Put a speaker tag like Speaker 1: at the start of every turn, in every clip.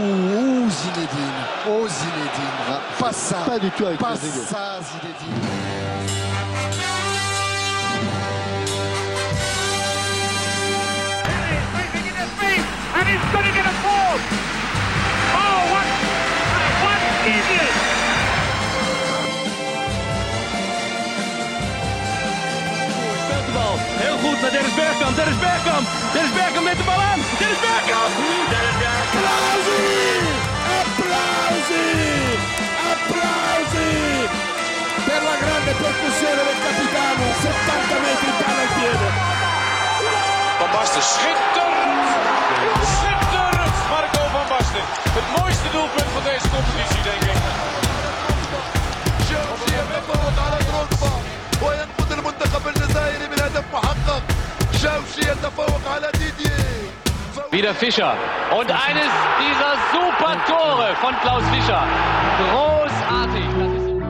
Speaker 1: Oh Zinedine, oh Zinedine, pas ça,
Speaker 2: Pas du tout avec
Speaker 1: pas
Speaker 2: Rodrigo.
Speaker 1: ça Zinedine.
Speaker 3: He's losing in his feet, and he's going to get a fourth. Oh, what, what idiot!
Speaker 4: Speelt de bal. Heel goed naar Dennis Bergkamp. Dennis Bergkamp. Dennis Bergkamp met de bal aan. Dennis Bergkamp. Dennis Bergkamp.
Speaker 5: Van Basten schitterend! Schitterend! Marco van Basten. Het mooiste doelpunt van deze competitie, denk ik.
Speaker 6: وينقذ
Speaker 7: er
Speaker 6: المنتخب الجزائري من هدف محقق شاوشي يتفوق على ديدي
Speaker 4: Wieder Fischer. Und eines dieser super Tore von Klaus Fischer. Großartig.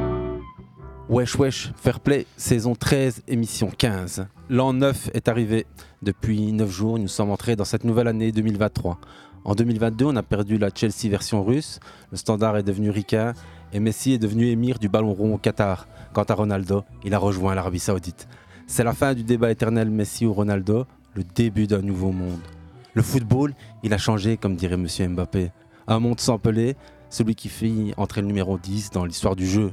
Speaker 8: Wesh Wesh, Fair Play, saison 13, émission 15. L'an 9 est arrivé. Depuis 9 jours, nous sommes entrés dans cette nouvelle année 2023. En 2022, on a perdu la Chelsea version russe, le standard est devenu Ricard et Messi est devenu émir du ballon rond au Qatar. Quant à Ronaldo, il a rejoint l'Arabie Saoudite. C'est la fin du débat éternel Messi ou Ronaldo, le début d'un nouveau monde. Le football, il a changé, comme dirait Monsieur Mbappé. Un monde sans Pelé, celui qui fit entrer le numéro 10 dans l'histoire du jeu.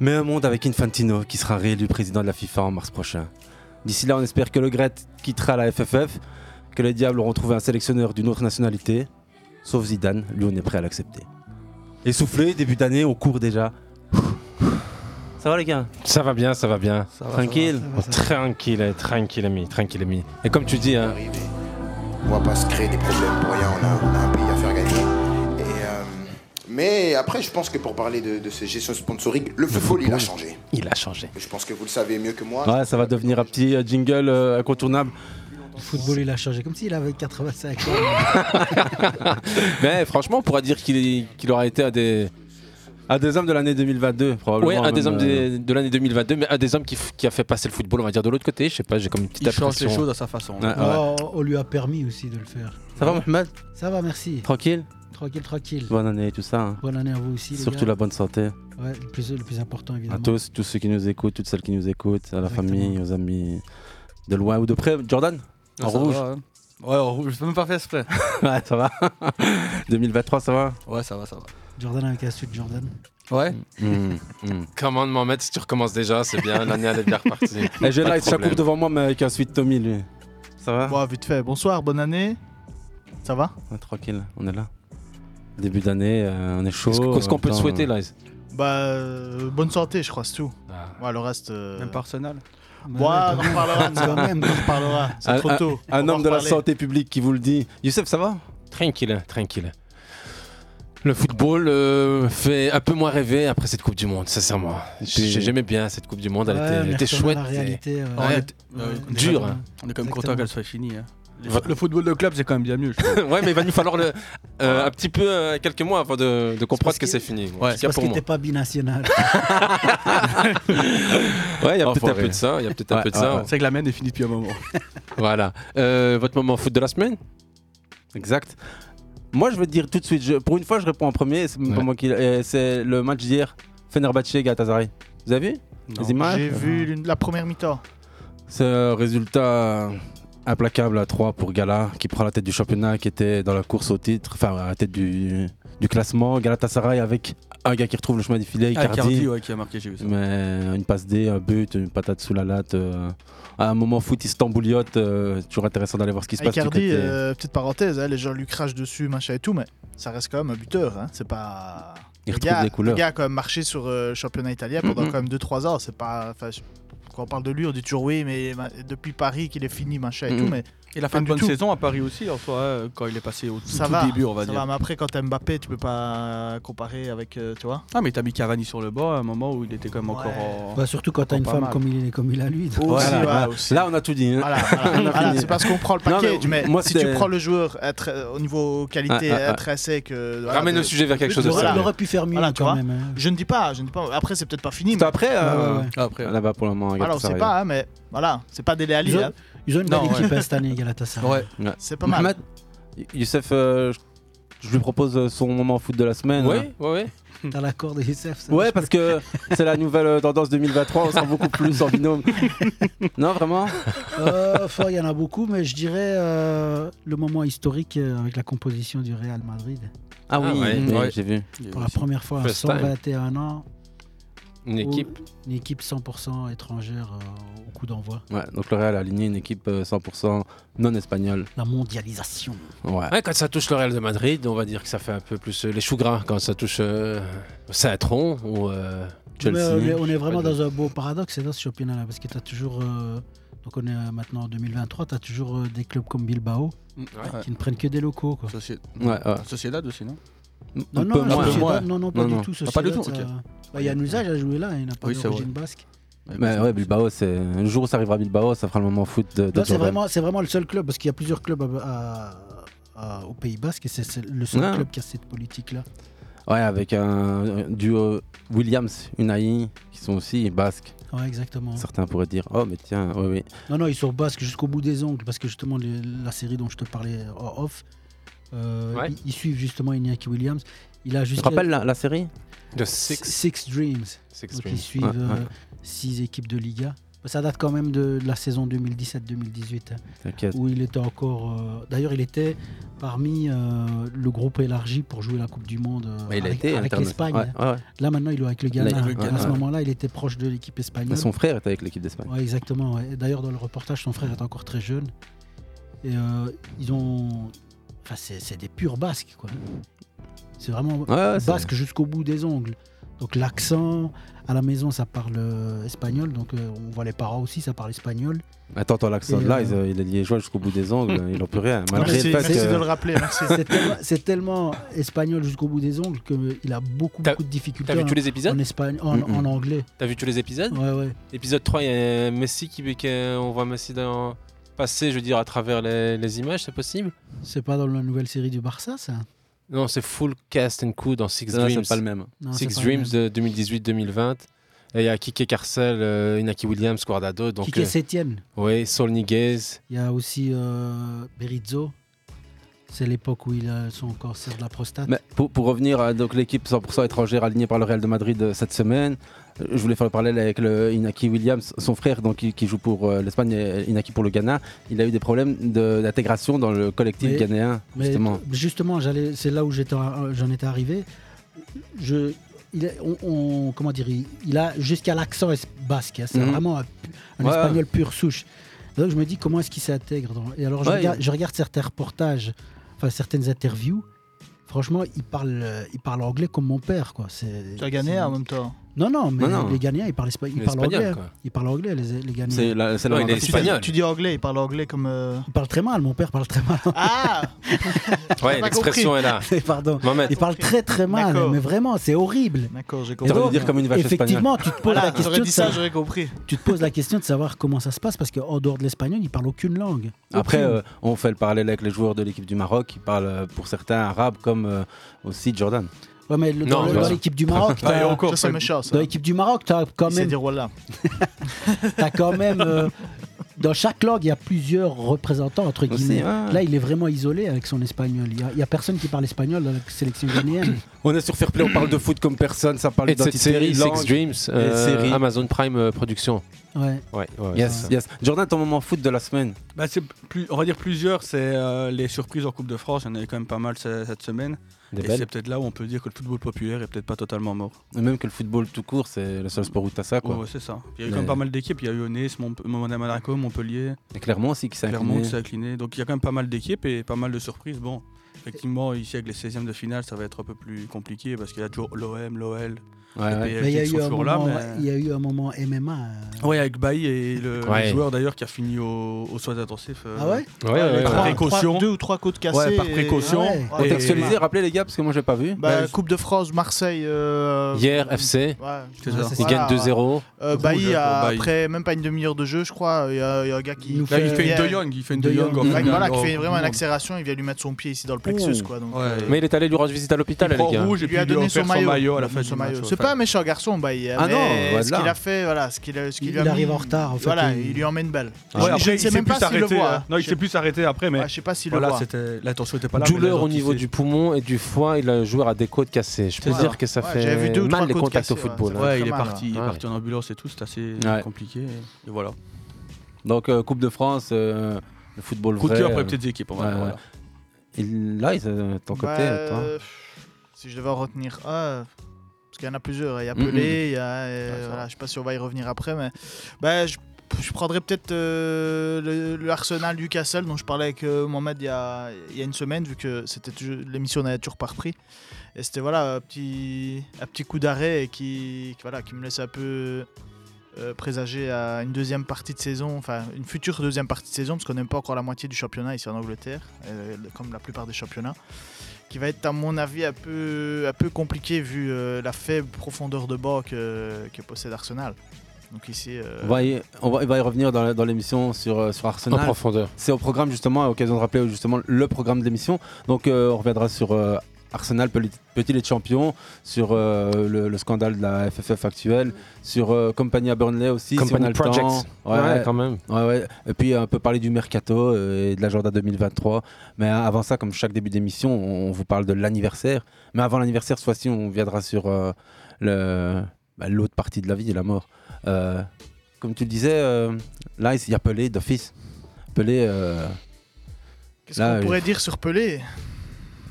Speaker 8: Mais un monde avec Infantino qui sera réélu président de la FIFA en mars prochain. D'ici là, on espère que Le Gret quittera la FFF, que les Diables auront trouvé un sélectionneur d'une autre nationalité. Sauf Zidane, lui on est prêt à l'accepter. Essoufflé, début d'année, on court déjà. Ça va les gars
Speaker 9: Ça va bien, ça va bien.
Speaker 8: Tranquille
Speaker 9: Tranquille, eh, tranquille, ami, tranquille, ami. Et comme tu dis, hein,
Speaker 10: On va pas se créer des problèmes pour rien, on a, on a un pays à faire gagner. Et, euh, mais après, je pense que pour parler de, de ces gestions de sponsoring, le football, il a changé.
Speaker 9: il a changé.
Speaker 10: Je pense que vous le savez mieux que moi.
Speaker 8: Ouais, ça va devenir un petit euh, jingle euh, incontournable.
Speaker 11: Le football, il a changé comme s'il avait 85 ans.
Speaker 9: Mais franchement, on pourra dire qu'il est- qu'il aura été à des,
Speaker 8: Un des hommes de l'année 2022, probablement.
Speaker 9: ouais, un des
Speaker 8: même,
Speaker 9: hommes
Speaker 8: euh,
Speaker 9: des- de l'année 2022, mais un des hommes qui, f- qui a fait passer le football, on va dire, de l'autre côté. Je sais pas, j'ai comme une petite
Speaker 12: Il change les
Speaker 9: impression.
Speaker 12: choses à sa façon.
Speaker 8: ouais, ouais.
Speaker 11: Oh, on lui a permis aussi de le faire.
Speaker 8: Ça va Mohamed
Speaker 11: Ça va, merci.
Speaker 8: Tranquille
Speaker 11: Tranquille, tranquille.
Speaker 8: Bonne année et tout ça. hein.
Speaker 11: Bonne année à vous aussi. les
Speaker 8: Surtout
Speaker 11: gars.
Speaker 8: la bonne santé.
Speaker 11: Ouais, le, plus, le plus important,
Speaker 8: À
Speaker 11: évidemment.
Speaker 8: tous, tous ceux qui nous écoutent, toutes celles qui nous écoutent, à la
Speaker 11: Exactement.
Speaker 8: famille, aux amis, de loin ou de près. Jordan En
Speaker 12: Ça
Speaker 8: rouge
Speaker 12: va, hein. Ouais, en rouge. Je peux même pas faire exprès.
Speaker 8: Ouais, ça va. 2023, ça va
Speaker 12: Ouais, ça va, ça va.
Speaker 11: Jordan avec un sud Jordan.
Speaker 12: Ouais.
Speaker 8: Mm,
Speaker 9: Comment de m'en mettre si tu recommences déjà C'est bien, l'année elle est bien repartie.
Speaker 8: Et j'ai
Speaker 9: Pas de
Speaker 8: live Chakour
Speaker 9: problème.
Speaker 8: devant moi, mais avec un suite Tommy, lui. Ça va
Speaker 13: Bon, vite fait, bonsoir, bonne année. Ça va
Speaker 8: Ouais, Tranquille, on est là. Début d'année, euh, on est chaud.
Speaker 9: Qu'est-ce que- Qu'est-ce qu'on peut te
Speaker 8: en même
Speaker 9: souhaiter,
Speaker 8: temps,
Speaker 9: là
Speaker 13: Bah, euh, bonne santé, je crois, c'est tout.
Speaker 9: Ah.
Speaker 13: Ouais, le reste. euh,
Speaker 12: Même pas Arsenal.
Speaker 13: Ouais, on en reparlera.
Speaker 11: Quand même.
Speaker 13: On en reparlera.
Speaker 8: Un-
Speaker 13: C'est trop tôt.
Speaker 8: Un
Speaker 13: On va
Speaker 8: homme de la
Speaker 13: reparler.
Speaker 8: santé publique qui vous le dit. Youssef, ça va
Speaker 9: Tranquille, tranquille. Le football euh, fait un peu moins rêver après cette Coupe du Monde, sincèrement.
Speaker 8: Puis-
Speaker 9: J'ai- J'aimais bien cette Coupe du Monde, elle
Speaker 11: Ouais,
Speaker 9: était- elle
Speaker 11: mais
Speaker 9: était
Speaker 11: retourner à
Speaker 9: chouette.
Speaker 11: La réalité, euh,
Speaker 12: On
Speaker 9: Ouais.
Speaker 12: est- euh, on est
Speaker 9: Dur,
Speaker 12: quand même-
Speaker 9: hein.
Speaker 12: On est quand même
Speaker 11: Exactement.
Speaker 12: content qu'elle soit finie. hein. Les-
Speaker 9: Va-
Speaker 12: Le football de club, c'est quand même bien mieux. je trouve.
Speaker 9: ouais, mais il va nous falloir le- euh, un petit peu, euh, quelques mois avant de, de comprendre
Speaker 11: parce
Speaker 9: que
Speaker 11: que-
Speaker 9: c'est fini. En
Speaker 12: Ouais.
Speaker 9: tout
Speaker 11: C'est
Speaker 9: cas
Speaker 11: parce
Speaker 9: pour
Speaker 11: qu'il
Speaker 9: moi.
Speaker 11: n'était pas binational.
Speaker 9: Ouais, il y a peut-être
Speaker 8: Oh,
Speaker 9: un
Speaker 8: faut
Speaker 9: peu
Speaker 8: rire.
Speaker 9: de ça. Il y a peut-être un
Speaker 8: Ouais,
Speaker 9: peu de
Speaker 8: ouais,
Speaker 9: ça.
Speaker 8: ouais.
Speaker 12: C'est vrai que la mienne est finie depuis un moment.
Speaker 9: Voilà. Euh, votre moment foot de la semaine
Speaker 8: Exact. Moi, je veux dire tout de suite, je- pour une fois, je réponds en premier. C'est même pas
Speaker 9: Ouais.
Speaker 8: moi qui- euh, c'est le match d'hier, Fenerbahce Galatasaray. Vous avez vu les images
Speaker 13: J'ai vu l'une- la première mi-temps.
Speaker 8: C'est un résultat implacable à 3 pour Gala, qui prend la tête du championnat, qui était dans la course au titre, enfin à la tête du, du classement. Galatasaray avec un gars qui retrouve le chemin du filet,
Speaker 12: Ah,
Speaker 8: Icardi.
Speaker 12: Cardi, ouais, qui a marqué, j'ai vu ça.
Speaker 8: Mais une passe D, un but, une patate sous la latte. euh, à un moment foot istanbouliote, euh, toujours intéressant d'aller voir ce qui se passe. du
Speaker 13: Icardi,
Speaker 8: côté.
Speaker 13: euh, petite parenthèse, hein, les gens lui crachent dessus, machin et tout, mais ça reste quand même un buteur. hein, C'est pas.
Speaker 8: Il
Speaker 13: le
Speaker 8: retrouve
Speaker 13: gars,
Speaker 8: des couleurs.
Speaker 13: le gars a quand même marché sur euh, le championnat italien pendant quand même 2-3 ans. C'est pas. enfin, je- Quand on parle de lui, on dit toujours oui, mais ma- depuis Paris qu'il est fini, machin et
Speaker 8: Mhm.
Speaker 12: Mm.
Speaker 13: tout, mais
Speaker 12: Il a fait une
Speaker 13: du
Speaker 12: bonne
Speaker 13: tout.
Speaker 12: saison à Paris aussi, en soi, hein, quand il est passé au tout,
Speaker 13: ça
Speaker 12: tout
Speaker 13: va.
Speaker 12: début, on va
Speaker 13: ça
Speaker 12: dire.
Speaker 13: va, mais après, quand t'as Mbappé, tu peux pas comparer avec. euh, tu vois
Speaker 12: Ah, mais t'as mis Cavani sur le banc à un moment où il était quand même encore
Speaker 13: Ouais.
Speaker 12: en.
Speaker 11: Bah, surtout quand t'as une
Speaker 12: Pas
Speaker 11: femme
Speaker 12: mal.
Speaker 11: comme il est, comme il a lui. donc.
Speaker 13: Aussi,
Speaker 8: Voilà,
Speaker 13: ouais,
Speaker 8: voilà.
Speaker 13: aussi.
Speaker 8: Là, on a tout dit. hein.
Speaker 13: Voilà, voilà, voilà,
Speaker 8: fini.
Speaker 13: c'est parce qu'on prend le
Speaker 8: Non,
Speaker 13: package,
Speaker 8: mais
Speaker 13: mais,
Speaker 8: moi,
Speaker 13: si
Speaker 8: c'était-
Speaker 13: tu prends le joueur être, euh, au niveau qualité
Speaker 8: Ah, ah, ah.
Speaker 13: intrinsèque, euh, voilà,
Speaker 9: Ramène
Speaker 13: de-
Speaker 9: le sujet vers quelque chose de
Speaker 11: il, aurait,
Speaker 13: Voilà.
Speaker 11: il
Speaker 9: sérieux.
Speaker 11: aurait pu faire mieux
Speaker 13: Voilà, tu
Speaker 11: quand
Speaker 13: vois.
Speaker 11: même. hein.
Speaker 13: Je ne dis pas, je ne dis pas. Après, c'est peut-être pas fini.
Speaker 8: C'était
Speaker 13: Mais...
Speaker 8: après, euh,
Speaker 11: Ouais, ouais, ouais.
Speaker 12: Ah, Après,
Speaker 8: là-bas pour le moment.
Speaker 13: Voilà, on sait
Speaker 8: Galatasaray.
Speaker 13: pas, hein, mais voilà, c'est pas Dele Alli.
Speaker 11: Ils ont,
Speaker 13: hein.
Speaker 11: ils ont une belle
Speaker 12: Non,
Speaker 11: équipe hein, cette année, Galatasaray.
Speaker 12: ouais.
Speaker 13: C'est pas mal.
Speaker 8: Mohamed, Youssef, euh, Je lui propose euh, son moment foot de la semaine.
Speaker 9: Ouais, ouais, ouais.
Speaker 11: T'as l'accord de Youssef. ça
Speaker 8: Ouais, parce que c'est la nouvelle euh, tendance 2023, on sera beaucoup plus en binôme. non, vraiment
Speaker 11: Euh, enfin, Il y en a beaucoup, mais je dirais euh, le moment historique euh, avec la composition du Real Madrid.
Speaker 8: Ah oui, Ah ouais, oui, ouais. j'ai vu.
Speaker 11: Pour la première fois à
Speaker 8: First time.
Speaker 11: 121 ans.
Speaker 8: Une
Speaker 11: où-
Speaker 8: équipe.
Speaker 11: Une équipe 100% étrangère euh, au coup d'envoi.
Speaker 8: Ouais, donc le Real a aligné une équipe euh, 100% non espagnole.
Speaker 11: La mondialisation.
Speaker 8: Ouais.
Speaker 9: Ouais, quand ça touche le Real de Madrid, on va dire que ça fait un peu plus euh, les choux gras. Quand ça touche euh, Saint-Tron ou euh,
Speaker 11: Mais,
Speaker 9: Chelsea.
Speaker 11: euh, mais on est vraiment dans un beau paradoxe c'est dans ce championnat-là, parce que tu as toujours. euh, donc on est euh, maintenant en 2023, tu as toujours euh, des clubs comme Bilbao
Speaker 12: Mm. Ouais.
Speaker 11: qui ne prennent que des locaux. Quoi.
Speaker 12: Sociedad aussi, non
Speaker 11: Non, non, la Sociedad, non, non, pas du tout.
Speaker 12: Ah, Pas du tout,
Speaker 11: Sociedad,
Speaker 12: ok.
Speaker 11: ça- bah, Il y a un usage à jouer là, il n'y en a pas
Speaker 12: Oui, c'est
Speaker 11: d'origine
Speaker 12: vrai.
Speaker 11: basque.
Speaker 8: Mais ouais, Bilbao, c'est le jour où ça arrivera à Bilbao, ça fera le moment foot de, de
Speaker 11: Non, c'est
Speaker 8: Jordan.
Speaker 11: vraiment, c'est vraiment le seul club, parce qu'il y a plusieurs clubs à- à- à- au Pays Basque, et c'est c'est le seul
Speaker 8: Ah.
Speaker 11: club qui a cette politique-là.
Speaker 8: Ouais, avec un un duo Williams, Unai, qui sont aussi basques.
Speaker 11: Ouais, exactement.
Speaker 8: Certains pourraient dire, oh mais tiens, oui, oui.
Speaker 11: Non, non, ils sont basques jusqu'au bout des ongles, parce que justement, les- la série dont je te parlais en off, euh,
Speaker 8: Ouais.
Speaker 11: ils, ils suivent justement Iñaki Williams. Il a
Speaker 8: Tu
Speaker 11: juste.
Speaker 8: te rappelles la, la série
Speaker 9: The
Speaker 11: Six, Dreams.
Speaker 9: Six
Speaker 11: Donc,
Speaker 9: Dreams.
Speaker 11: Ils suivent
Speaker 8: Ouais,
Speaker 11: euh,
Speaker 8: ouais.
Speaker 11: six équipes de Liga. Bah, Ça date quand même de, de la saison 2017-2018, hein,
Speaker 8: T'inquiète.
Speaker 11: où il était encore. euh, D'ailleurs, il était parmi euh, le groupe élargi pour jouer la Coupe du Monde euh,
Speaker 8: Mais Bah, il a
Speaker 11: avec,
Speaker 8: été
Speaker 11: avec
Speaker 8: interna-
Speaker 11: l'Espagne. hein.
Speaker 8: ouais, ouais, ouais.
Speaker 11: Là, maintenant, il est avec le
Speaker 8: Il a-
Speaker 11: Ghana.
Speaker 8: avec le
Speaker 11: à
Speaker 8: Ghana,
Speaker 11: ce
Speaker 8: ouais.
Speaker 11: moment-là, il était proche de l'équipe espagnole.
Speaker 8: Mais Son frère était avec l'équipe d'Espagne.
Speaker 11: Ouais, exactement. ouais. Et D'ailleurs, dans le reportage, son frère est encore très jeune. Et euh, ils ont. Enfin, c'est c'est des purs basques, quoi. C'est vraiment
Speaker 8: ouais, c'est-
Speaker 11: basque jusqu'au bout des ongles. Donc, l'accent, à la maison, ça parle euh, espagnol. Donc, euh, on voit les parents aussi, ça parle espagnol.
Speaker 8: Attends, attends, l'accent
Speaker 11: Et,
Speaker 8: de là,
Speaker 11: euh,
Speaker 8: il, est- il est liégeois jusqu'au bout des ongles, il en peut rien. Malgré
Speaker 11: Merci-
Speaker 8: le fait
Speaker 11: merci
Speaker 8: que-
Speaker 11: de le rappeler, C'est tellement, c'est tellement espagnol jusqu'au bout des ongles qu'il a beaucoup, beaucoup de difficultés.
Speaker 9: t'as vu
Speaker 11: en-
Speaker 9: tous les épisodes
Speaker 11: En, espagnol, en,
Speaker 9: Mm-mm.
Speaker 11: en anglais.
Speaker 9: T'as vu tous les épisodes
Speaker 11: Ouais, ouais.
Speaker 9: Épisode 3, il y a Messi qui, qui- on voit Messi dans passer, je veux dire, à travers les, les images, c'est possible
Speaker 11: C'est pas dans la nouvelle série du Barça, ça
Speaker 9: Non, c'est full cast and coup dans Six
Speaker 8: Non,
Speaker 9: Dreams.
Speaker 8: c'est pas le même.
Speaker 11: Non, c'est
Speaker 9: Six
Speaker 11: pas le
Speaker 9: Dreams de 2018-2020. Et il y a Kike Carcel, euh, Inaki Williams, Guardado. Donc,
Speaker 11: Kike Setien.
Speaker 9: Oui, Saul Niguez.
Speaker 11: Il y a aussi euh, Berizzo. C'est l'époque où euh, il a son cancer de la prostate.
Speaker 8: Mais pour, pour revenir à donc, l'équipe 100% étrangère alignée par le Real de Madrid euh, cette semaine, euh, je voulais faire le parallèle avec le Inaki Williams, son frère donc, qui, qui joue pour euh, l'Espagne et Inaki pour le Ghana. Il a eu des problèmes de- d'intégration dans le collectif
Speaker 11: Mais-
Speaker 8: ghanéen,
Speaker 11: mais
Speaker 8: justement.
Speaker 11: justement, j'allais- c'est là où j'étais, euh, j'en étais arrivé. Je, il est- on, on- comment dire, il, il a jusqu'à l'accent es- basque. hein. c'est
Speaker 8: Mhm.
Speaker 11: vraiment un, pu- un
Speaker 8: Ouais.
Speaker 11: espagnol pure souche. Donc je me dis comment est-ce qu'il s'intègre. dans- Et alors je,
Speaker 8: Ouais,
Speaker 11: regarde,
Speaker 8: il-
Speaker 11: je regarde certains reportages, enfin certaines interviews. Franchement, il parle, euh, il parle anglais comme mon père, quoi. C'est
Speaker 13: Tu as gagné hein,
Speaker 11: c'est-
Speaker 13: en même temps.
Speaker 11: Non, non, mais
Speaker 8: Non, non.
Speaker 11: les Ghanéens, ils parlent, espa- ils
Speaker 8: Les
Speaker 11: parlent
Speaker 8: Espagnols,
Speaker 11: anglais.
Speaker 8: quoi.
Speaker 11: Ils parlent anglais, les, les Ghanéens.
Speaker 8: C'est la- c'est la Non, il est
Speaker 13: Tu dis- Tu dis anglais, il parle anglais comme. euh,
Speaker 11: Il parle très mal, mon père parle très mal.
Speaker 13: Ah
Speaker 9: Ouais,
Speaker 11: pas
Speaker 9: l'expression
Speaker 11: compris.
Speaker 9: est là.
Speaker 11: Pardon.
Speaker 9: Mohamed.
Speaker 11: Il parle très très mal,
Speaker 13: D'accord.
Speaker 11: mais vraiment, c'est horrible.
Speaker 13: D'accord, j'ai
Speaker 8: compris. T'aurais dû dire comme une vache
Speaker 11: Effectivement,
Speaker 13: espagnole.
Speaker 11: tu te poses
Speaker 13: Voilà,
Speaker 11: la question.
Speaker 13: t'aurais dit
Speaker 11: de
Speaker 13: ça,
Speaker 11: savoir-
Speaker 13: j'aurais compris.
Speaker 11: Tu te poses la question de savoir comment ça se passe parce qu'en dehors de l'espagnol, il parle aucune langue.
Speaker 8: Après,
Speaker 11: Aucune.
Speaker 8: euh, on fait le parallèle avec les joueurs de l'équipe du Maroc qui parlent euh, pour certains arabe comme euh, aussi Jordan.
Speaker 11: Ouais, mais le- dans
Speaker 8: Non,
Speaker 11: le-
Speaker 8: non.
Speaker 11: dans l'équipe du Maroc,
Speaker 8: Ah, et
Speaker 11: t'as-
Speaker 8: encore, Ça, c'est ça. méchant, ça.
Speaker 11: Dans l'équipe du Maroc, t'as
Speaker 13: hein. Il
Speaker 11: quand
Speaker 13: oh sait
Speaker 11: même.
Speaker 13: dire voilà.
Speaker 11: T'as quand même. euh, dans chaque langue, il y a plusieurs représentants, entre
Speaker 8: Aussi,
Speaker 11: guillemets.
Speaker 8: ouais.
Speaker 11: Là, il est vraiment isolé avec son espagnol. Il n'y a, personne qui parle espagnol dans la sélection ghanéenne.
Speaker 8: On est sur Fairplay, on parle de foot comme personne, ça parle
Speaker 9: Et de cette série,
Speaker 8: d'identité, langue,
Speaker 9: Six Dreams,
Speaker 8: et
Speaker 9: euh,
Speaker 8: série.
Speaker 9: Amazon Prime euh, Production.
Speaker 11: Ouais.
Speaker 9: Ouais, ouais, c'est
Speaker 8: Yes,
Speaker 9: ça.
Speaker 8: yes. Jordan, ton moment foot de la semaine
Speaker 12: Bah, c'est plus, on va dire plusieurs, c'est euh, les surprises en Coupe de France, il y en avait quand même pas mal ce- cette semaine.
Speaker 8: Des
Speaker 12: et
Speaker 8: belles.
Speaker 12: c'est peut-être là où on peut dire que le football populaire est peut-être pas totalement mort.
Speaker 8: Et Même que le football tout court, c'est le seul sport où t'as ça. Quoi.
Speaker 12: Ouais, ouais, c'est ça. Il y a eu quand
Speaker 8: Mais-
Speaker 12: même pas mal d'équipes, il y a eu Nice, Mont- Mont- Monaco, Montpellier.
Speaker 8: Et Clermont aussi qui s'est
Speaker 12: Clermont
Speaker 8: incliné.
Speaker 12: qui s'est incliné. Donc il y a quand même pas mal d'équipes et pas mal de surprises. Bon, effectivement, ici avec les 16e de finale, ça va être un peu plus compliqué parce qu'il y a toujours l'OM, l'OL.
Speaker 8: Ouais, ouais.
Speaker 11: Mais il y, a eu un moment- il y a eu un moment MMA. euh,
Speaker 12: Oui, avec Bailly et le, le
Speaker 9: Ouais.
Speaker 12: joueur d'ailleurs qui a fini au, au soins intensifs. euh,
Speaker 11: Ah ouais
Speaker 9: Ouais, ouais, ouais.
Speaker 12: Par
Speaker 9: Trois-
Speaker 12: précaution.
Speaker 13: trois- deux ou trois côtes cassées
Speaker 12: Ouais, par
Speaker 13: et-
Speaker 12: précaution.
Speaker 13: Ah ouais.
Speaker 12: Et- bah,
Speaker 8: Contextualiser, rappelez les gars, parce que moi j'ai pas vu.
Speaker 13: Bah, Coupe de France, Marseille. euh,
Speaker 9: Hier, FC.
Speaker 13: Ouais,
Speaker 9: C'est
Speaker 13: ouais,
Speaker 9: ça.
Speaker 13: c'est
Speaker 9: Il gagne 2-0.
Speaker 13: Euh,
Speaker 9: Rouge,
Speaker 13: Bailly,
Speaker 9: hein, pour
Speaker 13: a-
Speaker 9: Bailly.
Speaker 13: après même pas une demi-heure de jeu, je crois, euh, il y, a il y a un gars qui.
Speaker 12: Il nous fait- il fait une De Jong, il fait Oh. une De Jong en
Speaker 13: Ouais,
Speaker 12: finale,
Speaker 13: Voilà, qui
Speaker 12: en
Speaker 13: fait
Speaker 12: Coupe
Speaker 13: vraiment
Speaker 12: du
Speaker 13: une
Speaker 12: Monde.
Speaker 13: accélération, il vient lui mettre son pied ici dans le plexus.
Speaker 12: Ouh.
Speaker 13: quoi, donc,
Speaker 12: Ouais.
Speaker 13: euh,
Speaker 9: Mais il est allé lui rendre visite à l'hôpital,
Speaker 12: Il
Speaker 9: les
Speaker 12: prend
Speaker 9: gars.
Speaker 12: rouge et
Speaker 13: Il lui a
Speaker 12: puis il lui a
Speaker 13: donné
Speaker 12: offert
Speaker 13: son
Speaker 12: son
Speaker 13: maillot.
Speaker 12: maillot à la
Speaker 13: Il lui
Speaker 12: fin
Speaker 13: a donné
Speaker 12: du
Speaker 13: son
Speaker 12: match,
Speaker 13: maillot.
Speaker 12: ouais,
Speaker 13: C'est
Speaker 12: enfin,
Speaker 13: pas un méchant garçon, bah, il,
Speaker 8: Ah
Speaker 13: mais
Speaker 8: non,
Speaker 13: ce
Speaker 8: voilà.
Speaker 13: qu'il a fait, voilà, ce qu'il a, ce qu'il
Speaker 11: Il
Speaker 13: lui a mis,
Speaker 11: arrive en retard, en fait,
Speaker 13: Voilà,
Speaker 11: il-
Speaker 13: il... lui emmène une balle.
Speaker 12: Ouais, après,
Speaker 13: je ne
Speaker 12: il
Speaker 13: sais
Speaker 12: s'est
Speaker 13: même
Speaker 12: plus
Speaker 13: pas s'il le
Speaker 12: arrêté,
Speaker 13: voit.
Speaker 12: euh,
Speaker 13: hein.
Speaker 12: Non, il s'est plus arrêté après, mais.
Speaker 13: Ouais, je sais pas s'il le
Speaker 12: voilà,
Speaker 13: voit.
Speaker 12: c'était- L'attention était pas là. mais
Speaker 9: Douleur
Speaker 12: la
Speaker 9: au niveau
Speaker 12: gentillesse-
Speaker 9: du poumon et du foie, il a joué à des côtes cassées. Je peux
Speaker 12: ça.
Speaker 9: dire que ça
Speaker 12: Ouais,
Speaker 9: fait
Speaker 12: j'avais vu deux ou
Speaker 9: mal
Speaker 12: trois
Speaker 9: les
Speaker 12: côtes
Speaker 9: contacts au
Speaker 12: cassées, ouais,
Speaker 9: football.
Speaker 12: ça
Speaker 9: hein.
Speaker 12: fait Ouais, il est très mal, parti- Il est
Speaker 9: Ouais.
Speaker 12: parti en ambulance et tout, c'est assez
Speaker 8: Ouais.
Speaker 12: compliqué. Et voilà.
Speaker 8: Donc euh, Coupe de France, euh, le football
Speaker 12: Coup de
Speaker 8: vrai.
Speaker 12: cœur pour les
Speaker 8: euh,
Speaker 12: petites équipes, on va dire, voilà.
Speaker 8: Et là, ils, euh, ton côté,
Speaker 13: Bah,
Speaker 8: toi.
Speaker 13: euh, Si je devais en retenir un, parce qu'il y en a plusieurs, il y a
Speaker 8: Mm,
Speaker 13: Pelé,
Speaker 8: mm.
Speaker 13: il y a. euh, voilà, je sais pas si on va y revenir après, mais. Bah, je, je prendrais peut-être euh, le, le Arsenal Newcastle dont je parlais avec euh, Mohamed il y, a, il y a une semaine, vu que c'était toujours- l'émission n'avait toujours pas repris. Et c'était voilà, un petit, un petit coup d'arrêt et qui, qui, voilà, qui me laisse un peu. euh, présager à une deuxième partie de saison, enfin une future deuxième partie de saison, parce qu'on n'aime pas encore la moitié du championnat ici en Angleterre, euh, comme la plupart des championnats qui va être à mon avis un peu, un peu compliqué vu euh, la faible profondeur de banc que, que possède Arsenal. Donc ici, euh,
Speaker 8: On va y, on va, on va y revenir dans, la- dans l'émission sur, euh, sur Arsenal.
Speaker 9: En profondeur.
Speaker 8: C'est au programme justement, à l'occasion de rappeler justement le programme de l'émission. Donc euh, on reviendra sur euh, Arsenal, Peli- Petit les champions, sur euh, le, le scandale de la FFF actuelle, sur euh, Compagnie à Burnley aussi.
Speaker 9: Company
Speaker 8: si on a le
Speaker 9: Project.
Speaker 8: temps.
Speaker 9: Ouais, quand même.
Speaker 8: Ouais, ouais. Et puis un peu parler du mercato euh, et de l'agenda 2023. Mais euh, avant ça, comme chaque début d'émission, on vous parle de l'anniversaire. Mais avant l'anniversaire, ce fois-ci, on viendra sur euh, le- bah, l'autre partie de la vie, la mort. Euh, comme tu le disais, euh, là, il y a Pelé d'office. Pelé. euh,
Speaker 13: qu'est-ce
Speaker 8: là,
Speaker 13: qu'on pourrait
Speaker 8: euh,
Speaker 13: dire sur Pelé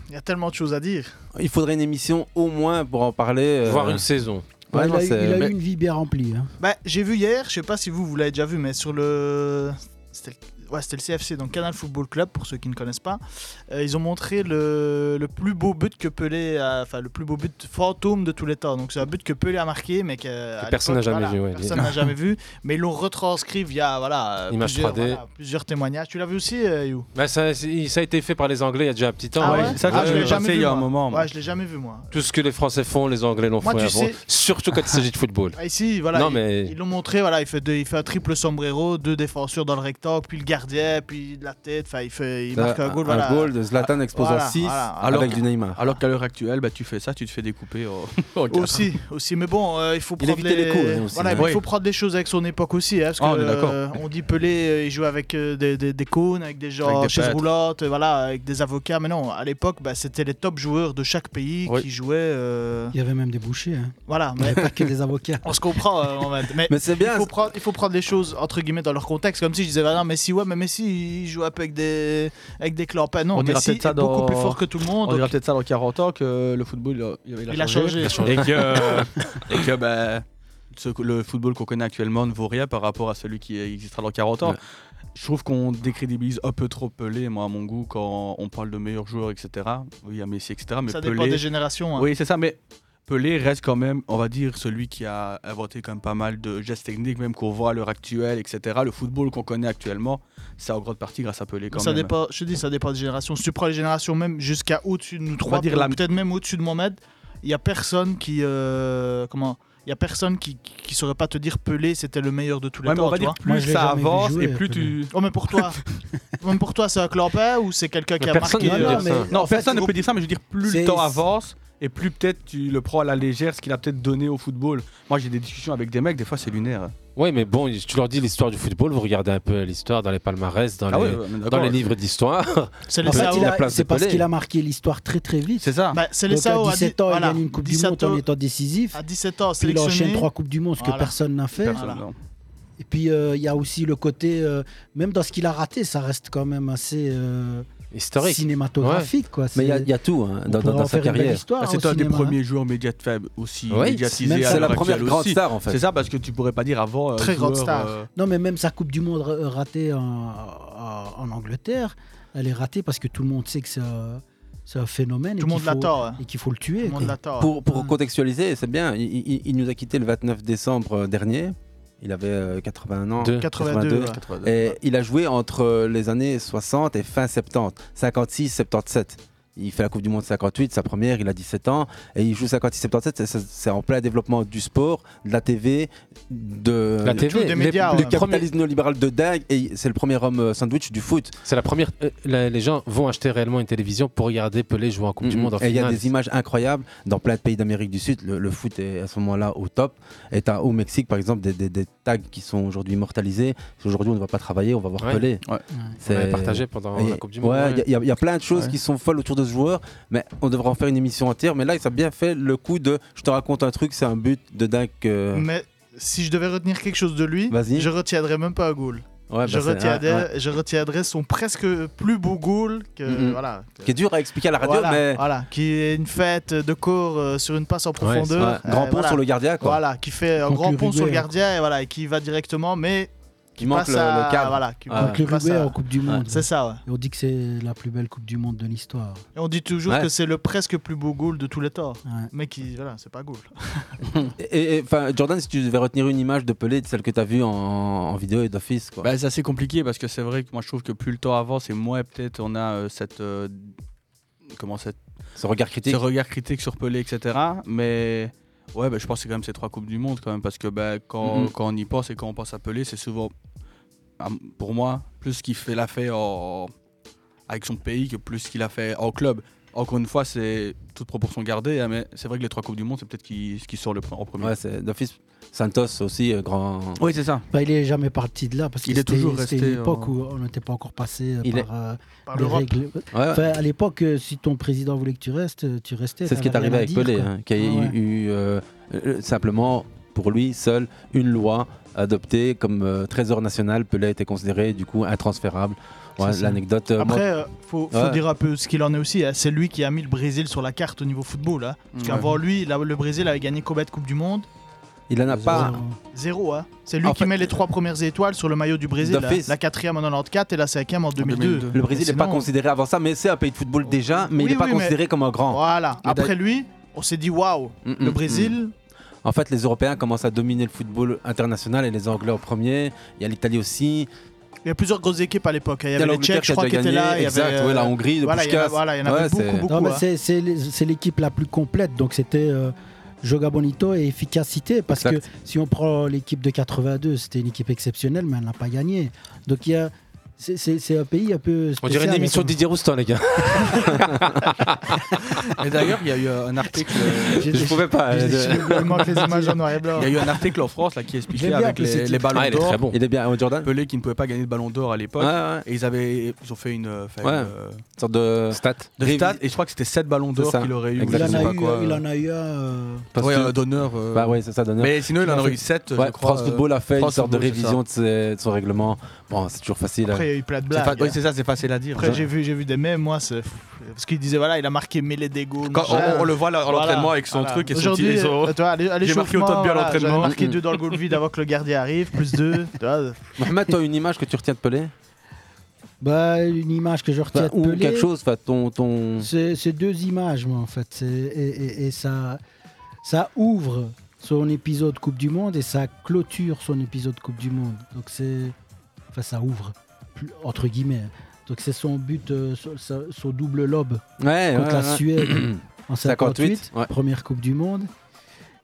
Speaker 13: Il y a tellement de choses à dire.
Speaker 8: Il faudrait une émission au moins pour en parler. euh.
Speaker 9: Voir une saison.
Speaker 8: Ouais,
Speaker 11: il
Speaker 8: non,
Speaker 11: a,
Speaker 8: c'est-
Speaker 11: il a
Speaker 8: mais-
Speaker 11: eu une vie bien remplie. hein.
Speaker 13: Bah, j'ai vu hier, je sais pas si vous, vous l'avez déjà vu, mais sur le. C'était le... ouais, c'était le CFC, donc Canal Football Club, pour ceux qui ne connaissent pas. Euh, ils ont montré le... le plus beau but que Pelé. a- Enfin, le plus beau but fantôme de tous les temps. Donc, c'est un but que Pelé a marqué, mais que. à l'époque,
Speaker 9: personne n'a jamais
Speaker 13: voilà,
Speaker 9: vu, ouais.
Speaker 13: Personne n'a jamais vu. Mais ils l'ont retranscrit via voilà, euh,
Speaker 9: Image
Speaker 13: plusieurs,
Speaker 9: 3D.
Speaker 13: voilà, plusieurs témoignages. Tu l'as vu aussi, euh, You
Speaker 9: Bah, ça, c'est- ça a été fait par les Anglais il y a déjà un petit temps.
Speaker 13: ouais,
Speaker 9: hein.
Speaker 13: Ah, je l'ai jamais vu. moi.
Speaker 9: moi.
Speaker 13: Ouais, je l'ai jamais vu, moi.
Speaker 9: Tout ce que les Français font, les Anglais l'ont
Speaker 13: Moi,
Speaker 9: fait
Speaker 13: tu
Speaker 9: avant.
Speaker 13: sais-
Speaker 9: Surtout quand il s'agit de football.
Speaker 13: Ah, ici, voilà,
Speaker 9: Non,
Speaker 13: ils-
Speaker 9: mais-
Speaker 13: ils l'ont montré, voilà, il fait, deux- il fait un triple sombrero, deux défenseurs dans le rectangle, puis le gardien, puis de la tête, enfin il, fait, il
Speaker 8: Euh,
Speaker 13: marque un goal.
Speaker 8: un
Speaker 13: voilà. Ah,
Speaker 8: goal de Zlatan explosant
Speaker 13: Voilà,
Speaker 8: six,
Speaker 13: voilà, voilà.
Speaker 8: avec du Neymar.
Speaker 12: Alors qu'à l'heure actuelle, bah, tu fais ça, tu te fais découper. oh. au- au quatre.
Speaker 13: Aussi, aussi, mais bon, euh, il faut
Speaker 12: Il
Speaker 13: prendre
Speaker 12: évitait les coups, hein, aussi,
Speaker 13: voilà,
Speaker 12: hein.
Speaker 13: mais il
Speaker 12: Oui.
Speaker 13: faut prendre des choses avec son époque aussi, hein, parce
Speaker 12: Ah,
Speaker 13: que,
Speaker 12: on est d'accord.
Speaker 13: euh, on dit Pelé, euh, il joue avec euh, des, des- des cônes, avec des gens
Speaker 12: Avec
Speaker 13: en
Speaker 12: des
Speaker 13: chaise
Speaker 12: pâtes.
Speaker 13: roulante, euh, voilà, avec des avocats, mais non, à l'époque, bah, c'était les top joueurs de chaque pays
Speaker 11: Oui.
Speaker 13: qui jouaient. euh,
Speaker 11: Il y avait même des bouchers. hein.
Speaker 13: Voilà,
Speaker 11: Il y
Speaker 13: mais
Speaker 11: avait pas que des avocats.
Speaker 13: On se comprend, euh, en fait. mais,
Speaker 11: Mais c'est bien,
Speaker 13: Il faut,
Speaker 11: c'est-
Speaker 13: prendre, il faut prendre les choses entre guillemets dans leur contexte. Comme si je disais, bah non, Messi, ouais, mais Messi, il joue un peu avec des, avec des clampins. Non,
Speaker 2: on dira
Speaker 13: Messi
Speaker 2: peut-être ça
Speaker 13: est beaucoup
Speaker 2: dans-
Speaker 13: plus fort que tout le monde.
Speaker 2: On dira
Speaker 13: donc-
Speaker 2: peut-être ça dans 40 ans que le football il a, il a
Speaker 13: Il a
Speaker 2: changé.
Speaker 12: Et que, et que, bah, ce- le football qu'on connaît actuellement ne vaut rien par rapport à celui qui existera dans 40 ans. Je trouve qu'on décrédibilise un peu trop Pelé, moi à mon goût, quand on parle de meilleurs joueurs, etc. Oui, il y a Messi, etc. Mais
Speaker 13: Ça
Speaker 12: Pelé...
Speaker 13: dépend des générations, hein.
Speaker 12: Oui, c'est ça, mais Pelé reste quand même, on va dire, celui qui a inventé quand même pas mal de gestes techniques, même qu'on voit à l'heure actuelle, etc. Le football qu'on connaît actuellement, c'est en grande partie grâce à Pelé quand
Speaker 13: ça
Speaker 12: même.
Speaker 13: dépend, je te dis, ça dépend des générations. Si tu prends les générations même jusqu'à au-dessus de nous trois,
Speaker 12: dire
Speaker 13: peut-
Speaker 12: la-
Speaker 13: peut-être même au-dessus de Mohamed, il y a personne qui. euh, comment Il y a personne qui, qui, qui saurait pas te dire Pelé, c'était le meilleur de tous les
Speaker 12: Ouais, mais
Speaker 13: temps.
Speaker 12: on va
Speaker 13: tu
Speaker 12: dire
Speaker 13: vois.
Speaker 12: plus Moi, je l'ai ça jamais vu avance jouer, et plus Pelé. tu-
Speaker 13: Oh, mais pour toi, même pour toi, c'est un clampin ou c'est quelqu'un qui a marqué
Speaker 12: ne peut
Speaker 13: euh,
Speaker 12: dire ça. Non, personne ne peut dire ça, mais je veux dire, plus
Speaker 13: c'est-
Speaker 12: le temps avance et plus peut-être tu le prends à la légère, ce qu'il a peut-être donné au football. Moi, j'ai des discussions avec des mecs, des fois c'est lunaire.
Speaker 9: Ouais, mais bon, tu leur dis l'histoire du football, vous regardez un peu l'histoire dans les palmarès, dans, les,
Speaker 12: Ah ouais, ouais, mais d'accord.
Speaker 9: dans les livres d'histoire.
Speaker 13: C'est
Speaker 11: En fait, il a-
Speaker 9: place
Speaker 11: c'est
Speaker 9: de
Speaker 11: parce
Speaker 9: Pelé.
Speaker 11: qu'il a marqué l'histoire très très vite.
Speaker 12: C'est ça.
Speaker 13: Bah, c'est les
Speaker 11: Donc, à
Speaker 13: SAO, à
Speaker 11: 17
Speaker 13: dix-
Speaker 11: ans,
Speaker 13: voilà,
Speaker 11: il gagne une Coupe du
Speaker 13: 17
Speaker 11: Monde
Speaker 13: ans.
Speaker 11: en étant décisif.
Speaker 13: À 17 ans,
Speaker 11: Puis il
Speaker 13: sélectionné.
Speaker 11: enchaîne trois Coupes du Monde, ce que
Speaker 13: Voilà.
Speaker 11: personne n'a fait.
Speaker 13: Personne, Voilà. non.
Speaker 11: Et puis euh, il y a aussi le côté, euh, même dans ce qu'il a raté, ça reste quand même assez euh,
Speaker 9: Historique.
Speaker 11: cinématographique.
Speaker 8: Ouais.
Speaker 11: Quoi.
Speaker 8: Mais il y a-
Speaker 11: C'est-
Speaker 8: il y, a tout hein,
Speaker 11: on
Speaker 8: dans, dans-
Speaker 11: pourrait
Speaker 8: dans
Speaker 11: en
Speaker 8: sa
Speaker 11: faire une belle
Speaker 8: carrière.
Speaker 11: histoire
Speaker 12: Ah,
Speaker 11: au
Speaker 12: c'est un des
Speaker 11: cinéma,
Speaker 12: premiers joueurs médiat faibles aussi
Speaker 8: Oui,
Speaker 12: médiatisés.
Speaker 8: même
Speaker 12: à
Speaker 8: c'est la
Speaker 12: l'heure
Speaker 8: première
Speaker 12: actuelle
Speaker 8: grande
Speaker 12: aussi.
Speaker 8: star, en fait.
Speaker 12: C'est ça parce que tu pourrais pas dire avant. euh,
Speaker 13: Très grande
Speaker 12: joueur,
Speaker 13: star.
Speaker 12: euh,
Speaker 11: Non, mais même sa Coupe du Monde ra- ratée en, en- en Angleterre, elle est ratée parce que tout le monde sait que c'est un, c'est un phénomène.
Speaker 13: Tout le
Speaker 11: et
Speaker 13: monde
Speaker 11: qu'il faut-
Speaker 13: l'attend, ouais.
Speaker 11: Et qu'il faut le tuer.
Speaker 13: le monde
Speaker 11: quoi.
Speaker 13: l'attend,
Speaker 8: Pour, pour
Speaker 9: Mm.
Speaker 8: contextualiser, c'est bien, il, il- il nous a quitté le 29 décembre euh, dernier. Il avait euh, 81 ans.
Speaker 13: Deux. 82, ouais.
Speaker 8: Et il a joué entre euh, les années 60 et fin 70, 56, 77. Il fait la Coupe du Monde 58, sa première, il a 17 ans, et il joue 56-77, c'est- c'est- c'est en plein développement du sport, de la TV, de
Speaker 9: La TV, Tout, des
Speaker 8: les-
Speaker 9: médias,
Speaker 8: du
Speaker 9: ouais.
Speaker 8: capitalisme néolibéral de dingue, et c'est le premier homme euh, sandwich du foot.
Speaker 9: C'est la première. euh, la- les gens vont acheter réellement une télévision pour regarder Pelé jouer en Coupe du
Speaker 8: Mhm.
Speaker 9: Monde en
Speaker 8: Et il y a
Speaker 9: finale.
Speaker 8: des images incroyables dans plein de pays d'Amérique du Sud. Le, le foot est à ce moment-là au top. Et t'as au Mexique, par exemple, des, des- des tags qui sont aujourd'hui immortalisés. Aujourd'hui, on ne va pas travailler, on va voir
Speaker 9: Ouais.
Speaker 8: Pelé.
Speaker 9: Ouais. Ouais.
Speaker 8: C'est-
Speaker 9: On avait partagé pendant
Speaker 8: Et-
Speaker 9: la Coupe du Monde,
Speaker 8: ouais,
Speaker 9: ouais.
Speaker 8: il y a- il y, a- il y a plein de choses
Speaker 9: Ouais.
Speaker 8: qui sont folles autour de ce joueur, mais on devrait en faire une émission entière. Mais là, ils ont bien fait le coup de je te raconte un truc, c'est un but de dingue. que-
Speaker 13: Mais si je devais retenir quelque chose de lui,
Speaker 8: Vas-y.
Speaker 13: je retiendrais même pas un goal.
Speaker 8: Ouais,
Speaker 13: je,
Speaker 8: bah, c'est-
Speaker 13: retiendrais,
Speaker 8: ouais,
Speaker 13: je retiendrais son presque plus beau goal que.
Speaker 8: Mhm.
Speaker 13: voilà,
Speaker 8: Qui est dur à expliquer à la radio,
Speaker 13: Voilà,
Speaker 8: mais.
Speaker 13: voilà, qui est une fête de cours euh, sur une passe en profondeur. Euh,
Speaker 8: c'est vrai. Grand pont
Speaker 13: voilà.
Speaker 8: sur le gardien, quoi.
Speaker 13: Voilà, qui fait un
Speaker 8: Contre
Speaker 13: grand pont sur le
Speaker 11: hein.
Speaker 8: l'Uruguay.
Speaker 13: gardien et voilà, et qui va directement, mais
Speaker 8: Qui manque
Speaker 13: passe
Speaker 8: le-
Speaker 13: à-
Speaker 8: le cadre.
Speaker 13: Voilà, qui
Speaker 8: Ah.
Speaker 13: qui
Speaker 8: Contre
Speaker 13: passe
Speaker 11: l'Uruguay
Speaker 13: à-
Speaker 11: en Coupe du Monde.
Speaker 13: C'est ça, ouais.
Speaker 11: Et on dit que c'est la plus belle Coupe du Monde de l'histoire.
Speaker 13: Et on dit toujours
Speaker 11: Ouais.
Speaker 13: que c'est le presque plus beau goal de tous les torts. Mais qui, voilà, c'est pas goal.
Speaker 8: Hmm. Et et, enfin, Jordan, si tu devais retenir une image de Pelé, de celle que tu as vue en, en vidéo et d'office, quoi.
Speaker 12: Bah, c'est assez compliqué parce que c'est vrai que moi je trouve que plus le temps avance et moins peut-être on a euh, cette euh, comment cette
Speaker 8: ce regard critique
Speaker 12: ce regard critique sur Pelé etc. Mais ouais bah, je pense que c'est quand même ces trois coupes du monde quand même parce que bah, quand,
Speaker 8: Mhm.
Speaker 12: quand on y pense et quand on pense à Pelé c'est souvent ah, pour moi plus ce qu'il fait l'a fait en- avec son pays que plus ce qu'il a fait en club. Encore une fois c'est toute proportion gardée hein, mais c'est vrai que les trois coupes du monde c'est peut-être qui ce qui sort le pre- en premier.
Speaker 8: Ouais, c'est d'office. Santos aussi, euh, grand.
Speaker 12: Oui, c'est ça.
Speaker 11: Bah, il est jamais parti de là parce que
Speaker 8: Il est
Speaker 11: c'était-
Speaker 8: toujours
Speaker 11: c'était
Speaker 8: resté,
Speaker 11: une époque
Speaker 8: euh,
Speaker 11: où on n'était pas encore passé euh,
Speaker 8: Il est-
Speaker 11: par, euh,
Speaker 8: Par
Speaker 11: les
Speaker 8: l'Europe.
Speaker 11: règles.
Speaker 8: Ouais, ouais.
Speaker 11: Enfin, à l'époque, euh, si ton président voulait que tu restes, euh, tu restais.
Speaker 8: C'est ce qui est
Speaker 11: t'avais
Speaker 8: arrivé
Speaker 11: rien à
Speaker 8: avec
Speaker 11: dire,
Speaker 8: Pelé,
Speaker 11: quoi.
Speaker 8: hein, qui a
Speaker 11: Ah ouais.
Speaker 8: eu euh, euh, simplement, pour lui seul, une loi adoptée comme euh, trésor national. Pelé était considéré du coup intransférable. Ouais,
Speaker 13: C'est ça.
Speaker 8: L'anecdote. euh, moi-
Speaker 13: Après, euh, faut, faut
Speaker 8: Ouais.
Speaker 13: dire un peu ce qu'il en est aussi. hein. C'est lui qui a mis le Brésil sur la carte au niveau football. hein. Parce
Speaker 8: Ouais.
Speaker 13: qu'avant lui, la- le Brésil avait gagné combien de Coupe du Monde
Speaker 8: Il en a pas.
Speaker 13: Zéro. hein. C'est lui
Speaker 8: En
Speaker 13: qui met les trois premières étoiles sur le maillot du Brésil. hein.
Speaker 8: D'office.
Speaker 13: La quatrième en 94 et la cinquième en 2002.
Speaker 8: Le Brésil n'est
Speaker 13: Sinon-
Speaker 8: pas considéré avant ça, mais c'est un pays de football déjà, mais
Speaker 13: Oui,
Speaker 8: il n'est pas
Speaker 13: oui, mais-
Speaker 8: considéré comme un grand.
Speaker 13: Voilà.
Speaker 8: Mais
Speaker 13: Après
Speaker 8: d'ailleurs-
Speaker 13: lui, on s'est dit waouh,
Speaker 8: Mm,
Speaker 13: le
Speaker 8: mm,
Speaker 13: Brésil.
Speaker 8: mm. En fait, les Européens commencent à dominer le football international et les Anglais en premier. Il y a l'Italie aussi.
Speaker 13: Il y a plusieurs grosses équipes à l'époque. hein. Il y
Speaker 8: Il y a
Speaker 13: avait les
Speaker 8: l'Angleterre
Speaker 13: Tchèques,
Speaker 8: qui
Speaker 13: je
Speaker 8: a
Speaker 13: crois, qui
Speaker 8: déjà
Speaker 13: étaient là.
Speaker 8: gagné,
Speaker 13: il y
Speaker 8: exact,
Speaker 13: avait, euh,
Speaker 8: ouais, la Hongrie, de
Speaker 13: voilà, il y en a-
Speaker 8: Puskás.
Speaker 13: Voilà, il y en
Speaker 8: Ouais,
Speaker 13: avait
Speaker 8: c'est-
Speaker 13: beaucoup, beaucoup.
Speaker 11: Non, mais
Speaker 13: hein.
Speaker 11: c'est- c'est les- c'est l'équipe la plus complète. Donc c'était euh, Joga Bonito et efficacité. Parce que si on prend l'équipe de 82, c'était une équipe exceptionnelle, mais elle n'a pas gagné. Donc il y a. c'est- C'est c'est un pays un peu.
Speaker 9: On dirait une
Speaker 11: spécial,
Speaker 9: émission
Speaker 11: hein,
Speaker 9: de Didier Roustan, les gars.
Speaker 12: Et d'ailleurs, il y a eu euh, un article.
Speaker 9: Je J'ai- pouvais pas, j'ai- euh, j'ai- de- il manque les images en noir et blanc.
Speaker 12: Il y a eu un article en France là, qui expliquait
Speaker 9: J'aime bien
Speaker 12: avec
Speaker 9: que c'est
Speaker 12: les,
Speaker 9: tout.
Speaker 12: les ballons
Speaker 9: Ah, il est
Speaker 12: d'or.
Speaker 9: très bon.
Speaker 8: Il est bien, Jordan.
Speaker 12: Pelé qui ne pouvait pas gagner de ballon d'or à l'époque.
Speaker 8: Ouais, ouais.
Speaker 12: Et ils, avaient, ils ont fait une, euh, fait
Speaker 8: Ouais.
Speaker 12: une, euh,
Speaker 8: Une sorte de stat.
Speaker 12: de stats, Et je crois que c'était 7 ballons
Speaker 8: C'est
Speaker 12: d'or
Speaker 8: ça.
Speaker 12: qu'il aurait eu. ou
Speaker 11: Il
Speaker 12: je
Speaker 11: en,
Speaker 12: sais
Speaker 11: a
Speaker 12: pas
Speaker 11: eu,
Speaker 12: quoi.
Speaker 11: il en a eu un. euh,
Speaker 12: Ouais, euh, d'honneur, euh.
Speaker 8: Bah ouais, c'est ça, d'honneur.
Speaker 12: Mais sinon, il en aurait eu sept, je
Speaker 8: Ouais,
Speaker 12: crois,
Speaker 8: France
Speaker 12: euh,
Speaker 8: Football a fait
Speaker 12: France
Speaker 8: une sorte de
Speaker 12: Football, c'est
Speaker 8: révision de, ses- de son règlement. Bon, c'est toujours facile. hein.
Speaker 13: Après, il y a eu plein de blagues. hein.
Speaker 12: fa- oui, c'est ça, c'est facile à dire.
Speaker 13: Après, j'ai vu, j'ai vu des mêmes, moi, c'est- parce qu'il disait, voilà, il a marqué mêlée d'ego.
Speaker 12: Quand
Speaker 13: machin.
Speaker 12: on- on le voit là, à l'entraînement avec son truc et son
Speaker 13: Aujourd'hui,
Speaker 12: petit- et son-
Speaker 13: euh, tu vois, à l'é- à
Speaker 12: J'ai marqué autant de buts
Speaker 13: l'échauffement,
Speaker 12: à
Speaker 13: voilà,
Speaker 12: l'entraînement.
Speaker 13: j'avais marqué
Speaker 12: Mm.
Speaker 13: deux dans le goal vide avant que le gardien arrive, plus deux. tu vois.
Speaker 8: Mohamed, toi, une image que tu retiens de Pelé
Speaker 11: Bah, une image que je retiens
Speaker 8: Enfin,
Speaker 11: de
Speaker 8: Bah, Ou
Speaker 11: Pelé,
Speaker 8: quelque chose, enfin, ton. ton...
Speaker 11: C'est c'est deux images, moi, en fait. C'est- Et, et- et ça, ça ouvre son épisode Coupe du Monde et ça clôture son épisode Coupe du Monde. Donc, c'est. Enfin, ça ouvre, plus- entre guillemets. hein. Donc, c'est son but, euh, son, son- son double lobe
Speaker 8: Ouais,
Speaker 11: contre
Speaker 8: ouais,
Speaker 11: la
Speaker 8: ouais.
Speaker 11: Suède en 58,
Speaker 8: 58, ouais.
Speaker 11: première Coupe du Monde.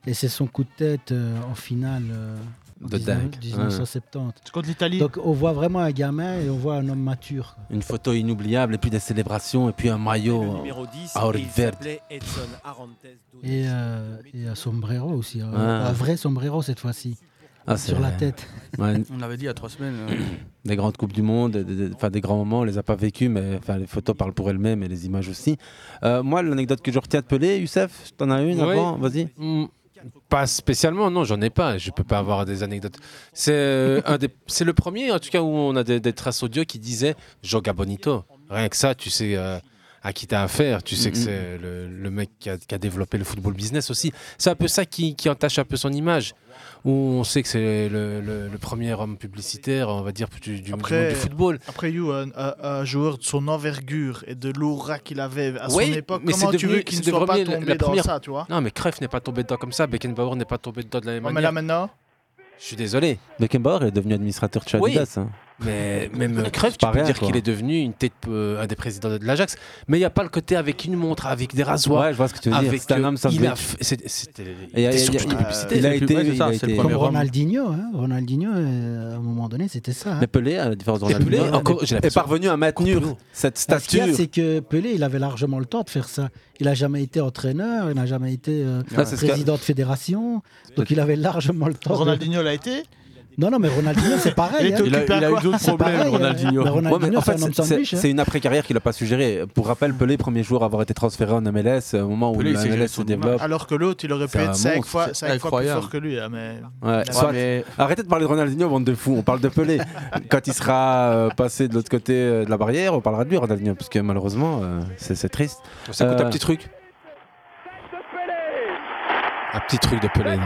Speaker 11: Et c'est son coup de tête euh, en finale. euh, en
Speaker 8: De
Speaker 11: 19
Speaker 8: dingue.
Speaker 11: 1970.
Speaker 13: Contre l'Italie.
Speaker 11: Donc on voit vraiment un gamin et on voit un homme mature.
Speaker 8: Une photo inoubliable, et puis des célébrations, et puis un maillot. euh, à Auric Verde.
Speaker 11: Et, euh, et un sombrero aussi. Un,
Speaker 8: Ah.
Speaker 11: un vrai sombrero cette fois-ci.
Speaker 8: Ah, c'est-
Speaker 11: sur la tête.
Speaker 8: Ouais,
Speaker 12: On l'avait dit il y a 3 semaines. euh.
Speaker 8: des grandes coupes du monde, des, des- enfin, des grands moments, on les a pas vécus, mais enfin, les photos parlent pour elles-mêmes et les images aussi. Euh, moi, l'anecdote que je retiens de Pelé, Youssef, t'en as une
Speaker 9: Oui.
Speaker 8: avant Vas-y.
Speaker 9: Mm, Pas spécialement, non, j'en ai pas. Je peux pas avoir des anecdotes. C'est euh, un des- c'est le premier, en tout cas, où on a des, des traces audio qui disaient Joga Bonito. Rien que ça, tu sais euh, à qui t'as affaire. Tu sais que
Speaker 8: Mhm.
Speaker 9: c'est le, le mec qui a, qui a développé le football business aussi. C'est un peu ça qui, qui entache un peu son image. Où on sait que c'est le, le- le premier homme publicitaire, on va dire, du, du- du monde du football.
Speaker 13: Après, You, un, un- un joueur de son envergure et de l'aura qu'il avait à son
Speaker 9: Oui,
Speaker 13: époque,
Speaker 9: mais
Speaker 13: comment
Speaker 9: c'est
Speaker 13: tu
Speaker 9: devenu-
Speaker 13: veux qu'il ne
Speaker 9: c'est
Speaker 13: soit pas
Speaker 9: devenu la-
Speaker 13: tombé
Speaker 9: la
Speaker 13: dans
Speaker 9: première-
Speaker 13: ça, tu vois
Speaker 9: Non, mais Cruyff n'est pas tombé dedans comme ça. Beckenbauer n'est pas tombé dedans de la même
Speaker 13: Ouais, Mais
Speaker 9: manière.
Speaker 13: là maintenant,
Speaker 9: Je suis désolé.
Speaker 8: Beckenbauer est devenu administrateur de chez
Speaker 9: Oui.
Speaker 8: Adidas, hein.
Speaker 9: Mais même euh, Cruyff, tu
Speaker 8: Pas
Speaker 9: peux
Speaker 8: rien,
Speaker 9: dire
Speaker 8: quoi.
Speaker 9: qu'il est devenu une tête, euh, un des présidents de l'Ajax. Mais il n'y a pas le côté avec une montre, avec des rasoirs.
Speaker 8: Ouais, je vois ce que tu veux dire.
Speaker 9: avec,
Speaker 8: C'est un
Speaker 9: euh,
Speaker 8: homme sandwich.
Speaker 9: il a f- c'était- c'était- il
Speaker 8: Et
Speaker 9: était
Speaker 8: il y a-
Speaker 9: sur
Speaker 8: il y a-
Speaker 9: toutes les
Speaker 8: euh,
Speaker 9: publicités.
Speaker 8: il a été- Ouais, c'est ça, il a c'est le été- premier homme.
Speaker 11: Ronaldinho, hein, Ronaldinho, euh, à un moment donné, c'était ça. hein.
Speaker 8: Mais Pelé, à la différence de
Speaker 11: Et
Speaker 8: Ronaldinho,
Speaker 11: Pelé, encore- j'ai
Speaker 8: est
Speaker 11: l'impression-
Speaker 8: parvenu à maintenir cette
Speaker 11: Ah, Ce qu'il y a,
Speaker 8: stature.
Speaker 11: c'est que Pelé, il avait largement le temps de faire ça. Il n'a jamais été entraîneur, il n'a jamais été euh,
Speaker 8: Ah, c'est ce
Speaker 11: président de fédération, donc il avait largement
Speaker 12: Oh,
Speaker 11: le temps. de-
Speaker 13: Ronaldinho l'a été
Speaker 11: Non, non, mais Ronaldinho, c'est pareil.
Speaker 13: Il est
Speaker 11: hein.
Speaker 13: occupé Il a- il à a eu quoi d'autres
Speaker 11: C'est
Speaker 13: problèmes,
Speaker 11: pareil, hein. Mais Ronaldinho,
Speaker 8: Ouais, mais en
Speaker 11: c'est
Speaker 8: fait,
Speaker 11: un homme
Speaker 8: c'est-
Speaker 11: sandwich.
Speaker 8: c'est
Speaker 11: hein.
Speaker 8: c'est une après-carrière qu'il n'a pas suggéré. Pour rappel, Pelé, premier jour à avoir été transféré en MLS, au moment où
Speaker 13: Pelé, il
Speaker 8: la
Speaker 13: s'est géré
Speaker 8: MLS se
Speaker 13: son
Speaker 8: développe.
Speaker 13: image. Alors que l'autre, il aurait pu
Speaker 8: C'est un
Speaker 13: être 5
Speaker 8: monstre,
Speaker 13: fois,
Speaker 8: c'est
Speaker 13: cinq fois plus
Speaker 8: incroyable.
Speaker 13: fort que lui. hein, mais...
Speaker 8: Ouais,
Speaker 13: mais-
Speaker 8: soit- Arrêtez de parler de Ronaldinho, bande de fous. On parle de Pelé. Quand il sera euh, passé de l'autre côté euh, de la barrière, on parlera de lui, Ronaldinho, parce que malheureusement, euh, c'est c'est triste.
Speaker 9: On s'écoute
Speaker 8: Euh,
Speaker 9: un petit truc. Un petit truc de Pelé. non.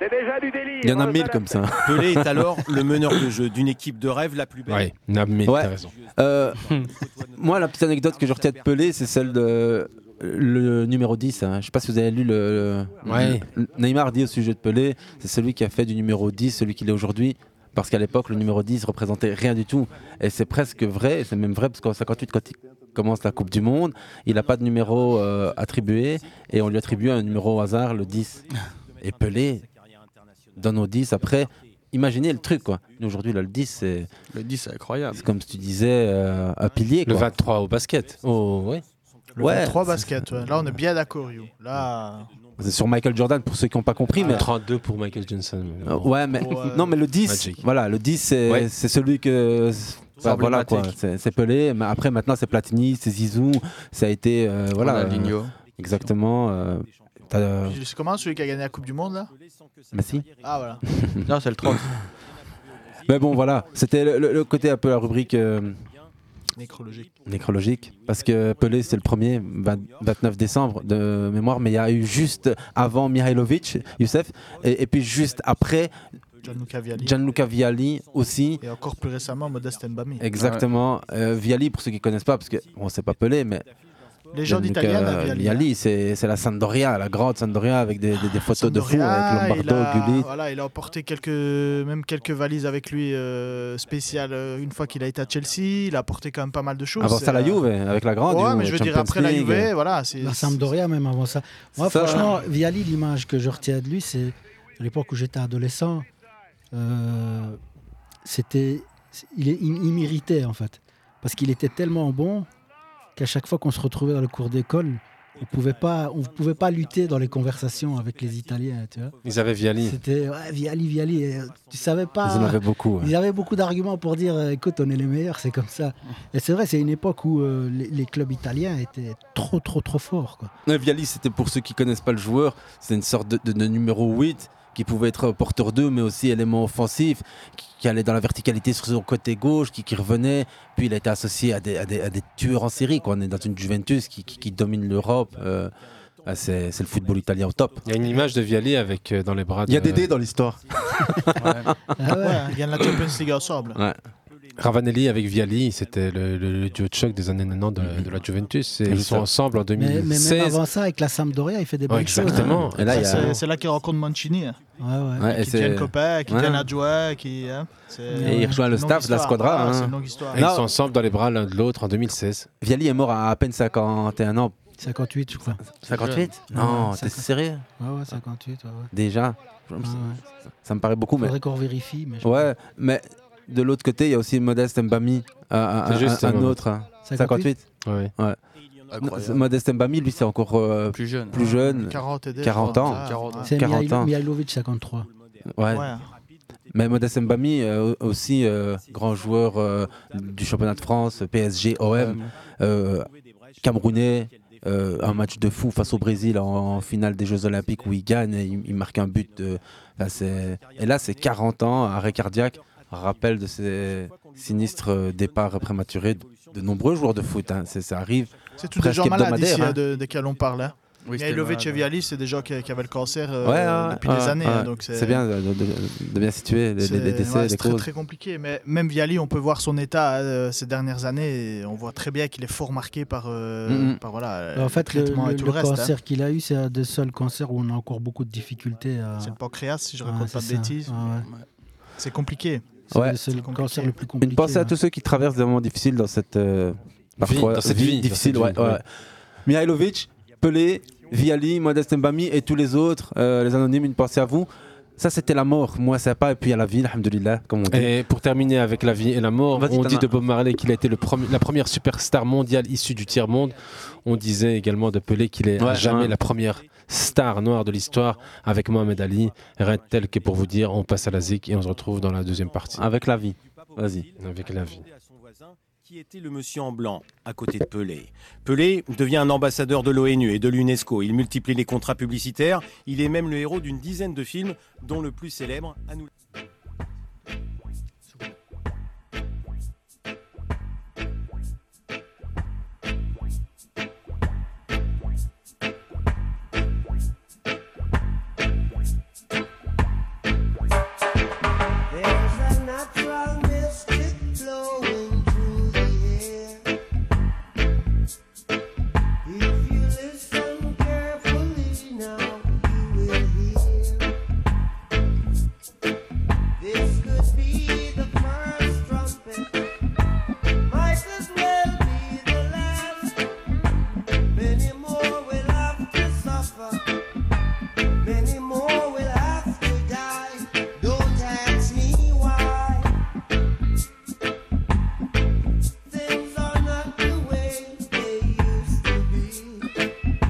Speaker 3: C'est déjà du délire.
Speaker 9: Il y en a mille comme ça.
Speaker 14: Pelé est alors le meneur de jeu d'une équipe de rêve la plus belle.
Speaker 9: Ouais, il y en a mille,
Speaker 8: Ouais.
Speaker 9: t'as raison.
Speaker 8: Euh, moi, la petite anecdote que je retiens de Pelé, c'est celle de euh, le numéro 10. hein. Je sais pas si vous avez lu le, le-
Speaker 9: Ouais.
Speaker 8: le- Neymar dit au sujet de Pelé, c'est celui qui a fait du numéro 10 celui qu'il est aujourd'hui. Parce qu'à l'époque, le numéro 10 représentait rien du tout. Et c'est presque vrai, et c'est même vrai parce qu'en 58, quand il commence la Coupe du Monde, il n'a pas de numéro euh, attribué et on lui attribue un numéro au hasard, le 10. Et Pelé, dans nos 10 après. Imaginez le truc, quoi. Nous, Aujourd'hui, là, le 10, c'est.
Speaker 12: Le 10, c'est incroyable.
Speaker 8: C'est comme si tu disais euh, un pilier,
Speaker 9: Le
Speaker 8: quoi.
Speaker 9: 23 au basket.
Speaker 8: Oh, ouais.
Speaker 13: Le
Speaker 8: ouais.
Speaker 13: 23 basket, ouais. là on est bien d'accord, You. Là,
Speaker 8: C'est sur Michael Jordan, pour ceux qui n'ont pas compris.
Speaker 9: Ah,
Speaker 8: mais...
Speaker 9: 32 pour Michael Johnson. mais
Speaker 8: Euh,
Speaker 9: bon.
Speaker 8: ouais, mais. Non, mais le 10,
Speaker 9: Magic.
Speaker 8: voilà, le 10, c'est
Speaker 9: Ouais.
Speaker 8: c'est celui que. bah, voilà, quoi.
Speaker 9: Emblématique.
Speaker 8: C'est c'est Pelé. Mais après, maintenant, c'est Platini, c'est Zizou. Ça a été. euh, voilà.
Speaker 12: Ronaldinho.
Speaker 8: euh, exactement. euh, t'as, euh,
Speaker 13: c'est comment celui qui a gagné la Coupe du Monde là
Speaker 8: Messi.
Speaker 13: Ah voilà.
Speaker 12: Non, c'est le 30.
Speaker 8: Mais bon, voilà. C'était le, le- le côté un peu la rubrique. euh,
Speaker 13: Nécrologique.
Speaker 8: nécrologique parce que Pelé c'est le premier 20 29 décembre de mémoire mais il y a eu juste avant Mihailovic Youssef et, et puis juste après
Speaker 13: Gianluca Vialli.
Speaker 8: Gianluca Vialli aussi
Speaker 13: Et encore plus récemment, Modeste Mbami.
Speaker 8: exactement Euh, Vialli pour ceux qui connaissent pas parce que bon c'est pas Pelé mais
Speaker 13: Légende
Speaker 8: Gianluca
Speaker 13: italienne, hein, Vialli.
Speaker 8: Vialli c'est c'est la Sampdoria la grande Sampdoria avec des, des- des photos de fou
Speaker 13: Doria,
Speaker 8: avec
Speaker 13: Ah, il
Speaker 8: Lombardo
Speaker 13: a,
Speaker 8: Gullit
Speaker 13: voilà, il a emporté quelques, même quelques valises avec lui euh, spéciales euh, une fois qu'il a été à Chelsea. Il a apporté quand même pas mal de choses.
Speaker 8: avant ça la
Speaker 13: Euh,
Speaker 8: Juve avec la grande
Speaker 13: Ouais,
Speaker 8: Juve,
Speaker 13: mais je veux dire,
Speaker 8: Champions
Speaker 13: après la
Speaker 8: League.
Speaker 13: Juve, voilà. c'est-
Speaker 11: La Sampdoria, même avant ça. Moi,
Speaker 8: Ça,
Speaker 11: franchement, Viali, l'image que je retiens de lui, c'est à l'époque où j'étais adolescent. euh, c'était. Il, est- il, il m'irritait, en fait. Parce qu'il était tellement bon qu'à chaque fois qu'on se retrouvait dans le cours d'école, on pouvait pas, on pouvait pas lutter dans les conversations avec les Italiens. Tu vois
Speaker 9: Ils avaient Viali.
Speaker 11: C'était ouais, Viali, Viali. et, euh, Tu savais pas.
Speaker 8: Mm. Ils en avaient beaucoup, ouais.
Speaker 11: Ils avaient beaucoup d'arguments pour dire euh, écoute, on est les meilleurs, c'est comme ça. Et c'est vrai, c'est une époque où euh, les, les clubs italiens étaient trop, trop, trop forts. Quoi.
Speaker 8: Ouais, Viali, c'était pour ceux qui connaissent pas le joueur, c'est une sorte de, de- de numéro 8 qui pouvait être porteur d'eux, mais aussi élément offensif, qui, qui allait dans la verticalité sur son côté gauche, qui, qui revenait. Puis il a été associé à des, à des- à des tueurs en série. Quoi. On est dans une Juventus qui, qui- qui domine l'Europe. euh, ah, c'est c'est le football italien au top.
Speaker 9: Il y a une image de Viali avec euh, dans les bras.
Speaker 8: Il y a
Speaker 9: de-
Speaker 8: Dédé dans l'histoire.
Speaker 13: Ah ouais, il gagne la Champions League ensemble.
Speaker 8: Ouais.
Speaker 9: Ravanelli avec Viali, c'était le, le- le duo de choc des années 90 de, de la Juventus. Et ils sont
Speaker 8: Exactement.
Speaker 9: ensemble en
Speaker 11: Mais,
Speaker 8: Mm.
Speaker 11: mais
Speaker 9: 2016.
Speaker 11: même avant ça, avec la Sampdoria, il fait des
Speaker 9: Ouais,
Speaker 11: bonnes
Speaker 9: exactement.
Speaker 11: choses. hein.
Speaker 9: Et là, il y a-
Speaker 13: C'est- C'est là qu'il rencontre Mancini. hein.
Speaker 11: Ouais, ouais.
Speaker 8: Ouais, et
Speaker 13: qui
Speaker 8: c'est-
Speaker 13: deviennent copains, qui
Speaker 8: Ouais.
Speaker 13: deviennent adjoints, qui. hein, c'est-
Speaker 8: Et il rejoint le
Speaker 13: Longue
Speaker 8: staff de la
Speaker 13: histoire.
Speaker 8: squadra.
Speaker 13: Ah,
Speaker 8: hein.
Speaker 13: C'est une longue histoire.
Speaker 8: Non,
Speaker 9: ensemble dans les bras l'un de l'autre en 2016.
Speaker 8: Viali est mort à à peine 51 ans.
Speaker 11: 58, je crois.
Speaker 8: 58 Non, t'es sérieux
Speaker 11: Ouais, ouais, 58. Ouais, ouais.
Speaker 8: Déjà
Speaker 11: Ouais, ouais.
Speaker 8: Ça me paraît beaucoup. mais-
Speaker 11: Faudrait qu'on vérifie. Mais je-
Speaker 8: Ouais, mais de l'autre côté, il y a aussi Modeste Mbami, un, un-
Speaker 9: C'est
Speaker 8: un-
Speaker 9: juste,
Speaker 8: un
Speaker 9: ouais.
Speaker 8: autre. hein.
Speaker 11: 58?
Speaker 8: 58
Speaker 9: Ouais.
Speaker 8: Non, Modeste Mbami, lui, c'est encore euh,
Speaker 12: plus jeune.
Speaker 8: Plus jeune.
Speaker 13: 40 et des,
Speaker 8: 40 ans.
Speaker 13: je crois. Ah,
Speaker 11: C'est
Speaker 8: 40
Speaker 11: Mihail-
Speaker 8: ans.
Speaker 11: Mihailovic, 53.
Speaker 8: Ouais.
Speaker 13: Ouais.
Speaker 8: Mais Modeste Mbami, euh, aussi euh, grand joueur euh, du championnat de France, PSG, OM, euh, camerounais. euh, un match de fou face au Brésil en, en finale des Jeux Olympiques où il gagne et il, il marque un but. de- enfin, c'est- et là, c'est 40 ans, arrêt cardiaque, rappel de ces sinistres euh, départs prématurés de, de nombreux joueurs de foot. hein. C'est- Ça arrive.
Speaker 13: C'est tous des
Speaker 8: presque
Speaker 13: gens malades
Speaker 8: hebdomadaire,
Speaker 13: ici,
Speaker 8: hein.
Speaker 13: hein, de- desquels on parle. Hein.
Speaker 12: Oui, c'était
Speaker 13: Mihailovic et
Speaker 12: malade,
Speaker 13: Viali, c'est des gens qui, qui avaient le cancer euh,
Speaker 8: Ouais, ouais,
Speaker 13: depuis
Speaker 8: ouais,
Speaker 13: des
Speaker 8: ouais,
Speaker 13: années.
Speaker 8: ouais.
Speaker 13: hein, donc
Speaker 8: c'est bien de, de- de- de bien situer les, les
Speaker 13: c'est-
Speaker 8: décès,
Speaker 13: ouais,
Speaker 8: les
Speaker 13: c'est très,
Speaker 8: causes.
Speaker 13: très compliqué. Mais même Viali, on peut voir son état euh, ces dernières années. et on voit très bien qu'il est fort marqué par, euh,
Speaker 8: Mhm.
Speaker 13: par voilà, euh,
Speaker 11: Bah, en fait, le,
Speaker 13: traitement et
Speaker 11: le-
Speaker 13: tout
Speaker 11: le
Speaker 13: reste, hein.
Speaker 11: cancer qu'il a eu, c'est un des seuls cancers où on a encore beaucoup de difficultés. à-
Speaker 13: C'est le pancréas, si je
Speaker 11: Ouais,
Speaker 13: raconte
Speaker 11: c'est
Speaker 13: pas de
Speaker 11: ça.
Speaker 13: bêtises.
Speaker 11: Ouais, ouais.
Speaker 13: C'est compliqué.
Speaker 11: C'est
Speaker 8: Ouais.
Speaker 11: le- c'est le cancer le plus compliqué.
Speaker 8: Une pensée à
Speaker 11: hein.
Speaker 8: tous ceux qui traversent des moments difficiles dans cette euh, parfois
Speaker 9: dans cette vie, dans
Speaker 8: difficile.
Speaker 9: cette
Speaker 8: ouais,
Speaker 9: vie,
Speaker 8: ouais.
Speaker 9: ouais.
Speaker 8: Mihailovic, Pelé, Viali, Modeste Mbami et tous les autres, euh, les anonymes, une pensée à vous. Ça, c'était la mort. Moi, ça pas. Et puis à la vie, alhamdoulilah, comme on dit.
Speaker 9: Et pour terminer avec la vie et la mort,
Speaker 8: Vas-y,
Speaker 9: on
Speaker 8: t'en
Speaker 9: dit
Speaker 8: as
Speaker 9: de
Speaker 8: un.
Speaker 9: Bob Marley qu'il a été le premi- la première superstar mondiale issue du tiers-monde. On disait également de Pelé qu'il est à
Speaker 8: Ouais,
Speaker 9: jamais
Speaker 8: ouais.
Speaker 9: la première star noire de l'histoire avec Mohamed Ali. Rien de tel que pour vous dire, on passe à la zik et on se retrouve dans la deuxième partie.
Speaker 8: Avec la vie. Vas-y.
Speaker 9: Avec la vie.
Speaker 14: Qui était le monsieur en blanc à côté de Pelé Pelé devient un ambassadeur de l'ONU et de l'UNESCO. Il multiplie les contrats publicitaires. Il est même le héros d'une dizaine de films, dont le plus célèbre, à nous.
Speaker 7: There's a natural mystic flowing through the air. If you listen carefully now, you will hear. This could be the first trumpet. Might as well be the last. Many more will have to suffer. Many more will have to die. Don't ask me why. Things are not the way they used to be.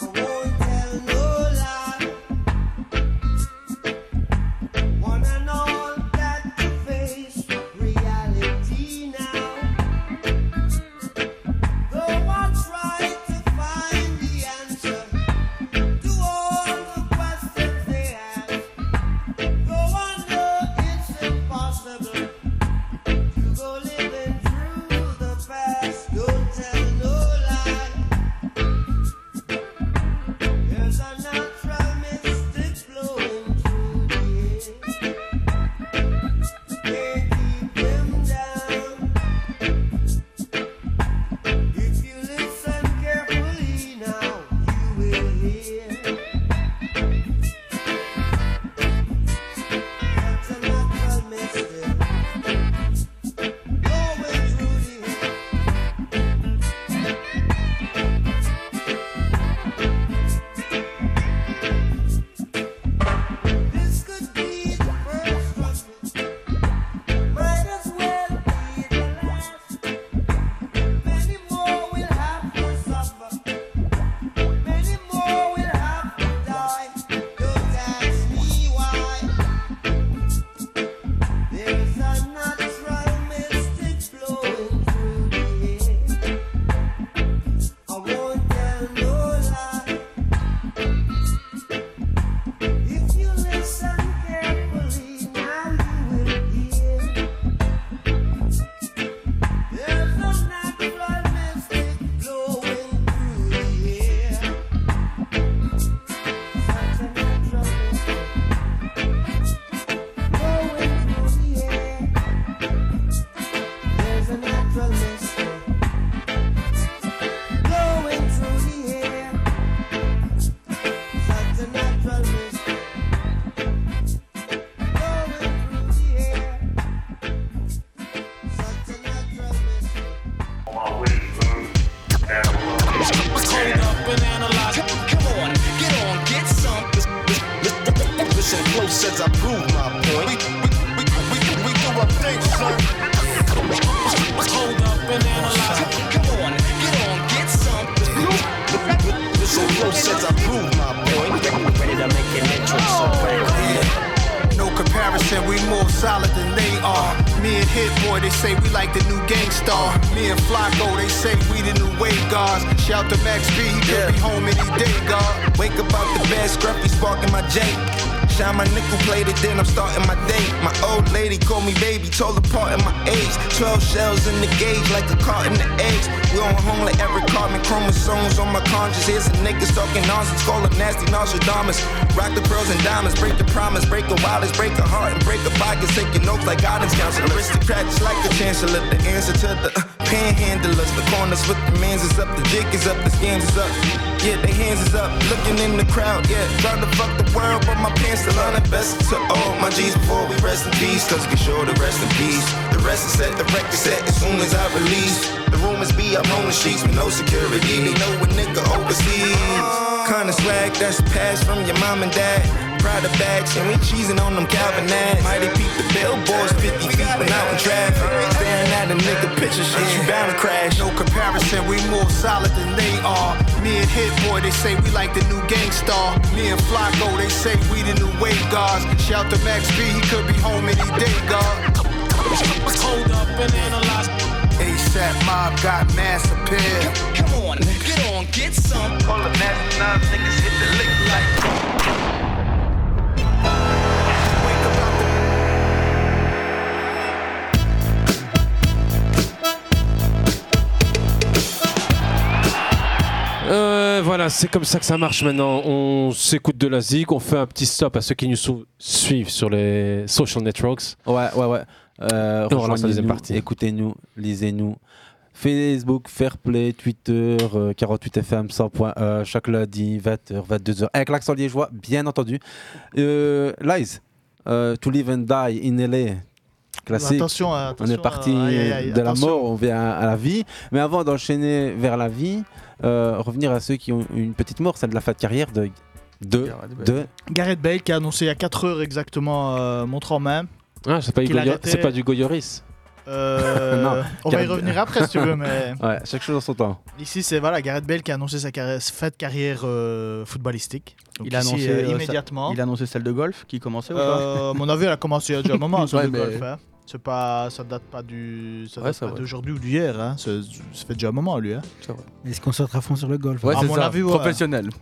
Speaker 7: I won't tell no lie. One and all got to face reality now. Though I try to find the answer to all the questions they ask. No wonder it's impossible to go living through the past. Don't tell no lie. There's a natural mystic flowing through the air. They keep him down. If you listen carefully now, you will hear. Many more will have to die. Don't ask me why. There's a natural mystic flowing through the air. I won't tell no lie. If you listen carefully, now you will hear. There's a natural mystic flowing through the air. Such a natural mystic flowing through the air. There's a natural mystic flowing through the air. Such a natural mystic flowing through the air. Such a natural mystic.
Speaker 15: Code up and analyze. Come, come on, get on, get some. Listen close as I prove my point. We, we, we, we, we do our thing, son. Hold up and analyze. Come on, get on, get some. Listen close as I prove my point. Ready to make an entrance, so
Speaker 16: No comparison, we more solid than they are. Me and Hit Boy, they say we like the new gang star. Me and Flocko, they say we the new wave guards. Shout to Max B, he could be home any day, God. Wake up out the bed, scruffy sparking my J. Shine my nickel plated, then I'm starting my day. My old lady called me baby, told apart in my age. Twelve shells in the gauge, like a cart in the eggs. We on home like every carbon chromosomes on my conscience. Here's some niggas talking nonsense, call them nasty Nostradamus. Rock the pearls and diamonds, break the promise, break the wallets, break the heart, and break the pockets. Taking notes like guidance counselor. Aristocrats like the chancellor, the answer to the.
Speaker 15: Panhandlers, the corners with the mans is up, the jig is up, the scams is up. Yeah, they hands is up, looking in the crowd, yeah. Trying to fuck the world, but my pants still on the best to all my G's before we rest in peace. Let's get sure to rest in peace. The rest is set, the record set as soon as I release. The rumors be I'm on the sheets with no security. They know a nigga overseas. Kinda swag that's passed from your mom and dad. Prada bags and we cheesing on them Calvin ads. Mighty peep the billboards, 50 feet when out in traffic. Staring at a nigga picture shit, you bound to crash.
Speaker 16: No comparison, we more solid than they are. Me and Hit Boy, they say we like the new gang star. Me and Flocko, they say we the new wave guards. Shout to Max B, he could be home any day, God. Hold up and analyze. ASAP mob got mass appeal. Come on,
Speaker 15: Get on, get some. Call the master nine niggas hit the lick like.
Speaker 9: Euh, voilà, c'est comme ça que ça marche maintenant. On s'écoute de la zig, on fait un petit stop à ceux qui nous sou- suivent sur les social networks.
Speaker 8: Ouais, ouais, ouais. Euh,
Speaker 9: Et on relance la deuxième
Speaker 8: rejoignez-nous,
Speaker 9: partie.
Speaker 8: Écoutez-nous, lisez-nous. Facebook, Fairplay, Twitter, euh, 48FM, 100.1, E, chaque lundi, 20h, 22h, avec l'accent liégeois, bien entendu. Euh, Lies, euh, To Live and Die in LA, classique.
Speaker 13: Attention,
Speaker 8: on
Speaker 13: attention,
Speaker 8: est parti
Speaker 13: aïe, aïe, aïe,
Speaker 8: de la
Speaker 13: attention.
Speaker 8: mort, on vient à, à la vie. Mais avant d'enchaîner vers la vie, euh, revenir à ceux qui ont eu une petite mort, celle de la fin de carrière de, de, de
Speaker 13: Gareth Bale qui a annoncé il y a 4 heures exactement, euh, montre en main.
Speaker 9: Ah, c'est pas,
Speaker 13: qu'il
Speaker 9: Hugo Yo-
Speaker 13: arrêtait.
Speaker 9: c'est pas du Goyoris.
Speaker 13: Euh, on va y
Speaker 8: Gareth-
Speaker 13: revenir après si tu veux, mais
Speaker 8: ouais, chaque chose en son temps.
Speaker 13: ici c'est voilà Gareth Bale qui a annoncé sa carrière, sa fin de carrière euh, footballistique. Donc
Speaker 12: Il a
Speaker 13: ici,
Speaker 12: annoncé
Speaker 13: euh,
Speaker 12: euh, sa-
Speaker 13: immédiatement.
Speaker 12: Il a annoncé celle de golf qui commençait ou
Speaker 13: Euh,
Speaker 12: pas
Speaker 13: à mon avis, elle a commencé il y a déjà un moment, ça,
Speaker 12: Ouais,
Speaker 13: le
Speaker 12: mais-
Speaker 13: golf, hein. C'est pas, ça date pas du, ça
Speaker 12: Ouais,
Speaker 13: date
Speaker 12: c'est
Speaker 13: pas
Speaker 12: vrai.
Speaker 13: d'aujourd'hui ou d'hier, hein. Ça, ça fait déjà un moment lui. Hein.
Speaker 11: Et il se concentre à fond sur le golf.
Speaker 13: à mon avis, ouais. On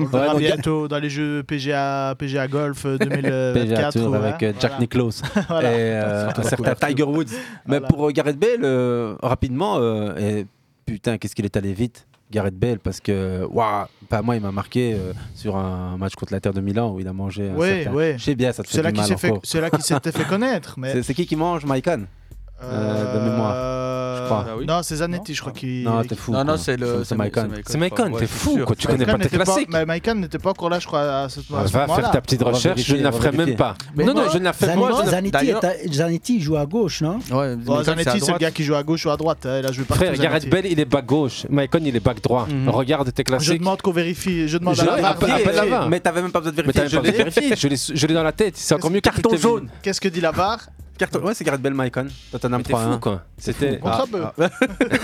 Speaker 13: le verra bientôt dans les jeux PGA, PGA Golf euh, 2024
Speaker 8: PGA Tour
Speaker 13: ouais.
Speaker 8: avec euh, Jack
Speaker 13: Voilà.
Speaker 8: Nicklaus
Speaker 13: Voilà.
Speaker 8: et euh,
Speaker 13: Surtout
Speaker 8: un certain
Speaker 13: Jack
Speaker 8: Tiger Woods. Mais pour euh, Gareth Bale, euh, rapidement, euh, et putain, qu'est-ce qu'il est allé vite, Gareth Bale, parce que waouh, pas moi, il m'a marqué euh, sur un match contre l'Inter de Milan où il a mangé. un
Speaker 13: Ouais,
Speaker 8: certain-
Speaker 13: ouais.
Speaker 8: Je sais bien, ça te fait
Speaker 13: C'est là
Speaker 8: du
Speaker 13: qui
Speaker 8: mal,
Speaker 13: s'est fait-
Speaker 8: info.
Speaker 13: c'est là qui s'était fait connaître, mais-
Speaker 8: C'est- C'est qui qui mange, Maïkan Euh, de mémoire, je crois.
Speaker 13: Non, c'est Zanetti, je crois qu'il.
Speaker 8: Non, t'es fou, Non, non, quoi. c'est le- C'est- c'est c'est Maicon. Maicon, C'est Maicon, je crois. t'es Ouais, fou, je suis quoi, tu sûr. connais
Speaker 13: Maicon
Speaker 8: pas tes
Speaker 13: n'était
Speaker 8: classiques.
Speaker 13: Mais Maicon n'était pas encore là, je crois, à ce à ce
Speaker 9: Va
Speaker 13: moment-là.
Speaker 9: faire ta petite On va recherche, je ne la vérifier, on ferai va même vérifier. pas. Mais Non, non, moi- je ne la fais- moi, je ne la-
Speaker 11: Zanetti, est
Speaker 9: d'ailleurs-
Speaker 11: à- Zanetti joue à gauche, non
Speaker 12: Ouais,
Speaker 13: Bon, Zanetti, c'est le gars qui joue à gauche ou à droite. hein, Il a joué partout.
Speaker 9: Frère, Gareth
Speaker 13: Zanetti.
Speaker 9: Bell, il est back gauche. Maicon, il est back droit.
Speaker 13: Mhm.
Speaker 9: Regarde tes
Speaker 13: Je
Speaker 9: classiques.
Speaker 13: demande qu'on vérifie. Je demande
Speaker 9: Je-
Speaker 13: à la barre.
Speaker 9: appelle- appelle la VAR.
Speaker 8: Mais t'avais même pas besoin de
Speaker 9: Mais t'avais
Speaker 8: vérifier.
Speaker 9: pas besoin de vérifier. Je l'ai- je l'ai dans la tête. C'est encore mieux que
Speaker 8: Carton
Speaker 9: Peter Vin.
Speaker 8: jaune.
Speaker 13: Qu'est-ce que dit la barre
Speaker 8: Carton... Ouais, c'est Gareth Bale, Maicon. Tottenham
Speaker 9: Mais t'es
Speaker 8: 3
Speaker 9: fou, quoi. C'était- Ah.
Speaker 8: Ah,
Speaker 13: Contre
Speaker 8: ah.
Speaker 13: Bell.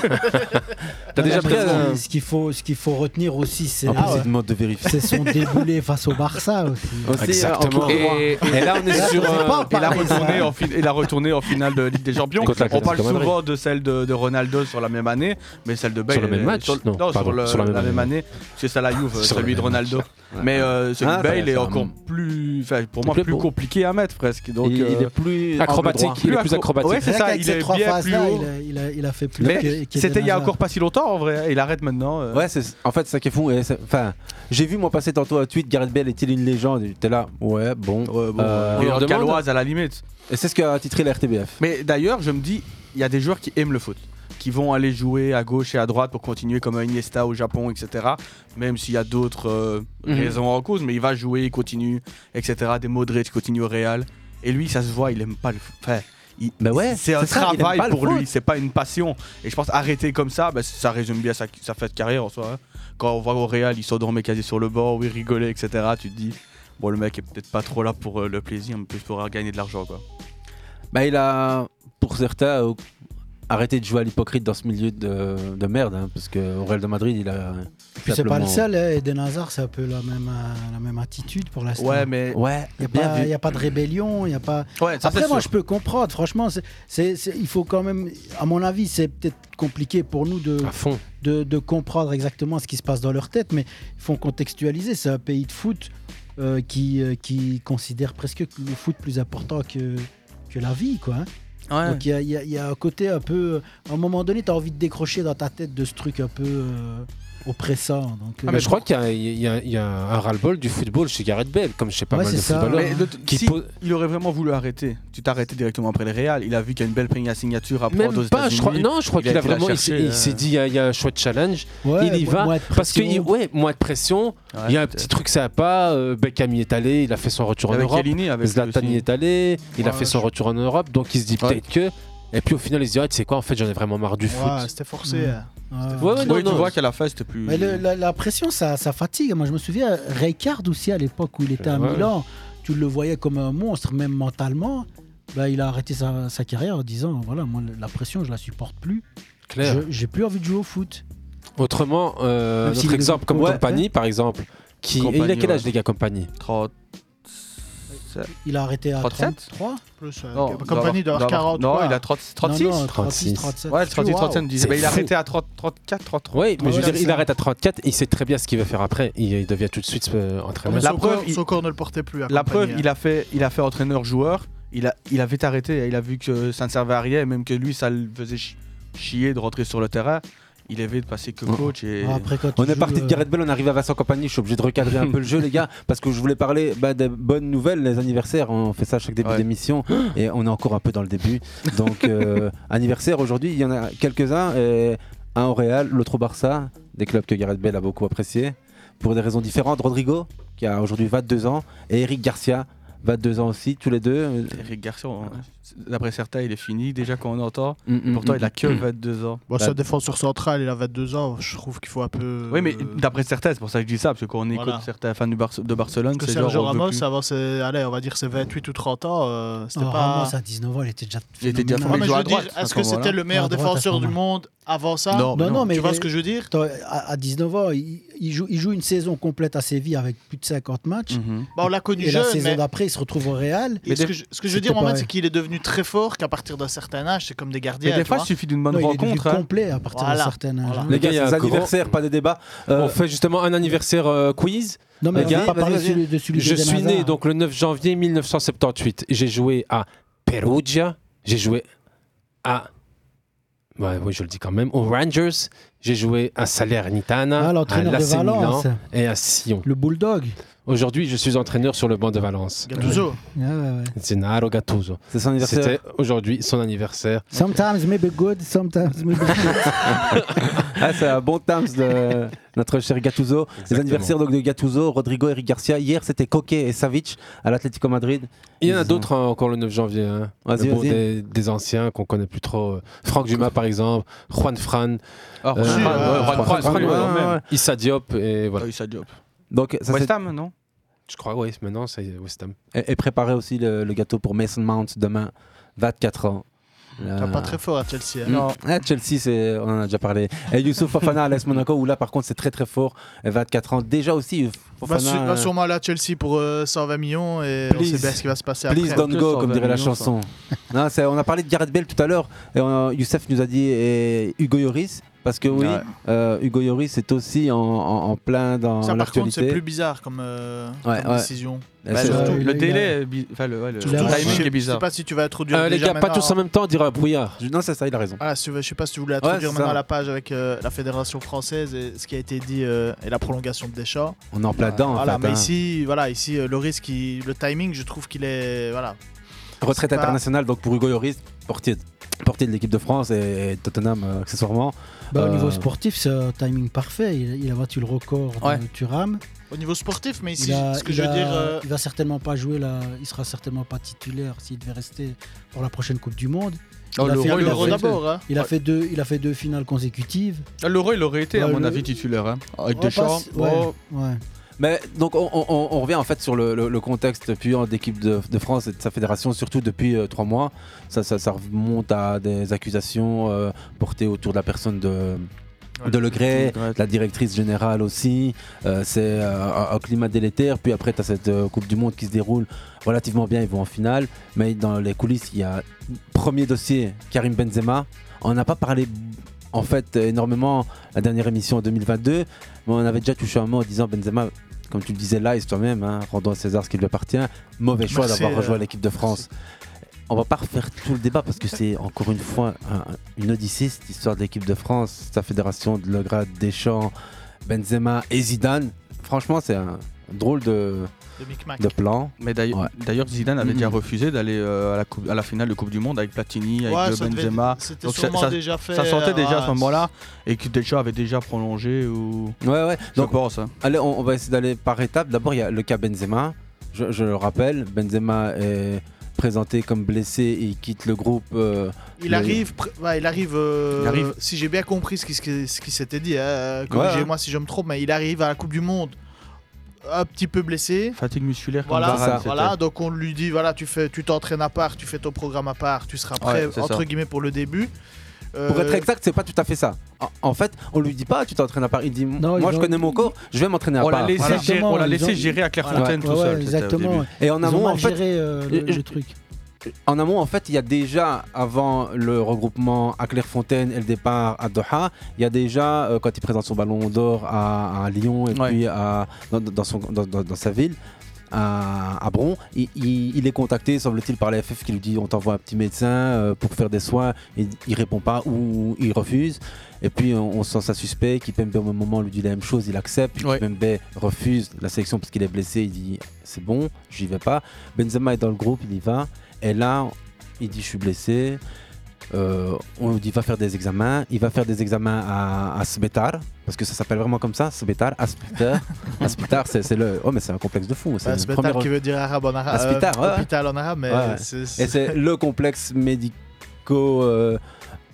Speaker 8: T'as déjà pris un-
Speaker 11: Ce qu'il faut, ce qu'il faut retenir aussi, c'est Ah
Speaker 8: En plus, il demande de vérifier.
Speaker 11: c'est son déboulé face au Barça aussi.
Speaker 9: hein,
Speaker 8: Aussi,
Speaker 12: Exactement.
Speaker 8: euh, en tout droit.
Speaker 12: Et, et là, on est sur. euh, et, la retournée en fin- et la retournée en finale de Ligue des Champions.
Speaker 9: Contre
Speaker 12: On
Speaker 9: l'Atlético
Speaker 12: parle
Speaker 9: Madrid.
Speaker 12: souvent de celle de, de Ronaldo sur la même année, mais celle de Bale.
Speaker 9: Sur le même
Speaker 12: elle est-
Speaker 9: match
Speaker 12: sur,
Speaker 9: Non,
Speaker 12: Non,
Speaker 9: pardon,
Speaker 12: sur, le-
Speaker 9: sur
Speaker 12: la, même, année. C'est ça la Juve,
Speaker 9: Sur le
Speaker 12: celui de
Speaker 9: même match.
Speaker 12: Ronaldo.
Speaker 9: Ouais.
Speaker 12: Mais euh, celui
Speaker 9: Ah,
Speaker 12: de
Speaker 9: ça,
Speaker 12: Bale
Speaker 9: c'est
Speaker 12: est
Speaker 9: un-
Speaker 12: encore plus. enfin, Pour moi,
Speaker 9: Plus
Speaker 12: plus,
Speaker 9: beau.
Speaker 12: compliqué à mettre presque. Donc,
Speaker 9: Il- il est plus Acrobatique,
Speaker 12: angle droit.
Speaker 9: il est plus
Speaker 12: accro-
Speaker 9: acrobatique.
Speaker 12: Ouais, c'est ça,
Speaker 11: Avec
Speaker 12: il
Speaker 11: ces
Speaker 12: est
Speaker 11: trois
Speaker 12: bien plus
Speaker 11: phases-là,
Speaker 12: haut.
Speaker 11: il a- il a- il a fait plus que-
Speaker 12: Mais
Speaker 11: qu'Eden
Speaker 12: c'était il y a
Speaker 11: Hazard.
Speaker 12: encore pas si longtemps en vrai. Il arrête maintenant. euh.
Speaker 8: Ouais, c'est en fait c'est ça qui est fou. et c'est- Enfin, j'ai vu moi passer tantôt un tweet. Gareth Bale est-il une légende Et T'es là, ouais, bon.
Speaker 12: bon,
Speaker 8: euh,
Speaker 12: on leur demande. Galloise à la limite.
Speaker 8: Et c'est ce qu'a titré la RTBF.
Speaker 12: Mais d'ailleurs, je me dis, il y a des joueurs qui aiment le foot, qui vont aller jouer à gauche et à droite pour continuer comme Iniesta au Japon, etc. Même s'il y a d'autres euh,
Speaker 9: Mhm.
Speaker 12: raisons en cause, mais il va jouer, il continue, etc. Des Modric continue au Real. Et lui, ça se voit, il aime pas le foot. Enfin, il-
Speaker 8: Bah ouais,
Speaker 12: c'est un
Speaker 8: c'est ça, il aime
Speaker 12: travail
Speaker 8: pas le
Speaker 12: pour lui,
Speaker 8: foot.
Speaker 12: c'est pas une passion. Et je pense arrêter comme ça, bah, ça résume bien sa, sa fête de carrière en soi. hein. Quand on voit au Real, il s'endormait quasi sur le bord, il rigolait, etc. Tu te dis, bon, le mec est peut-être pas trop là pour euh, le plaisir, mais plus pour gagner de l'argent, quoi.
Speaker 8: Bah, il a, pour certains, euh, arrêté de jouer à l'hypocrite dans ce milieu de, de merde, hein, parce que au Real de Madrid, il a.
Speaker 11: Puis c'est pas le
Speaker 8: simplement-
Speaker 11: seul, hein, Eden Hazard, c'est un peu la même, euh, la même attitude pour l'instant.
Speaker 8: Ouais, mais- Ouais,
Speaker 11: il
Speaker 8: bien vu.
Speaker 11: n'y a, pas de rébellion, il n'y a pas.
Speaker 12: Ouais, ça,
Speaker 11: Après,
Speaker 12: c'est
Speaker 11: moi, je
Speaker 12: sûr.
Speaker 11: peux comprendre, franchement, c'est, c'est- c'est- il faut quand même, à mon avis, c'est peut-être compliqué pour nous de, de, de comprendre exactement ce qui se passe dans leur tête, mais il faut contextualiser. C'est un pays de foot euh, qui, euh, qui considère presque le foot plus important que, que la vie, quoi. hein.
Speaker 12: Ouais.
Speaker 11: Donc il y a, il y a- il y a un côté un peu. À un moment donné, tu as envie de décrocher dans ta tête de ce truc un peu euh, oppressant. Donc,
Speaker 9: Ah,
Speaker 11: euh,
Speaker 9: mais je crois qu'il y a- il y, a- il y a un ras-le-bol du football chez Gareth Bale, comme chez pas
Speaker 11: Ouais,
Speaker 9: mal de
Speaker 11: c'est ça.
Speaker 9: footballeurs.
Speaker 11: Mais
Speaker 12: de-
Speaker 9: qui
Speaker 12: si
Speaker 9: posent-
Speaker 12: il aurait vraiment voulu arrêter, tu t'arrêtais directement après le Real. Il a vu qu'il y a une belle première signature à prendre aux
Speaker 9: Même pas, je
Speaker 12: États-Unis.
Speaker 9: crois, non, je crois
Speaker 12: Il
Speaker 9: qu'il a
Speaker 12: été la
Speaker 9: vraiment. il s'est-
Speaker 12: chercher,
Speaker 9: il s'est
Speaker 12: euh.
Speaker 9: dit, il y, a- il y a un chouette challenge.
Speaker 12: Ouais,
Speaker 9: il y
Speaker 12: moins-
Speaker 9: va.
Speaker 12: moins de
Speaker 9: parce que,
Speaker 12: pression.
Speaker 9: ouais, moins de pression. il y a un petit truc sympa. euh, Beckham y est allé, il a fait son retour en
Speaker 12: Avec
Speaker 9: Europe.
Speaker 12: Chiellini, avec lui
Speaker 9: Zlatan y
Speaker 12: aussi.
Speaker 9: est allé, il a
Speaker 12: Ouais,
Speaker 9: fait son retour en Europe. Donc il se dit peut-être que. Et puis au final, il se dit, ah, tu sais quoi, en fait, j'en ai vraiment marre du
Speaker 13: Ouais,
Speaker 9: foot.
Speaker 13: c'était forcé.
Speaker 11: Ouais.
Speaker 13: hein. C'était
Speaker 9: Ouais, ouais,
Speaker 13: forcé.
Speaker 9: non,
Speaker 12: Oui, tu
Speaker 9: non.
Speaker 12: vois qu'à la fin, c'était plus.
Speaker 11: euh, Mais le- la, la pression, ça, ça fatigue. Moi, je me souviens, Rijkaard aussi, à l'époque où il était à
Speaker 12: Ouais.
Speaker 11: Milan, tu le voyais comme un monstre, même mentalement. Bah, il a arrêté sa, sa carrière en disant voilà, moi, la pression, je la supporte plus.
Speaker 9: Clair.
Speaker 11: Je- J'ai plus envie de jouer au foot.
Speaker 9: Autrement, euh,
Speaker 11: Même s'il
Speaker 9: notre
Speaker 11: est
Speaker 9: exemple, comme
Speaker 11: ouais.
Speaker 9: Compagnie, par exemple. Qui...
Speaker 11: Compagnie,
Speaker 9: il a quel âge,
Speaker 11: ouais.
Speaker 9: les gars, Compagnie
Speaker 12: 30.
Speaker 11: Il a arrêté à
Speaker 12: 37?
Speaker 11: 33
Speaker 13: Plus, euh,
Speaker 12: Non,
Speaker 13: Compagnie
Speaker 12: doit
Speaker 13: doit avoir
Speaker 12: avoir-
Speaker 13: 40.
Speaker 12: Non,
Speaker 13: quoi.
Speaker 12: il a 30 36.
Speaker 13: Non, non,
Speaker 9: 36,
Speaker 13: 37.
Speaker 12: Ouais, 36, 37, me disait.
Speaker 9: C'est
Speaker 12: Bah, il a
Speaker 9: fou.
Speaker 12: arrêté à 30, 34, 33.
Speaker 9: Oui, mais je
Speaker 12: Ouais,
Speaker 9: veux dire,
Speaker 12: c'est
Speaker 9: il
Speaker 12: ça.
Speaker 9: arrête à 34, il sait très bien ce qu'il va faire après. Il, il devient tout de suite euh, entraîneur.
Speaker 12: La preuve, il-
Speaker 13: Son corps ne le portait plus. à
Speaker 12: La
Speaker 13: Compagnie,
Speaker 12: preuve,
Speaker 13: hein.
Speaker 12: il a fait, il a fait entraîneur-joueur. Il a, il a vite arrêté. Il a vu que ça ne servait à rien, et même que lui, ça le faisait chi- chier de rentrer sur le terrain. Il est vite passé que coach et.
Speaker 8: on est
Speaker 12: euh,
Speaker 8: parti de Gareth Bell, on arrive à Vincent Compagnie. Je suis obligé de recadrer un peu le jeu, les gars, parce que je voulais parler bah, des bonnes nouvelles, les anniversaires. On fait ça à chaque début d'émission et on est encore un peu dans le début. Donc, euh, anniversaire aujourd'hui, il y en a quelques-uns. et Un au Real, l'autre au Barça, des clubs que Gareth Bell a beaucoup appréciés pour des raisons différentes. Rodrigo, qui a aujourd'hui 22 ans, et Eric Garcia, 22 ans aussi, tous les deux.
Speaker 12: Eric Garcia,
Speaker 8: Ah
Speaker 12: on- d'après certains, il est fini déjà quand on entend.
Speaker 8: Mm, mm,
Speaker 12: Pourtant,
Speaker 8: mm,
Speaker 12: il a que
Speaker 8: mm.
Speaker 12: 22 ans. Bah,
Speaker 13: Bon, Bah, ça, défenseur central, il a 22 ans. Je trouve qu'il faut un peu.
Speaker 12: Oui, mais d'après certains, c'est pour ça que je dis ça, parce que quand on écoute
Speaker 13: Voilà.
Speaker 12: certains fans du Barce- de Barcelone,
Speaker 13: Parce que
Speaker 12: c'est genre.
Speaker 13: Sergio
Speaker 12: on veut
Speaker 13: Ramos,
Speaker 12: plus.
Speaker 13: avant ses, allez, on va dire ses 28 ou 30 ans, euh, c'était
Speaker 11: Oh,
Speaker 13: pas.
Speaker 11: Ramos, à 19 ans, il était déjà.
Speaker 12: Il était déjà
Speaker 11: phénoménal.
Speaker 12: formé
Speaker 13: Mais je
Speaker 12: joueur
Speaker 13: veux
Speaker 12: à
Speaker 13: dire,
Speaker 12: droite.
Speaker 13: est-ce
Speaker 12: à
Speaker 13: que
Speaker 12: ce
Speaker 13: c'était
Speaker 12: moment-là.
Speaker 13: le meilleur
Speaker 11: À droite, à ce
Speaker 13: défenseur du
Speaker 11: moment-là.
Speaker 13: monde avant ça Tu vois ce que je veux dire
Speaker 11: Attends, à, à 19 ans, il, il joue, il joue une saison complète à Séville avec plus de 50 matchs.
Speaker 13: Bah, on l'a connu
Speaker 11: Et la
Speaker 13: jeune,
Speaker 11: saison
Speaker 13: mais-
Speaker 11: d'après, il se retrouve au Real.
Speaker 13: Et ce, que je, ce que je veux dire,
Speaker 11: C'était
Speaker 13: Mohamed,
Speaker 11: pareil.
Speaker 13: c'est qu'il est devenu très fort qu'à partir d'un certain âge, c'est comme des gardiens.
Speaker 11: Mais des
Speaker 13: tu
Speaker 11: fois,
Speaker 13: vois.
Speaker 11: il suffit d'une bonne Non, il est devenu rencontre, hein. complet à partir d'un certain âge, hein.
Speaker 9: Les gars, il y a
Speaker 8: c'est des
Speaker 9: un comment-
Speaker 8: anniversaires, pas des débats. Euh,
Speaker 9: on fait justement un anniversaire euh, quiz.
Speaker 11: Non, mais
Speaker 9: Les
Speaker 11: on
Speaker 9: gars,
Speaker 11: va pas parler
Speaker 9: vas-y,
Speaker 11: de celui-
Speaker 9: vas-y.
Speaker 11: de celui
Speaker 9: Je
Speaker 11: d'Eden
Speaker 9: suis né
Speaker 11: Hazard.
Speaker 9: donc le 9 janvier 1978. J'ai joué à Perugia. J'ai joué à. Ouais, oui, je le dis quand même. Aux Rangers. J'ai joué à Salernitana.
Speaker 11: Ah,
Speaker 9: à
Speaker 11: l'entraîneur de
Speaker 9: l'AC Milan
Speaker 11: Valence.
Speaker 9: Et à Sion.
Speaker 11: Le Bulldog.
Speaker 9: Aujourd'hui, je suis entraîneur sur le banc de Valence.
Speaker 13: Gattuso.
Speaker 11: Ouais, ouais, ouais.
Speaker 9: Gennaro Gattuso.
Speaker 8: C'est son anniversaire.
Speaker 9: C'était aujourd'hui son anniversaire.
Speaker 11: Sometimes maybe good, sometimes maybe good.
Speaker 8: ah, c'est un bon temps de notre cher Gattuso. Les anniversaires donc, de Gattuso, Rodrigo, Eric Garcia. Hier, c'était Coquet et Savic à l'Atlético Madrid.
Speaker 9: Il y en
Speaker 8: Ils
Speaker 9: a
Speaker 8: ont-
Speaker 9: d'autres hein, encore le 9 janvier. hein.
Speaker 8: Vas-y,
Speaker 9: Mais bon,
Speaker 8: vas-y.
Speaker 9: Des, des anciens qu'on connaît plus trop. euh, Franck Dumas, par exemple. Juan Fran. Euh,
Speaker 12: Ah, Juan Fran, ouais, Juan Fran, Fran, ouais, ouais, ouais. Ah,
Speaker 9: Issa Diop. Et voilà.
Speaker 12: Issa Diop.
Speaker 8: Donc, ça,
Speaker 12: West
Speaker 8: c'est-
Speaker 12: Ham, non
Speaker 9: Je crois, oui. Maintenant, c'est West Ham.
Speaker 8: Et, et préparer aussi le, le gâteau pour Mason Mount demain, 24 ans.
Speaker 13: T'as
Speaker 8: Là-
Speaker 13: pas très fort à Chelsea. hein.
Speaker 8: Mm. Ah, Chelsea, c'est- on en a déjà parlé. Et Youssouf Fofana à l'AS Monaco, où là par contre c'est très très fort. 24 ans déjà aussi. euh,
Speaker 13: Va,
Speaker 8: Fofana,
Speaker 13: Bah, su- va sûrement aller à Chelsea pour euh, 120 millions et on sait bien ce qui va se passer après.
Speaker 8: euh, Please don't go, comme dirait la chanson. Non, c'est- on a parlé de Gareth Bale tout à l'heure. Et on a- Youssef nous a dit et Hugo Yoris. Parce que oui,
Speaker 13: Ouais.
Speaker 8: euh, Hugo Yoris est aussi en, en- en plein dans
Speaker 13: Ça, par contre,
Speaker 8: l'actualité.
Speaker 13: c'est plus bizarre comme, euh,
Speaker 8: Ouais,
Speaker 13: comme
Speaker 8: ouais.
Speaker 13: décision.
Speaker 8: Bah, c'est-
Speaker 12: Le le délai, est bi- enfin le, ouais, Euh, le
Speaker 13: Surtout, je sais-
Speaker 12: timing est
Speaker 13: Je sais
Speaker 12: bizarre.
Speaker 13: pas si tu vas introduire.
Speaker 8: Ah,
Speaker 9: Euh, les
Speaker 13: déjà
Speaker 9: gars, pas
Speaker 13: maintenant- hein.
Speaker 9: tous en même temps, on dira brouillard.
Speaker 8: Non, c'est ça, il a raison.
Speaker 13: Ah, si- je sais pas si tu voulais
Speaker 8: Ouais,
Speaker 13: introduire
Speaker 8: c'est
Speaker 13: maintenant
Speaker 8: ça.
Speaker 13: la page avec euh, la Fédération française et ce qui a été dit euh, et la prolongation de Deschamps.
Speaker 8: On est en plein dedans, en
Speaker 13: Voilà,
Speaker 8: fait,
Speaker 13: mais
Speaker 8: hein.
Speaker 13: ici, voilà, ici, euh, le risque, il- le timing, je trouve qu'il est, voilà.
Speaker 8: Retraite
Speaker 13: C'est pas-
Speaker 8: internationale donc pour Hugo Lloris, portier, portier de l'équipe de France et, et Tottenham euh, accessoirement.
Speaker 11: Bah, Au
Speaker 8: Euh,
Speaker 11: niveau sportif, c'est un timing parfait. Il, il a battu le record de Thuram.
Speaker 13: Au niveau sportif, mais ici,
Speaker 11: il, a-
Speaker 13: ce que
Speaker 11: il
Speaker 13: je veux
Speaker 11: a-
Speaker 13: dire, euh,
Speaker 11: il va certainement pas jouer là. Il sera certainement pas titulaire s'il devait rester pour la prochaine Coupe du Monde.
Speaker 12: Oh,
Speaker 11: il, a
Speaker 12: l'Euro,
Speaker 11: fait, il a
Speaker 12: l'Euro
Speaker 11: fait-
Speaker 12: d'abord, hein.
Speaker 11: il a
Speaker 12: Ouais.
Speaker 11: fait deux, il a fait deux finales consécutives.
Speaker 12: Ah, L'euro, il aurait été, à
Speaker 11: Ouais,
Speaker 12: mon
Speaker 11: Bah, le-
Speaker 12: avis, titulaire. hein. Avec
Speaker 11: On
Speaker 12: Deschamps.
Speaker 11: passe- ouais,
Speaker 12: oh.
Speaker 11: ouais.
Speaker 8: Mais donc on, on- on- on revient en fait sur le, le- le contexte puant d'équipe de, de France et de sa fédération, surtout depuis euh, trois mois. Ça, ça, ça remonte à des accusations euh, portées autour de la personne de, de Le Gray, la directrice générale aussi. Euh, c'est euh, un, un climat délétère. Puis après, tu as cette euh, Coupe du Monde qui se déroule relativement bien, ils vont en finale. Mais dans les coulisses, il y a premier dossier, Karim Benzema. On n'a pas parlé en fait euh, énormément la dernière émission en 2022, mais on avait déjà touché un mot en disant Benzema, comme tu le disais live toi-même, hein, rendons à César ce qui lui appartient, mauvais choix
Speaker 9: Merci,
Speaker 8: d'avoir
Speaker 9: euh,
Speaker 8: rejoint l'équipe de France. on va pas refaire tout le débat parce que c'est encore une fois un- une odyssée cette histoire de l'équipe de France, sa fédération de Legrat, Deschamps, Benzema et Zidane. Franchement, c'est un drôle de,
Speaker 13: De micmac.
Speaker 8: de plan.
Speaker 12: Mais d'ailleurs,
Speaker 8: Ouais.
Speaker 12: d'ailleurs, Zidane avait
Speaker 8: Mhm.
Speaker 12: déjà refusé d'aller euh, à, la coupe- à la finale de Coupe du Monde avec Platini, avec
Speaker 13: Ouais,
Speaker 12: euh,
Speaker 13: ça devait-
Speaker 12: Benzema.
Speaker 13: c'était sûrement
Speaker 12: ça,
Speaker 13: déjà fait, euh,
Speaker 12: ça sentait déjà à
Speaker 13: ouais.
Speaker 12: ce moment-là et que déjà avait déjà prolongé ou.
Speaker 8: Ouais, ouais.
Speaker 12: Je
Speaker 8: Donc,
Speaker 12: pense. hein.
Speaker 8: Allez, on, on va essayer d'aller par étapes. D'abord, il y a le cas Benzema. Je, je le rappelle, Benzema est présenté comme blessé et il quitte le groupe. euh,
Speaker 13: Il
Speaker 8: le-
Speaker 13: arrive, pr- ouais, il arrive, euh,
Speaker 8: Il arrive.
Speaker 13: Si j'ai bien compris ce qui, ce qui- ce qui s'était dit, hein, euh,
Speaker 8: Ouais,
Speaker 13: corrigez-moi si je me trompe, mais il arrive à la Coupe du Monde un petit peu blessé.
Speaker 12: Fatigue musculaire. comme
Speaker 13: Voilà,
Speaker 12: Varane, c'était.
Speaker 13: voilà, donc on lui dit voilà, tu fais, tu t'entraînes à part, tu fais ton programme à part, tu seras prêt
Speaker 8: Ouais, c'est
Speaker 13: entre
Speaker 8: ça.
Speaker 13: guillemets pour le début.
Speaker 8: Pour
Speaker 13: Euh,
Speaker 8: être exact, c'est pas tout à fait ça. En, en fait, on lui dit pas, tu t'entraînes à part. Il dit, moi
Speaker 13: ils
Speaker 8: je
Speaker 13: ont-
Speaker 8: connais mon corps, je vais m'entraîner à
Speaker 12: On l'a
Speaker 8: part.
Speaker 12: laissé Voilà. gérer- on l'a
Speaker 8: Ils
Speaker 12: laissé
Speaker 8: ont-
Speaker 12: gérer à Clairefontaine tout seul, c'était au
Speaker 8: Exactement.
Speaker 12: début.
Speaker 8: Et en
Speaker 11: Ils ont
Speaker 8: amont,
Speaker 11: mal
Speaker 8: en fait,
Speaker 11: géré, euh, le-
Speaker 8: je-
Speaker 11: le truc.
Speaker 8: En amont, en fait, il y a déjà, avant le regroupement à Clairefontaine et le départ à Doha, il y a déjà, euh, quand il présente son ballon d'or à, à Lyon et puis à, dans, dans- dans son- dans- dans- dans sa ville, à, à Bron, il, il- il est contacté, semble-t-il, par la FF qui lui dit on t'envoie un petit médecin euh, pour faire des soins. Il, il répond pas ou il refuse. Et puis on, on sent ça suspect. Kipembe, au même moment, lui dit la même chose, il accepte. Puis Kipembe refuse la sélection parce qu'il est blessé. Il dit c'est bon, j'y vais pas. Benzema est dans le groupe, il y va. Et là, il dit je suis blessé. Euh, on lui dit va faire des examens. Il va faire des examens à, à Sbetar, parce que ça s'appelle vraiment comme ça, Sbetar, Aspitar. Aspitar, c'est c'est le. Oh, mais c'est un complexe de fou. C'est
Speaker 13: bah,
Speaker 8: le
Speaker 13: Sbetar
Speaker 8: premier-
Speaker 13: qui veut dire arabe en arabe, euh,
Speaker 8: Aspitar, ouais, ouais.
Speaker 13: hôpital en arabe, mais
Speaker 8: Ouais, ouais.
Speaker 13: c'est-
Speaker 8: Et c'est le complexe médico. euh,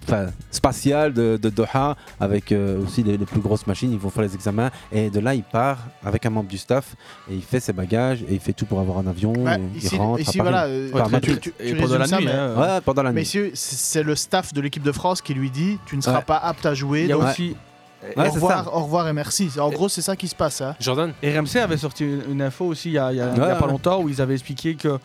Speaker 8: Enfin, spatial de, de Doha avec euh, aussi les, les plus grosses machines, ils vont faire les examens et de là il part avec un membre du staff et il fait ses bagages et il fait tout pour avoir un avion.
Speaker 13: Ouais, Bah,
Speaker 8: et
Speaker 13: ici,
Speaker 8: il rentre
Speaker 13: ici,
Speaker 8: à Paris.
Speaker 13: voilà, euh,
Speaker 8: Enfin,
Speaker 13: tu-
Speaker 8: Mathieu-
Speaker 13: tu- tu résumes ça, mais-
Speaker 8: Ouais, pendant la
Speaker 13: Mais
Speaker 8: nuit.
Speaker 13: ici, c'est c'est le staff de l'équipe de France qui lui dit tu ne seras
Speaker 8: Ouais.
Speaker 13: pas apte à jouer.
Speaker 8: Il y a
Speaker 13: donc-
Speaker 8: aussi-
Speaker 13: Au,
Speaker 12: Ouais, c'est
Speaker 13: revoir,
Speaker 12: ça.
Speaker 13: au revoir et merci. En gros, c'est ça qui se passe. hein.
Speaker 9: Jordan
Speaker 12: RMC avait sorti une une info aussi il y a, il y a- il y a
Speaker 13: Ouais,
Speaker 12: pas
Speaker 13: ouais.
Speaker 12: longtemps où ils avaient expliqué que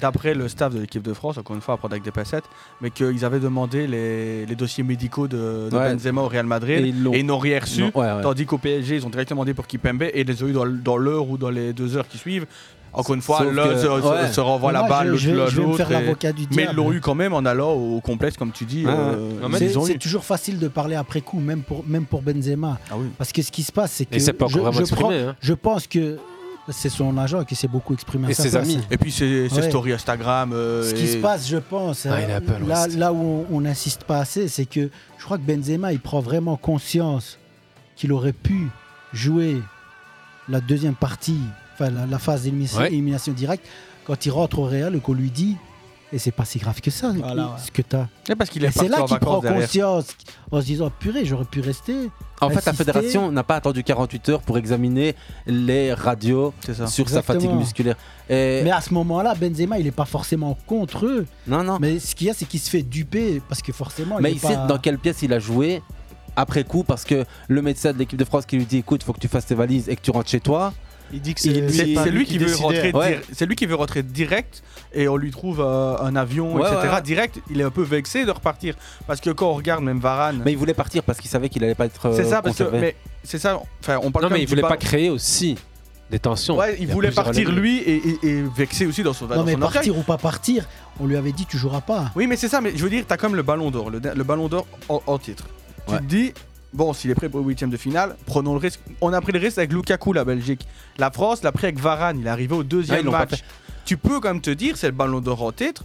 Speaker 12: d'après le staff de l'équipe de France, encore une fois après avec des passettes, mais qu'ils avaient demandé les, les dossiers médicaux de, de
Speaker 8: Ouais.
Speaker 12: euh, Benzema au Real Madrid
Speaker 8: Et
Speaker 12: et
Speaker 8: ils l'ont.
Speaker 12: ils n'ont rien reçu,
Speaker 8: Non, ouais, ouais.
Speaker 12: tandis qu'au PSG ils ont directement demandé pour Kipembe et ils les ont eu dans, l- dans l'heure ou dans les deux heures qui suivent. Encore une fois,
Speaker 8: Sauf
Speaker 12: l'un
Speaker 8: que-
Speaker 12: se, se-
Speaker 8: ouais.
Speaker 12: se renvoie
Speaker 8: Mais moi,
Speaker 12: la balle,
Speaker 8: je- je
Speaker 12: l'autre
Speaker 8: vais-
Speaker 12: à
Speaker 8: je vais me
Speaker 12: l'autre,
Speaker 8: faire
Speaker 12: et-
Speaker 8: l'avocat du
Speaker 12: Mais ils
Speaker 8: diable.
Speaker 12: l'ont eu quand même en allant au, au complexe, comme tu dis.
Speaker 8: Ouais, ouais.
Speaker 12: euh,
Speaker 8: Non, mais
Speaker 12: ils
Speaker 11: C'est
Speaker 12: ont eu.
Speaker 11: c'est toujours facile de parler après coup, même pour, même pour Benzema. Parce que ce qui se passe, c'est que
Speaker 9: Et c'est pas encore
Speaker 11: je,
Speaker 9: vraiment
Speaker 11: je
Speaker 9: exprimé,
Speaker 11: prends-
Speaker 9: hein.
Speaker 11: je pense que c'est son agent qui s'est beaucoup exprimé. à sa place.
Speaker 12: Et puis ses, ses
Speaker 11: Ouais.
Speaker 12: stories Instagram. euh,
Speaker 11: Ce qui
Speaker 12: et-
Speaker 11: se passe, je pense,
Speaker 12: Ah,
Speaker 11: euh,
Speaker 12: il est un peu à
Speaker 11: là,
Speaker 12: l'ouest.
Speaker 11: là où on n'insiste pas assez, c'est que je crois que Benzema, il prend vraiment conscience qu'il aurait pu jouer la deuxième partie, enfin la, la phase d'élimination
Speaker 9: Ouais.
Speaker 11: élimination directe, quand il rentre au Real et qu'on lui dit, et c'est pas si grave que ça,
Speaker 12: Voilà,
Speaker 11: ce que t'as.
Speaker 12: Et parce qu'il est
Speaker 11: Et c'est
Speaker 12: parti
Speaker 11: là
Speaker 12: en
Speaker 11: qu'il
Speaker 12: vacances
Speaker 11: prend
Speaker 12: derrière.
Speaker 11: conscience, en se disant, purée, j'aurais pu rester.
Speaker 8: En fait, la
Speaker 11: assister.
Speaker 8: fédération n'a pas attendu 48 heures pour examiner les radios
Speaker 12: sur
Speaker 8: sa fatigue
Speaker 11: Exactement.
Speaker 8: musculaire. Et
Speaker 11: Mais à ce moment-là, Benzema, il n'est pas forcément contre eux.
Speaker 8: Non, non.
Speaker 11: Mais ce qu'il y a, c'est qu'il se fait duper parce que forcément.
Speaker 8: mais
Speaker 11: il
Speaker 8: il
Speaker 11: est
Speaker 8: sait
Speaker 11: pas-
Speaker 8: dans quelle pièce il a joué après coup parce que le médecin de l'équipe de France qui lui dit écoute, faut que tu fasses tes valises et que tu rentres chez toi.
Speaker 13: Il dit que
Speaker 8: Il-
Speaker 12: C'est
Speaker 8: c'est
Speaker 12: c'est
Speaker 8: lui
Speaker 12: lui
Speaker 8: qui
Speaker 12: qui veut
Speaker 8: décidait.
Speaker 12: rentrer.
Speaker 8: Ouais.
Speaker 12: dir- C'est lui qui veut rentrer direct et on lui trouve euh, un avion,
Speaker 8: Ouais,
Speaker 12: etc.
Speaker 8: ouais.
Speaker 12: Direct, il est un peu vexé de repartir parce que quand on regarde même Varane.
Speaker 8: Mais il voulait partir parce qu'il savait qu'il allait pas être. euh,
Speaker 12: c'est ça parce que
Speaker 8: conservé.
Speaker 12: mais c'est ça. Enfin, on parle.
Speaker 8: Non,
Speaker 12: quand
Speaker 8: mais
Speaker 12: même
Speaker 8: il
Speaker 12: du
Speaker 8: voulait pas
Speaker 12: ballon-
Speaker 9: créer aussi des tensions.
Speaker 12: Ouais, il,
Speaker 9: y a
Speaker 12: voulait
Speaker 9: plusieurs
Speaker 12: partir
Speaker 9: éléments.
Speaker 12: lui et, et- et vexé aussi dans son.
Speaker 11: Non,
Speaker 12: dans
Speaker 11: mais
Speaker 12: son orgueil.
Speaker 11: partir ou pas partir, on lui avait dit tu joueras pas.
Speaker 12: Oui, mais c'est ça, mais je veux dire, t'as comme le ballon d'or, le, le ballon d'or en, en titre. Tu te dis, bon, s'il est prêt pour le huitième de finale, prenons le risque. On a pris le risque avec Lukaku, la Belgique. La France l'a pris avec Varane, il est arrivé au
Speaker 8: Ah, ils
Speaker 12: deuxième
Speaker 8: l'ont pas
Speaker 12: match.
Speaker 8: fait.
Speaker 12: Tu peux quand même te dire, c'est le ballon d'or en titre,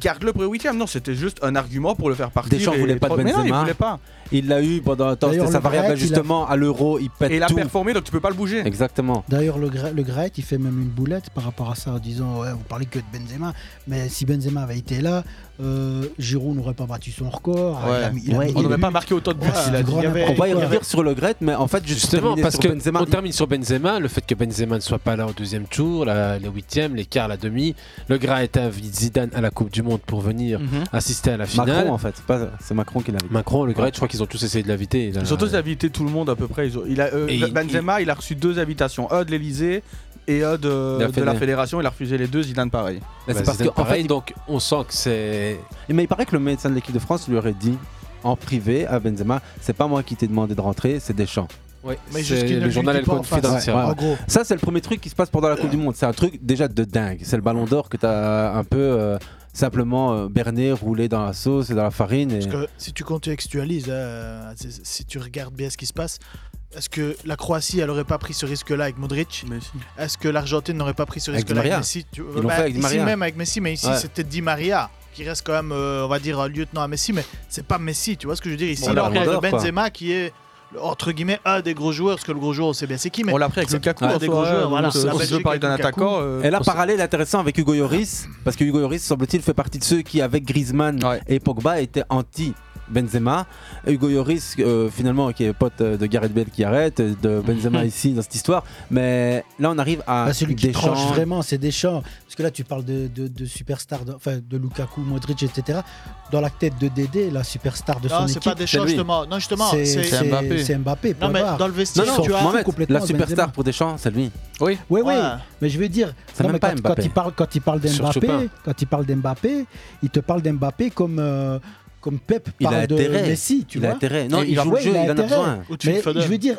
Speaker 12: garde-le pour le huitième. Non, c'était juste un argument pour le faire partir.
Speaker 8: Deschamps
Speaker 12: et
Speaker 8: voulait pas de
Speaker 12: trois- mais non, il
Speaker 8: Benzema.
Speaker 12: voulait pas.
Speaker 8: Il l'a eu pendant un temps,
Speaker 11: D'ailleurs,
Speaker 8: c'était sa
Speaker 11: le Brésil,
Speaker 8: variable
Speaker 11: il a-
Speaker 8: ajustement à l'euro, il pète
Speaker 12: Et il a
Speaker 8: tout.
Speaker 12: performé, donc tu peux pas le bouger.
Speaker 8: Exactement.
Speaker 11: D'ailleurs, le, Gre- le Graet, il fait même une boulette par rapport à ça en disant ouais, vous parlez que de Benzema, mais si Benzema avait été là, euh, Giroud n'aurait pas battu son record. Il a mis- il a mis
Speaker 12: on
Speaker 11: des
Speaker 12: n'aurait
Speaker 11: buts.
Speaker 12: pas marqué autant de buts.
Speaker 11: Ouais, c'est
Speaker 12: il a
Speaker 11: du
Speaker 12: dit,
Speaker 11: grand
Speaker 12: il y avait-
Speaker 8: On va y revenir sur le Gret, mais en fait, juste
Speaker 9: Justement,
Speaker 8: terminer
Speaker 9: parce
Speaker 8: sur
Speaker 9: que
Speaker 8: Benzema.
Speaker 9: on termine sur Benzema, le fait que Benzema ne soit pas là au deuxième tour, la, les huitièmes, les quarts, la demi, le gras est invite Zidane à la Coupe du Monde pour venir
Speaker 12: Mhm.
Speaker 9: assister à la finale.
Speaker 8: Macron, en fait, c'est pas- c'est Macron qui l'a vu.
Speaker 9: Macron, le Gret, je crois qu'ils ont tous essayé de l'inviter.
Speaker 8: Euh.
Speaker 9: il a-
Speaker 12: Ils ont tous invité tout le monde à peu près. Ils ont- il a, euh,
Speaker 9: Et il-
Speaker 12: Benzema, il... a reçu deux invitations, un de l'Elysée et un de,
Speaker 9: De la
Speaker 12: de la
Speaker 9: Fédé.
Speaker 12: fédération. Il a refusé les deux, Zidane pareil.
Speaker 8: Mais c'est
Speaker 9: Bah,
Speaker 8: parce
Speaker 9: Zidane,
Speaker 8: que, en
Speaker 9: pareil,
Speaker 8: fait,
Speaker 9: donc on sent que c'est.
Speaker 8: Mais il paraît que le médecin de l'équipe de France lui aurait dit en privé à Benzema c'est pas moi qui t'ai demandé de rentrer, c'est Deschamps.
Speaker 9: Ouais,
Speaker 8: C'est
Speaker 9: mais juste qu'il ne
Speaker 8: le
Speaker 9: lui
Speaker 8: journal
Speaker 9: dit
Speaker 8: est
Speaker 9: pas en face.
Speaker 8: confidentiel.
Speaker 9: Ouais, en gros.
Speaker 8: Ça, c'est le premier truc qui se passe pendant la Coupe du Monde. C'est un truc déjà de dingue. C'est le ballon d'or que t'as un peu. euh, simplement euh, berner, rouler dans la sauce et dans la farine. Et...
Speaker 13: Parce que si tu contextualises, euh, si- si tu regardes bien ce qui se passe, est-ce que la Croatie, elle aurait pas pris ce risque-là avec Modric Est-ce que l'Argentine n'aurait pas pris ce
Speaker 8: Avec
Speaker 13: risque-là
Speaker 8: Di
Speaker 13: avec
Speaker 8: Maria.
Speaker 13: Messi tu- bah,
Speaker 8: Ils l'ont fait avec Di
Speaker 13: ici
Speaker 8: Maria.
Speaker 13: même avec Messi, mais ici
Speaker 8: Ouais.
Speaker 13: c'était Di Maria qui reste quand même, euh, on va dire, un lieutenant à Messi, mais c'est pas Messi, tu vois ce que je veux dire Ici,
Speaker 8: On
Speaker 13: il
Speaker 8: l'a
Speaker 13: a
Speaker 8: pris avec Benzema,
Speaker 13: Benzema qui est entre guillemets un des gros joueurs, parce que le gros joueur, on sait bien c'est qui, mais
Speaker 12: On l'a pris avec
Speaker 13: c'est
Speaker 12: Lukaku,
Speaker 13: un
Speaker 12: en
Speaker 13: des
Speaker 12: soi,
Speaker 13: gros
Speaker 12: euh,
Speaker 13: joueurs. hein, Voilà,
Speaker 12: on se-
Speaker 13: La
Speaker 12: on se
Speaker 13: Belgique
Speaker 12: parle
Speaker 13: avec
Speaker 12: d'un
Speaker 13: Lukaku.
Speaker 12: attaquant, euh,
Speaker 8: Elle a parallèle intéressant avec Hugo Lloris, parce que Hugo Lloris, semble-t-il, fait partie de ceux qui, avec Griezmann et Pogba, étaient anti. Benzema, Hugo Lloris euh, finalement qui est pote euh, de Gareth Bale qui arrête, euh, de Benzema ici dans cette histoire, mais là on arrive à
Speaker 11: Bah, celui qui
Speaker 8: Deschamps.
Speaker 11: tranche vraiment, c'est Deschamps. Parce que là, tu parles de, de, de superstar, de, enfin de Lukaku, Modric, etc. Dans la tête de Dédé, la superstar de son
Speaker 13: Non,
Speaker 11: équipe.
Speaker 13: c'est pas Ah, Deschamps, justement. Non, justement,
Speaker 11: c'est
Speaker 13: c'est-
Speaker 11: c'est-
Speaker 13: C'est Mbappé.
Speaker 11: C'est Mbappé.
Speaker 13: Non,
Speaker 11: point
Speaker 13: mais
Speaker 11: barre.
Speaker 13: dans le vestiaire,
Speaker 11: Ils s'en
Speaker 13: tu vois,
Speaker 11: foutent
Speaker 13: Mohamed,
Speaker 11: complètement
Speaker 8: la
Speaker 11: de
Speaker 8: superstar
Speaker 11: Benzema.
Speaker 8: pour Deschamps, c'est lui.
Speaker 12: Oui,
Speaker 11: Oui, oui,
Speaker 8: Ouais.
Speaker 11: mais je veux dire,
Speaker 8: C'est
Speaker 11: non,
Speaker 8: même
Speaker 11: mais
Speaker 8: pas
Speaker 11: quand,
Speaker 8: Mbappé.
Speaker 11: quand il parle, quand il parle
Speaker 8: Sur
Speaker 11: d'Mbappé,
Speaker 8: Chopin.
Speaker 11: quand il parle d'Mbappé, il te parle d'Mbappé comme euh, comme Pep
Speaker 8: Il a
Speaker 11: parle de
Speaker 8: intérêt.
Speaker 11: Messi, tu
Speaker 8: Il a
Speaker 11: vois.
Speaker 8: intérêt. Non, il joue le
Speaker 11: ouais,
Speaker 8: jeu, il en a
Speaker 11: intérêt.
Speaker 8: besoin. Ou tu le
Speaker 11: Mais
Speaker 8: fais
Speaker 11: je veux dire,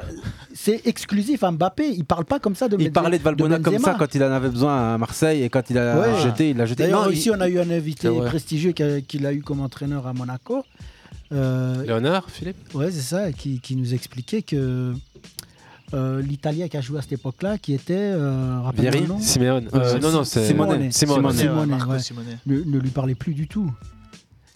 Speaker 11: c'est exclusif à Mbappé. Il parle pas comme ça de
Speaker 8: Il parlait de Valbuena comme ça
Speaker 11: Benzema.
Speaker 8: quand il en avait besoin à Marseille et quand il a
Speaker 11: Ouais.
Speaker 8: jeté, il l'a jeté.
Speaker 11: D'ailleurs,
Speaker 8: Non,
Speaker 11: ici,
Speaker 8: il-
Speaker 11: on a eu un
Speaker 8: C'est
Speaker 11: invité
Speaker 8: vrai.
Speaker 11: prestigieux qui a- qu'il a, eu comme entraîneur à Monaco. Euh,
Speaker 9: Léonard, Philippe
Speaker 11: Ouais, c'est ça, qui, qui nous expliquait que euh, l'Italien qui a joué à cette époque-là, qui était. Euh, rappelle-moi
Speaker 9: Vieri
Speaker 11: le nom.
Speaker 9: Simeone. Euh, non, non, c'est- Simone. Simone. Simone,
Speaker 13: Marco
Speaker 11: ouais.
Speaker 13: Simone.
Speaker 11: Ne, ne lui parlait plus du tout.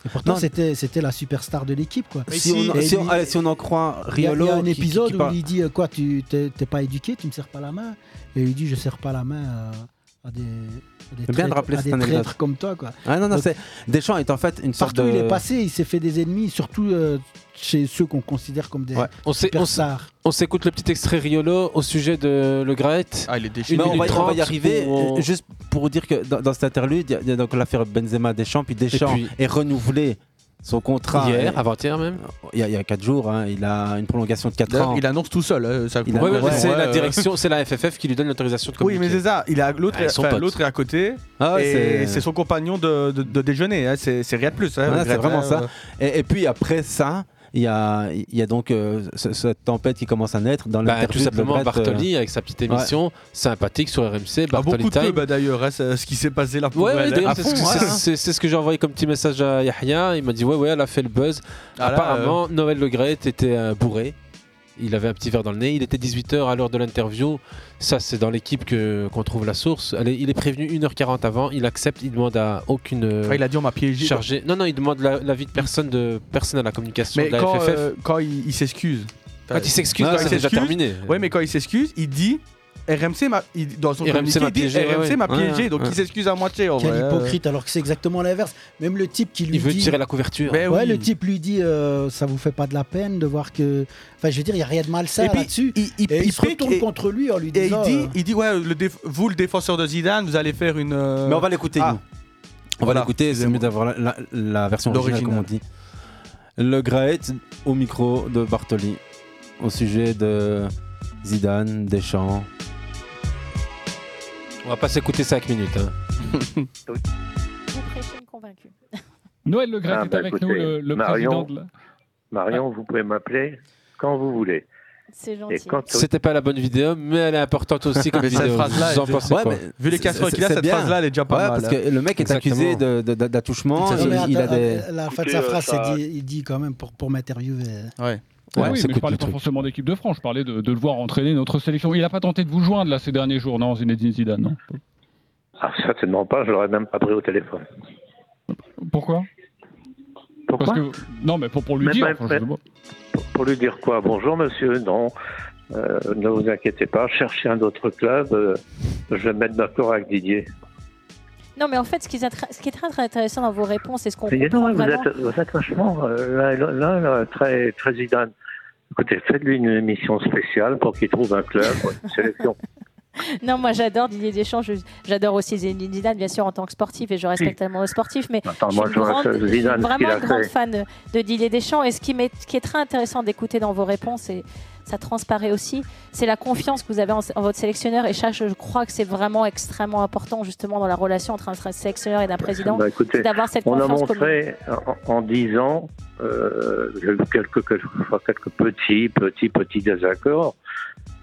Speaker 11: Et pourtant,
Speaker 8: Non.
Speaker 11: c'était c'était la superstar de l'équipe. quoi.
Speaker 8: si, on,
Speaker 11: Et
Speaker 8: si on-
Speaker 11: lui-
Speaker 8: allez, si on en croit
Speaker 11: il y a-
Speaker 8: Riolo,
Speaker 11: il y a un
Speaker 8: qui- qui- qui
Speaker 11: épisode où
Speaker 8: parle-
Speaker 11: il dit euh, quoi tu t'es t'es pas éduqué tu me sers pas la main et il dit je sers pas la main euh, à des à des,
Speaker 8: J'aime bien de
Speaker 11: traîtres-
Speaker 8: rappeler
Speaker 11: à
Speaker 8: cette
Speaker 11: des
Speaker 8: anecdote.
Speaker 11: traîtres comme toi quoi
Speaker 8: Ah non, non,
Speaker 11: Donc,
Speaker 8: c'est. Deschamps est en fait une sorte
Speaker 11: partout
Speaker 8: de.
Speaker 11: où il est passé il s'est fait des ennemis surtout euh, chez ceux qu'on considère comme des
Speaker 9: Ouais. On s'é- on s'é-
Speaker 11: superstars
Speaker 9: on s'écoute le petit extrait Riolo au sujet de Le Graet.
Speaker 12: Ah, il est déchiré.
Speaker 8: Mais on, va, on va y
Speaker 9: 30,
Speaker 8: arriver.
Speaker 9: on-
Speaker 8: euh, Juste pour vous dire que dans, dans cette interlude, il y a- il y, a donc l'affaire Benzema Deschamps, puis Deschamps
Speaker 9: puis-
Speaker 8: est renouvelé son contrat.
Speaker 9: Hier,
Speaker 8: Et-
Speaker 9: avant-hier même.
Speaker 8: Il y a- il y a 4 jours, hein, il a une prolongation de 4
Speaker 12: D'ailleurs,
Speaker 8: ans.
Speaker 12: il annonce tout seul. euh, ça-
Speaker 8: Il a-
Speaker 12: Ouais,
Speaker 8: ouais,
Speaker 12: ouais,
Speaker 8: ouais,
Speaker 9: C'est
Speaker 12: ouais,
Speaker 9: la
Speaker 12: ouais.
Speaker 9: direction, c'est la FFF qui lui donne l'autorisation de
Speaker 12: Oui,
Speaker 9: communiquer.
Speaker 12: mais c'est ça. Il a l'autre,
Speaker 9: Ah,
Speaker 12: est-
Speaker 9: ils sont
Speaker 12: enfin,
Speaker 9: potes.
Speaker 12: l'autre est à côté.
Speaker 8: Ah ouais,
Speaker 12: et
Speaker 8: c'est-
Speaker 12: c'est son compagnon de, de- de déjeuner. hein, C'est c'est rien de plus. hein,
Speaker 8: Voilà,
Speaker 12: Greta,
Speaker 8: c'est vraiment
Speaker 12: euh,
Speaker 8: ça. Et, et puis après ça, il y a, il y a donc euh, ce- cette tempête qui commence à naître dans
Speaker 9: Bah,
Speaker 8: l'interview
Speaker 9: tout
Speaker 8: de
Speaker 9: simplement,
Speaker 8: Le Bret, euh,
Speaker 9: Bartoli avec sa petite émission sympathique sur RMC,
Speaker 12: Ah,
Speaker 9: Bartoli
Speaker 12: beaucoup de
Speaker 9: Time.
Speaker 12: peu, bah, d'ailleurs, hein, c'est- ce qui s'est passé là pour
Speaker 9: Ouais, ouais,
Speaker 12: elle,
Speaker 9: d'ailleurs,
Speaker 12: à
Speaker 9: c'est ce
Speaker 12: fond,
Speaker 9: que-
Speaker 12: hein.
Speaker 9: c'est- c'est c'est ce que j'ai envoyé comme petit message à Yahya. Il m'a dit Ouais, ouais, elle a fait le buzz.
Speaker 12: Ah là,
Speaker 9: Apparemment, Noël Le Gret était euh, bourré. Il avait un petit verre dans le nez. Il était 18h à l'heure de l'interview. Ça, c'est dans l'équipe que- qu'on trouve la source. Elle est- il est prévenu 1h40 avant. Il accepte. Il demande à aucune. euh,
Speaker 12: Ah, il a dit on m'a piégé.
Speaker 9: chargée- Non, non, il demande la- l'avis de personne, de personne à la communication
Speaker 12: Mais
Speaker 9: de la
Speaker 12: quand,
Speaker 9: FFF.
Speaker 12: euh, quand il, il s'excuse.
Speaker 9: Quand il s'excuse,
Speaker 12: Quand
Speaker 9: ouais,
Speaker 12: il
Speaker 9: c'est déjà
Speaker 12: s'excuse,
Speaker 9: terminé.
Speaker 12: Ouais, mais quand il s'excuse, il dit RMC m'a il- dans son
Speaker 9: RMC
Speaker 12: communiqué,
Speaker 9: m'a
Speaker 12: il dit,
Speaker 9: piégé,
Speaker 12: RMC m'a
Speaker 9: ouais.
Speaker 12: piégé, donc
Speaker 9: Ouais.
Speaker 12: il s'excuse à moitié. en
Speaker 11: Quel
Speaker 12: vrai, euh.
Speaker 11: hypocrite, alors que c'est exactement l'inverse. Même le type qui lui
Speaker 9: veut
Speaker 11: dit-
Speaker 9: tirer la couverture. Mais
Speaker 11: ouais,
Speaker 12: Ben
Speaker 9: oui.
Speaker 11: le type lui dit euh, ça vous fait pas de la peine de voir que. Enfin, je veux dire, il y a rien de malsain
Speaker 12: Et puis,
Speaker 11: là-dessus.
Speaker 12: Il,
Speaker 11: et il,
Speaker 12: il
Speaker 11: se
Speaker 12: pique
Speaker 11: retourne
Speaker 12: et-
Speaker 11: contre lui en lui
Speaker 12: Et il
Speaker 11: disant.
Speaker 12: dit,
Speaker 11: euh,
Speaker 12: il dit ouais, le déf- vous le défenseur de Zidane, vous allez faire une. euh,
Speaker 8: Mais on va l'écouter,
Speaker 12: Ah.
Speaker 8: nous. On va l'écouter, c'est mieux d'avoir la, la- la version originale, comme on dit. Le Graet au micro de Bartoli, au sujet de Zidane, Deschamps.
Speaker 9: On va pas s'écouter 5 minutes. hein.
Speaker 17: Vous prêchez convaincu.
Speaker 18: Noël Le Gret
Speaker 19: Ah,
Speaker 18: est
Speaker 19: bah,
Speaker 18: avec
Speaker 19: écoutez,
Speaker 18: nous, le, le président
Speaker 19: Marion.
Speaker 18: de la- Ah.
Speaker 19: Marion, vous pouvez m'appeler quand vous voulez.
Speaker 17: C'est
Speaker 19: Et
Speaker 17: gentil.
Speaker 19: quand
Speaker 9: C'était pas la bonne vidéo, mais elle est importante aussi comme
Speaker 12: Mais cette
Speaker 9: vidéo.
Speaker 12: phrase-là,
Speaker 9: Vous en
Speaker 12: elle-
Speaker 9: pensez
Speaker 12: Ouais,
Speaker 9: quoi
Speaker 12: mais vu les casseroles
Speaker 8: C'est-
Speaker 12: qu'il a,
Speaker 8: c'est
Speaker 12: cette
Speaker 8: bien.
Speaker 12: phrase-là, elle est déjà pas
Speaker 8: Ouais,
Speaker 12: mal,
Speaker 8: Parce que
Speaker 12: hein.
Speaker 8: le mec est
Speaker 12: Exactement.
Speaker 8: accusé de- de- de- d'attouchement.
Speaker 11: Non, mais
Speaker 8: il- il a
Speaker 11: attends,
Speaker 8: des-
Speaker 11: attends, La fin de sa
Speaker 18: Écoutez,
Speaker 11: phrase,
Speaker 18: euh, ça-
Speaker 11: c'est dit- il dit quand même pour, pour m'interviewer.
Speaker 12: Ouais.
Speaker 18: Ah oui, mais je parlais pas forcément d'équipe de France, je parlais de, de le voir entraîner notre sélection. Il a pas tenté de vous joindre là ces derniers jours, non, Zinedine Zidane, non
Speaker 19: Ah, certainement pas, je l'aurais même pas pris au téléphone.
Speaker 18: Pourquoi
Speaker 19: Pourquoi
Speaker 18: Parce que vous- Non, mais pour, pour lui
Speaker 19: Mais-
Speaker 18: dire.
Speaker 19: mais-
Speaker 18: enfin, je sais
Speaker 19: mais-
Speaker 18: pas.
Speaker 19: Pour, pour lui dire quoi Bonjour monsieur, non, euh, ne vous inquiétez pas, cherchez un autre club, euh, je vais me mettre d'accord avec Didier.
Speaker 17: Non, mais en fait, ce qui, est attra- ce qui est très, très intéressant dans vos réponses, c'est ce qu'on
Speaker 19: Mais
Speaker 17: comprend
Speaker 19: non, vous,
Speaker 17: vraiment.
Speaker 19: êtes, vous êtes vachement euh, là, là, là, très, très Zidane. Écoutez, faites-lui une émission spéciale pour qu'il trouve un club, une sélection.
Speaker 17: Non, moi j'adore Didier Deschamps, je- j'adore aussi Zinedine Zidane, bien sûr, en tant que sportif, et je respecte tellement le sportif, mais
Speaker 19: Attends,
Speaker 17: je suis
Speaker 19: moi,
Speaker 17: une
Speaker 19: je vois
Speaker 17: grande-
Speaker 19: que
Speaker 17: je suis
Speaker 19: Zidane, ce qu'il
Speaker 17: vraiment
Speaker 19: a
Speaker 17: une grande
Speaker 19: fait.
Speaker 17: fan de, de Didier Deschamps, et ce qui, m'est- ce qui est très intéressant d'écouter dans vos réponses, et ça transparaît aussi, c'est la confiance que vous avez en, en votre sélectionneur, et ça, je je crois que c'est vraiment extrêmement important, justement, dans la relation entre un tra- sélectionneur et d'un président,
Speaker 19: Bah, écoutez,
Speaker 17: c'est d'avoir cette
Speaker 19: on a
Speaker 17: confiance commune.
Speaker 19: montré en, en 10 ans euh, j'ai eu quelques, quelques, quelques petits, petits, petits désaccords,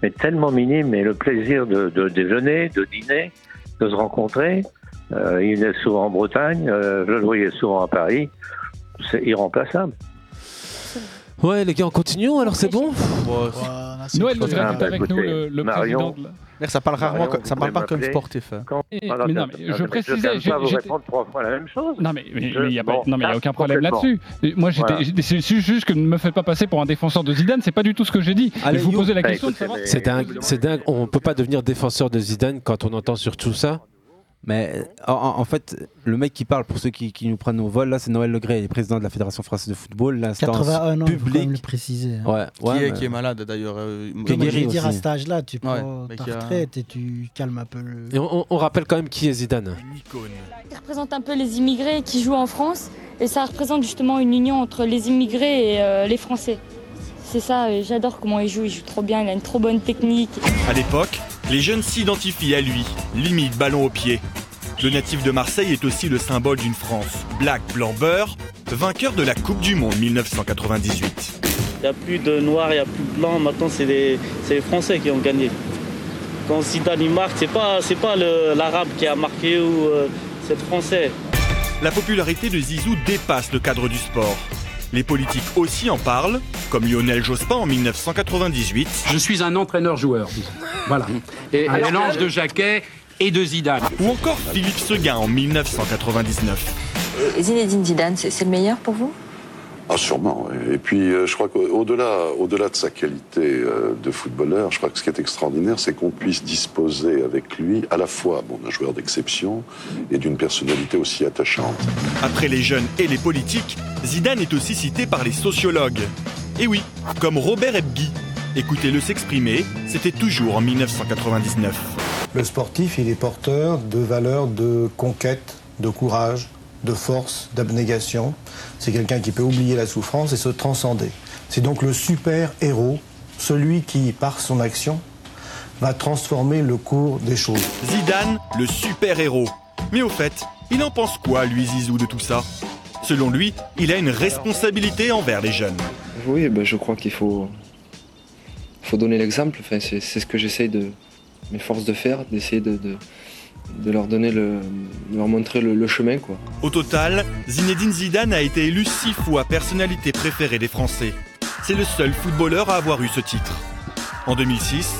Speaker 19: mais tellement minimes, et le plaisir de, de déjeuner, de dîner, de se rencontrer, Euh, il venait souvent en Bretagne, euh, je le voyais souvent à Paris. C'est irremplaçable.
Speaker 9: Ouais, les gars, on continue alors, c'est bon
Speaker 18: Noël Le Gret est
Speaker 19: Ah,
Speaker 18: avec
Speaker 19: écoutez,
Speaker 18: nous, le, le
Speaker 19: Marion,
Speaker 18: président de la-
Speaker 2: Merde, ça parle rarement,
Speaker 19: Marion,
Speaker 2: comme- ça
Speaker 19: vous
Speaker 2: parle pas
Speaker 19: pouvez
Speaker 2: comme
Speaker 19: m'appeler
Speaker 2: sportif. hein.
Speaker 19: quand-
Speaker 18: Et-
Speaker 19: Voilà,
Speaker 18: mais non,
Speaker 19: comme
Speaker 18: mais
Speaker 19: ça,
Speaker 18: je
Speaker 19: mais
Speaker 18: précisais,
Speaker 19: Je ne pas
Speaker 18: j'ai-
Speaker 19: vous
Speaker 18: j'étais-
Speaker 19: répondre trois fois la même chose.
Speaker 18: Non mais mais-
Speaker 19: Je
Speaker 18: mais il n'y a, pas-
Speaker 19: m'en
Speaker 18: non, mais il y a
Speaker 19: tape
Speaker 18: aucun problème
Speaker 19: complètement.
Speaker 18: là-dessus. Et Moi j'étais,
Speaker 19: Voilà.
Speaker 18: j'étais- c'est c'est juste que ne me faites pas passer pour un défenseur de Zidane, c'est pas du tout ce que j'ai dit.
Speaker 9: Allez,
Speaker 18: je vous
Speaker 9: you.
Speaker 18: posais la
Speaker 9: Bah,
Speaker 18: question de
Speaker 9: écoutez,
Speaker 18: savoir.
Speaker 9: mais- C'est dingue, c'est dingue. On peut pas devenir défenseur de Zidane quand on entend sur tout ça.
Speaker 8: Mais en, en- en fait, le mec qui parle, pour ceux qui, qui nous prennent au vol, là, c'est Noël Legret, il est président de la Fédération française de football, l'instance
Speaker 11: 81 ans, il faut quand
Speaker 8: publique.
Speaker 11: même le préciser. hein.
Speaker 8: Ouais,
Speaker 12: Qui,
Speaker 8: ouais,
Speaker 12: est,
Speaker 8: mais-
Speaker 12: qui est malade d'ailleurs. euh,
Speaker 11: Je
Speaker 12: Mohamed
Speaker 11: veux dire, à
Speaker 12: Jacobs.
Speaker 11: cet âge-là, tu prends
Speaker 12: Ouais, mais
Speaker 11: ta
Speaker 12: qui a-
Speaker 11: retraite et tu calmes un peu le...
Speaker 9: Et on, on- on rappelle quand même qui est Zidane.
Speaker 20: Il représente un peu les immigrés qui jouent en France et ça représente justement une union entre les immigrés et euh, les Français. C'est ça, et j'adore comment il joue, il joue trop bien, il a une trop bonne technique.
Speaker 21: À l'époque, les jeunes s'identifient à lui, limite ballon au pied. Le natif de Marseille est aussi le symbole d'une France black, blanc, beurre, vainqueur de la Coupe du Monde 1998.
Speaker 22: Il n'y a plus de noir, il n'y a plus de blanc. Maintenant, c'est les, c'est les Français qui ont gagné. Quand Zidane il marque, c'est pas, c'est pas le- l'arabe qui a marqué ou euh, c'est le français.
Speaker 21: La popularité de Zizou dépasse le cadre du sport. Les politiques aussi en parlent, comme Lionel Jospin en 1998. Je suis un entraîneur-joueur. Voilà.
Speaker 23: Et un Alors mélange que- de
Speaker 21: Jacquet et de Zidane. Ou encore Philippe Seguin en 1999.
Speaker 24: Zinedine Zidane, c'est c'est le meilleur pour vous
Speaker 25: Ah, sûrement. oui. Et puis, euh, je crois qu'au-delà au-delà de sa qualité euh, de footballeur, je crois que ce qui est extraordinaire, c'est qu'on puisse disposer avec lui à la fois bon, d'un joueur d'exception et d'une personnalité aussi attachante.
Speaker 21: Après les jeunes et les politiques, Zidane est aussi cité par les sociologues. Et oui, comme Robert Ebguy. Écoutez-le s'exprimer, c'était toujours en 1999.
Speaker 26: Le sportif, il est porteur de valeurs de conquête, de courage, de force, d'abnégation. C'est quelqu'un qui peut oublier la souffrance et se transcender. C'est donc le super-héros, celui qui, par son action, va transformer le cours des choses.
Speaker 21: Zidane, le super-héros. Mais au fait, il en pense quoi, lui, Zizou, de tout ça Selon lui, il a une responsabilité envers les jeunes.
Speaker 27: Oui, ben, je crois qu'il faut, faut donner l'exemple. Enfin, c'est c'est ce que j'essaye de mes forces de faire, d'essayer de, de- de leur donner le, de leur montrer le, le chemin, quoi.
Speaker 21: Au total, Zinedine Zidane a été élu six fois personnalité préférée des Français. C'est le seul footballeur à avoir eu ce titre. En 2006,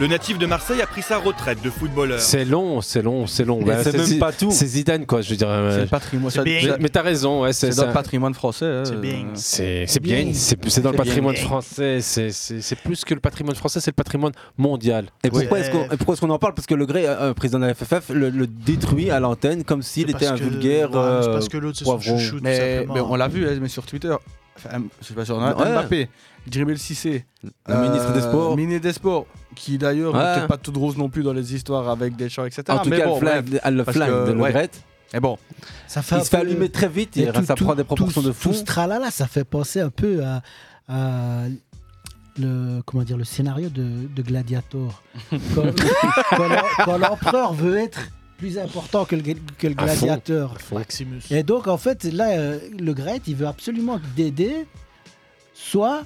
Speaker 21: le natif de Marseille a pris sa retraite de footballeur.
Speaker 9: C'est long, c'est long, c'est long.
Speaker 21: Et
Speaker 9: Bah,
Speaker 21: c'est même
Speaker 9: Zi-
Speaker 21: pas tout.
Speaker 9: C'est Zidane, quoi, je veux dire. euh,
Speaker 12: C'est le patrimoine-
Speaker 9: Mais-
Speaker 12: c'est-
Speaker 9: Mais t'as raison, ouais,
Speaker 12: C'est
Speaker 9: c'est
Speaker 12: dans
Speaker 9: ça.
Speaker 12: le patrimoine français. euh,
Speaker 9: hein. C'est c'est bien, c'est c'est dans le patrimoine français, c'est- c'est c'est plus que le patrimoine français, c'est le patrimoine mondial.
Speaker 8: Et pourquoi est-ce qu'on et pourquoi est-ce qu'on en parle Parce que le Grey, euh, euh, président de la FFF, le, le détruit à l'antenne comme s'il
Speaker 12: C'est
Speaker 8: était un
Speaker 12: parce que-
Speaker 8: vulgaire.
Speaker 12: bah, c'est
Speaker 8: euh,
Speaker 12: parce que l'autre, c'est son
Speaker 8: poivron.
Speaker 12: chouchou, tout Mais- simplement. mais on l'a vu, hein, mais sur Twitter. Enfin, euh, je sais pas si on a
Speaker 8: Ouais.
Speaker 12: Mbappé, Djibril Cissé, euh,
Speaker 8: Le ministre des Sports.
Speaker 12: ministre des Sports, qui d'ailleurs
Speaker 8: Ouais.
Speaker 12: n'est peut-être pas toute rose non plus dans les histoires avec Deschamps, etc.
Speaker 8: En tout
Speaker 12: mais
Speaker 8: cas, le
Speaker 12: bon,
Speaker 8: flingue,
Speaker 12: bref,
Speaker 8: le
Speaker 12: parce
Speaker 8: flingue
Speaker 12: que,
Speaker 8: de Le
Speaker 12: ouais.
Speaker 8: Gret.
Speaker 12: Et bon,
Speaker 11: Ça
Speaker 8: il se fait allumer très vite,
Speaker 11: et
Speaker 8: il,
Speaker 11: tout-
Speaker 8: ça
Speaker 11: tout-
Speaker 8: prend des
Speaker 11: tout-
Speaker 8: proportions de fou.
Speaker 11: Tout ce tralala, ça fait penser un peu à, à le, comment dire, le scénario de, de Gladiator. quand quand l'em- quand l'empereur veut être plus important que le, gu- que le
Speaker 13: À fond,
Speaker 11: gladiateur.
Speaker 13: à fond. Maximus.
Speaker 11: Et donc, en fait, là, euh, le Grette, il veut absolument que Dédé soit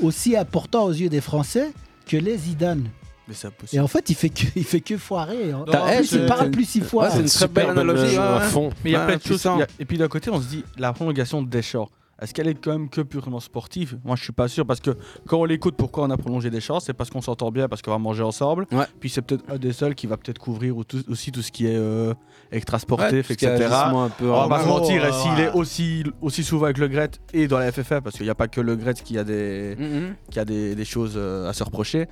Speaker 11: aussi important aux yeux des Français que les Zidane.
Speaker 12: Mais c'est
Speaker 11: Et en fait, il fait que, il fait que foirer. hein.
Speaker 12: T'as-
Speaker 11: En
Speaker 12: eh,
Speaker 11: plus, il
Speaker 12: c'est-
Speaker 11: parle
Speaker 12: c'est-
Speaker 11: plus six fois.
Speaker 12: ouais, c'est une très belle analogie. ouais, euh, ouais. Mais il y a plein de choses. hein. il y a- Et puis d'un côté, on se dit la prolongation de Deschamps. Est-ce qu'elle est quand même que purement sportive Moi, je suis pas sûr parce que quand on l'écoute, pourquoi on a prolongé Deschamps C'est parce qu'on s'entend bien, parce qu'on va manger ensemble. Puis c'est peut-être un des seuls qui va peut-être couvrir ou tout- aussi tout ce qui est euh,
Speaker 8: Ouais,
Speaker 12: extra-sportif,
Speaker 8: tout ce qui est
Speaker 12: etc.
Speaker 8: agissement un peu
Speaker 12: on va
Speaker 8: en
Speaker 12: pas se
Speaker 8: gros,
Speaker 12: mentir.
Speaker 8: euh,
Speaker 12: et s'il
Speaker 8: ouais.
Speaker 12: est aussi aussi souvent avec le Gret et dans la FFF, parce qu'il n'y a pas que le Gret qui a des
Speaker 8: Mm-hmm.
Speaker 12: qui a des, des choses euh, à se reprocher.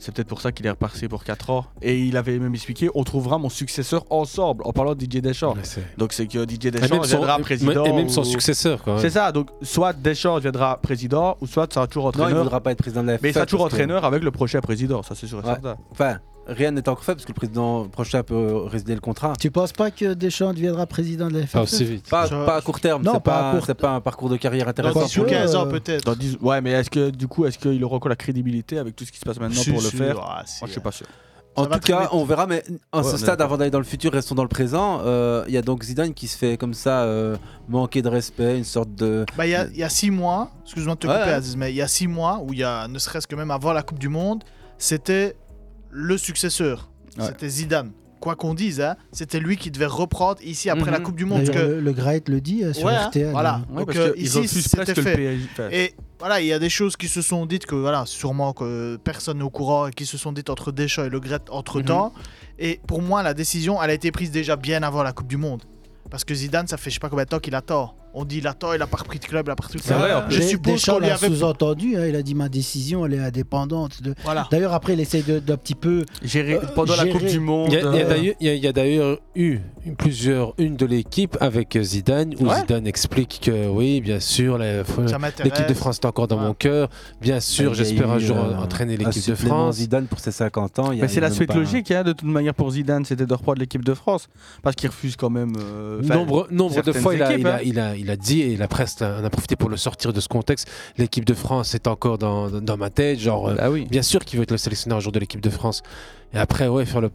Speaker 12: C'est peut-être pour ça qu'il est reparti pour 4 ans. Et il avait même expliqué on trouvera mon successeur ensemble, en parlant de DJ Deschamps. donc c'est que DJ Deschamps
Speaker 9: même son-
Speaker 12: deviendra
Speaker 9: et-
Speaker 12: président.
Speaker 9: et même
Speaker 12: ou-
Speaker 9: son successeur, quoi, ouais.
Speaker 12: C'est ça, donc soit Deschamps deviendra président, ou soit ça sera toujours
Speaker 8: Non,
Speaker 12: entraîneur.
Speaker 8: il ne voudra pas être président de la FFF.
Speaker 12: Mais il sera toujours
Speaker 8: parce que-
Speaker 12: entraîneur avec le prochain président, ça c'est sûr et
Speaker 8: Ouais.
Speaker 12: certain.
Speaker 8: Enfin, rien n'est encore fait parce que le président prochain peut résilier le contrat.
Speaker 11: Tu penses pas que Deschamps deviendra président de la FFF
Speaker 12: Ah,
Speaker 8: Pas, pas à court terme,
Speaker 11: Non,
Speaker 8: c'est
Speaker 11: pas à
Speaker 8: pas,
Speaker 11: court
Speaker 8: c'est pas un parcours de carrière intéressant.
Speaker 11: Dans dix ou Parce que, 15 ans, euh,
Speaker 12: peut-être. Ouais, mais est-ce que du coup, est-ce qu'il aura encore la crédibilité avec tout ce qui se passe maintenant
Speaker 8: Si,
Speaker 12: pour le
Speaker 8: si,
Speaker 12: faire
Speaker 8: ah,
Speaker 12: Moi je suis pas sûr.
Speaker 8: En
Speaker 12: Ça va
Speaker 8: tout
Speaker 12: très
Speaker 8: cas,
Speaker 12: vite.
Speaker 8: on verra, mais en
Speaker 12: Ouais, on
Speaker 8: ce
Speaker 12: est
Speaker 8: stade,
Speaker 12: d'accord.
Speaker 8: avant d'aller dans le futur, restons dans le présent. Euh, Il y a donc Zidane qui se fait comme ça euh, manquer de respect, une sorte de.
Speaker 13: Bah, il y, a- il y a six mois, excuse-moi de te
Speaker 8: Ouais,
Speaker 13: couper,
Speaker 8: ouais.
Speaker 13: Aziz, mais il y a six mois, ou il y a, ne serait-ce que même avant la Coupe du Monde, c'était le successeur.
Speaker 8: Ouais.
Speaker 13: C'était Zidane. quoi qu'on dise, hein, c'était lui qui devait reprendre ici après
Speaker 11: Mhm.
Speaker 13: la Coupe du Monde.
Speaker 11: D'ailleurs,
Speaker 13: que-
Speaker 11: Le, le Graet le dit euh, sur
Speaker 13: Mhm. Ouais, hein,
Speaker 11: RTL.
Speaker 13: Voilà.
Speaker 11: hein.
Speaker 13: Donc, euh, ici, c'était fait. Et voilà, il y a des choses qui se sont dites que voilà, sûrement que personne n'est au courant et qui se sont dites entre Deschamps et Le Gret entre temps. Et pour moi, la décision, elle a été prise déjà bien avant la Coupe du Monde. Parce que Zidane, ça fait je sais pas combien de temps qu'il attend. On dit il attend, il a pas repris de club, il a pas repris de club. je
Speaker 11: Des-
Speaker 13: suppose
Speaker 11: Deschamps
Speaker 13: qu'on lui
Speaker 11: l'a
Speaker 13: avait.
Speaker 11: sous-entendu. hein, il a dit ma décision, elle est indépendante. de- D'ailleurs, après, il essaie de- d'un petit peu
Speaker 12: Gérer-
Speaker 11: euh,
Speaker 12: pendant la Coupe
Speaker 11: gérer.
Speaker 12: du Monde,
Speaker 9: Il y a- il y a
Speaker 11: euh,
Speaker 9: d'ailleurs- il y a- il y a d'ailleurs eu plusieurs, une de l'équipe avec Zidane, où
Speaker 12: Ouais.
Speaker 9: Zidane explique que oui, bien sûr, la-
Speaker 12: m'intéresse.
Speaker 9: l'équipe de France est encore dans mon cœur. Bien sûr,
Speaker 8: Il y a
Speaker 9: j'espère un
Speaker 8: eu,
Speaker 9: jour
Speaker 8: euh,
Speaker 9: entraîner
Speaker 8: un
Speaker 9: l'équipe de
Speaker 8: supplément
Speaker 9: France.
Speaker 8: Zidane pour ses 50 ans. il y a-
Speaker 12: Mais
Speaker 8: il y
Speaker 12: c'est
Speaker 8: a
Speaker 12: la
Speaker 8: même
Speaker 12: suite
Speaker 8: pas un-
Speaker 12: logique, hein, de toute manière, pour Zidane, c'était de reprendre l'équipe de France. Parce qu'il refuse quand même. euh, enfin,
Speaker 9: nombre nombre de
Speaker 12: certaines
Speaker 9: fois, il a,
Speaker 12: équipes,
Speaker 9: il, a,
Speaker 12: hein.
Speaker 9: il, a, il a dit, et la presse en a profité pour le sortir de ce contexte, l'équipe de France est encore dans, dans- dans ma tête. Genre, euh,
Speaker 12: Ah
Speaker 9: Bien sûr qu'il veut être le sélectionneur un jour de l'équipe de France. Et après, ouais, faire le,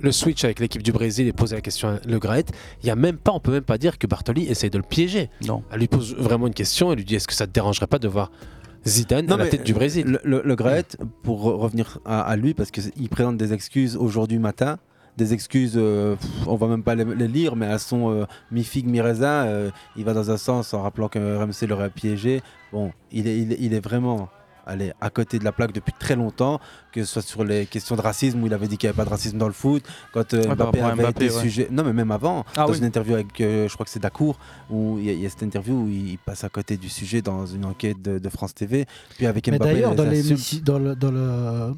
Speaker 9: le switch avec l'équipe du Brésil et poser la question à Le Graet, il y a même pas, on peut même pas dire que Bartoli essaye de le piéger.
Speaker 12: Non.
Speaker 9: Elle lui pose vraiment une question, elle lui dit est-ce que ça te dérangerait pas de voir Zidane
Speaker 8: Non,
Speaker 9: à la
Speaker 8: mais
Speaker 9: tête du Brésil
Speaker 8: Le, le, le Graet, pour re- revenir à, à lui, parce qu'il présente des excuses aujourd'hui matin, des excuses, euh, pff, on va même pas les, les lire, mais elles sont euh, mi-figue, mi-raisin. euh, il va dans un sens en rappelant que RMC l'aurait piégé. Bon, il est, il est, il est vraiment. allez, à côté de la plaque depuis très longtemps, que ce soit sur les questions de racisme où il avait dit qu'il n'y avait pas de racisme dans le foot, quand euh,
Speaker 12: Ouais, par
Speaker 8: Mbappé
Speaker 12: rapport à
Speaker 8: avait
Speaker 12: Mbappé,
Speaker 8: été
Speaker 12: ouais.
Speaker 8: sujet, non mais même avant,
Speaker 12: Ah
Speaker 8: dans
Speaker 12: oui.
Speaker 8: une interview avec, euh, je crois que c'est Dacour, où il y, a- il y a cette interview où il passe à côté du sujet dans une enquête de, de France TV, puis avec
Speaker 11: Mais
Speaker 8: Mbappé,
Speaker 11: d'ailleurs,
Speaker 8: les
Speaker 11: dans,
Speaker 8: insultes.
Speaker 11: l'émission- dans, le, dans, le-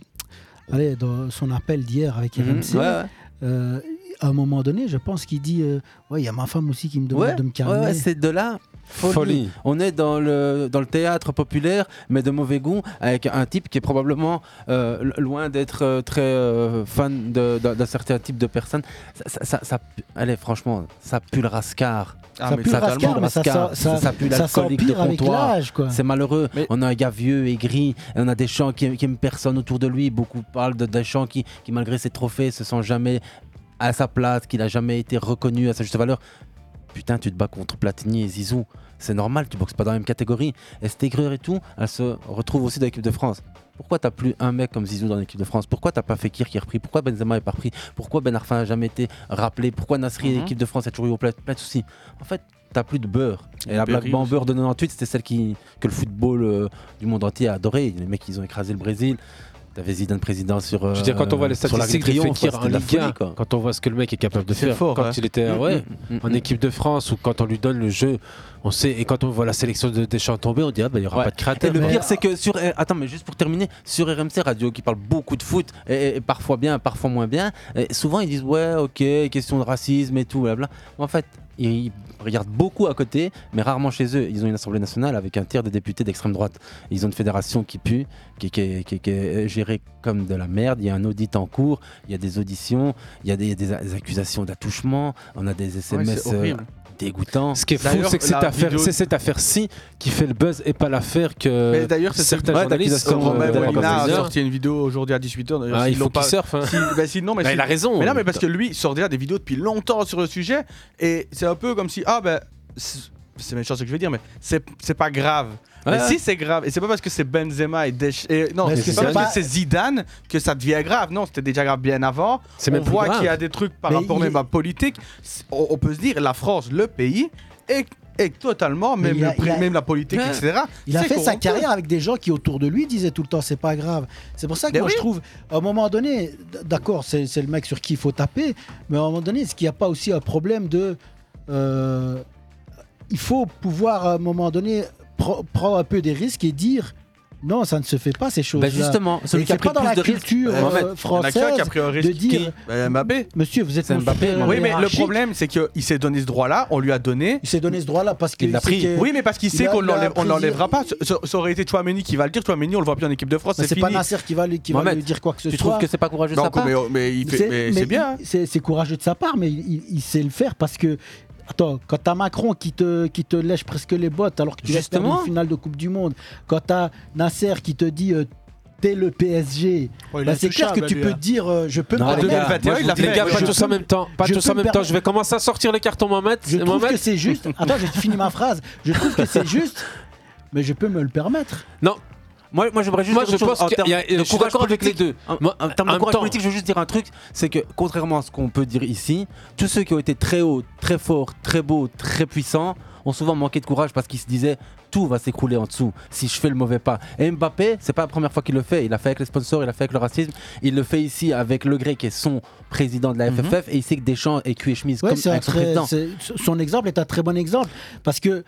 Speaker 11: allez, dans son appel d'hier avec
Speaker 8: Mhm,
Speaker 11: RMC,
Speaker 8: ouais, ouais.
Speaker 11: euh, à un moment donné, je pense qu'il dit euh, Ouais, il y a ma femme aussi qui me demande
Speaker 8: Ouais,
Speaker 11: de me calmer.
Speaker 8: ouais, ouais, c'est de là. Folie.
Speaker 11: Folie.
Speaker 8: On est dans le, dans le théâtre populaire, mais de mauvais goût, avec un type qui est probablement euh, l- loin d'être euh, très euh, fan de- d'un d'un certain type de personne. Ça, ça, ça- ça pu- allez, franchement, ça pue le rascar.
Speaker 11: Ah, Ça mais pue le rascar,
Speaker 8: pue le
Speaker 11: mais ça
Speaker 8: rascar.
Speaker 11: sent- ça-
Speaker 8: pue
Speaker 11: ça
Speaker 8: l'alcoolique
Speaker 11: s'empire
Speaker 8: de
Speaker 11: avec
Speaker 8: comptoir.
Speaker 11: l'âge, quoi.
Speaker 8: C'est malheureux. On a un gars vieux, aigri, et on a des gens qui, qui aiment personne autour de lui. Beaucoup parlent de Deschamps qui, qui, malgré ses trophées, se sent jamais à sa place, qu'il n'a jamais été reconnu à sa juste valeur. Putain, tu te bats contre Platini et Zizou. C'est normal, tu boxes pas dans la même catégorie. Et cette aigreur et tout, elle se retrouve aussi dans l'équipe de France. Pourquoi t'as plus un mec comme Zizou dans l'équipe de France Pourquoi t'as pas Fekir qui est repris Pourquoi Benzema est pas repris Pourquoi Ben Arfa n'a jamais été rappelé Pourquoi Nasri et
Speaker 12: Mhm.
Speaker 8: l'équipe de France a toujours eu au plein, plein de soucis En fait, t'as plus de beurre. Et la
Speaker 12: Berry
Speaker 8: Black Bamber de 98, c'était celle qui, que le football euh, du monde entier a adoré. Les mecs, ils ont écrasé le Brésil. T'avais Zidane président sur.
Speaker 9: Je veux dire, quand on voit les statistiques de Fekir en Ligue 1, quand on voit ce que le mec est capable de
Speaker 8: C'est
Speaker 9: faire,
Speaker 8: fort,
Speaker 9: quand
Speaker 8: hein.
Speaker 9: il était
Speaker 8: Mm,
Speaker 9: ouais,
Speaker 8: mm, mm,
Speaker 9: en
Speaker 8: mm.
Speaker 9: équipe de France ou quand on lui donne le jeu, on sait, et quand on voit la sélection de Deschamps tomber, on dit, ah ben il n'y aura pas de
Speaker 8: Et
Speaker 9: cratère.
Speaker 8: le
Speaker 9: Mais-
Speaker 8: pire, c'est que sur. eh, Attends, mais juste pour terminer, sur RMC Radio, qui parle beaucoup de foot, et, et- et parfois bien, parfois moins bien, et souvent ils disent Ouais, ok, question de racisme et tout, blabla. Mais En fait, ils ils regardent beaucoup à côté, mais rarement chez eux. Ils ont une assemblée nationale avec un tiers des députés d'extrême droite. Ils ont une fédération qui pue, qui, qui est- qui est- qui est euh, gérée comme de la merde. Il y a un audit en cours, il y a des auditions, il y a des, il y a des a- des accusations d'attouchement, on a des SMS euh,
Speaker 9: horrible.
Speaker 8: dégoûtants.
Speaker 9: Ce qui est fou, c'est que cette affaire, c'est cette affaire-ci qui fait le buzz et pas l'affaire que
Speaker 12: Mais d'ailleurs, c'est
Speaker 9: certains
Speaker 12: ouais,
Speaker 9: Euh, journalistes
Speaker 12: d'accusations,
Speaker 9: comme, euh,
Speaker 12: Romain
Speaker 9: Daniel
Speaker 12: Molina a
Speaker 9: Corbusier.
Speaker 12: sorti une vidéo aujourd'hui à 18h.
Speaker 9: Ah, il faut qu'il surfe, hein.
Speaker 12: non, mais
Speaker 9: Bah,
Speaker 12: si-
Speaker 9: il a raison.
Speaker 12: Mais non, mais parce que lui, il sort déjà des vidéos depuis longtemps sur le sujet. Et c'est un peu comme si, ah ben, c'est c'est méchant ce que je vais dire, mais c'est c'est pas grave.
Speaker 9: Ouais,
Speaker 12: mais
Speaker 9: ouais.
Speaker 12: si c'est grave, et c'est pas parce que c'est Benzema et, Desch- et- non,
Speaker 9: Mais est-ce
Speaker 12: c'est
Speaker 9: que
Speaker 12: pas
Speaker 9: c'est
Speaker 12: parce
Speaker 9: pas-
Speaker 12: que c'est Zidane que ça devient grave. Non, c'était déjà grave bien avant.
Speaker 9: C'est
Speaker 12: On
Speaker 9: même plus
Speaker 12: voit
Speaker 9: grave.
Speaker 12: qu'il y a des trucs par
Speaker 9: Mais
Speaker 12: rapport
Speaker 9: il-
Speaker 12: même à politique. C'est- On, on peut se dire, la France, le pays, est, est totalement,
Speaker 11: Mais
Speaker 12: même,
Speaker 11: il a-
Speaker 12: le pré-
Speaker 11: il a-
Speaker 12: même la politique,
Speaker 11: Ouais.
Speaker 12: etc.
Speaker 11: Il a
Speaker 12: c'est
Speaker 11: fait sa
Speaker 12: corrompu.
Speaker 11: carrière avec des gens qui autour de lui disaient tout le temps c'est pas grave. C'est pour ça que
Speaker 12: Ben
Speaker 11: moi
Speaker 12: oui.
Speaker 11: je trouve, à un moment donné, d- d'accord, c'est c'est le mec sur qui il faut taper, mais à un moment donné, est-ce qu'il n'y a pas aussi un problème de. euh, il faut pouvoir à un moment donné pre- prendre un peu des risques et dire. Non, ça ne se fait pas ces choses-là.
Speaker 8: Bah justement, celui
Speaker 11: Et
Speaker 8: qui a
Speaker 11: c'est
Speaker 8: pris
Speaker 11: pas dans
Speaker 8: plus
Speaker 11: la
Speaker 8: de risques,
Speaker 11: culture
Speaker 8: euh, Mohamed.
Speaker 11: euh,
Speaker 8: Il y en a
Speaker 11: française
Speaker 12: qui a pris un risque
Speaker 11: de dire
Speaker 12: qui Bah, Mbappé.
Speaker 11: Monsieur, vous êtes
Speaker 12: C'est
Speaker 11: mon
Speaker 12: Mbappé.
Speaker 11: supérieur
Speaker 12: Oui, mais le
Speaker 11: hiérarchique.
Speaker 12: problème, c'est qu'il s'est donné ce droit-là, on lui a donné.
Speaker 11: Il s'est donné ce droit-là parce qu'il
Speaker 12: l'a
Speaker 11: sait que-
Speaker 12: Oui, mais parce qu'il
Speaker 11: il
Speaker 12: sait
Speaker 11: a-
Speaker 12: qu'on
Speaker 11: il a
Speaker 12: l'enlève- on
Speaker 11: pris-
Speaker 12: l'enlèvera pas. Ce- ce- Ça aurait été Chouameni qui va le dire. Chouameni, on le voit plus en équipe de France.
Speaker 11: Mais
Speaker 12: C'est
Speaker 11: c'est pas
Speaker 12: fini.
Speaker 11: Nasser qui va lui, qui va
Speaker 12: Mohamed,
Speaker 11: lui dire quoi que ce
Speaker 12: tu
Speaker 11: soit.
Speaker 12: trouves que c'est pas courageux de Non, sa part mais- mais il fait- mais c'est
Speaker 11: il-
Speaker 12: bien. hein.
Speaker 11: C'est c'est courageux de sa part, mais il, il- il sait le faire parce que. Attends, quand t'as Macron qui te, qui te lèche presque les bottes alors que tu restes
Speaker 8: Justement.
Speaker 11: en finale de Coupe du Monde, quand t'as Nasser qui te dit euh, t'es le PSG,
Speaker 8: Oh, il
Speaker 11: bah,
Speaker 8: est
Speaker 11: c'est clair que
Speaker 8: intouchable,
Speaker 11: tu
Speaker 8: lui,
Speaker 11: peux
Speaker 8: hein.
Speaker 11: dire euh, je peux me
Speaker 9: Non, les
Speaker 11: permettre-
Speaker 9: gars, moi, je vous dis, les gars, pas
Speaker 11: Je
Speaker 9: tous
Speaker 11: peux-
Speaker 9: en même temps. Pas
Speaker 11: je
Speaker 9: tous en
Speaker 11: peux me
Speaker 9: même temps.
Speaker 11: permettre-
Speaker 9: Je vais commencer à sortir les cartons, Mohamed.
Speaker 11: je trouve
Speaker 9: Mohamed.
Speaker 11: que c'est juste. Attends, j'ai fini ma phrase. Je trouve que c'est juste, mais je peux me le permettre.
Speaker 9: Non.
Speaker 8: Moi, moi j'aimerais juste
Speaker 9: Moi,
Speaker 8: dire
Speaker 9: je
Speaker 8: une chose
Speaker 9: pense
Speaker 8: en
Speaker 9: qu'il
Speaker 8: termes
Speaker 9: y a- je
Speaker 8: de
Speaker 9: suis
Speaker 8: courage
Speaker 9: d'accord avec
Speaker 8: politique.
Speaker 9: les deux.
Speaker 8: En,
Speaker 9: Moi,
Speaker 8: en termes
Speaker 9: en
Speaker 8: de
Speaker 9: même
Speaker 8: courage
Speaker 9: temps-
Speaker 8: politique, je veux juste dire un truc, c'est que contrairement à ce qu'on peut dire ici, tous ceux qui ont été très hauts, très forts, très beaux, très puissants ont souvent manqué de courage parce qu'ils se disaient tout va s'écrouler en dessous si je fais le mauvais pas. Et Mbappé, c'est pas la première fois qu'il le fait. Il l'a fait avec les sponsors, il l'a fait avec le racisme, il le fait ici avec Le Grec qui est son président de la
Speaker 9: Mhm.
Speaker 8: FFF et il sait que Deschamps est cul et chemise
Speaker 11: Ouais,
Speaker 8: comme
Speaker 11: c'est un
Speaker 8: avec son
Speaker 11: très-
Speaker 8: président.
Speaker 11: c'est- son exemple est un très bon exemple parce que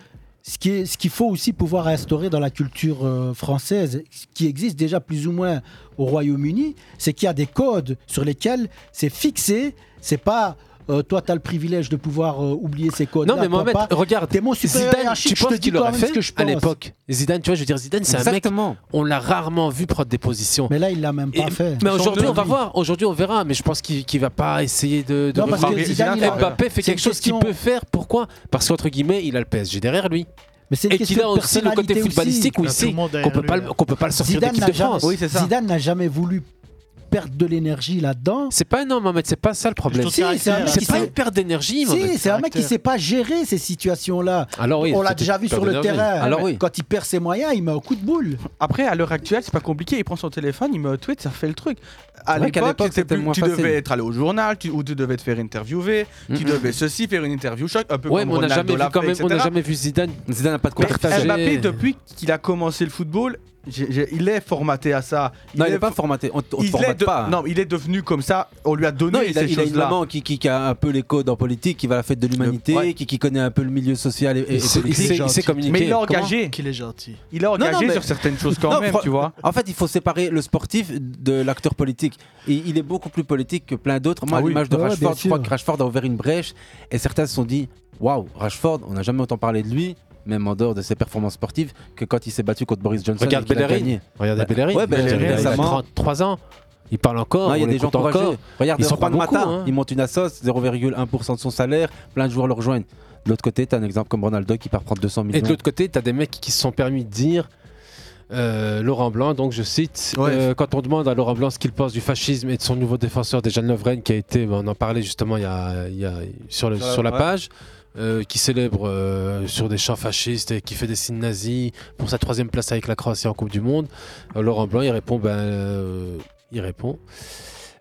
Speaker 11: ce qui est- ce qu'il faut aussi pouvoir instaurer dans la culture euh, française, ce qui existe déjà plus ou moins au Royaume-Uni, c'est qu'il y a des codes sur lesquels c'est fixé, c'est pas. euh, toi, tu as le privilège de pouvoir euh, oublier ces codes.
Speaker 9: Non, mais Mohamed, regarde,
Speaker 11: T'es mon supérieur
Speaker 9: Zidane,
Speaker 11: hiérarchique,
Speaker 9: tu
Speaker 11: je te
Speaker 9: penses
Speaker 11: dis
Speaker 9: qu'il
Speaker 11: quand
Speaker 9: aurait
Speaker 11: même
Speaker 9: fait
Speaker 11: ce que je
Speaker 9: à
Speaker 11: pense.
Speaker 9: l'époque Zidane, tu vois, je veux dire, Zidane, c'est un mec.
Speaker 8: Exactement.
Speaker 9: On l'a rarement vu prendre des positions.
Speaker 11: Mais là, il l'a même pas fait.
Speaker 9: Mais aujourd'hui, on va voir. Aujourd'hui, on verra. Mais je pense qu'il ne va pas essayer de. de
Speaker 11: Non, parce que
Speaker 9: reprendre.
Speaker 11: Zidane, il a-
Speaker 9: Mbappé fait
Speaker 11: c'est une
Speaker 9: quelque chose qu'il
Speaker 11: question-
Speaker 9: peut faire. Pourquoi Parce qu'entre guillemets, il a le PSG derrière lui.
Speaker 11: Mais c'est une
Speaker 9: Et qu'il a
Speaker 11: question de
Speaker 9: aussi le côté
Speaker 11: personnalité
Speaker 9: footballistique où il
Speaker 11: aussi.
Speaker 9: sait
Speaker 11: Tout le monde hein.
Speaker 9: qu'on
Speaker 11: derrière
Speaker 9: peut
Speaker 11: lui,
Speaker 9: pas
Speaker 11: là.
Speaker 9: le- qu'on peut pas le sortir de
Speaker 11: Zidane
Speaker 9: l'équipe
Speaker 11: n'a
Speaker 9: de
Speaker 11: jamais,
Speaker 9: France.
Speaker 11: Zidane n'a jamais voulu perdre de l'énergie là-dedans.
Speaker 9: C'est pas non, mais c'est pas ça le problème.
Speaker 11: Si, c'est un mec qui
Speaker 9: C'est pas
Speaker 11: sait-
Speaker 9: une perte d'énergie. Mohamed.
Speaker 11: Si, c'est un mec qui sait pas gérer ces situations-là.
Speaker 9: Alors oui,
Speaker 11: on l'a
Speaker 9: c'est
Speaker 11: déjà
Speaker 9: une
Speaker 11: vu
Speaker 9: perte
Speaker 11: sur le
Speaker 9: d'énergie.
Speaker 11: terrain.
Speaker 9: Alors oui.
Speaker 11: Quand il perd ses moyens, il met un coup de boule.
Speaker 12: Après, à l'heure actuelle, c'est pas compliqué. Il prend son téléphone, il met un tweet, ça fait le truc. À
Speaker 8: C'est vrai qu'à
Speaker 12: l'époque,
Speaker 8: l'époque,
Speaker 12: c'était
Speaker 8: c'était
Speaker 12: plus-
Speaker 8: moins
Speaker 12: tu
Speaker 8: facile.
Speaker 12: devais être allé au journal, tu- ou tu devais te faire interviewer, tu
Speaker 8: Mhm.
Speaker 12: devais ceci, faire une interview choc, un peu
Speaker 9: Ouais,
Speaker 12: comme
Speaker 9: mais on n'a
Speaker 12: Ronaldo
Speaker 9: jamais vu
Speaker 12: l'a
Speaker 9: quand
Speaker 12: fait,
Speaker 9: même. On n'a
Speaker 12: etc..
Speaker 9: jamais vu Zidane.
Speaker 8: Zidane n'a pas de
Speaker 9: partager.
Speaker 12: Mbappé, depuis qu'il a commencé le football, j'ai- j'ai- il est formaté à ça.
Speaker 8: Non, il est pas formaté. On te- on te
Speaker 12: il est
Speaker 8: formate
Speaker 12: de-
Speaker 8: pas.
Speaker 12: Non, il est devenu comme ça. On lui a donné
Speaker 8: Non, il a,
Speaker 12: ces
Speaker 8: il a une
Speaker 12: choses-là.
Speaker 8: maman qui, qui- qui a un peu les codes en politique, qui va à la fête de l'humanité, qui, qui connaît un peu le milieu social et, et- et
Speaker 12: Il sait-
Speaker 8: politique.
Speaker 12: il sait- il sait communiquer. Mais il est engagé.
Speaker 8: Comment
Speaker 13: Qu'il est gentil.
Speaker 12: Il est engagé
Speaker 8: Non, non, mais-
Speaker 12: sur certaines choses quand
Speaker 8: Non,
Speaker 12: même,
Speaker 8: fro-
Speaker 12: tu vois.
Speaker 8: En fait, il faut séparer le sportif de l'acteur politique. Et il est beaucoup plus politique que plein d'autres. Moi,
Speaker 12: Ah oui.
Speaker 8: l'image de
Speaker 12: Ouais,
Speaker 8: Rashford,
Speaker 12: bien
Speaker 8: je crois
Speaker 12: sûr.
Speaker 8: que Rashford a ouvert une brèche et certains se sont dit Waouh, Rashford, on n'a jamais autant parlé de lui. Même en dehors de ses performances sportives, que quand il s'est battu contre Boris Johnson.
Speaker 9: Regarde
Speaker 8: et qu'il a
Speaker 9: Bellerin.
Speaker 8: gagné.
Speaker 9: Regardez
Speaker 8: Bah,
Speaker 9: Bellerin.
Speaker 8: Ouais, Bellerin,
Speaker 9: Bellerin, il a
Speaker 8: récemment.
Speaker 9: 33 ans. Il parle encore.
Speaker 8: Non, il
Speaker 9: on
Speaker 8: y a des gens
Speaker 9: l'écoute
Speaker 8: courageux.
Speaker 9: encore.
Speaker 8: Regarde,
Speaker 9: Ils sont
Speaker 8: Juan
Speaker 9: pas beaucoup,
Speaker 8: Mata,
Speaker 9: hein.
Speaker 8: il monte une assoce, 0,1% de son salaire, plein de joueurs le rejoignent. De l'autre côté, t'as un exemple comme Ronaldo qui part prendre 200 millions.
Speaker 9: Et de l'autre côté, tu as des mecs qui se sont permis de dire. euh, Laurent Blanc, donc je cite, euh, quand on demande à Laurent Blanc ce qu'il pense du fascisme et de son nouveau défenseur Dejan Lovren, qui a été, on en parlait justement il y a, il y a- sur, le-
Speaker 8: Sur la-
Speaker 9: sur la
Speaker 8: ouais.
Speaker 9: page, euh, qui célèbre euh, sur des chants fascistes et qui fait des signes nazis pour sa troisième place avec la Croatie en Coupe du Monde. Euh, Laurent Blanc, il répond, ben, euh, il répond.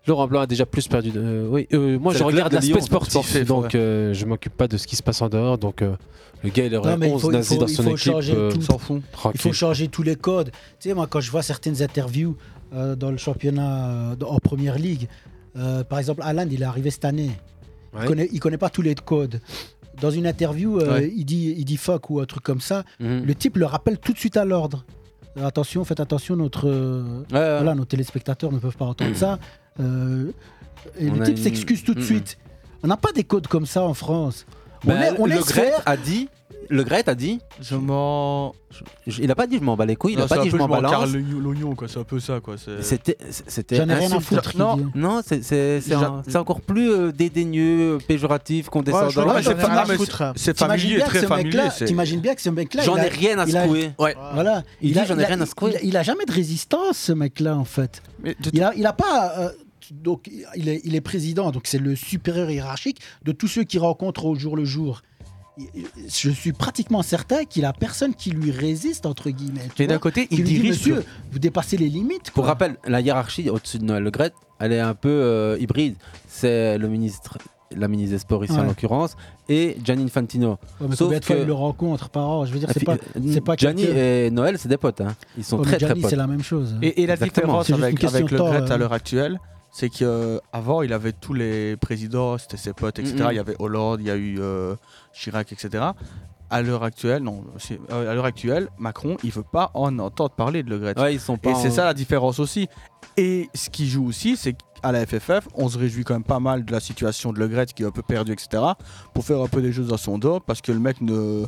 Speaker 9: Laurent Blanc a déjà plus perdu. de- euh, oui, euh, moi
Speaker 8: C'est
Speaker 9: je
Speaker 8: le club
Speaker 9: regarde
Speaker 8: de
Speaker 9: l'aspect
Speaker 8: Lyon,
Speaker 9: sportif,
Speaker 8: sportif,
Speaker 9: donc
Speaker 8: ouais.
Speaker 9: euh, je m'occupe pas de ce qui se passe en dehors. Donc euh, le gars il aurait
Speaker 11: Non, mais
Speaker 9: 11 nazis dans son équipe.
Speaker 11: changer
Speaker 9: euh,
Speaker 11: tout. Il faut
Speaker 9: tranquille.
Speaker 11: changer tous les codes. Tu sais, moi, quand je vois certaines interviews euh, dans le championnat euh, dans- en première ligue, euh, par exemple, Haaland, il est arrivé cette année.
Speaker 8: Ouais.
Speaker 11: Il connaît, il connaît pas tous les codes. Dans une interview, euh,
Speaker 8: Ouais.
Speaker 11: il, dit, il dit fuck ou un truc comme ça.
Speaker 8: Mhm.
Speaker 11: Le type le rappelle tout de suite à l'ordre. Euh, attention, faites attention, notre, euh, voilà, nos téléspectateurs ne peuvent pas entendre ça. Euh, et
Speaker 8: On
Speaker 11: le
Speaker 8: a
Speaker 11: type
Speaker 8: une-
Speaker 11: s'excuse tout de
Speaker 8: Mhm.
Speaker 11: suite. On n'a pas des codes comme ça en France. On,
Speaker 8: Ben,
Speaker 11: est, on
Speaker 8: le
Speaker 11: laisse
Speaker 8: Gret
Speaker 11: faire.
Speaker 8: a dit. Le Gret a dit.
Speaker 12: Je m'en.
Speaker 8: Il a pas dit je m'en bats les couilles. Il
Speaker 12: Non,
Speaker 8: a pas
Speaker 12: c'est un
Speaker 8: dit je
Speaker 12: peu,
Speaker 8: m'en
Speaker 12: carre
Speaker 8: balance.
Speaker 12: l'oignon- l'oignon, quoi. C'est un peu ça, quoi. c'est-
Speaker 8: C'était, c'était
Speaker 12: J'en ai rien à
Speaker 8: insultant.
Speaker 12: foutre,
Speaker 8: Non,
Speaker 11: hein.
Speaker 12: Didier.
Speaker 8: non, c'est, c'est- c'est
Speaker 12: J'a-
Speaker 8: un- c'est encore plus euh, dédaigneux, euh, péjoratif, condescendant.
Speaker 12: je trouve que Ouais, c'est j'en ai rien à familier, foutre. c'est- c'est familier,
Speaker 11: T'imagines bien
Speaker 12: très
Speaker 11: que ce
Speaker 12: familier,
Speaker 11: mec-là-
Speaker 12: c'est-
Speaker 11: T'imagines bien que ce mec-là.
Speaker 8: J'en
Speaker 11: il a-
Speaker 8: ai rien à
Speaker 11: il a-
Speaker 8: secouer. Ouais.
Speaker 11: Voilà.
Speaker 8: Il dit,
Speaker 11: a-
Speaker 8: j'en ai
Speaker 11: il a-
Speaker 8: rien à secouer.
Speaker 11: il a- Il a jamais de résistance, ce mec-là, en fait. Il a, il a pas. euh, donc, il est, il est président, donc c'est le supérieur hiérarchique de tous ceux qu'il rencontre au jour le jour. Il- il- Je suis pratiquement certain qu'il a personne qui lui résiste, entre guillemets. tu
Speaker 8: Mais d'un
Speaker 11: vois,
Speaker 8: côté,
Speaker 11: qui
Speaker 8: il
Speaker 11: lui dit,
Speaker 8: dirige
Speaker 11: Monsieur,
Speaker 8: sur-
Speaker 11: vous dépassez les limites.
Speaker 8: Pour rappel, la hiérarchie au-dessus de Noël Le Gret, elle est un peu euh, hybride. C'est le ministre, la ministre des Sports ici en
Speaker 11: Ouais.
Speaker 8: l'occurrence, et Gianni Infantino.
Speaker 11: Ouais, mais combien de fois il le rencontre par an Je veux dire, c'est pas, c'est pas
Speaker 8: euh, Gianni
Speaker 11: quelqu'un-
Speaker 8: et Noël, c'est des potes. hein. Ils sont
Speaker 11: Ouais, mais
Speaker 8: très très
Speaker 11: Gianni,
Speaker 8: potes.
Speaker 11: c'est la même chose.
Speaker 12: Et, et la
Speaker 8: Exactement.
Speaker 12: différence
Speaker 8: C'est juste
Speaker 12: avec,
Speaker 8: une question
Speaker 12: avec le
Speaker 8: de temps,
Speaker 12: Gret à
Speaker 8: euh.
Speaker 12: l'heure actuelle, c'est qu'avant, il avait tous les présidents, c'était ses potes, etc.
Speaker 8: Mhm.
Speaker 12: Il y avait Hollande, il y a eu euh, Chirac, etc. À l'heure actuelle, non, c'est- euh, à l'heure actuelle, Macron, il veut pas en entendre parler de Le Gret.
Speaker 8: Ouais, ils sont pas
Speaker 12: et c'est
Speaker 8: en-
Speaker 12: ça la différence aussi. Et ce qui joue aussi, c'est qu'à la FFF, on se réjouit quand même pas mal de la situation de Le Gret qui est un peu perdu, etc. Pour faire un peu des choses dans son dos, parce que le mec ne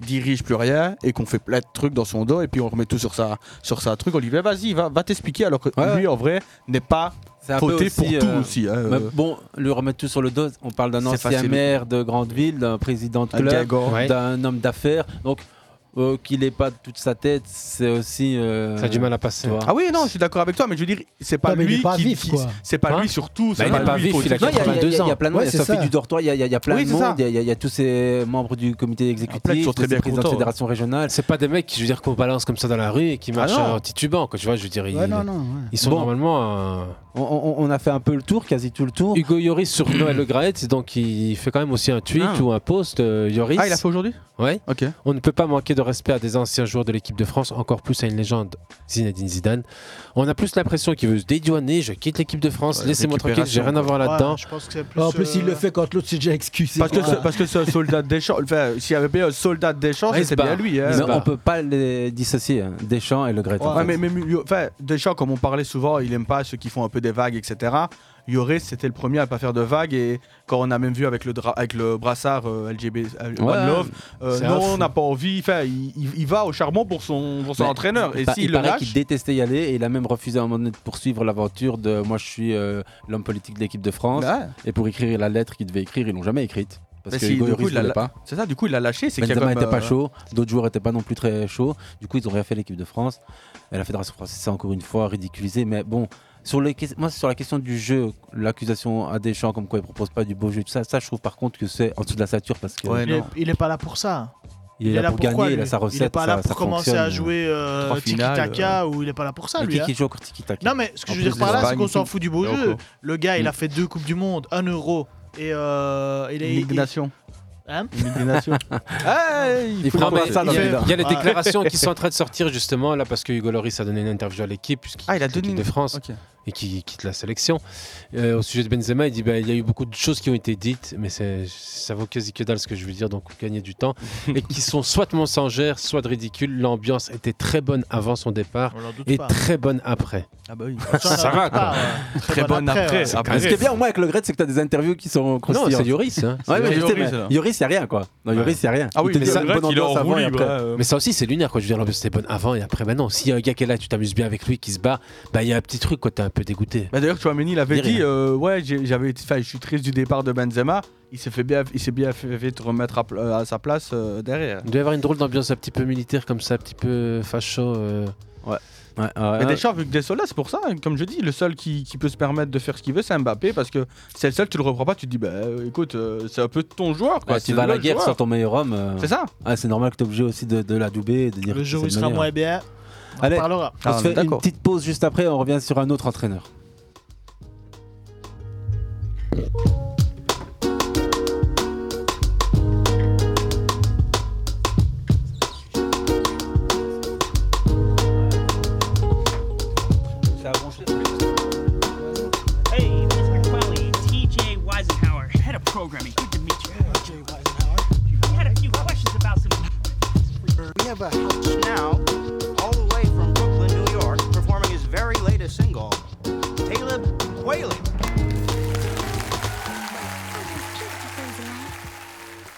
Speaker 12: dirige plus rien et qu'on fait plein de trucs dans son dos et puis on remet tout sur sa sur sa truc on lui dit vas-y va, va t'expliquer alors que
Speaker 8: Ouais.
Speaker 12: lui en vrai n'est pas
Speaker 8: C'est un peu
Speaker 12: fauté pour
Speaker 8: aussi,
Speaker 12: tout
Speaker 8: euh,
Speaker 12: aussi hein,
Speaker 8: mais
Speaker 12: euh.
Speaker 8: bon, lui remettre tout sur le dos. hein. On parle d'un
Speaker 12: C'est
Speaker 8: ancien
Speaker 12: facile.
Speaker 8: maire de grande ville, d'un président de
Speaker 12: Un
Speaker 8: club,
Speaker 12: Gagor. Ouais.
Speaker 8: d'un homme d'affaires. Donc, euh, qu'il n'ait pas toute sa tête, c'est aussi. euh,
Speaker 9: Ça a du mal à passer.
Speaker 8: tu vois.
Speaker 12: Ah oui, non, je suis d'accord avec toi, mais je veux dire, c'est pas
Speaker 8: Non, mais il
Speaker 12: lui
Speaker 8: est pas
Speaker 12: qui.
Speaker 8: vif,
Speaker 12: qui-
Speaker 8: quoi.
Speaker 12: C'est pas
Speaker 8: Hein
Speaker 12: lui surtout.
Speaker 8: Bah,
Speaker 12: c'est
Speaker 8: il est pas vif,
Speaker 12: faut
Speaker 8: il a
Speaker 12: dire.
Speaker 8: 82 ans. Il y a plein de monde,
Speaker 12: Ouais,
Speaker 8: il y
Speaker 12: c'est
Speaker 8: a Sophie
Speaker 12: ça.
Speaker 8: du Dortois, il y a- il y a il y a plein
Speaker 12: Oui,
Speaker 8: de
Speaker 12: c'est ça.
Speaker 8: monde, il y a- il y a- il y a tous ces membres du comité
Speaker 9: Ah, Plein
Speaker 8: exécutif,
Speaker 9: sont très
Speaker 8: des
Speaker 9: bien
Speaker 8: présidents de
Speaker 9: contents.
Speaker 8: fédération régionale. Ah
Speaker 9: C'est pas des mecs qui, je veux dire, qu'on balance comme ça dans la rue et qui marchent
Speaker 8: non.
Speaker 9: en titubant, quoi. Tu vois, je veux dire, ils,
Speaker 8: Ouais, non, non, ouais.
Speaker 9: ils sont
Speaker 8: Bon.
Speaker 9: normalement. euh,
Speaker 8: On, on- on a fait un peu le tour, quasi tout le tour.
Speaker 9: Hugo Yoris sur Noël Le Graët, donc il fait quand même aussi un tweet
Speaker 8: Ah.
Speaker 9: ou un post, euh, Yoris.
Speaker 8: Ah, il a fait
Speaker 12: aujourd'hui
Speaker 9: Ouais.
Speaker 12: Ok.
Speaker 9: On ne peut pas manquer de respect à des anciens joueurs de l'équipe de France, encore plus à une légende, Zinedine Zidane. On a plus l'impression qu'il veut se dédouaner, je quitte l'équipe de France,
Speaker 12: Ouais,
Speaker 9: laissez-moi tranquille, j'ai rien à voir là-dedans.
Speaker 12: récupération, quoi. Ouais, je pense que c'est plus,
Speaker 11: En plus, il
Speaker 12: euh,
Speaker 11: le fait quand l'autre s'est déjà excusé.
Speaker 12: Parce que,
Speaker 11: Voilà.
Speaker 12: ce, parce que ce soldat d'échange, enfin, s'il y avait bien un soldat d'échange,
Speaker 8: Ouais, Ah, il se
Speaker 12: c'était bien
Speaker 8: barre.
Speaker 12: lui.
Speaker 8: Mais
Speaker 12: Hein.
Speaker 8: on peut pas les dissocier, hein, Deschamps et Le Graët.
Speaker 12: Ouais,
Speaker 8: en fait.
Speaker 12: mais, mais, mais, enfin, Deschamps, comme on parlait souvent, il aime pas ceux qui font un peu des vagues, etc. Yoris, c'était le premier à pas faire de vagues et quand on a même vu avec le, dra- avec le brassard euh, LGB, euh,
Speaker 8: Ouais,
Speaker 12: One Love, euh,
Speaker 8: c'est un
Speaker 12: non,
Speaker 8: fou.
Speaker 12: on n'a pas envie. Enfin, il, il- il va au charbon pour son, pour son
Speaker 8: Mais
Speaker 12: entraîneur et
Speaker 8: pa- Bah,
Speaker 12: s'il
Speaker 8: il
Speaker 12: le
Speaker 8: paraît
Speaker 12: lâche.
Speaker 8: qu'il détestait y aller et il a même refusé à un moment donné de poursuivre l'aventure de moi je suis euh, l'homme politique de l'équipe de France
Speaker 12: Bah
Speaker 8: et pour écrire la lettre qu'il devait écrire ils l'ont jamais écrite parce
Speaker 12: Mais
Speaker 8: que
Speaker 12: Bah, si,
Speaker 8: Hugo
Speaker 12: du
Speaker 8: Lloris
Speaker 12: coup, il a
Speaker 8: voulait
Speaker 12: la-
Speaker 8: pas
Speaker 12: C'est ça, du coup, il l'a lâché. c'est qu'il y a
Speaker 8: Benzema
Speaker 12: comme,
Speaker 8: était pas
Speaker 12: euh,
Speaker 8: chaud d'autres joueurs étaient pas non plus très chauds du coup ils ont rien fait l'équipe de France et la fédération française c'est encore une fois ridiculisé mais bon sur les ques- moi sur la question du jeu l'accusation à Deschamps comme quoi il propose pas du beau jeu tout ça ça je trouve par contre que c'est en dessous de la stature parce que
Speaker 13: il, est, il est pas là pour ça.
Speaker 8: Il est là pour
Speaker 13: quoi,
Speaker 8: gagner, il
Speaker 13: lui
Speaker 8: a sa recette,
Speaker 13: Il est pas là
Speaker 8: ça-
Speaker 13: pour
Speaker 8: ça
Speaker 13: commencer
Speaker 8: fonctionne.
Speaker 13: à jouer euh,
Speaker 8: Trois finales,
Speaker 13: tiki-taka
Speaker 8: euh.
Speaker 13: ou il est pas là pour ça
Speaker 8: Mais
Speaker 13: lui.
Speaker 8: qui-
Speaker 13: hein.
Speaker 8: qui joue au tiki-taka
Speaker 13: Non mais ce que
Speaker 8: En
Speaker 13: je veux
Speaker 8: plus,
Speaker 13: dire par là, c'est
Speaker 8: l'Espagne
Speaker 13: qu'on
Speaker 8: et
Speaker 13: s'en
Speaker 8: tout.
Speaker 13: foot du beau
Speaker 8: Et
Speaker 13: jeu.
Speaker 8: encore.
Speaker 13: Le gars, il a
Speaker 8: Mm.
Speaker 13: fait deux coupes du monde, un euro et euh, il est
Speaker 12: Ligue des
Speaker 13: il-
Speaker 12: Nations.
Speaker 13: Hein
Speaker 12: Hey, il faut
Speaker 9: Non, mais
Speaker 12: mettre ça
Speaker 9: il
Speaker 12: dans
Speaker 9: y a-
Speaker 12: le débat.
Speaker 9: Il y a les
Speaker 12: Ah.
Speaker 9: déclarations qui sont en train de sortir justement là parce que Hugo Loris a donné une interview à l'équipe puisqu'il
Speaker 12: Ah, il a
Speaker 9: quitte l'équipe
Speaker 12: donné
Speaker 9: de
Speaker 12: une-
Speaker 9: France
Speaker 12: Ok.
Speaker 9: et qui quitte la sélection. Euh, au sujet de Benzema, il dit bah, il y a eu beaucoup de choses qui ont été dites, mais c'est- ça vaut quasi que dalle ce que je veux dire, donc gagner du temps et qui sont soit mensongères, soit ridicules. L'ambiance était très bonne avant son départ
Speaker 12: On l'en doute
Speaker 9: et
Speaker 12: pas.
Speaker 9: très bonne après.
Speaker 12: Ah bah oui.
Speaker 9: Ça, ça va quoi.
Speaker 12: euh,
Speaker 9: Ah, c'est quand même-
Speaker 8: Ce qui est bien au moins avec le Gret, c'est que t'as des interviews qui sont croustillantes.
Speaker 9: c'est Yoris, hein.
Speaker 8: Ouais,
Speaker 9: C'est
Speaker 8: mais
Speaker 9: Yoris,
Speaker 8: je sais, mais
Speaker 9: hein.
Speaker 8: Yoris, y a rien, quoi. Non, Yoris, y a
Speaker 12: Ah
Speaker 8: rien. Il te dit une bonne ambiance avant et après.
Speaker 9: Mais ça aussi, c'est lunaire, quoi. Je veux dire, l'ambiance était bonne avant et après. Maintenant, s'il y a un gars qui est là, tu t'amuses bien avec lui, qui se bat, bah il y a un petit truc, quoi. T'es un peu dégoûté.
Speaker 12: Bah d'ailleurs, Chouameni il avait
Speaker 9: Dis rien.
Speaker 12: dit euh, ouais, j'ai- j'avais été- enfin, je suis triste du départ de Benzema, il s'est fait bien il s'est bien fait vite remettre à, pl- euh, à sa place euh, derrière.
Speaker 9: Il doit y avoir une drôle d'ambiance un petit peu militaire, comme ça, un petit peu facho. euh.
Speaker 12: Ouais.
Speaker 8: Ouais,
Speaker 12: Mais Deschamps, vu que Deschamps là, c'est pour ça, hein, comme je dis, le seul qui, qui peut se permettre de faire ce qu'il veut, c'est Mbappé, parce que c'est le seul, tu le reprends pas, tu te dis, bah euh, écoute, euh, c'est un peu ton joueur. Quoi,
Speaker 8: Bah, tu
Speaker 12: c'est
Speaker 8: vas à la
Speaker 12: le
Speaker 8: guerre
Speaker 12: joueur.
Speaker 8: sur ton meilleur homme. euh,
Speaker 12: C'est ça.
Speaker 8: ah, c'est normal que t'es obligé aussi de, de l'adouber et de dire
Speaker 13: Le
Speaker 8: que
Speaker 13: jour
Speaker 8: c'est
Speaker 13: où il sera
Speaker 8: meilleur.
Speaker 13: moins bien, on en
Speaker 8: Allez,
Speaker 13: parlera.
Speaker 8: on
Speaker 12: Ah,
Speaker 8: se fait une petite pause juste après, on revient sur un autre entraîneur.
Speaker 1: Hey, this is McClelly. TJ Weisenhower, head of programming. Good to meet you. TJ Weisenhower. We had a few questions about some.
Speaker 3: We have a house now, all the way from Brooklyn, New York, performing his very latest single, Caleb Whaley.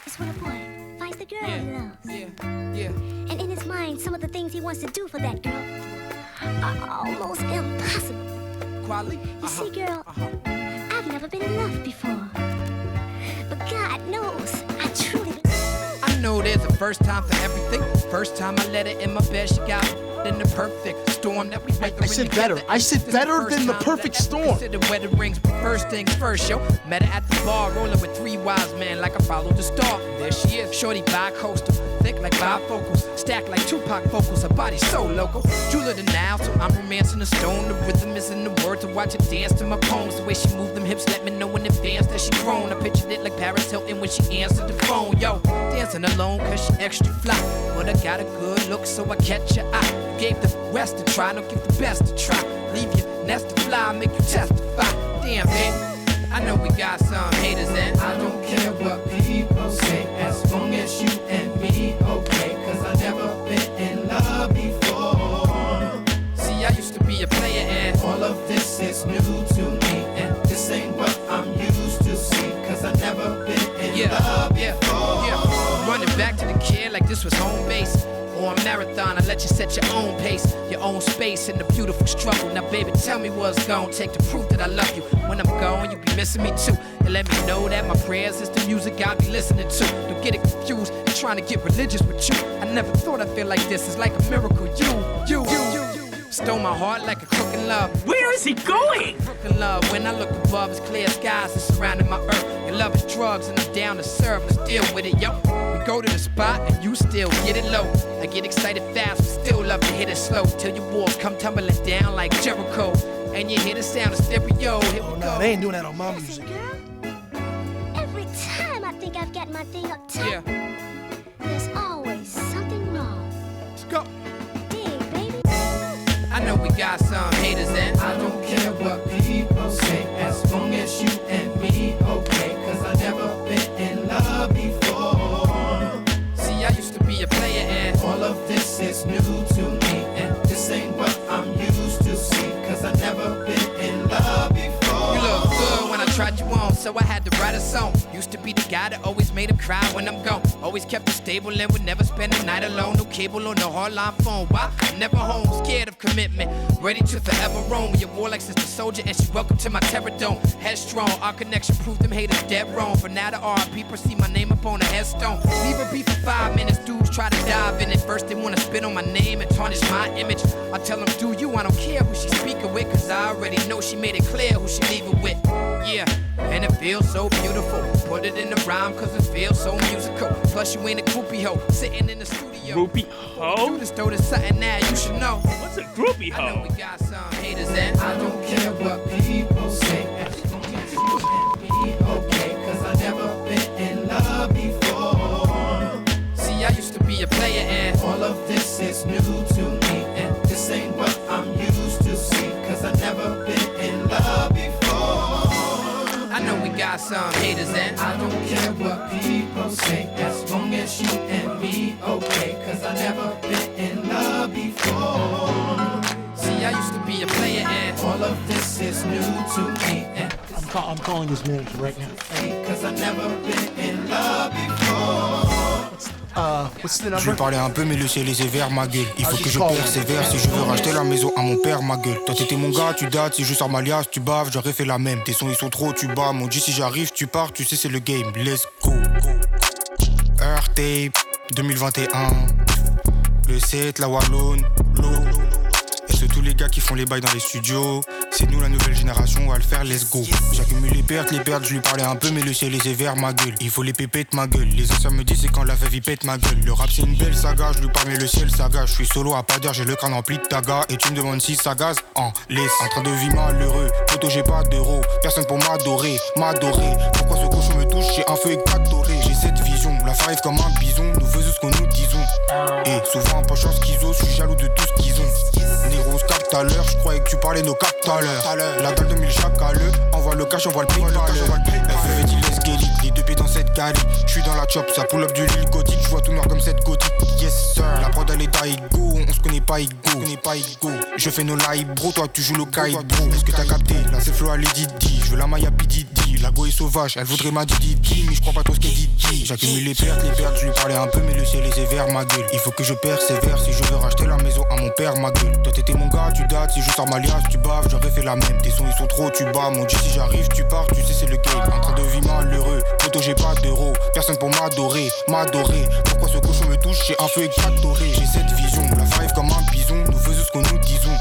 Speaker 4: It's when a boy finds the girl he loves. Yeah, yeah. And in his mind, some of the things he wants to do for that girl are almost impossible. Quali? You see, girl, I've never been in love before. But God knows, I truly
Speaker 5: I know there's a first time for everything. First time I let her in my bed, she got in the perfect storm that we weathering
Speaker 3: I said
Speaker 5: together.
Speaker 3: better. I said
Speaker 5: This is
Speaker 3: better
Speaker 5: first
Speaker 3: than the
Speaker 5: time
Speaker 3: perfect
Speaker 5: that I
Speaker 3: storm.
Speaker 5: Said the wedding rings, but first things first, yo. Met her at the bar, rolling with three wise men, like I followed the star. There she is, shorty bi-coastal, thick like bifocals, stacked like Tupac vocals. Her body so local, jeweler than now, so I'm romancing the stone. The rhythm is in the words, to watch her dance to my poems. The way she moved them hips, let me know in advance that she grown. I pictured it like Paris Hilton when she answered the phone, yo. Dancing alone, cause she extra fly, but I got a good look, so I catch her eye. Gave the rest a try, don't give the best a try. Leave your nest to fly, make you testify. Damn, babe, I know we got some haters, and I don't care what people say, as long as you and me okay, cause I never been in love before. See, I used to be a player, and all of this is new to me, and this ain't what I'm used to see, cause I never been in yeah, love yeah, before. Yeah. Running back to the kid like this was home base. On or a marathon. I let you set your own pace, your own space in the beautiful struggle. Now, baby, tell me what's gonna take to prove that I love you. When I'm gone, you be missing me too. And let me know that my prayers is the music I be listening to. Don't get it confused. I'm trying to get religious with you. I never thought I'd feel like this. It's like a miracle. You, you, you, you. Stole my heart like a crook in love. Where is he going? Crook in love. When I look above, it's clear skies that surrounding my earth. Your love is drugs, and I'm down to serve. Let's deal with it, yo. We go to the spot, and you still get it low. I get excited fast, but still love to hit it slow. Till your walls come tumbling down like Jericho. And you hear the sound of stereo. Here we go.
Speaker 6: They ain't doing that on my music.
Speaker 4: Every time I think I've got my thing up tight, there's always something wrong. Let's
Speaker 5: go.
Speaker 4: Dig, baby.
Speaker 5: I know we got some haters and I don't care what people say as long as you and me okay cause I never been in love before See I used to be a player and all of this is new to me and this ain't what I'm used to see cause I never been in love before You look good when I tried you on so I had to write a song Used to be the guy that always made him cry when I'm gone Always kept it stable and would never spend the night alone No cable or no hardline phone Why? Never home, scared of commitment Ready to forever roam Your warlike sister soldier and she welcome to my terror dome Headstrong, our connection proved them haters dead wrong For now the RP see my name up on a headstone Leave a beef for five minutes, dudes try to dive in it First they wanna spit on my name and tarnish my image I tell them, do you, I don't care who she speaking with Cause I already know she made it clear who she leaving with Yeah, and it feels so beautiful Put it in the rhyme cause it feels so musical Plus you ain't a groupie hoe, sitting in the studio Groupie hoe? You just noticed something now you should know What's a groupie hoe? I know we got some haters and I don't care what people say As long as you and me okay Cause I never been in love before See I used to be a player and All of this is new to me And this ain't what I'm used to see Cause I never been in love before I know we got some haters and I don't care what people say As long as you and me okay Cause I never been in love before See I used to be a player and All of this is new to me And
Speaker 6: I'm, call- I'm calling this manager right now.
Speaker 5: Cause I've never been in love before.
Speaker 10: Je vais parler un peu mais le ciel est sévère ma gueule Il faut que je persévère si je veux racheter la maison à mon père ma gueule Toi t'étais mon gars tu dates si je sors ma liasse tu baves j'aurais fait la même Tes sons ils sont trop tu bats mon dit si j'arrive tu pars tu sais c'est le game Let's go Earth Tape 2021 Le 7 la Wallonne l'eau et c'est tous les gars qui font les bails dans les studios. C'est nous la nouvelle génération, on va le faire, let's go. J'accumule les pertes, les pertes, je lui parlais un peu, mais le ciel est sévère, ma gueule. Il faut les pépettes, ma gueule. Les anciens me disent, c'est quand la vie pète, ma gueule. Le rap, c'est une belle saga, je lui parle, mais le ciel, saga. Je suis solo à pas dire, j'ai le crâne rempli de taga. Et tu me demandes si ça gaze en laisse. En train de vivre malheureux, photo, j'ai pas d'euros. Personne pour m'adorer, m'adorer. Pourquoi ce cochon me touche, j'ai un feu éclatoré. J'ai cette vision, la fin arrive comme un bison, nous faisons ce qu'on nous disons. Et souvent, pas chance qu'ils osent, je suis jaloux de tout ce qu'ils ont. Négro, se capte à l'heure, je croyais que tu parlais nos captes à l'heure. La dalle de mille chacaleux, envoie le cash, envoie le prix. FEV dit let's get it, les deux pieds dans cette galerie. Je suis dans la chop, ça pull up du Lil gothique, je vois tout noir comme cette gothique. Yes sir, la prod elle est die go, on se connaît pas ego. On se connaît pas ego. Je fais nos live bro, toi tu joues le kai bro. Est-ce que t'as capté Là c'est Flo à Lady D, je veux la Maya PDD. La go est sauvage, elle voudrait ma Didi, mais je crois pas trop ce qu'elle dit. J'accumule les pertes, les pertes, je lui parlais un peu, mais le ciel est sévère, ma gueule. Il faut que je persévère si je veux racheter la maison à mon père, ma gueule. Toi t'étais mon gars, tu dates, si je sors ma liasse, tu baves, j'aurais fait la même. Tes sons ils sont trop, tu bats, mon dit si j'arrive, tu pars, tu sais c'est le game. En train de vie malheureux, photo j'ai pas d'euros, personne pour m'adorer, m'adorer. Pourquoi ce cochon me touche, j'ai un feu éclatoré, j'ai cette vision, la vie arrive comme un bison, nous faisons ce qu'on nous disons.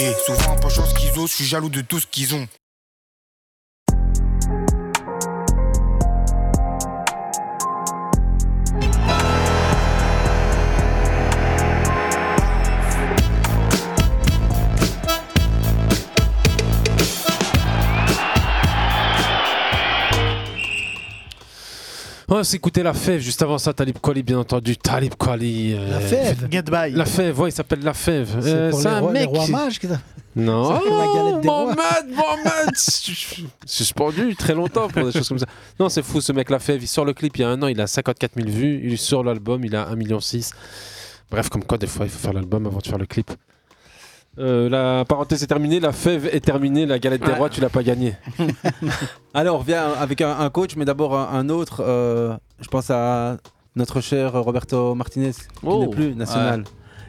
Speaker 10: Et souvent pas chance qu'ils osent, je suis jaloux de tout ce qu'ils ont.
Speaker 9: On s'écouter La Fève, juste avant ça, Talib Kweli, bien entendu. Talib Kweli. euh,
Speaker 13: La Fève Get by.
Speaker 9: La Fève, ouais, il s'appelle La Fève.
Speaker 8: Eh,
Speaker 9: Euh,
Speaker 13: pour
Speaker 9: C'est
Speaker 13: les
Speaker 9: un
Speaker 13: rois- les
Speaker 9: mec.
Speaker 13: rois
Speaker 9: qui-
Speaker 13: mages que t'as-
Speaker 9: Non,
Speaker 13: C'est pour la galette des rois.
Speaker 9: Oh, Mohamed, Mohamed Suspendu très longtemps pour des choses comme ça. Non, c'est fou ce mec La Fève. Il sort le clip il y a un an, il a 54 000 vues. Il sort l'album, il a 1,6 million. Bref, comme quoi, des fois, il faut faire l'album avant de faire le clip. Euh, la parenthèse est terminée, la fève est terminée, la galette des
Speaker 8: Ouais.
Speaker 9: rois, tu l'as pas gagnée.
Speaker 8: Alors, on revient avec un, un coach, mais d'abord un, un autre. euh, je pense à notre cher Roberto Martinez, qui
Speaker 9: Oh.
Speaker 8: n'est plus national.
Speaker 9: Ouais.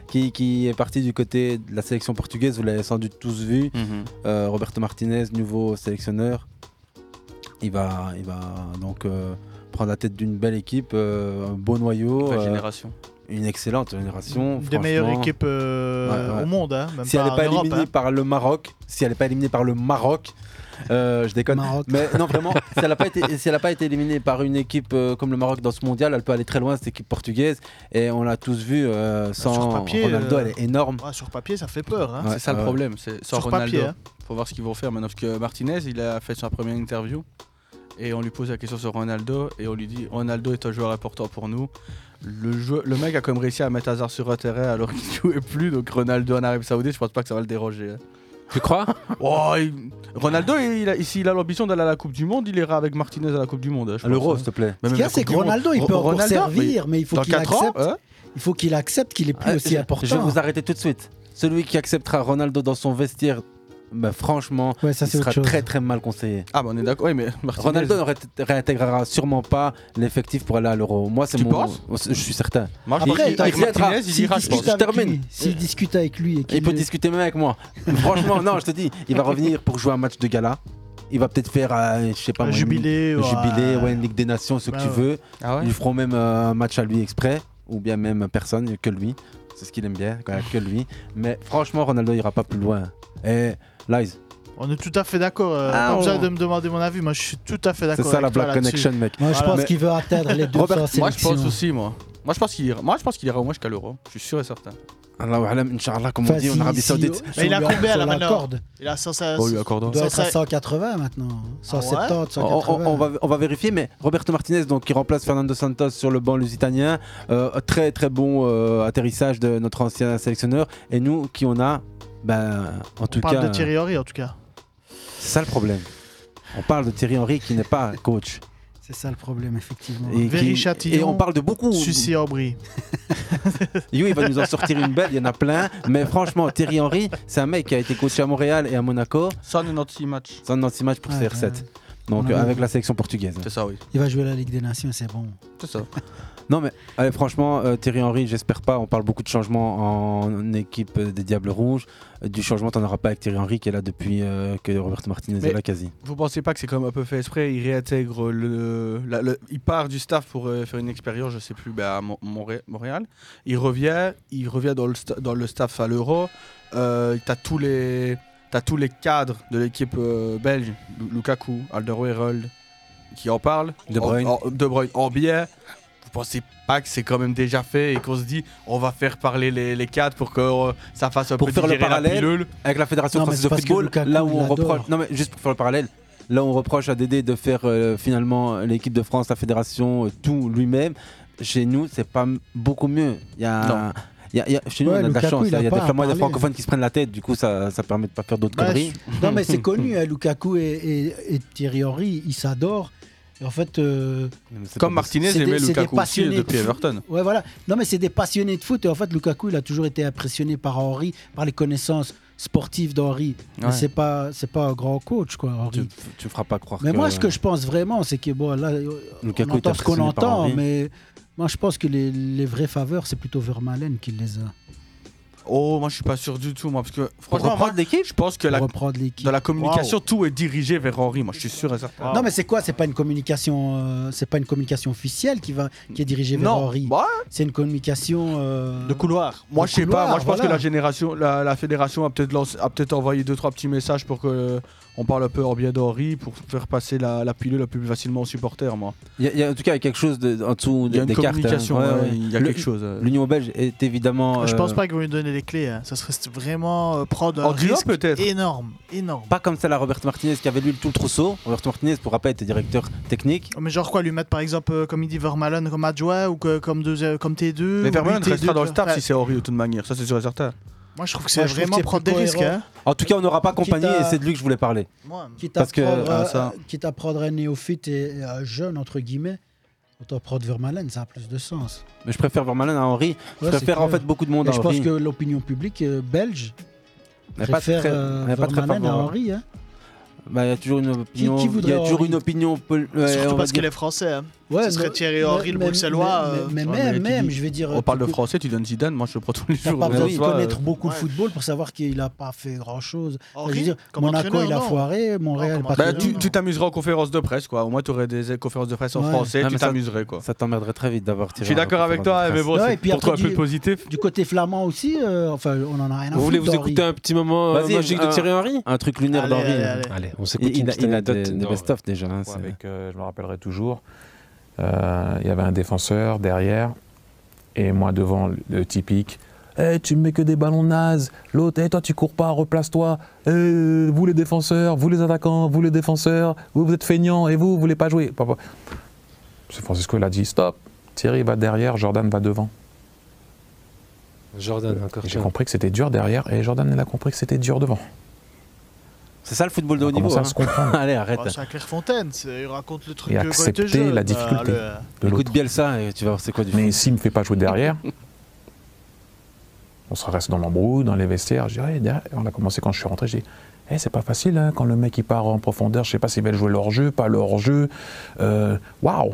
Speaker 8: Qui, qui est parti du côté de la sélection portugaise, vous l'avez sans doute tous vu. Euh, Roberto Martinez, nouveau sélectionneur, il va, il va donc euh, prendre la tête d'une belle équipe, euh, un beau noyau.
Speaker 12: Belle
Speaker 8: euh,
Speaker 12: génération.
Speaker 8: une excellente génération.
Speaker 13: Des
Speaker 8: franchement.
Speaker 13: meilleures équipes, euh, au monde, hein, même
Speaker 8: si elle
Speaker 13: pas
Speaker 8: n'est pas
Speaker 13: en Europe,
Speaker 8: éliminée
Speaker 13: hein.
Speaker 8: par le Maroc, si elle n'est pas éliminée par le Maroc, euh, je déconne. Mais non, vraiment, si elle n'a pas, été- si elle a pas été éliminée par une équipe euh, comme le Maroc dans ce mondial, elle peut aller très loin, cette équipe portugaise. Et on l'a tous vu, euh, sans
Speaker 13: Sur papier,
Speaker 8: Ronaldo,
Speaker 13: euh,
Speaker 8: elle est énorme.
Speaker 13: ouais, sur papier, ça fait peur. hein.
Speaker 12: c'est ça
Speaker 8: Euh,
Speaker 12: le problème, c'est sans
Speaker 13: sur
Speaker 12: Ronaldo.
Speaker 13: papier. hein.
Speaker 12: Faut voir ce qu'ils vont faire maintenant parce que Martinez, il a fait sa première interview et on lui pose la question sur Ronaldo et on lui dit Ronaldo est un joueur important pour nous. Le, jeu, le mec a comme réussi à mettre Hazard sur un terrain alors qu'il jouait plus donc Ronaldo en Arabie Saoudite, je pense pas que ça va le déroger.
Speaker 8: Tu crois
Speaker 12: Ronaldo, il a- s'il a l'ambition d'aller à la Coupe du Monde, il ira avec Martinez à la Coupe du Monde. hein,
Speaker 8: À l'Euro, s'il te plaît.
Speaker 12: Mais
Speaker 8: Ce
Speaker 12: même
Speaker 8: qu'il y a,
Speaker 12: la Coupe
Speaker 8: c'est que
Speaker 12: du Monde.
Speaker 8: Ronaldo, il
Speaker 12: Ro-
Speaker 8: peut encore
Speaker 12: Ronaldo,
Speaker 8: servir,
Speaker 12: oui.
Speaker 8: mais il faut
Speaker 12: Dans
Speaker 8: qu'il
Speaker 12: quatre ans,
Speaker 8: accepte.
Speaker 12: hein
Speaker 11: Il faut qu'il accepte qu'il est plus
Speaker 8: Ah,
Speaker 11: aussi
Speaker 8: je-
Speaker 11: important.
Speaker 8: Je vais vous arrêter tout de suite. Celui qui acceptera Ronaldo dans son vestiaire, bah, franchement,
Speaker 11: ça,
Speaker 8: il
Speaker 11: c'est autre
Speaker 8: sera
Speaker 11: chose.
Speaker 8: très très mal conseillé.
Speaker 12: Ah, bah on est d'accord, oui, mais Martinez-
Speaker 8: Ronaldo ne ré- réintégrera sûrement pas l'effectif pour aller à l'Euro. Moi, c'est
Speaker 12: Tu
Speaker 8: mon.
Speaker 12: penses
Speaker 8: Je suis certain.
Speaker 12: Moi, je pense
Speaker 8: il,
Speaker 12: qu'il-
Speaker 8: il,
Speaker 12: avec
Speaker 8: viendra.
Speaker 12: Martinez, il
Speaker 8: S'il
Speaker 12: ira, je
Speaker 8: discute
Speaker 12: pense.
Speaker 8: avec
Speaker 12: Je
Speaker 8: termine.
Speaker 11: lui, S'il discute avec lui et
Speaker 8: Il
Speaker 11: qu'il
Speaker 8: peut
Speaker 11: le-
Speaker 8: discuter même avec moi. Franchement, non, je te dis, il va revenir pour jouer un match de gala. Il va peut-être faire, euh, je sais pas,
Speaker 13: Un
Speaker 8: moi, une-
Speaker 13: jubilé,
Speaker 8: un
Speaker 13: ouais.
Speaker 8: jubilé, ouais, une Ligue des Nations, ce que
Speaker 13: Ouais,
Speaker 8: tu
Speaker 13: ouais.
Speaker 8: veux.
Speaker 13: Ah ouais
Speaker 8: Ils feront même euh, un match à lui exprès, ou bien même personne, que lui. C'est ce qu'il aime bien, quand même, que lui. Mais franchement, Ronaldo ira pas plus loin. Eh, Et Lies,
Speaker 13: On est tout à fait d'accord. euh,
Speaker 8: Ah,
Speaker 13: pas besoin
Speaker 8: on-
Speaker 13: de me demander mon avis. Moi, je suis tout à fait
Speaker 8: c'est
Speaker 13: d'accord.
Speaker 8: ça
Speaker 13: avec
Speaker 8: la
Speaker 13: toi
Speaker 8: Black
Speaker 13: là-dessus.
Speaker 8: Connection, mec.
Speaker 11: Moi, je pense
Speaker 12: Mais-
Speaker 11: qu'il veut atteindre les deux
Speaker 12: Robert-
Speaker 11: sans
Speaker 12: Moi, je pense
Speaker 11: sélection.
Speaker 12: aussi, moi. Moi, je pense qu'il ira. Moi, je pense qu'il ira au moins jusqu'à l'Euro. Je suis sûr et certain.
Speaker 8: Allahu Alam, Inch'Allah, comme on dit en Arabie Saoudite.
Speaker 11: oh.
Speaker 13: Mais il a combé à la manœuvre
Speaker 11: l'accorde.
Speaker 13: Il a 100
Speaker 8: Oh, il accorde.
Speaker 11: Il doit être à
Speaker 13: Euh, Ça-
Speaker 11: 180
Speaker 8: Ah
Speaker 11: maintenant. 170,
Speaker 8: On, on-
Speaker 11: 180.
Speaker 8: on va, on va vérifier, mais Roberto Martinez, donc, qui remplace Fernando Santos sur le banc lusitanien, euh, très très bon euh, atterrissage de notre ancien sélectionneur. Et nous, qui on a ben, En tout
Speaker 13: On parle
Speaker 8: cas,
Speaker 13: de Thierry Henry, en tout cas.
Speaker 8: c'est ça le problème. On parle de Thierry Henry qui n'est pas coach.
Speaker 11: C'est ça le problème, effectivement.
Speaker 8: Et, qui- et on parle de beaucoup.
Speaker 13: Sucy Aubry.
Speaker 8: You, il va nous en sortir une belle, il y en a plein. Mais franchement, Thierry Henry, c'est un mec qui a été coaché à Montréal et à Monaco.
Speaker 12: 196 matchs.
Speaker 8: 196 matchs pour
Speaker 11: Ouais,
Speaker 8: CR7.
Speaker 11: ouais.
Speaker 8: Donc
Speaker 11: On en
Speaker 8: euh,
Speaker 11: a
Speaker 8: avec
Speaker 11: vu.
Speaker 8: la sélection portugaise.
Speaker 12: C'est ça, oui.
Speaker 11: Il va jouer la Ligue des Nations, c'est bon.
Speaker 12: C'est ça.
Speaker 8: Non mais allez, franchement, euh, Thierry Henry, j'espère pas. On parle beaucoup de changements en équipe euh, des Diables Rouges. Euh, Du changement, t'en auras pas avec Thierry Henry qui est là depuis euh, que Roberto Martinez
Speaker 12: Mais
Speaker 8: est là quasi.
Speaker 12: Vous pensez pas que c'est quand même un peu fait exprès Il réintègre le, la- le- Il part du staff pour euh, faire une expérience, je sais plus, bah, à Mon- Montré- Montréal. Il revient, il revient dans le, sta- dans le staff à l'Euro. Euh, T'as tous les. T'as tous les cadres de l'équipe euh, belge, Lu- Lukaku, Alderweireld, qui en parlent.
Speaker 8: De Bruyne.
Speaker 12: En, en- de Bruyne en biais. Vous pensez pas que c'est quand même déjà fait et qu'on se dit on va faire parler les, les cadres pour que euh, ça fasse un
Speaker 8: Pour
Speaker 12: peu
Speaker 8: faire le
Speaker 12: digérer la
Speaker 8: parallèle
Speaker 12: pilule
Speaker 8: avec la Fédération
Speaker 12: Non, mais
Speaker 8: française
Speaker 12: c'est
Speaker 8: de
Speaker 12: parce que
Speaker 8: football,
Speaker 12: Lukaku,
Speaker 8: là où
Speaker 12: il
Speaker 8: on
Speaker 12: l'adore.
Speaker 8: reproche. Non mais juste pour faire le parallèle, là où on reproche à Dédé de faire euh, finalement l'équipe de France, la Fédération, euh, tout lui-même. Chez nous, c'est pas m- beaucoup mieux. Il y a.
Speaker 12: Non.
Speaker 8: il y a- il y a- chez nous,
Speaker 11: Ouais,
Speaker 8: on a de la
Speaker 11: Lukaku,
Speaker 8: chance.
Speaker 11: il
Speaker 8: là.
Speaker 11: a
Speaker 8: Il y a
Speaker 11: pas
Speaker 8: des
Speaker 11: à
Speaker 8: flamands et des
Speaker 11: parler.
Speaker 8: francophones qui se prennent la tête. Du coup, ça, ça permet de pas faire d'autres
Speaker 11: Ouais,
Speaker 8: conneries.
Speaker 11: je- Non, mais c'est connu, hein, Lukaku et, et- et Thierry Henry, ils s'adorent. Et en fait, euh,
Speaker 12: Comme Martinez
Speaker 11: c'est des-
Speaker 12: aimait
Speaker 11: c'est des
Speaker 12: Lukaku aussi
Speaker 11: passionnés de
Speaker 12: depuis
Speaker 11: foot.
Speaker 12: Everton.
Speaker 11: Ouais, voilà. Non, mais c'est des passionnés de foot. Et en fait, Lukaku, il a toujours été impressionné par Henry, par les connaissances sportives d'Henry.
Speaker 8: Ouais.
Speaker 11: Mais c'est pas, c'est pas un grand coach, quoi, Henry.
Speaker 8: Tu, tu me feras pas croire.
Speaker 11: Mais
Speaker 8: que-
Speaker 11: moi, ce que je pense vraiment, c'est que bon, là,
Speaker 8: Lukaku
Speaker 11: on
Speaker 8: était
Speaker 11: entend ce qu'on
Speaker 8: impressionné par
Speaker 11: entend,
Speaker 8: Henry.
Speaker 11: mais moi, je pense que les, les vraies faveurs, c'est plutôt Vermaelen qui les a.
Speaker 12: Oh, moi je suis pas sûr du tout, moi, parce que franchement,
Speaker 11: reprendre
Speaker 12: moi, je pense que la, dans la communication,
Speaker 11: Wow.
Speaker 12: tout est dirigé vers Henri, moi je suis sûr et certain.
Speaker 11: Non, mais c'est quoi C'est pas une communication, euh, c'est pas une communication officielle qui va, qui est dirigée vers
Speaker 12: Non. Bah.
Speaker 11: Henry. C'est une communication euh,
Speaker 12: de couloir. Moi je sais pas, moi je pense que la
Speaker 11: génération
Speaker 12: génération, la, la fédération a peut-être lancé- a peut-être envoyé deux trois petits messages pour que euh, on parle un peu en bien d'Henri pour faire passer la, la pilule un peu plus facilement aux supporters, moi.
Speaker 8: Il y, a- il y a en tout cas quelque chose de, en dessous
Speaker 12: Il y a
Speaker 8: des,
Speaker 12: une
Speaker 8: des cartes.
Speaker 12: communication,
Speaker 8: hein.
Speaker 12: ouais, il y a
Speaker 8: Le-
Speaker 12: quelque chose, euh.
Speaker 8: L'Union belge est évidemment.
Speaker 13: Je pense
Speaker 8: euh,
Speaker 13: pas qu'ils vont lui donner les clés. hein. Ça serait vraiment euh, prendre un
Speaker 8: En duo,
Speaker 13: risque
Speaker 8: peut-être.
Speaker 13: énorme, énorme.
Speaker 8: Pas comme celle à Robert Martinez qui avait lui tout le trousseau. Robert Martinez, pour rappel, était directeur technique.
Speaker 13: Mais genre quoi, lui mettre par exemple, euh, comme il dit, Vermaelen comme adjoint ou que- comme, deux, euh, comme T2
Speaker 12: Mais
Speaker 13: ou
Speaker 12: Vermaelen
Speaker 13: lui,
Speaker 12: restera
Speaker 13: T2,
Speaker 12: dans le staff
Speaker 13: enfin,
Speaker 12: si c'est Henri de toute manière, ça c'est sûr et certain.
Speaker 13: Moi je trouve que
Speaker 11: Moi,
Speaker 13: c'est
Speaker 11: je trouve
Speaker 13: vraiment
Speaker 11: que c'est
Speaker 13: prendre des
Speaker 11: plus
Speaker 13: risques.
Speaker 11: cohérent.
Speaker 13: hein.
Speaker 8: En tout cas, on n'aura pas
Speaker 11: Quitte
Speaker 8: compagnie
Speaker 11: à-
Speaker 8: et c'est de lui que je voulais parler.
Speaker 11: Quitte à,
Speaker 8: Parce que
Speaker 11: prendre,
Speaker 8: Ah,
Speaker 11: euh,
Speaker 8: ça.
Speaker 11: quitte à prendre un néophyte et, et un jeune, entre guillemets, autant prendre Vermaelen, ça a plus de sens.
Speaker 8: Mais je préfère Vermaelen à Henri. je
Speaker 11: Ouais, c'est
Speaker 8: préfère en
Speaker 11: clair.
Speaker 8: fait beaucoup de monde
Speaker 11: Mais
Speaker 8: à
Speaker 11: Je pense
Speaker 8: Henri.
Speaker 11: que l'opinion publique euh, belge
Speaker 8: Mais pas
Speaker 11: préfère
Speaker 8: très-
Speaker 11: euh,
Speaker 8: mais pas très
Speaker 11: Vermaelen à
Speaker 8: favorable.
Speaker 11: Henry. hein.
Speaker 8: Bah, Il y a toujours une opinion.
Speaker 11: qui
Speaker 8: Il y
Speaker 11: voudrait
Speaker 8: a toujours
Speaker 11: Henri
Speaker 8: une opinion. pol- ouais, on
Speaker 13: Surtout
Speaker 8: va
Speaker 13: parce
Speaker 8: dire-
Speaker 13: qu'il est français. hein. Ouais,
Speaker 11: Ouais,
Speaker 13: ce serait
Speaker 11: mais-
Speaker 13: Thierry
Speaker 11: mais-
Speaker 13: Henry, le
Speaker 11: mais-
Speaker 13: bruxellois.
Speaker 11: mais-
Speaker 13: euh,
Speaker 11: mais-
Speaker 13: tu vois,
Speaker 11: même-
Speaker 13: tu
Speaker 11: même,
Speaker 13: dis-
Speaker 11: je vais dire,
Speaker 12: On
Speaker 11: tu
Speaker 12: parle de
Speaker 11: peux-
Speaker 12: français, tu donnes Zidane, moi je le prends tous les
Speaker 11: T'as
Speaker 12: jours.
Speaker 11: pas besoin de
Speaker 12: Soit, euh,
Speaker 11: connaître beaucoup le football pour savoir qu'il a pas fait grand chose.
Speaker 13: Henry,
Speaker 11: je veux dire,
Speaker 13: comme
Speaker 11: Monaco,
Speaker 13: entraîneur,
Speaker 11: il a
Speaker 13: non.
Speaker 11: foiré. Montréal, pas
Speaker 12: Bah,
Speaker 11: très
Speaker 12: tu
Speaker 11: bien.
Speaker 12: tu t'amuseras aux conférences de presse, quoi. Au moins, tu aurais des conférences de presse en
Speaker 11: Ouais.
Speaker 12: français,
Speaker 8: Ah,
Speaker 12: tu
Speaker 8: mais ça-
Speaker 12: t'amuserais, quoi.
Speaker 8: Ça t'emmerderait très vite d'avoir
Speaker 12: Je
Speaker 8: tiré.
Speaker 12: suis d'accord avec toi, mais bon,
Speaker 11: Ouais,
Speaker 12: c'est
Speaker 11: et puis
Speaker 12: pour toi un
Speaker 11: après,
Speaker 12: peu de
Speaker 11: du-
Speaker 12: positif.
Speaker 11: Du côté flamand aussi, euh, enfin, on en a rien à
Speaker 8: Vous voulez
Speaker 11: foutre
Speaker 8: vous
Speaker 11: d'Henry.
Speaker 8: écouter un petit moment euh,
Speaker 11: Vas-y,
Speaker 8: magique de
Speaker 11: un-
Speaker 8: Thierry Henry
Speaker 2: un truc lunaire
Speaker 8: Allez,
Speaker 2: d'Henry.
Speaker 8: allez, allez. Allez, on s'écoute une petite anecdote
Speaker 2: des
Speaker 8: des best-of déjà, hein, c'est-
Speaker 2: avec, euh, je me rappellerai toujours, euh, il y avait un défenseur derrière et moi devant, le- le typique. Eh, tu me mets que des ballons nazes. L'autre, eh, toi, tu cours pas, replace-toi. Eh, vous, les défenseurs, vous, les attaquants, vous, les défenseurs, vous, vous êtes feignants et vous, vous voulez pas jouer. Papa. C'est Francisco, il a dit stop. Thierry va derrière, Jordan va devant.
Speaker 8: Jordan, encore.
Speaker 2: J'ai compris que c'était dur derrière et Jordan, il a compris que c'était dur devant.
Speaker 8: C'est ça le football de haut
Speaker 2: On
Speaker 8: niveau. hein.
Speaker 2: commence à se comprendre.
Speaker 8: Allez, arrête.
Speaker 13: Oh, c'est à Clairefontaine, c'est- il raconte le truc
Speaker 2: et
Speaker 13: euh, quand il était
Speaker 2: accepter
Speaker 13: jeune,
Speaker 2: la
Speaker 13: bah,
Speaker 2: difficulté.
Speaker 13: le-
Speaker 12: euh,
Speaker 2: de
Speaker 8: Écoute Bielsa et tu vas voir c'est quoi du
Speaker 2: Mais s'il me fait pas jouer derrière, on se reste dans l'embrouille, dans les vestiaires. Je dirais, derrière, on a commencé quand je suis rentré, j'ai dit, Eh, c'est pas facile hein, quand le mec il part en profondeur, je sais pas s'il va jouer leur jeu, pas leur jeu. Euh, Waouh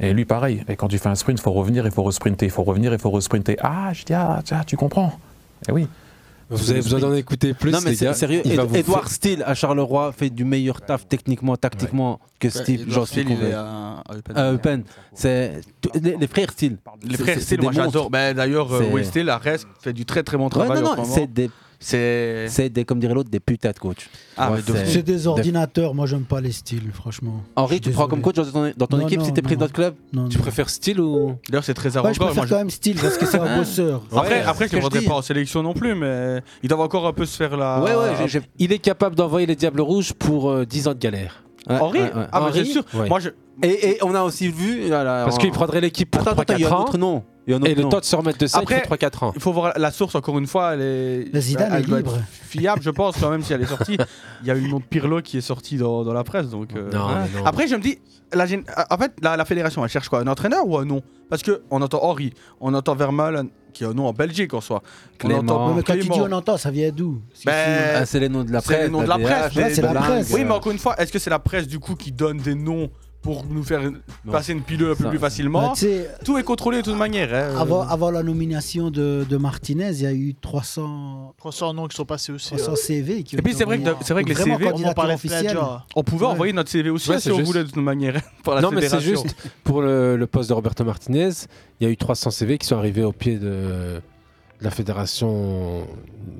Speaker 2: Et lui pareil, et quand tu fais un sprint, il faut revenir, il faut resprinter, il faut revenir, il faut resprinter. Ah, je dis, ah, tiens, tu comprends. Eh oui.
Speaker 8: Vous avez besoin d'en écouter plus.
Speaker 2: Non, mais
Speaker 8: les
Speaker 2: c'est
Speaker 8: gars.
Speaker 2: sérieux.
Speaker 8: Il va
Speaker 2: Ed-
Speaker 8: vous
Speaker 2: Edouard
Speaker 8: faire- Steele à Charleroi fait du meilleur taf techniquement, tactiquement que
Speaker 12: Ouais,
Speaker 8: Steele.
Speaker 12: Edouard
Speaker 8: J'en suis
Speaker 12: Steele, il est
Speaker 8: convaincu.
Speaker 12: à- à Eupen.
Speaker 8: À Eupen. C'est tout- les, les frères Steele.
Speaker 12: Les
Speaker 8: C'est-
Speaker 12: frères
Speaker 8: c'est
Speaker 12: Steele,
Speaker 8: des
Speaker 12: moi j'adore.
Speaker 8: monstres.
Speaker 12: Ben, D'ailleurs, euh,
Speaker 8: C'est-
Speaker 12: Will Steele, la reste, fait du très très bon
Speaker 8: Ouais,
Speaker 12: travail.
Speaker 8: non,
Speaker 12: en ce
Speaker 8: non,
Speaker 12: moment.
Speaker 8: c'est des, c'est des, comme dirait l'autre, des putains de coach.
Speaker 12: Ah, mais de
Speaker 11: C'est des ordinateurs. Moi, j'aime pas les styles, franchement.
Speaker 8: Henri, tu prends
Speaker 11: désolé.
Speaker 8: comme coach dans ton, dans ton
Speaker 11: Non,
Speaker 8: équipe
Speaker 11: non,
Speaker 8: si t'es pris
Speaker 11: non.
Speaker 8: dans le club
Speaker 11: Non,
Speaker 8: Tu préfères Steele ou
Speaker 12: D'ailleurs, c'est très
Speaker 11: Ouais, je
Speaker 12: arrogant.
Speaker 11: préfère
Speaker 12: moi,
Speaker 11: quand même Steele, parce que c'est un bosseur.
Speaker 12: Après,
Speaker 11: Ouais,
Speaker 12: après
Speaker 11: c'est
Speaker 12: je ne
Speaker 11: ce que je
Speaker 12: rentrerai
Speaker 11: dis.
Speaker 12: pas en sélection non plus, mais ils doivent encore un peu se faire la.
Speaker 8: Ouais, ouais, j'ai- j'ai- il est capable d'envoyer les Diables Rouges pour euh, 10 ans de galère. Ouais,
Speaker 12: Henri
Speaker 8: ouais, ouais.
Speaker 12: Ah, mais
Speaker 8: Henri,
Speaker 12: c'est sûr.
Speaker 8: ouais.
Speaker 12: Moi, je...
Speaker 8: et, et on a aussi vu. Parce qu'il prendrait l'équipe pour
Speaker 12: Attends, attends, il y a
Speaker 8: 3-4
Speaker 12: un
Speaker 8: ans.
Speaker 12: autre nom. Il y a un autre
Speaker 8: Et le
Speaker 12: nom.
Speaker 8: temps de se remettre de ça, il
Speaker 12: Après,
Speaker 8: faut 3-4 ans.
Speaker 12: Il faut voir la source encore une fois. Elle est,
Speaker 8: La Zidane
Speaker 12: elle
Speaker 8: est
Speaker 12: doit
Speaker 8: libre.
Speaker 12: être Fiable, je pense, quand même si elle est sortie. Il y a eu le nom de Pirlo qui est sorti dans, dans la presse. Donc, euh,
Speaker 8: Non,
Speaker 12: voilà.
Speaker 8: mais non.
Speaker 12: Après, je me dis, la, gén- en fait, la, la fédération, elle cherche quoi Un entraîneur ou un nom Parce qu'on entend Henri, on entend Vermaelen, qui est un nom en Belgique en soi. On entend
Speaker 11: Ouais, mais quand tu dis
Speaker 12: Clément.
Speaker 11: on entend, ça vient d'où Parce que
Speaker 12: Ben,
Speaker 11: sinon-
Speaker 8: Ah, c'est les noms de la
Speaker 12: C'est les
Speaker 8: presse,
Speaker 12: noms de
Speaker 8: la
Speaker 12: la presse.
Speaker 8: VH, Ouais,
Speaker 11: c'est la presse.
Speaker 8: euh.
Speaker 12: Oui, mais encore une fois, est-ce que c'est la presse du coup qui donne des noms pour nous faire passer une pilule un peu
Speaker 11: Ça,
Speaker 12: plus
Speaker 11: ça.
Speaker 12: facilement
Speaker 11: Bah, tu sais,
Speaker 12: Tout est contrôlé de toute manière.
Speaker 8: Euh.
Speaker 12: hein.
Speaker 11: Avant, avant la nomination de, de Martinez, il y a eu 300,
Speaker 13: 300 noms qui sont passés aussi.
Speaker 11: 300
Speaker 13: euh.
Speaker 11: CV. Qui ont
Speaker 12: Et puis
Speaker 11: été
Speaker 12: c'est vrai que,
Speaker 11: envoyés.
Speaker 12: c'est vrai que les
Speaker 11: Vraiment
Speaker 12: CV,
Speaker 11: candidature officielle.
Speaker 12: On pouvait
Speaker 11: Ouais.
Speaker 12: envoyer notre CV aussi hein,
Speaker 8: Ouais,
Speaker 12: si
Speaker 8: c'est
Speaker 12: on
Speaker 8: juste.
Speaker 12: voulait de toute manière par la
Speaker 8: non, mais c'est
Speaker 12: fédération.
Speaker 8: juste pour le, le poste de Roberto Martinez, il y a eu 300 CV qui sont arrivés au pied de, de la fédération,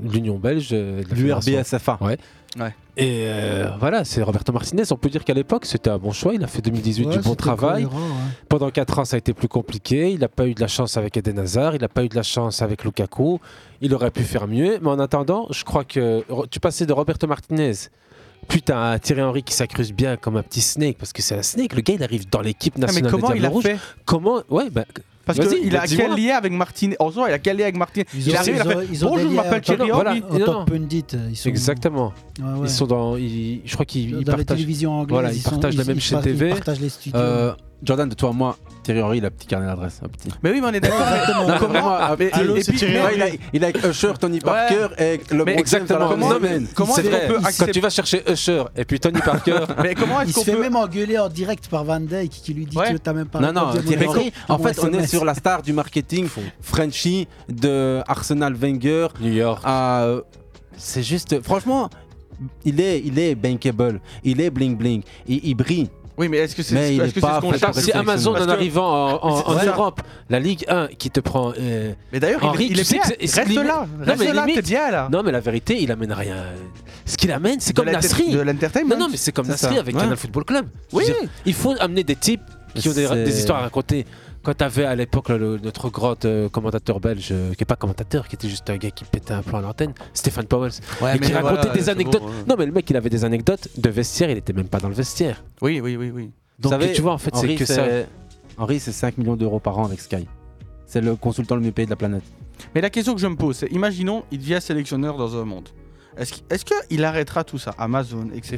Speaker 8: de l'Union belge, euh, de la
Speaker 12: L'URBSFA.
Speaker 8: fédération. Ouais.
Speaker 12: Ouais.
Speaker 8: Et euh, voilà, c'est Roberto Martinez. On peut dire qu'à l'époque, c'était un bon choix. Il a fait 2018
Speaker 11: Ouais,
Speaker 8: du bon
Speaker 11: c'était
Speaker 8: travail.
Speaker 11: cohérent,
Speaker 12: hein.
Speaker 11: ouais.
Speaker 8: Pendant 4 ans, ça a été plus compliqué. Il n'a pas eu de la chance avec Eden Hazard. Il n'a pas eu de la chance avec Lukaku. Il aurait pu faire mieux. Mais en attendant, je crois que Ro- tu passais de Roberto Martinez. Putain, à Thierry Henry qui s'accruse bien comme un petit snake, parce que c'est un snake. Le gars, il arrive dans l'équipe
Speaker 12: Ah, mais
Speaker 8: nationale
Speaker 12: comment
Speaker 8: des
Speaker 12: il
Speaker 8: Diables
Speaker 12: a
Speaker 8: Rouges.
Speaker 12: fait
Speaker 8: Comment Ouais, bah,
Speaker 12: Parce
Speaker 8: vas-y,
Speaker 12: qu'il a
Speaker 8: dis-moi.
Speaker 12: quel lien avec Martinez En soi, il a quel lien avec Martinez
Speaker 8: Ils
Speaker 12: Il
Speaker 8: ont-
Speaker 12: arrive, il
Speaker 8: ils
Speaker 12: a
Speaker 8: ont-
Speaker 12: fait
Speaker 8: ils ont
Speaker 12: Bonjour,
Speaker 8: des
Speaker 12: je
Speaker 8: liens
Speaker 12: m'appelle
Speaker 8: en top-
Speaker 12: Thierry
Speaker 8: voilà,
Speaker 12: Henry.
Speaker 8: en top
Speaker 11: pundit, ils sont-
Speaker 8: Exactement.
Speaker 11: Ouais, ouais.
Speaker 8: Ils sont dans. ils- je crois qu'ils
Speaker 11: Dans
Speaker 8: ils
Speaker 11: les
Speaker 8: partagent.
Speaker 11: télévisions anglaises,
Speaker 8: Voilà,
Speaker 11: ils
Speaker 8: ils,
Speaker 11: sont-
Speaker 8: partagent la
Speaker 11: ils-
Speaker 8: même
Speaker 11: ils
Speaker 8: chaîne
Speaker 11: partagent- ils
Speaker 8: TV.
Speaker 11: partagent les studios.
Speaker 8: Euh, Jordan, de toi à moi, Thierry Henry, il a petit carnet d'adresse, un petit.
Speaker 12: Mais oui, mais on est d'accord.
Speaker 8: Non, mais
Speaker 12: Comment-
Speaker 8: vraiment, un
Speaker 12: Mais-
Speaker 8: petit-
Speaker 12: Allô,
Speaker 8: et
Speaker 12: c'est
Speaker 8: puis,
Speaker 12: Thierry
Speaker 8: ouais,
Speaker 12: Henry.
Speaker 8: il, a, il a avec Usher, Tony Parker et le
Speaker 12: Mais
Speaker 8: Brook James
Speaker 12: exactement.
Speaker 8: dans la même
Speaker 12: Comment-
Speaker 8: semaine.
Speaker 12: comment
Speaker 8: C'est
Speaker 12: est-ce qu'on
Speaker 8: vrai.
Speaker 12: peut
Speaker 8: Quand
Speaker 12: accepter-
Speaker 8: tu vas chercher Usher et puis Tony Parker.
Speaker 12: Mais comment
Speaker 11: il se fait même engueuler en direct par Van Dyke qui lui dit tu t'as même pas
Speaker 8: Non, non,
Speaker 11: répondu à mon
Speaker 8: Thierry Henry,
Speaker 11: message,
Speaker 8: en
Speaker 11: mon
Speaker 8: fait, on est
Speaker 11: SMS.
Speaker 8: sur la star du marketing Frenchy de Arsenal Wenger. New York. c'est juste, franchement, il est, il est bankable, il est bling bling, il, il brille.
Speaker 12: Oui, mais est-ce que c'est
Speaker 8: Mais il
Speaker 12: est-ce
Speaker 8: est
Speaker 12: que c'est
Speaker 8: pas
Speaker 12: ce qu'on
Speaker 8: fait
Speaker 12: cherche
Speaker 8: pour Si Amazon
Speaker 12: Parce
Speaker 8: en
Speaker 12: que-
Speaker 8: arrivant en, en-
Speaker 12: Mais c'est
Speaker 8: en
Speaker 12: ça.
Speaker 8: Europe, la Ligue 1 qui te prend. euh,
Speaker 12: Mais d'ailleurs, il-
Speaker 8: Henry,
Speaker 12: il
Speaker 8: tu
Speaker 12: est
Speaker 8: sais
Speaker 12: bien.
Speaker 8: que c'est- c'est
Speaker 12: Reste
Speaker 8: limite-
Speaker 12: là,
Speaker 8: Non,
Speaker 12: reste
Speaker 8: mais
Speaker 12: là,
Speaker 8: limite-
Speaker 12: t'es bien, là.
Speaker 8: Non, mais la vérité, il amène rien. Ce qu'il amène, c'est comme
Speaker 12: l'enter-
Speaker 8: Nasri.
Speaker 12: de l'entertainment.
Speaker 8: Non, non, mais c'est comme
Speaker 12: C'est
Speaker 8: Nasri
Speaker 12: ça.
Speaker 8: avec
Speaker 12: Ouais.
Speaker 8: Canal Football Club. Je
Speaker 12: Oui.
Speaker 8: veux dire, Il faut amener des types qui ont des,
Speaker 12: C'est-
Speaker 8: des histoires à raconter. Quand t'avais à l'époque le- le- notre grand euh, commentateur belge, euh, qui est pas commentateur, qui était juste un gars qui pétait un plan à l'antenne, Stéphane Powels,
Speaker 12: Ouais,
Speaker 8: et qui
Speaker 12: mais
Speaker 8: racontait
Speaker 12: voilà,
Speaker 8: des
Speaker 12: c'est
Speaker 8: anecdotes.
Speaker 12: bon, ouais.
Speaker 8: Non, mais le mec, il avait des anecdotes de vestiaire, il était même pas dans le vestiaire.
Speaker 12: Oui, oui, oui, oui.
Speaker 8: Donc Vous savez, tu vois, en fait, c'est Henry, que ça. Henry, c'est 5 millions d'euros par an avec Sky. C'est le consultant le mieux payé de la planète.
Speaker 12: Mais la question que je me pose, c'est imaginons, il devient sélectionneur dans un monde. Est-ce qu'il est-ce que il arrêtera tout ça Amazon, etc.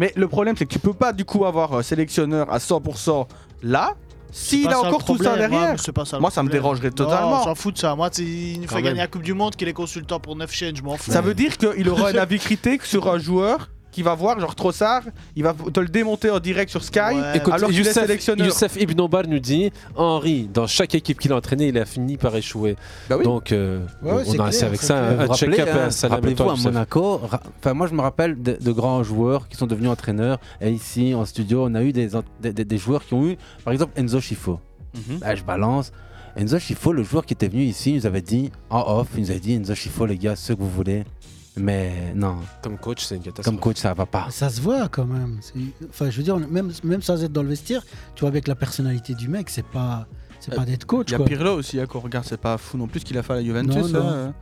Speaker 12: Mais le problème, c'est que tu peux pas du coup avoir un sélectionneur à 100% là, s'il
Speaker 13: pas
Speaker 12: a
Speaker 13: ça le
Speaker 12: encore tout ça hein,
Speaker 13: problème, ouais,
Speaker 12: derrière.
Speaker 13: mais c'est pas ça le
Speaker 12: Moi, ça me
Speaker 13: problème.
Speaker 12: dérangerait
Speaker 13: Non,
Speaker 12: totalement.
Speaker 13: On s'en fout de ça. Moi, tu- il nous
Speaker 12: Quand
Speaker 13: fait gagner
Speaker 12: même.
Speaker 13: la Coupe du Monde, qu'il est consultant pour 9 chaînes, je m'en fous.
Speaker 12: Ça veut dire qu'il aura un avis critique sur un joueur
Speaker 14: qui va voir, genre Trossard, il va te le démonter en direct sur Sky,
Speaker 9: Écoute,
Speaker 14: alors qu'il est
Speaker 9: Youssef,
Speaker 14: sélectionneur.
Speaker 9: Youssef Ibn Omar nous dit Henri, dans chaque équipe qu'il a entraîné, il a fini par échouer. Donc, euh,
Speaker 8: Bah Ouais, ouais,
Speaker 9: on
Speaker 8: c'est
Speaker 9: a assez
Speaker 8: clair,
Speaker 9: avec
Speaker 8: c'est
Speaker 9: ça
Speaker 8: clair.
Speaker 9: un
Speaker 8: Vous rappelez,
Speaker 9: check-up et
Speaker 8: hein,
Speaker 9: un salam.
Speaker 8: Rappelez-vous
Speaker 9: Toi,
Speaker 8: à
Speaker 9: Youssef.
Speaker 8: Monaco, ra- enfin moi je me rappelle de, de grands joueurs qui sont devenus entraîneurs et ici en studio on a eu des, en- des, des- des joueurs qui ont eu par exemple Enzo Schifo.
Speaker 12: Mhm.
Speaker 8: Bah, je balance. Enzo Schifo, le joueur qui était venu ici, il nous avait dit en off, il nous avait dit Enzo Schifo les gars, ce que vous voulez. Mais non.
Speaker 9: Comme coach, c'est une catastrophe.
Speaker 8: Comme coach, ça va pas.
Speaker 11: Ah, Ça se voit quand même. C'est- Enfin, je veux dire, on- même, même sans être dans le vestiaire, tu vois, avec la personnalité du mec, c'est pas, c'est pas d'être coach.
Speaker 12: Euh, Il y a
Speaker 11: quoi.
Speaker 12: Pirlo aussi, hein, qu'on regarde, c'est pas fou non plus ce qu'il a fait à la Juventus.
Speaker 11: Non, non.
Speaker 12: hein.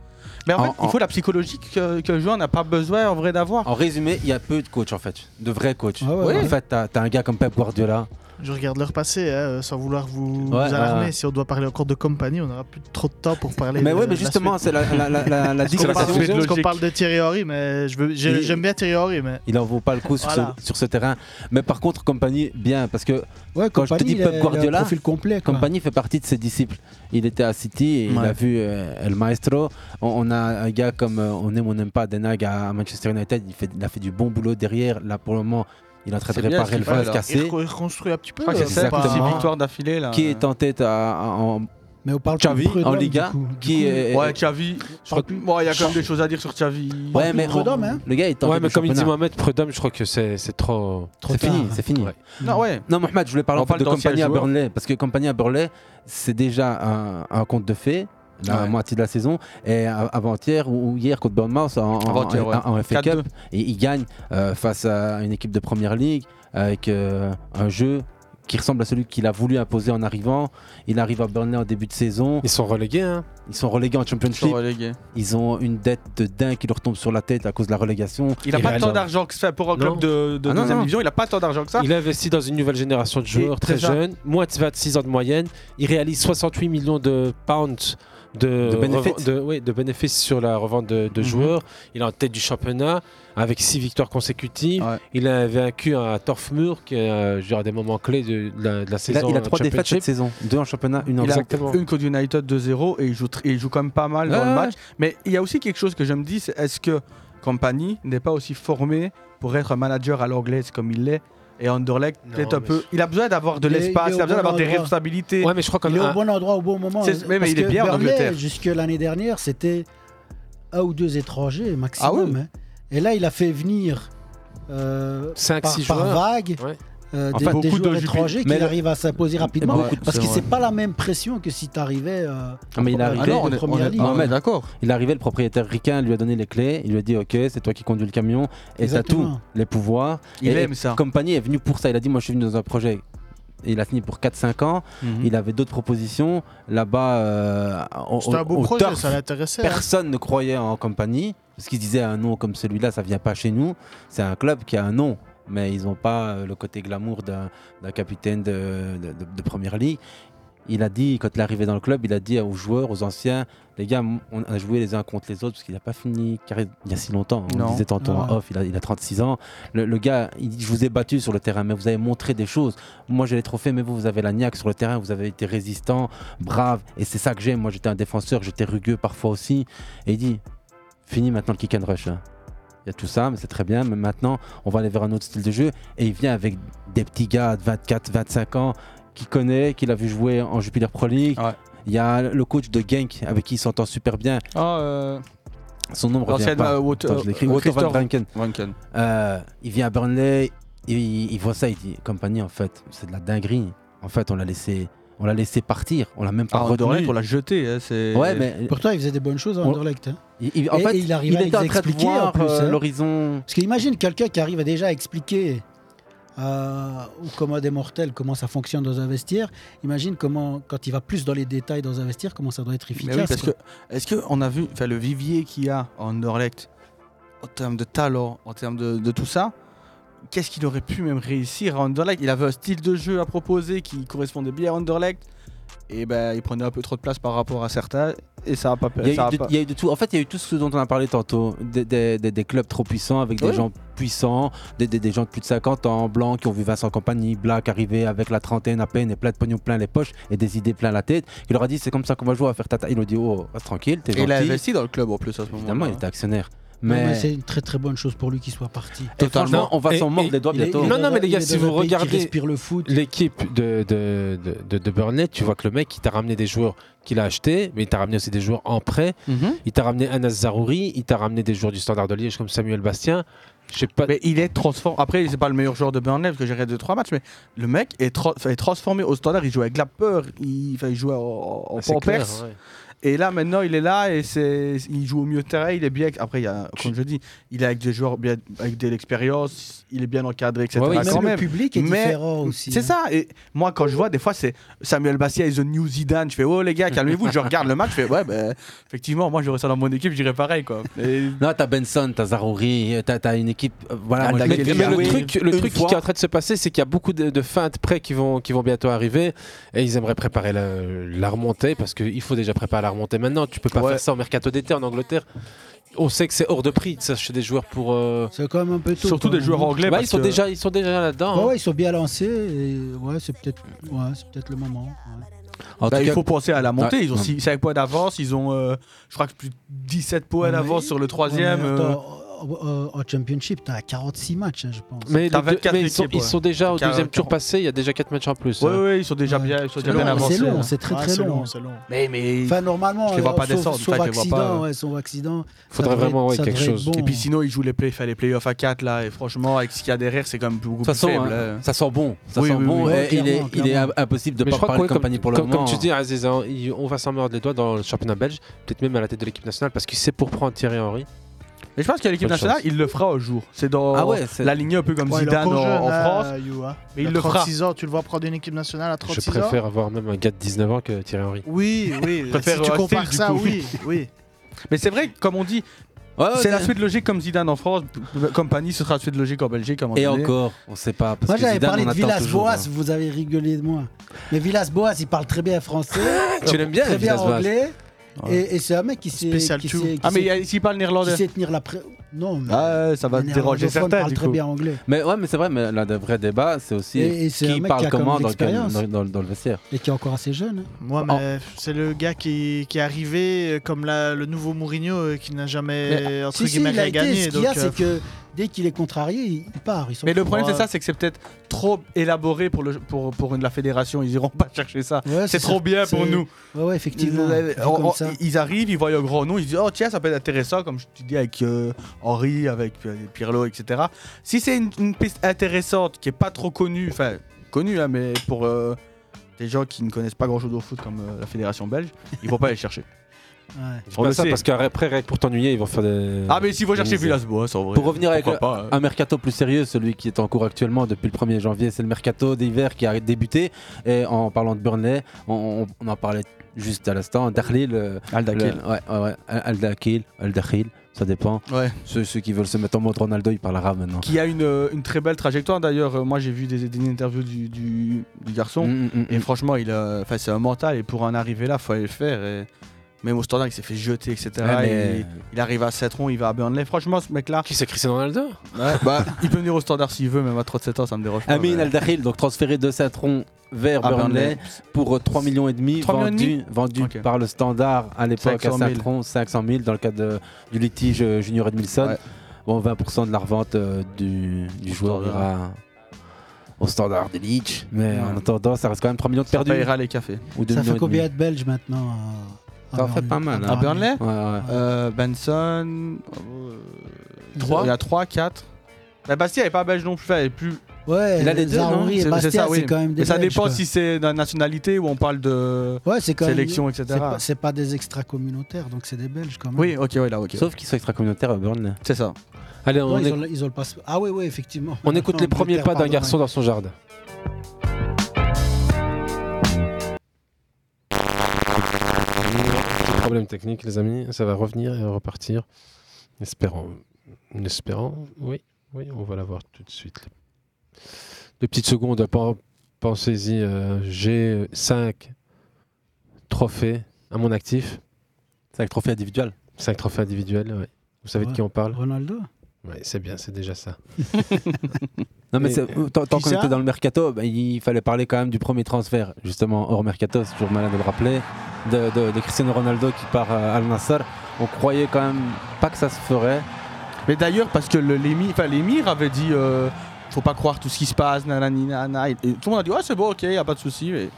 Speaker 12: Mais en,
Speaker 8: En-
Speaker 12: fait, il
Speaker 8: en-
Speaker 12: faut la psychologie que, que le joueur n'a pas besoin en vrai d'avoir.
Speaker 8: En résumé, il y a peu de coachs en fait, de vrais coachs.
Speaker 12: ouais.
Speaker 8: En fait, t'as t'as un gars comme Pep Guardiola.
Speaker 13: Je regarde l'heure passée, hein, sans vouloir vous, vous
Speaker 8: Ouais,
Speaker 13: alarmer.
Speaker 8: ouais.
Speaker 13: Si on doit parler encore de compagnie, on n'aura plus trop de temps pour parler.
Speaker 8: Mais
Speaker 13: de
Speaker 8: ouais, mais
Speaker 13: la
Speaker 8: justement,
Speaker 13: suite.
Speaker 8: c'est la- la- la- la- la
Speaker 13: Parce qu'on
Speaker 8: digression.
Speaker 13: parle- Parce qu'on
Speaker 8: Logique.
Speaker 13: parle de Thierry Henry, mais je veux- j'ai-
Speaker 8: Il-
Speaker 13: j'aime bien Thierry Henry, mais
Speaker 8: Il en vaut pas le coup sur,
Speaker 13: Voilà.
Speaker 8: ce, sur ce terrain. Mais par contre, Compagnie, bien, parce que quand je te
Speaker 11: Compagnie,
Speaker 8: dis
Speaker 11: il a-
Speaker 8: Pep
Speaker 11: il a un
Speaker 8: Guardiola,
Speaker 11: profil complet, quoi.
Speaker 8: Compagnie fait partie de ses disciples. Il était à City et il
Speaker 11: Ouais.
Speaker 8: a vu euh, El Maestro. On, on a un gars comme euh, on aime ou on n'aime pas Denag à Manchester United. Il, fait, il a fait du bon boulot derrière. Là, pour le moment, il est en train
Speaker 12: C'est
Speaker 8: de
Speaker 12: bien ce
Speaker 8: réparer
Speaker 12: qu'il
Speaker 8: le
Speaker 12: fait,
Speaker 8: vase
Speaker 12: là.
Speaker 8: cassé.
Speaker 12: Il reco- il reconstruit un petit peu, euh,
Speaker 8: c'est
Speaker 12: pas-
Speaker 8: exactement.
Speaker 12: Six victoires d'affilée, là.
Speaker 8: Qui est en tête à- à- en.
Speaker 11: Mais on parle
Speaker 8: Xavi en Liga. qui est,
Speaker 12: Ouais, Xavi. Je crois- Bon, il y a quand même des choses à dire sur Xavi.
Speaker 8: Ouais, mais on-
Speaker 11: hein.
Speaker 8: le gars est en
Speaker 9: Ouais,
Speaker 8: tête
Speaker 9: mais
Speaker 8: du
Speaker 9: comme il dit
Speaker 8: championnat.
Speaker 9: Mohamed, Prud'homme, je crois que c'est c'est trop.
Speaker 8: C'est fini, c'est fini.
Speaker 12: Non, ouais.
Speaker 8: Non, Mohamed, je voulais parler
Speaker 12: On
Speaker 8: en fait
Speaker 12: parle
Speaker 8: de
Speaker 12: d'anciens
Speaker 8: compagnie à
Speaker 12: joueurs.
Speaker 8: Burnley. Parce que compagnie à Burnley, c'est déjà un, un conte de fées, la
Speaker 12: Ouais.
Speaker 8: moitié de la saison. Et a- avant-hier ou ou hier contre Bournemouth en, en,
Speaker 12: Avant-hier,
Speaker 8: en-
Speaker 12: ouais.
Speaker 8: en FA Cup,
Speaker 12: 4-2.
Speaker 8: et ils gagnent euh, face à une équipe de première ligue avec euh, un jeu qui ressemble à celui qu'il a voulu imposer en arrivant. Il arrive à Burnley en début de saison.
Speaker 9: Ils sont relégués. Hein.
Speaker 8: Ils sont relégués en Championship.
Speaker 12: Ils sont relégués.
Speaker 8: Ils ont une dette de dingue qui leur tombe sur la tête à cause de la relégation.
Speaker 12: Il n'a pas tant d'argent que ça pour un
Speaker 8: Non.
Speaker 12: club de, de
Speaker 8: Ah non,
Speaker 12: deuxième
Speaker 8: non.
Speaker 12: division. Il n'a pas tant d'argent que ça.
Speaker 9: Il investit dans une nouvelle génération de joueurs
Speaker 12: Et
Speaker 9: très
Speaker 12: déjà-
Speaker 9: jeunes, moins de 26 ans de moyenne. Il réalise 68 millions de pounds de,
Speaker 8: De bénéfices. Mhm.
Speaker 9: reven- de- oui, de bénéfices sur la revente de, de joueurs. Il est en tête du championnat avec 6 victoires consécutives. Il a vaincu un Torfmur qui est euh, je dirais, des moments clés de, de la, de la
Speaker 8: Il a,
Speaker 9: saison.
Speaker 8: il a
Speaker 9: en
Speaker 8: trois défaites
Speaker 9: Championship.
Speaker 8: cette saison, deux en championnat, une en
Speaker 12: Il a
Speaker 8: Exactement.
Speaker 12: une contre United 2-0 et il joue, tr- et il joue quand même pas mal dans
Speaker 8: Ouais,
Speaker 12: le
Speaker 8: ouais.
Speaker 12: match. Mais il y a aussi quelque chose que je me dis, c'est est-ce que Compagnie n'est pas aussi formé pour être un manager à l'anglaise comme il l'est et Anderlecht peut-être un peu. Il a besoin d'avoir de
Speaker 11: Il est- il
Speaker 12: l'espace,
Speaker 11: est
Speaker 12: il a
Speaker 11: au
Speaker 12: besoin
Speaker 11: bon
Speaker 12: d'avoir des
Speaker 11: endroit.
Speaker 12: responsabilités. Ouais,
Speaker 9: mais je crois
Speaker 11: Il est au bon endroit au bon moment.
Speaker 12: C'est- mais- mais
Speaker 11: Parce
Speaker 12: il est
Speaker 11: que
Speaker 12: bien en
Speaker 11: Burnley,
Speaker 12: Angleterre.
Speaker 11: Jusque l'année dernière, c'était un ou deux étrangers
Speaker 12: Ah
Speaker 11: maximum.
Speaker 12: oui.
Speaker 11: hein. Et là, il a fait venir euh,
Speaker 9: Cinq,
Speaker 11: par,
Speaker 9: six
Speaker 11: par
Speaker 9: joueurs.
Speaker 11: vague. euh,
Speaker 8: En
Speaker 11: des,
Speaker 8: fait,
Speaker 11: des
Speaker 8: beaucoup de
Speaker 11: joueurs
Speaker 8: Jupi-
Speaker 11: étrangers
Speaker 8: mais
Speaker 11: qu'il
Speaker 8: le-
Speaker 11: arrive à s'imposer rapidement
Speaker 8: Beaucoup,
Speaker 11: parce
Speaker 8: c'est
Speaker 11: que
Speaker 8: vrai.
Speaker 11: c'est pas la même pression que si t'arrivais euh,
Speaker 8: Ah, mais il est
Speaker 11: en
Speaker 8: arrivé,
Speaker 11: de première ligue.
Speaker 12: d'accord.
Speaker 8: Il est hein. arrivé, le propriétaire ricain lui a donné les clés, il lui a dit ok, c'est toi qui conduis le camion et t'as
Speaker 11: Exactement.
Speaker 8: tout, les pouvoirs.
Speaker 12: Il
Speaker 8: et
Speaker 12: aime ça.
Speaker 8: Compagnie est venu pour ça, il a dit moi je suis venu dans un projet. Et Il a fini pour 4-5 ans,
Speaker 12: Mhm.
Speaker 8: il avait d'autres propositions là-bas. euh, au-
Speaker 13: C'était un
Speaker 8: au-
Speaker 13: beau
Speaker 8: au
Speaker 13: projet,
Speaker 8: turf.
Speaker 13: ça l'intéressait, hein.
Speaker 8: Personne ne croyait en compagnie parce qu'ils disaient un nom comme celui-là, ça vient pas chez nous. C'est un club qui a un nom, mais ils n'ont pas euh, le côté glamour d'un d'un capitaine de, de- de- de première ligue. Il a dit, quand il est arrivé dans le club, il a dit aux joueurs, aux anciens, les gars, m- on a joué les uns contre les autres parce qu'il n'a pas fini carré- il y a si longtemps. On
Speaker 12: Non.
Speaker 8: disait tantôt en
Speaker 12: Ouais.
Speaker 8: off, il a, il a 36 ans. Le, le gars, il dit, je vous ai battu sur le terrain, mais vous avez montré des choses. Moi, j'ai les trophées, mais vous, vous avez la niaque sur le terrain. Vous avez été résistant, brave. Et c'est ça que j'aime. Moi, j'étais un défenseur, j'étais rugueux parfois aussi. Et il dit, fini maintenant le kick and rush. hein. Il y a tout ça, mais c'est très bien. Mais maintenant, on va aller vers un autre style de jeu. Et il vient avec des petits gars de 24, 25 ans qui connaît, qu'il a vu jouer en Jupiler Pro League. Il y a le coach de Genk avec qui il s'entend super bien.
Speaker 12: Ah, euh,
Speaker 8: Son nom me revient
Speaker 12: L'ancien,
Speaker 8: pas.
Speaker 12: euh, Wouter-
Speaker 8: Attends, je l'écris.
Speaker 12: euh,
Speaker 8: Wouter
Speaker 12: Christophe
Speaker 8: van Ranken.
Speaker 12: Ranken.
Speaker 8: Euh, il vient à Burnley, il, il voit ça, il dit compagnie en fait, c'est de la dinguerie. En fait, on l'a laissé, on l'a laissé partir, on l'a même pas
Speaker 12: Ah,
Speaker 8: retenu.
Speaker 12: Anderlecht, on l'a jeté. hein, c'est-
Speaker 8: Ouais, mais
Speaker 11: Pourtant, il faisait des bonnes choses à
Speaker 8: On-
Speaker 11: Anderlecht. hein.
Speaker 8: Il- il- en
Speaker 11: Et-
Speaker 8: fait,
Speaker 11: et arrivait
Speaker 8: il
Speaker 11: à
Speaker 8: était en
Speaker 11: les
Speaker 8: train de
Speaker 11: expliquer,
Speaker 8: voir,
Speaker 11: en plus,
Speaker 8: euh,
Speaker 11: hein.
Speaker 8: l'horizon.
Speaker 11: Parce qu'imagine quelqu'un qui arrive à déjà à expliquer euh, aux commodes et mortels comment ça fonctionne dans un vestiaire. Imagine comment, quand il va plus dans les détails dans un vestiaire, comment ça doit être
Speaker 12: Mais
Speaker 11: efficace.
Speaker 12: oui, parce
Speaker 11: quoi.
Speaker 12: que est-ce qu'on a vu enfin, le vivier qu'il y a en Anderlecht en termes de talent, en termes de, de tout ça Qu'est-ce qu'il aurait pu même réussir à Anderlecht Il avait un style de jeu à proposer qui correspondait bien à Anderlecht. Et ben, il prenait un peu trop de place par rapport à certains. Et ça n'a pas.
Speaker 8: Il y,
Speaker 12: ça
Speaker 8: a eu
Speaker 12: a
Speaker 8: de,
Speaker 12: pas-
Speaker 8: il y a eu de tout. En fait, il y a eu tout ce dont on a parlé tantôt. Des, des- des- des clubs trop puissants avec des
Speaker 12: Oui.
Speaker 8: gens puissants, des, des- des gens de plus de 50 ans, blancs qui ont vu Vincent Compagnie, Black arrivé avec la trentaine à peine et plein de pognon plein les poches et des idées plein la tête. Il leur a dit c'est comme ça qu'on va jouer, à faire tata. Il leur a dit oh, reste tranquille, t'es
Speaker 12: Et il a
Speaker 8: gentil.
Speaker 12: investi dans le club en plus à ce moment-là.
Speaker 8: Évidemment, il était actionnaire.
Speaker 11: Mais,
Speaker 8: Mais-
Speaker 11: c'est une très très bonne chose pour lui qu'il soit parti.
Speaker 8: Et franchement, on va s'en mordre les doigts bientôt.
Speaker 11: il est
Speaker 8: Non,
Speaker 11: dans
Speaker 8: non, mais
Speaker 11: un-
Speaker 8: les gars,
Speaker 11: il est
Speaker 8: si
Speaker 11: dans
Speaker 8: vous
Speaker 11: un pays qui
Speaker 8: regardez-
Speaker 11: respire le foot.
Speaker 9: L'équipe de, de, de, de, de Burnley, tu vois que le mec, il t'a ramené des joueurs qu'il a achetés, mais il t'a ramené aussi des joueurs en prêt.
Speaker 11: Mhm.
Speaker 9: Il t'a ramené Anas Zarouri, il t'a ramené des joueurs du Standard de Liège comme Samuel Bastien. Je sais pas.
Speaker 12: Mais il est transformé. Après, c'est pas le meilleur joueur de Burnley parce que j'ai regardé deux trois matchs, mais le mec est, tra- enfin, est transformé au standard. Il jouait avec la peur, il, enfin, il jouait en, en-
Speaker 9: c'est
Speaker 12: en
Speaker 9: clair,
Speaker 12: Perse.
Speaker 9: ouais.
Speaker 12: Et là, maintenant, il est là et c'est, il joue au milieu de terrain. Il est bien. avec- Après, il y a, comme je dis, il est avec des joueurs bien, avec de l'expérience. Il est bien encadré, etc.
Speaker 11: Ouais, ouais,
Speaker 12: quand
Speaker 11: même le
Speaker 12: même.
Speaker 11: public est
Speaker 12: Mais
Speaker 11: différent aussi,
Speaker 12: C'est
Speaker 11: hein.
Speaker 12: ça. Et moi, quand je vois, des fois, c'est Samuel Bastia et The New Zidane. Je fais, oh les gars, calmez-vous. je regarde le match. Je fais, ouais, ben, effectivement, moi, je ça dans mon équipe, je dirais pareil, quoi.
Speaker 8: Non, t'as Benson, t'as Zarouri, t'as t'as une équipe. euh, Voilà,
Speaker 9: mais, Ah, mais le truc, le truc qui est en
Speaker 8: a
Speaker 9: train de se passer, c'est qu'il y a beaucoup de, de feintes prêts qui vont, qui vont bientôt arriver et ils aimeraient préparer la, la remontée parce qu'il faut déjà préparer la remontée maintenant. Tu peux pas
Speaker 11: Ouais.
Speaker 9: faire ça en mercato d'été en Angleterre. On sait que c'est hors de prix de s'acheter des joueurs pour.
Speaker 11: C'est quand même un peu tôt.
Speaker 9: Surtout
Speaker 11: quand
Speaker 9: des
Speaker 11: même.
Speaker 9: joueurs anglais, Bah, parce ils sont que- déjà- ils sont déjà là-dedans,
Speaker 11: Ouais,
Speaker 9: hein.
Speaker 11: ouais, ils sont bien lancés. Et ouais, c'est peut-être ouais, c'est peut-être le moment. ouais.
Speaker 12: Bah, il faut penser à la montée.
Speaker 11: Ouais.
Speaker 12: Ils ont 5 points d'avance. Ils ont, euh, je crois que plus de 17 points d'avance sur le troisième.
Speaker 11: Ouais, mais
Speaker 12: euh,
Speaker 11: attends, en- en- en Championship, t'as 46 matchs, hein, je pense.
Speaker 9: Mais,
Speaker 12: T'as
Speaker 9: les deux-
Speaker 12: 24
Speaker 9: mais ils, sont,
Speaker 12: équipes,
Speaker 9: ils
Speaker 12: ouais.
Speaker 9: sont déjà au
Speaker 12: Quarante-
Speaker 9: deuxième tour passé, il y a déjà 4 matchs en plus. hein.
Speaker 12: Ouais, ouais, ils sont déjà bien, ils sont déjà bien avancés.
Speaker 11: C'est long, c'est très
Speaker 12: Ouais,
Speaker 11: très
Speaker 12: c'est
Speaker 11: long.
Speaker 12: long, c'est long. Mais, mais.
Speaker 11: Enfin, normalement,
Speaker 12: je les vois
Speaker 11: euh,
Speaker 12: pas
Speaker 11: sauf-
Speaker 12: descendre,
Speaker 11: Sauf
Speaker 12: enfin, je les vois
Speaker 11: accident,
Speaker 12: pas, euh.
Speaker 11: ouais, sauf accident. ça
Speaker 12: Faudrait
Speaker 11: devrait-
Speaker 12: vraiment
Speaker 11: ça
Speaker 12: quelque
Speaker 11: devrait
Speaker 12: chose.
Speaker 11: être bon.
Speaker 12: Et puis sinon, ils jouent les, play, enfin, les playoffs à 4 là. Et franchement, avec ce qu'il y a derrière, c'est quand même beaucoup
Speaker 8: Ça
Speaker 12: plus
Speaker 8: sent,
Speaker 12: faible.
Speaker 8: hein.
Speaker 12: euh.
Speaker 8: Ça sent bon. Ça
Speaker 12: Oui,
Speaker 8: sent
Speaker 12: oui,
Speaker 8: bon.
Speaker 12: oui.
Speaker 8: et il, est,
Speaker 12: Clairement,
Speaker 8: il est
Speaker 12: clairement.
Speaker 8: impossible de
Speaker 9: Mais je
Speaker 8: pas
Speaker 9: crois
Speaker 8: parler
Speaker 9: que, ouais,
Speaker 8: de compagnie
Speaker 9: comme,
Speaker 8: pour le
Speaker 9: comme-
Speaker 8: moment.
Speaker 9: comme tu dis, Aziz, hein, il- on va s'en mordre les doigts dans le championnat belge, peut-être même à la tête de l'équipe nationale, parce qu'il sait pour prendre Thierry Henry.
Speaker 12: Mais je pense que l'équipe
Speaker 9: Bonne chance.
Speaker 12: nationale, il le fera au jour. C'est dans
Speaker 9: Ah ouais, c'est-
Speaker 12: la ligne un peu comme
Speaker 9: Ouais, il est
Speaker 12: Zidane en,
Speaker 9: encore jeune,
Speaker 12: en
Speaker 9: là,
Speaker 12: France.
Speaker 13: You, hein.
Speaker 12: Mais
Speaker 13: À
Speaker 12: il le fera.
Speaker 13: 36 ans, tu le vois prendre une équipe nationale à
Speaker 9: Je
Speaker 13: 36 ans.
Speaker 9: préfère avoir même un gars de 19 ans que Thierry Henry.
Speaker 13: Oui, oui.
Speaker 12: Je
Speaker 13: si
Speaker 12: préfère,
Speaker 13: tu
Speaker 12: euh,
Speaker 13: compares
Speaker 12: Steel, du
Speaker 13: ça,
Speaker 12: coup.
Speaker 13: Ah oui, oui.
Speaker 12: Mais c'est vrai, que, comme on dit,
Speaker 8: ouais,
Speaker 12: c'est la
Speaker 8: c'est-
Speaker 12: suite logique comme Zidane en France. Compagnie, ce sera la suite logique en Belgique. à un moment
Speaker 8: Et
Speaker 12: donné.
Speaker 8: encore, on sait pas. Parce
Speaker 11: Moi
Speaker 8: que
Speaker 11: j'avais
Speaker 8: Zidane,
Speaker 11: parlé
Speaker 8: on
Speaker 11: de
Speaker 8: attend
Speaker 11: Villas
Speaker 8: toujours,
Speaker 11: Boas,
Speaker 8: hein.
Speaker 11: vous avez rigolé de moi. Mais Villas Boas, il parle très bien français.
Speaker 8: Tu l'aimes bien,
Speaker 11: Très bien
Speaker 8: Villas-Boas.
Speaker 11: anglais. Et, et c'est un mec qui sait.
Speaker 12: Spécial
Speaker 11: qui
Speaker 12: tout.
Speaker 11: sait- qui
Speaker 12: Ah, mais
Speaker 11: sait-
Speaker 12: il y a- s'il parle néerlandais.
Speaker 11: Qui sait tenir la pré. Non, mais.
Speaker 12: Ah, ça va
Speaker 11: un
Speaker 12: te déranger
Speaker 11: néerlandophone
Speaker 12: certains.
Speaker 11: parle
Speaker 12: du
Speaker 11: très
Speaker 12: coup.
Speaker 11: bien anglais.
Speaker 8: Mais ouais, mais c'est vrai, mais là, le vrai débat, c'est aussi
Speaker 11: Et- et c'est un
Speaker 8: qui
Speaker 11: mec qui
Speaker 8: parle
Speaker 11: a quand
Speaker 8: comment
Speaker 11: même
Speaker 8: dans, quel-
Speaker 11: l'expérience.
Speaker 8: dans- dans- dans le vestiaire.
Speaker 11: Et qui est encore assez jeune. hein.
Speaker 13: Moi,
Speaker 12: Ah.
Speaker 13: mais c'est le gars qui, qui est arrivé euh, comme la- le nouveau Mourinho euh, qui n'a jamais
Speaker 11: Mais- ah,
Speaker 13: entre
Speaker 11: si, si,
Speaker 13: guillemets
Speaker 11: il a
Speaker 13: rien
Speaker 11: été.
Speaker 13: gagné.
Speaker 11: Ce qu'il y a,
Speaker 13: donc,
Speaker 11: c'est
Speaker 13: euh,
Speaker 11: que dès qu'il est contrarié, il il part. il s'en
Speaker 12: Mais le
Speaker 11: fout.
Speaker 12: problème, c'est ça, c'est que c'est peut-être trop élaboré pour, le, pour, pour une- la fédération. Ils iront pas chercher ça.
Speaker 11: Ouais, c'est
Speaker 12: c'est trop
Speaker 11: ça.
Speaker 12: bien pour
Speaker 11: C'est-
Speaker 12: nous.
Speaker 11: Ouais, ouais, effectivement.
Speaker 12: Ils,
Speaker 11: Vu
Speaker 12: on-
Speaker 11: comme
Speaker 12: on-
Speaker 11: ça.
Speaker 12: ils arrivent, ils voient un grand nom, ils disent Oh, tiens, ça peut être intéressant, comme je te dis avec euh, Henri, avec euh, Pirlo, etc. Si c'est une, une piste intéressante qui est pas trop connue, enfin, connue, hein, mais pour euh, des gens qui ne connaissent pas grand chose au foot comme euh, la fédération belge, ils vont pas aller chercher.
Speaker 11: Ouais.
Speaker 9: Je dis
Speaker 12: On
Speaker 9: pas
Speaker 12: le
Speaker 9: ça
Speaker 12: sait.
Speaker 9: parce qu'après, rien que pour t'ennuyer, ils vont faire des.
Speaker 12: Ah, mais s'il faut
Speaker 9: des
Speaker 12: chercher
Speaker 9: misères.
Speaker 12: Villas-Boas, en vrai.
Speaker 8: Euh, Pour revenir avec
Speaker 12: Pourquoi
Speaker 8: le-
Speaker 12: pas, hein.
Speaker 8: un mercato plus sérieux, celui qui est en cours actuellement depuis le 1er janvier, c'est le mercato d'hiver qui a débuté. Et en parlant de Burnley, on, on- on en parlait juste à l'instant. Darlil, euh,
Speaker 12: Al-Dakhil.
Speaker 8: le- ouais, ouais, ouais, Al-Dakhil, Al-Dakhil, ça dépend.
Speaker 12: Ouais.
Speaker 8: Ceux, ceux qui veulent se mettre en mode Ronaldo, ils parlent arabe maintenant.
Speaker 12: qui a une, euh, une très belle trajectoire. D'ailleurs, euh, moi j'ai vu des, des interviews du, du- du garçon
Speaker 8: Mm,
Speaker 12: et franchement, il a- enfin, c'est un mental et pour en arriver là, faut aller le faire. Et même au standard, il s'est fait jeter, etc.
Speaker 8: Ouais, mais-
Speaker 12: il, il arrive à 7 ronds, il va à Burnley. Franchement, ce mec-là. Qui
Speaker 9: c'est Cristiano Ronaldo
Speaker 12: bah, Il peut venir au standard s'il veut, même à 37 ans, ça me dérange pas.
Speaker 8: Amin
Speaker 12: mais-
Speaker 8: Al-Dakhil, donc transféré de Saint-Tron vers
Speaker 12: À
Speaker 8: Burnley
Speaker 12: Burnley.
Speaker 8: pour euh, 3 millions et demi
Speaker 12: 3 millions et
Speaker 8: vendu,
Speaker 12: demi
Speaker 8: vendu
Speaker 12: Ok.
Speaker 8: par le Standard à l'époque à
Speaker 12: 500 000.
Speaker 8: Saint-Tron 500 000 dans le cadre de- du litige euh, Junior Edmilson. Bon 20% de la revente euh, du, du joueur
Speaker 12: Standard.
Speaker 8: ira au Standard de Leach, mais
Speaker 12: Ouais.
Speaker 8: en attendant ça reste quand même 3 millions de
Speaker 12: Ça
Speaker 8: perdus.
Speaker 12: paiera les cafés.
Speaker 8: Ou deux
Speaker 11: Ça
Speaker 8: millions
Speaker 11: fait
Speaker 8: et
Speaker 11: combien
Speaker 8: demi.
Speaker 11: de Belges maintenant
Speaker 8: Ça en fait pas mal. hein.
Speaker 12: À Burnley
Speaker 8: Ouais,
Speaker 11: Ah
Speaker 8: ouais.
Speaker 12: Euh, Benson.
Speaker 8: Trois.
Speaker 12: 3 Il y a 3, 4. La Bastia est Bah, pas belge non plus. enfin, elle est plus...
Speaker 11: Ouais,
Speaker 12: Il a les deux,
Speaker 11: Zahouri
Speaker 12: non
Speaker 11: et
Speaker 12: C'est-
Speaker 11: Bastia,
Speaker 12: c'est ça, oui.
Speaker 11: c'est quand même des
Speaker 12: Mais ça
Speaker 11: Belges,
Speaker 12: dépend
Speaker 11: quoi.
Speaker 12: si c'est la nationalité ou on parle de
Speaker 11: Ouais, c'est quand même-
Speaker 12: sélection,
Speaker 11: C'est
Speaker 12: etc.
Speaker 11: pas, c'est pas des extra communautaires, donc c'est des Belges quand même.
Speaker 12: Oui, ok, ouais, là, ok.
Speaker 8: Sauf qu'ils sont extra-communautaires à Burnley.
Speaker 12: C'est ça.
Speaker 9: Allez,
Speaker 11: Non,
Speaker 9: on,
Speaker 11: ils,
Speaker 9: éc-
Speaker 11: ont, le- ils ont le passe. Ah oui, oui, effectivement.
Speaker 9: on écoute les
Speaker 11: Angleterre,
Speaker 9: premiers pas d'un
Speaker 11: pardon,
Speaker 9: garçon
Speaker 11: ouais.
Speaker 9: dans son jardin. Problème technique, les amis, ça va revenir et repartir. Espérons. Espérons, oui, oui, on va l'avoir tout de suite. Deux petites secondes, hein, pen- pensez-y. euh, J'ai 5 trophées à mon actif.
Speaker 8: 5 trophées individuels
Speaker 9: 5 trophées individuels, ouais. Vous savez de qui on parle
Speaker 11: Ronaldo
Speaker 9: Ouais, c'est bien, c'est déjà ça.
Speaker 8: Non mais
Speaker 9: Et-
Speaker 8: c'est- euh, tant, tant
Speaker 9: Qui
Speaker 8: qu'on
Speaker 9: ça
Speaker 8: était dans le mercato, bah, il fallait parler quand même du premier transfert, justement hors mercato, c'est toujours malin de le rappeler, de, de- de Cristiano Ronaldo qui part à Al Nassr. On croyait quand même pas que ça se ferait.
Speaker 12: Mais d'ailleurs, parce que le- l'émir enfin, l'émir avait dit euh, faut pas croire tout ce qui se passe, nanani, nanana. Et, et tout le monde a dit ouais, c'est bon, ok, y a pas de souci. Mais
Speaker 13: euh,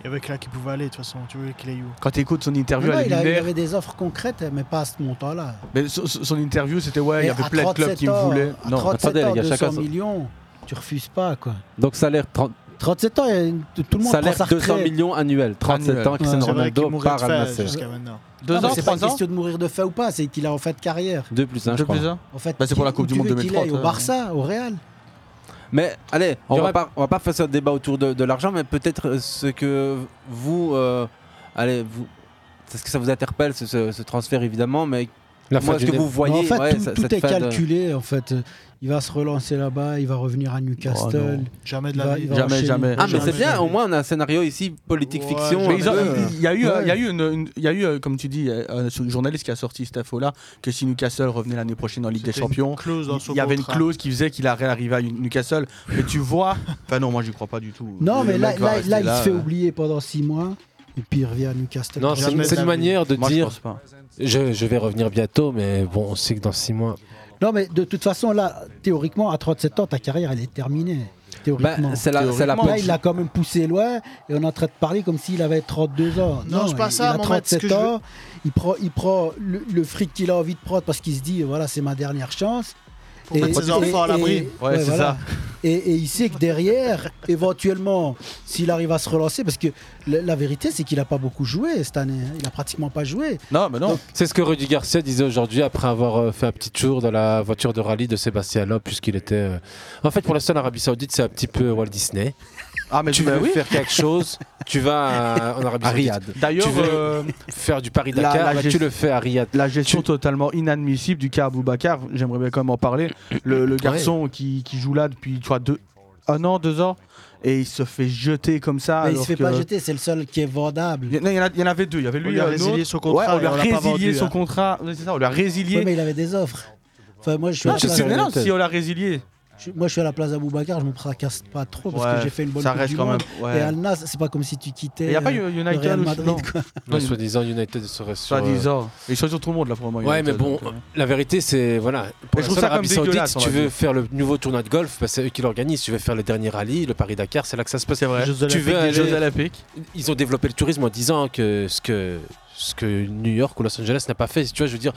Speaker 13: Il y avait que là qui pouvait aller, de toute façon. Tu veux qu'il aille où
Speaker 12: quand tu écoutes son interview
Speaker 13: Non, non,
Speaker 12: à la
Speaker 13: il a-
Speaker 11: Il y
Speaker 12: lunaire,
Speaker 11: avait des offres concrètes, mais pas à ce montant-là.
Speaker 12: mais so- so- son interview c'était ouais, il y
Speaker 11: Mais
Speaker 12: avait
Speaker 11: à
Speaker 12: plein de clubs qui me
Speaker 11: 37
Speaker 12: voulaient.
Speaker 11: ans, à 37
Speaker 8: Attendez, les
Speaker 11: ans,
Speaker 8: gars,
Speaker 11: 200
Speaker 8: chacun son-
Speaker 11: millions, tu refuses pas, quoi.
Speaker 8: Donc salaire 30.
Speaker 11: 37 ans, il y a une- tout le monde prend
Speaker 8: Salaire
Speaker 11: sa
Speaker 8: 200
Speaker 11: retraite.
Speaker 8: millions annuels, 37 ans, Cristiano
Speaker 11: Ouais.
Speaker 8: Ronaldo par Al Nasser.
Speaker 11: Non, mais C'est pas
Speaker 12: trois ans
Speaker 11: question de mourir de faim ou pas, c'est qu'il a en fait carrière.
Speaker 8: 2 plus 1, je
Speaker 11: Deux
Speaker 8: crois.
Speaker 11: plus un. En fait,
Speaker 8: Bah, c'est pour la
Speaker 11: qui-
Speaker 8: Coupe
Speaker 11: où
Speaker 8: du
Speaker 11: tu
Speaker 8: Monde
Speaker 11: veux qu'il
Speaker 8: 2030,
Speaker 11: aille,
Speaker 8: euh.
Speaker 11: Au Barça, au Real.
Speaker 8: Mais allez, on
Speaker 11: Il y
Speaker 8: va,
Speaker 11: aura-
Speaker 8: pas, on va pas faire ce débat autour de, de l'argent, mais peut-être euh, ce que vous. euh, allez, vous. C'est ce que ça vous interpelle, ce, ce- ce transfert évidemment, mais.
Speaker 11: La
Speaker 8: moi, ce que vous voyez,
Speaker 11: en fait,
Speaker 8: ouais,
Speaker 11: tout,
Speaker 8: ça-
Speaker 11: tout
Speaker 8: cette euh,
Speaker 11: est
Speaker 8: fin de-
Speaker 11: calculé. En fait, il va se relancer là-bas, il va revenir à Newcastle.
Speaker 13: jamais
Speaker 11: Il va- il va
Speaker 12: Jamais,
Speaker 11: enchaîner.
Speaker 12: jamais.
Speaker 8: Oh, Ah, mais c'est bien, au moins on a un scénario ici, politique fiction.
Speaker 12: Mais ils ont-
Speaker 8: un peu.
Speaker 12: Il y a eu, euh, il y a eu, une- une- il y a eu, euh, comme tu dis, euh, un journaliste qui a sorti cette info-là que si Newcastle revenait l'année prochaine en Ligue des
Speaker 13: C'était une
Speaker 12: Champions,
Speaker 13: clause dans son
Speaker 12: il y avait une
Speaker 13: contrat.
Speaker 12: clause qui faisait qu'il allait arriver à Newcastle. Mais tu vois, enfin non, moi j'y crois pas du tout.
Speaker 11: Non,
Speaker 12: Le
Speaker 11: mais là,
Speaker 12: mec va
Speaker 11: là,
Speaker 12: rester
Speaker 11: là, il se fait
Speaker 12: euh.
Speaker 11: oublier pendant 6 mois, et puis il revient à Newcastle.
Speaker 28: Non, c'est une, c'est une manière de
Speaker 12: Moi, je
Speaker 28: dire.
Speaker 12: pense pas.
Speaker 28: Je, je vais revenir bientôt, mais bon, on sait que dans six mois.
Speaker 11: Non, mais de toute façon, là, théoriquement, à 37 ans, ta carrière, elle est terminée. Théoriquement.
Speaker 8: Bah, c'est la- c'est la
Speaker 11: Là,
Speaker 8: punch.
Speaker 11: il l'a quand même poussé loin, et on est en train de parler comme s'il avait 32 ans.
Speaker 13: Non, c'est pas
Speaker 11: il,
Speaker 13: ça,
Speaker 11: Il
Speaker 13: Mohamed,
Speaker 11: a
Speaker 13: ce
Speaker 11: 37
Speaker 13: que je
Speaker 11: ans,
Speaker 13: veux-
Speaker 11: il prend, il prend le, le fric qu'il a envie de prendre parce qu'il se dit, voilà, c'est ma dernière chance.
Speaker 13: Pour mettre ses enfants à l'abri. Ouais, c'est ça.
Speaker 11: Et, et il sait que derrière, éventuellement, s'il arrive à se relancer, parce que la, la vérité, c'est qu'il n'a pas beaucoup joué cette année. hein. Il n'a pratiquement pas joué.
Speaker 12: Non, mais non.
Speaker 28: C'est ce que Rudy Garcia disait aujourd'hui après avoir euh, fait un petit tour dans la voiture de rallye de Sébastien Loeb, puisqu'il était. euh, En fait, pour l'instant, l'Arabie Saoudite, c'est un petit peu Walt Disney.
Speaker 12: Ah, mais
Speaker 28: tu
Speaker 12: bah
Speaker 28: veux
Speaker 12: oui.
Speaker 28: faire quelque chose, tu vas à- en Arabie
Speaker 12: À
Speaker 28: Saoudite.
Speaker 12: Riyad. D'ailleurs,
Speaker 28: tu veux
Speaker 12: euh,
Speaker 28: faire du Paris-Dakar, bah, tu
Speaker 12: gest-
Speaker 28: le fais à Riyad.
Speaker 12: La gestion totalement inadmissible du cas Aboubacar, j'aimerais bien quand même en parler. Le, le garçon qui, qui joue là depuis tu vois, deux, un an, deux ans, et il se fait jeter comme ça.
Speaker 11: Mais il
Speaker 12: alors
Speaker 11: se fait
Speaker 12: que-
Speaker 11: pas jeter, c'est le seul qui est vendable.
Speaker 12: Il y, en a- il y en a- il y en avait deux. Il y avait
Speaker 11: On
Speaker 12: lui
Speaker 11: lui a
Speaker 12: et un
Speaker 11: résilié
Speaker 12: autre.
Speaker 11: son contrat
Speaker 12: Ouais, on lui a
Speaker 11: et on l'a pas
Speaker 12: résilié
Speaker 11: vendu,
Speaker 12: son
Speaker 11: hein.
Speaker 12: contrat. Ouais, c'est ça, on lui a résilié.
Speaker 11: Ouais, mais il avait des offres. Enfin, moi, je suis
Speaker 12: Non,
Speaker 11: à la
Speaker 12: je
Speaker 11: place-
Speaker 12: sais bien si on l'a résilié.
Speaker 11: Je- Moi, je suis à la place d'Aboubacar, je me tracasse pas trop parce
Speaker 12: Ouais,
Speaker 11: que j'ai fait une bonne
Speaker 12: ça
Speaker 11: Coupe
Speaker 12: reste
Speaker 11: du
Speaker 12: quand
Speaker 11: Monde.
Speaker 12: même, ouais.
Speaker 11: Et Al Nassr, c'est pas comme si tu quittais.
Speaker 12: Il n'y a pas
Speaker 11: euh,
Speaker 12: eu
Speaker 11: le
Speaker 12: United
Speaker 11: Real
Speaker 12: aussi,
Speaker 11: Madrid,
Speaker 12: non.
Speaker 11: quoi.
Speaker 28: Ouais, Soi-disant, United serait sur.
Speaker 12: Soit
Speaker 28: euh,
Speaker 12: disant. Ils choisissent tout le monde là pour le moment.
Speaker 28: Ouais,
Speaker 12: United,
Speaker 28: mais bon,
Speaker 12: donc, euh.
Speaker 28: la vérité, c'est. Voilà. Pour
Speaker 12: je trouve
Speaker 28: l'instant,
Speaker 12: ça
Speaker 28: l'Arabie
Speaker 12: comme
Speaker 28: Saoudite,
Speaker 12: dégueulasse,
Speaker 28: si
Speaker 12: on
Speaker 28: tu
Speaker 12: va
Speaker 28: veux
Speaker 12: dire.
Speaker 28: faire le nouveau tournoi de golf, bah, c'est eux qui l'organisent. Tu veux faire le dernier rallye, le Paris-Dakar, c'est là que ça se passe. C'est
Speaker 12: vrai. Jeux
Speaker 28: Tu veux
Speaker 12: Olympiques, des
Speaker 28: aller-
Speaker 12: Jeux Olympiques.
Speaker 28: Ils ont développé le tourisme en disant que ce que, ce que New York ou Los Angeles n'a pas fait. Tu vois, je veux dire.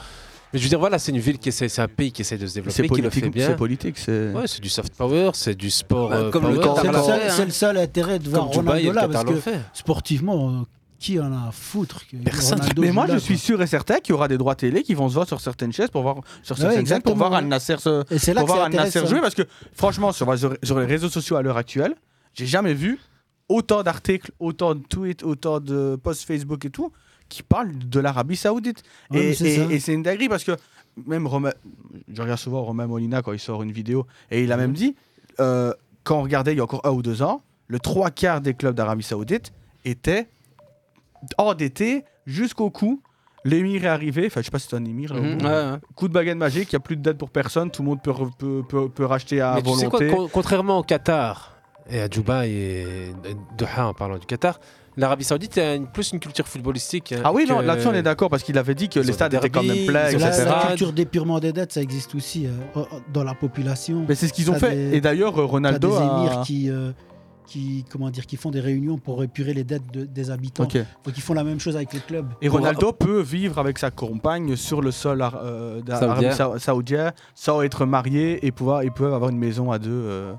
Speaker 28: Mais je veux dire, voilà, c'est une ville qui essaie, c'est un pays qui essaie de se développer,
Speaker 12: C'est
Speaker 28: qui le
Speaker 12: politique-
Speaker 28: fait bien.
Speaker 12: c'est politique, c'est-
Speaker 28: Ouais, c'est du soft power, c'est du sport.
Speaker 8: Bah,
Speaker 28: euh,
Speaker 8: comme le
Speaker 28: power.
Speaker 8: Qatar
Speaker 11: C'est le,
Speaker 8: l'a
Speaker 11: seul-
Speaker 8: fait, hein.
Speaker 11: c'est le seul intérêt de voir
Speaker 28: Comme Dubaï,
Speaker 11: Ronaldo
Speaker 28: le
Speaker 11: là
Speaker 28: Qatar
Speaker 11: parce
Speaker 28: l'ont
Speaker 11: que
Speaker 28: fait.
Speaker 11: sportivement, euh, qui en a à foutre que Ronaldo
Speaker 12: Mais
Speaker 11: joue
Speaker 12: moi,
Speaker 11: là,
Speaker 12: je suis sûr et certain qu'il y aura des droits télé qui vont se voir sur certaines chaises pour voir sur
Speaker 11: Ah Ouais,
Speaker 12: certaines chaînes pour
Speaker 11: exactement,
Speaker 12: voir
Speaker 11: ouais.
Speaker 12: Al Nasser se-
Speaker 11: Et c'est là
Speaker 12: pour
Speaker 11: que
Speaker 12: voir Al
Speaker 11: c'est
Speaker 12: Nasser
Speaker 11: intéressant.
Speaker 12: jouer parce que franchement sur, sur- sur les réseaux sociaux à l'heure actuelle, j'ai jamais vu autant d'articles, autant de tweets, autant de posts Facebook et tout qui parlent de l'Arabie Saoudite.
Speaker 11: Ouais, mais
Speaker 12: et
Speaker 11: c'est
Speaker 12: et-
Speaker 11: ça.
Speaker 12: et c'est une dinguerie parce que même Romain, je regarde souvent Romain Molina quand il sort une vidéo et il a
Speaker 11: Mhm.
Speaker 12: même dit euh, quand on regardait il y a encore un ou deux ans, le trois quarts des clubs d'Arabie Saoudite étaient endetté jusqu'au cou. L'émir est arrivé, enfin je sais pas si c'est un émir. là, au
Speaker 28: Mhm,
Speaker 12: bout.
Speaker 28: ouais, ouais.
Speaker 12: Coup de baguette magique, il n'y a plus de dette pour personne, tout le monde peut, re- peut, peut- peut racheter à
Speaker 28: Mais tu sais quoi,
Speaker 12: volonté.
Speaker 28: con- contrairement au Qatar et à Dubaï et Doha en parlant du Qatar, l'Arabie Saoudite a une- plus une culture footballistique. hein,
Speaker 12: ah oui,
Speaker 28: que-
Speaker 12: non, là-dessus on est d'accord parce qu'il avait dit que
Speaker 28: Ils ont
Speaker 12: les stades
Speaker 28: des
Speaker 12: étaient quand
Speaker 28: derbys,
Speaker 12: même pleins,
Speaker 28: ils ont
Speaker 12: etc.
Speaker 11: La, la culture d'épurement des dettes, ça existe aussi euh, euh, dans la population.
Speaker 12: Mais c'est ce qu'ils ont
Speaker 11: T'as
Speaker 12: fait.
Speaker 11: des-
Speaker 12: Et d'ailleurs, euh,
Speaker 11: t'as
Speaker 12: Ronaldo
Speaker 11: des
Speaker 12: a-
Speaker 11: émirs qui, euh, qui, comment dire, qui font des réunions pour épurer les dettes de- des habitants.
Speaker 12: Ok.
Speaker 11: Donc ils font la même chose avec les clubs.
Speaker 12: Et Ronaldo peut vivre avec sa compagne sur le sol ar- euh, d'Ar-
Speaker 11: Saoudien.
Speaker 12: Arabie Sao- saoudien sans être marié et pouvoir, ils peuvent avoir une maison à deux. euh.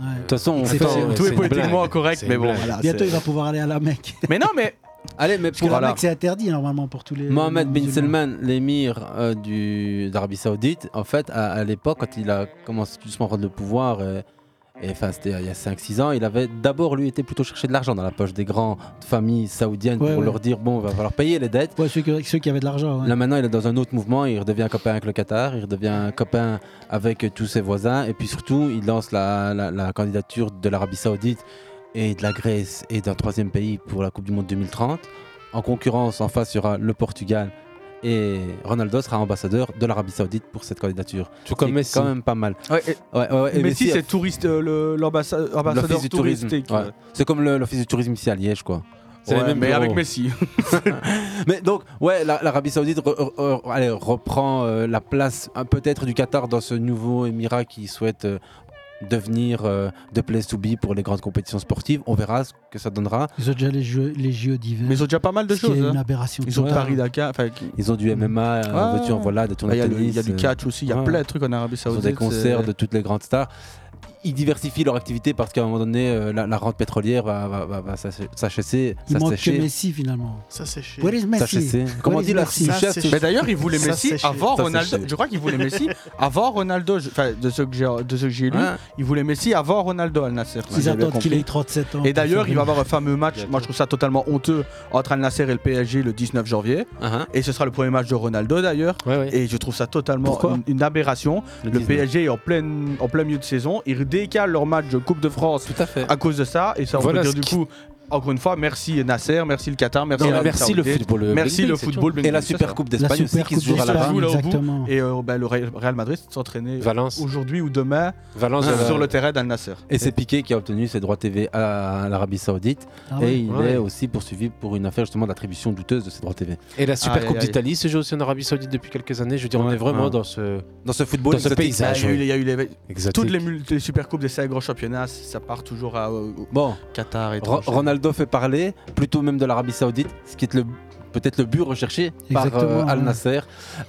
Speaker 11: De
Speaker 8: toute façon, on
Speaker 12: C'est
Speaker 8: fait-
Speaker 12: pas-
Speaker 8: c'est
Speaker 12: tout est
Speaker 8: une
Speaker 12: politiquement
Speaker 8: blague.
Speaker 12: correct,
Speaker 8: C'est
Speaker 12: mais
Speaker 8: une
Speaker 12: bon.
Speaker 8: blague.
Speaker 12: voilà,
Speaker 11: Bientôt
Speaker 12: c'est-
Speaker 11: il va pouvoir aller à la Mecque.
Speaker 12: Mais non, mais.
Speaker 8: Allez, mais
Speaker 11: Parce que la Mecque c'est interdit normalement pour tous les.
Speaker 8: Mohamed
Speaker 11: les
Speaker 8: bin
Speaker 11: musulmans.
Speaker 8: Salman, l'émir euh, du- d'Arabie Saoudite, en fait, à, à l'époque, quand il a commencé doucement à prendre le pouvoir, euh, et enfin, c'était il y a 5-6 ans, il avait d'abord, lui, été plutôt chercher de l'argent dans la poche des grandes familles saoudiennes
Speaker 11: Ouais,
Speaker 8: pour
Speaker 11: ouais.
Speaker 8: leur dire bon, va falloir payer les dettes.
Speaker 11: Ouais, ceux, qui- ceux qui avaient de l'argent. ouais.
Speaker 8: Là maintenant, il est dans un autre mouvement. Il redevient copain avec le Qatar. Il redevient copain avec euh, tous ses voisins. Et puis surtout, il lance la, la- la candidature de l'Arabie Saoudite et de la Grèce et d'un troisième pays pour la Coupe du Monde 2030. En concurrence, en face, il y aura le Portugal. Et Ronaldo sera ambassadeur de l'Arabie Saoudite pour cette candidature.
Speaker 28: Tout comme
Speaker 8: C'est
Speaker 28: Messi.
Speaker 8: quand même pas mal.
Speaker 12: Ouais,
Speaker 8: ouais, ouais, et
Speaker 12: mais si
Speaker 8: Messi a
Speaker 12: c'est touriste, euh, le- l'ambassa-
Speaker 8: L'office
Speaker 12: l'ambassadeur
Speaker 8: du tourisme.
Speaker 12: touristique. euh.
Speaker 8: ouais. C'est comme le- l'office du tourisme ici à Liège, quoi.
Speaker 9: euh. C'est les mêmes
Speaker 12: mais
Speaker 9: bureaux.
Speaker 12: avec Messi.
Speaker 8: Mais donc, ouais, la- l'Arabie Saoudite re- re- re- allez, reprend euh, la place hein, peut-être du Qatar dans ce nouveau émirat qui souhaite euh, devenir euh, de place to be pour les grandes compétitions sportives. On verra ce que ça donnera.
Speaker 11: Ils ont déjà les jeux, les JO d'hiver.
Speaker 8: Mais ils ont déjà pas mal de
Speaker 11: ce qui est
Speaker 8: choses,
Speaker 11: une
Speaker 8: hein.
Speaker 11: aberration.
Speaker 8: Ils ont
Speaker 11: totale.
Speaker 8: Paris-Dakar. Ils ont du MMA, euh,
Speaker 12: Ah.
Speaker 8: veux-tu, en voilà, des tournois
Speaker 12: Ah, il y a
Speaker 8: de
Speaker 12: le-
Speaker 8: tennis.
Speaker 12: il y a du
Speaker 8: euh,
Speaker 12: catch aussi, il y a
Speaker 8: ouais.
Speaker 12: plein de trucs en Arabie
Speaker 8: Ils ont des
Speaker 12: Saoudite,
Speaker 8: concerts
Speaker 12: c'est-
Speaker 8: de toutes les grandes stars. Ils diversifient leur activité parce qu'à un moment donné, euh, la, la rente pétrolière va, va, va, va s'ach- s'achasser.
Speaker 11: Il manque
Speaker 8: s'assécher.
Speaker 11: que Messi finalement.
Speaker 13: Ça séché.
Speaker 11: Where is Messi?
Speaker 8: S'achasser. Comment
Speaker 11: Where
Speaker 8: on
Speaker 11: is
Speaker 8: dit la
Speaker 11: Messi
Speaker 8: suchesse
Speaker 11: Ça, c'est-
Speaker 12: Mais Bah, d'ailleurs, ils voulaient
Speaker 11: Ça,
Speaker 12: Messi
Speaker 11: c'est chier.
Speaker 12: avant
Speaker 11: Ça, c'est
Speaker 12: Ronaldo.
Speaker 11: chier.
Speaker 12: Je crois qu'ils voulaient Messi avant Ronaldo. Je- Enfin, de ceux que j'ai, de ceux que j'ai lus,
Speaker 11: Ouais.
Speaker 12: ils voulaient Messi avant Ronaldo Al Nasser.
Speaker 11: Ils attendent qu'il ait 37 ans.
Speaker 12: Et
Speaker 11: pour
Speaker 12: d'ailleurs,
Speaker 11: faire
Speaker 12: il va y
Speaker 11: une-
Speaker 12: avoir un fameux match. Moi, je trouve ça totalement honteux entre Al Nasser et le PSG le 19 janvier. Et ce sera le premier match de Ronaldo d'ailleurs. Et je trouve ça totalement
Speaker 8: Pourquoi
Speaker 12: une, une aberration. Le,
Speaker 8: 19.
Speaker 12: PSG est en plein, en plein milieu de saison. Ils décalent leur match de Coupe de France
Speaker 8: à,
Speaker 12: cause de ça. Et ça, on
Speaker 8: Voilà
Speaker 12: peut
Speaker 8: ce
Speaker 12: dire du
Speaker 8: qui-
Speaker 12: coup. Encore une fois, merci Nasser, merci le Qatar, merci,
Speaker 8: Non,
Speaker 12: l'Arabie
Speaker 8: merci le
Speaker 12: Saoudite,
Speaker 8: football, euh,
Speaker 12: merci
Speaker 8: Bing
Speaker 12: le
Speaker 8: Bing, c'est
Speaker 12: football
Speaker 8: tout.
Speaker 12: Bing
Speaker 8: Et la
Speaker 12: Bing,
Speaker 8: Super
Speaker 12: ça.
Speaker 8: Coupe d'Espagne La aussi Super qui se Coupe joue à
Speaker 12: Ça
Speaker 8: d'Espagne,
Speaker 12: joue là au bout.
Speaker 8: exactement.
Speaker 12: Et euh, ben, le Real Real Madrid s'entraînait
Speaker 9: Valence.
Speaker 12: aujourd'hui ou demain
Speaker 9: Valence,
Speaker 12: sur
Speaker 9: euh,
Speaker 12: le terrain d'Al Nasser.
Speaker 8: Et c'est Piqué qui a obtenu ses droits TV à l'Arabie Saoudite.
Speaker 12: Ah
Speaker 8: et
Speaker 12: ouais.
Speaker 8: il
Speaker 9: Ouais.
Speaker 8: est aussi poursuivi pour une affaire justement d'attribution douteuse de ses droits TV.
Speaker 9: Et la Super
Speaker 8: Aïe,
Speaker 9: Coupe
Speaker 8: aïe, aïe.
Speaker 9: d'Italie se joue aussi en Arabie Saoudite depuis quelques années. Je veux dire, on est vraiment
Speaker 8: Ouais.
Speaker 9: dans ce
Speaker 8: Dans ce football
Speaker 9: dans ce
Speaker 8: exotique.
Speaker 9: paysage.
Speaker 12: Il y a eu,
Speaker 9: oui.
Speaker 12: Bah, il y a eu les,
Speaker 9: Exotique.
Speaker 12: toutes les, mul- les supercoupes des cinq grands championnats, ça part toujours à euh, au
Speaker 8: Bon.
Speaker 12: Qatar et tout.
Speaker 8: Ro- Ronaldo fait parler, plutôt même de l'Arabie Saoudite, ce qui est le peut-être le but recherché par
Speaker 11: Exactement,
Speaker 8: euh, Al
Speaker 11: ouais.
Speaker 8: Nasser.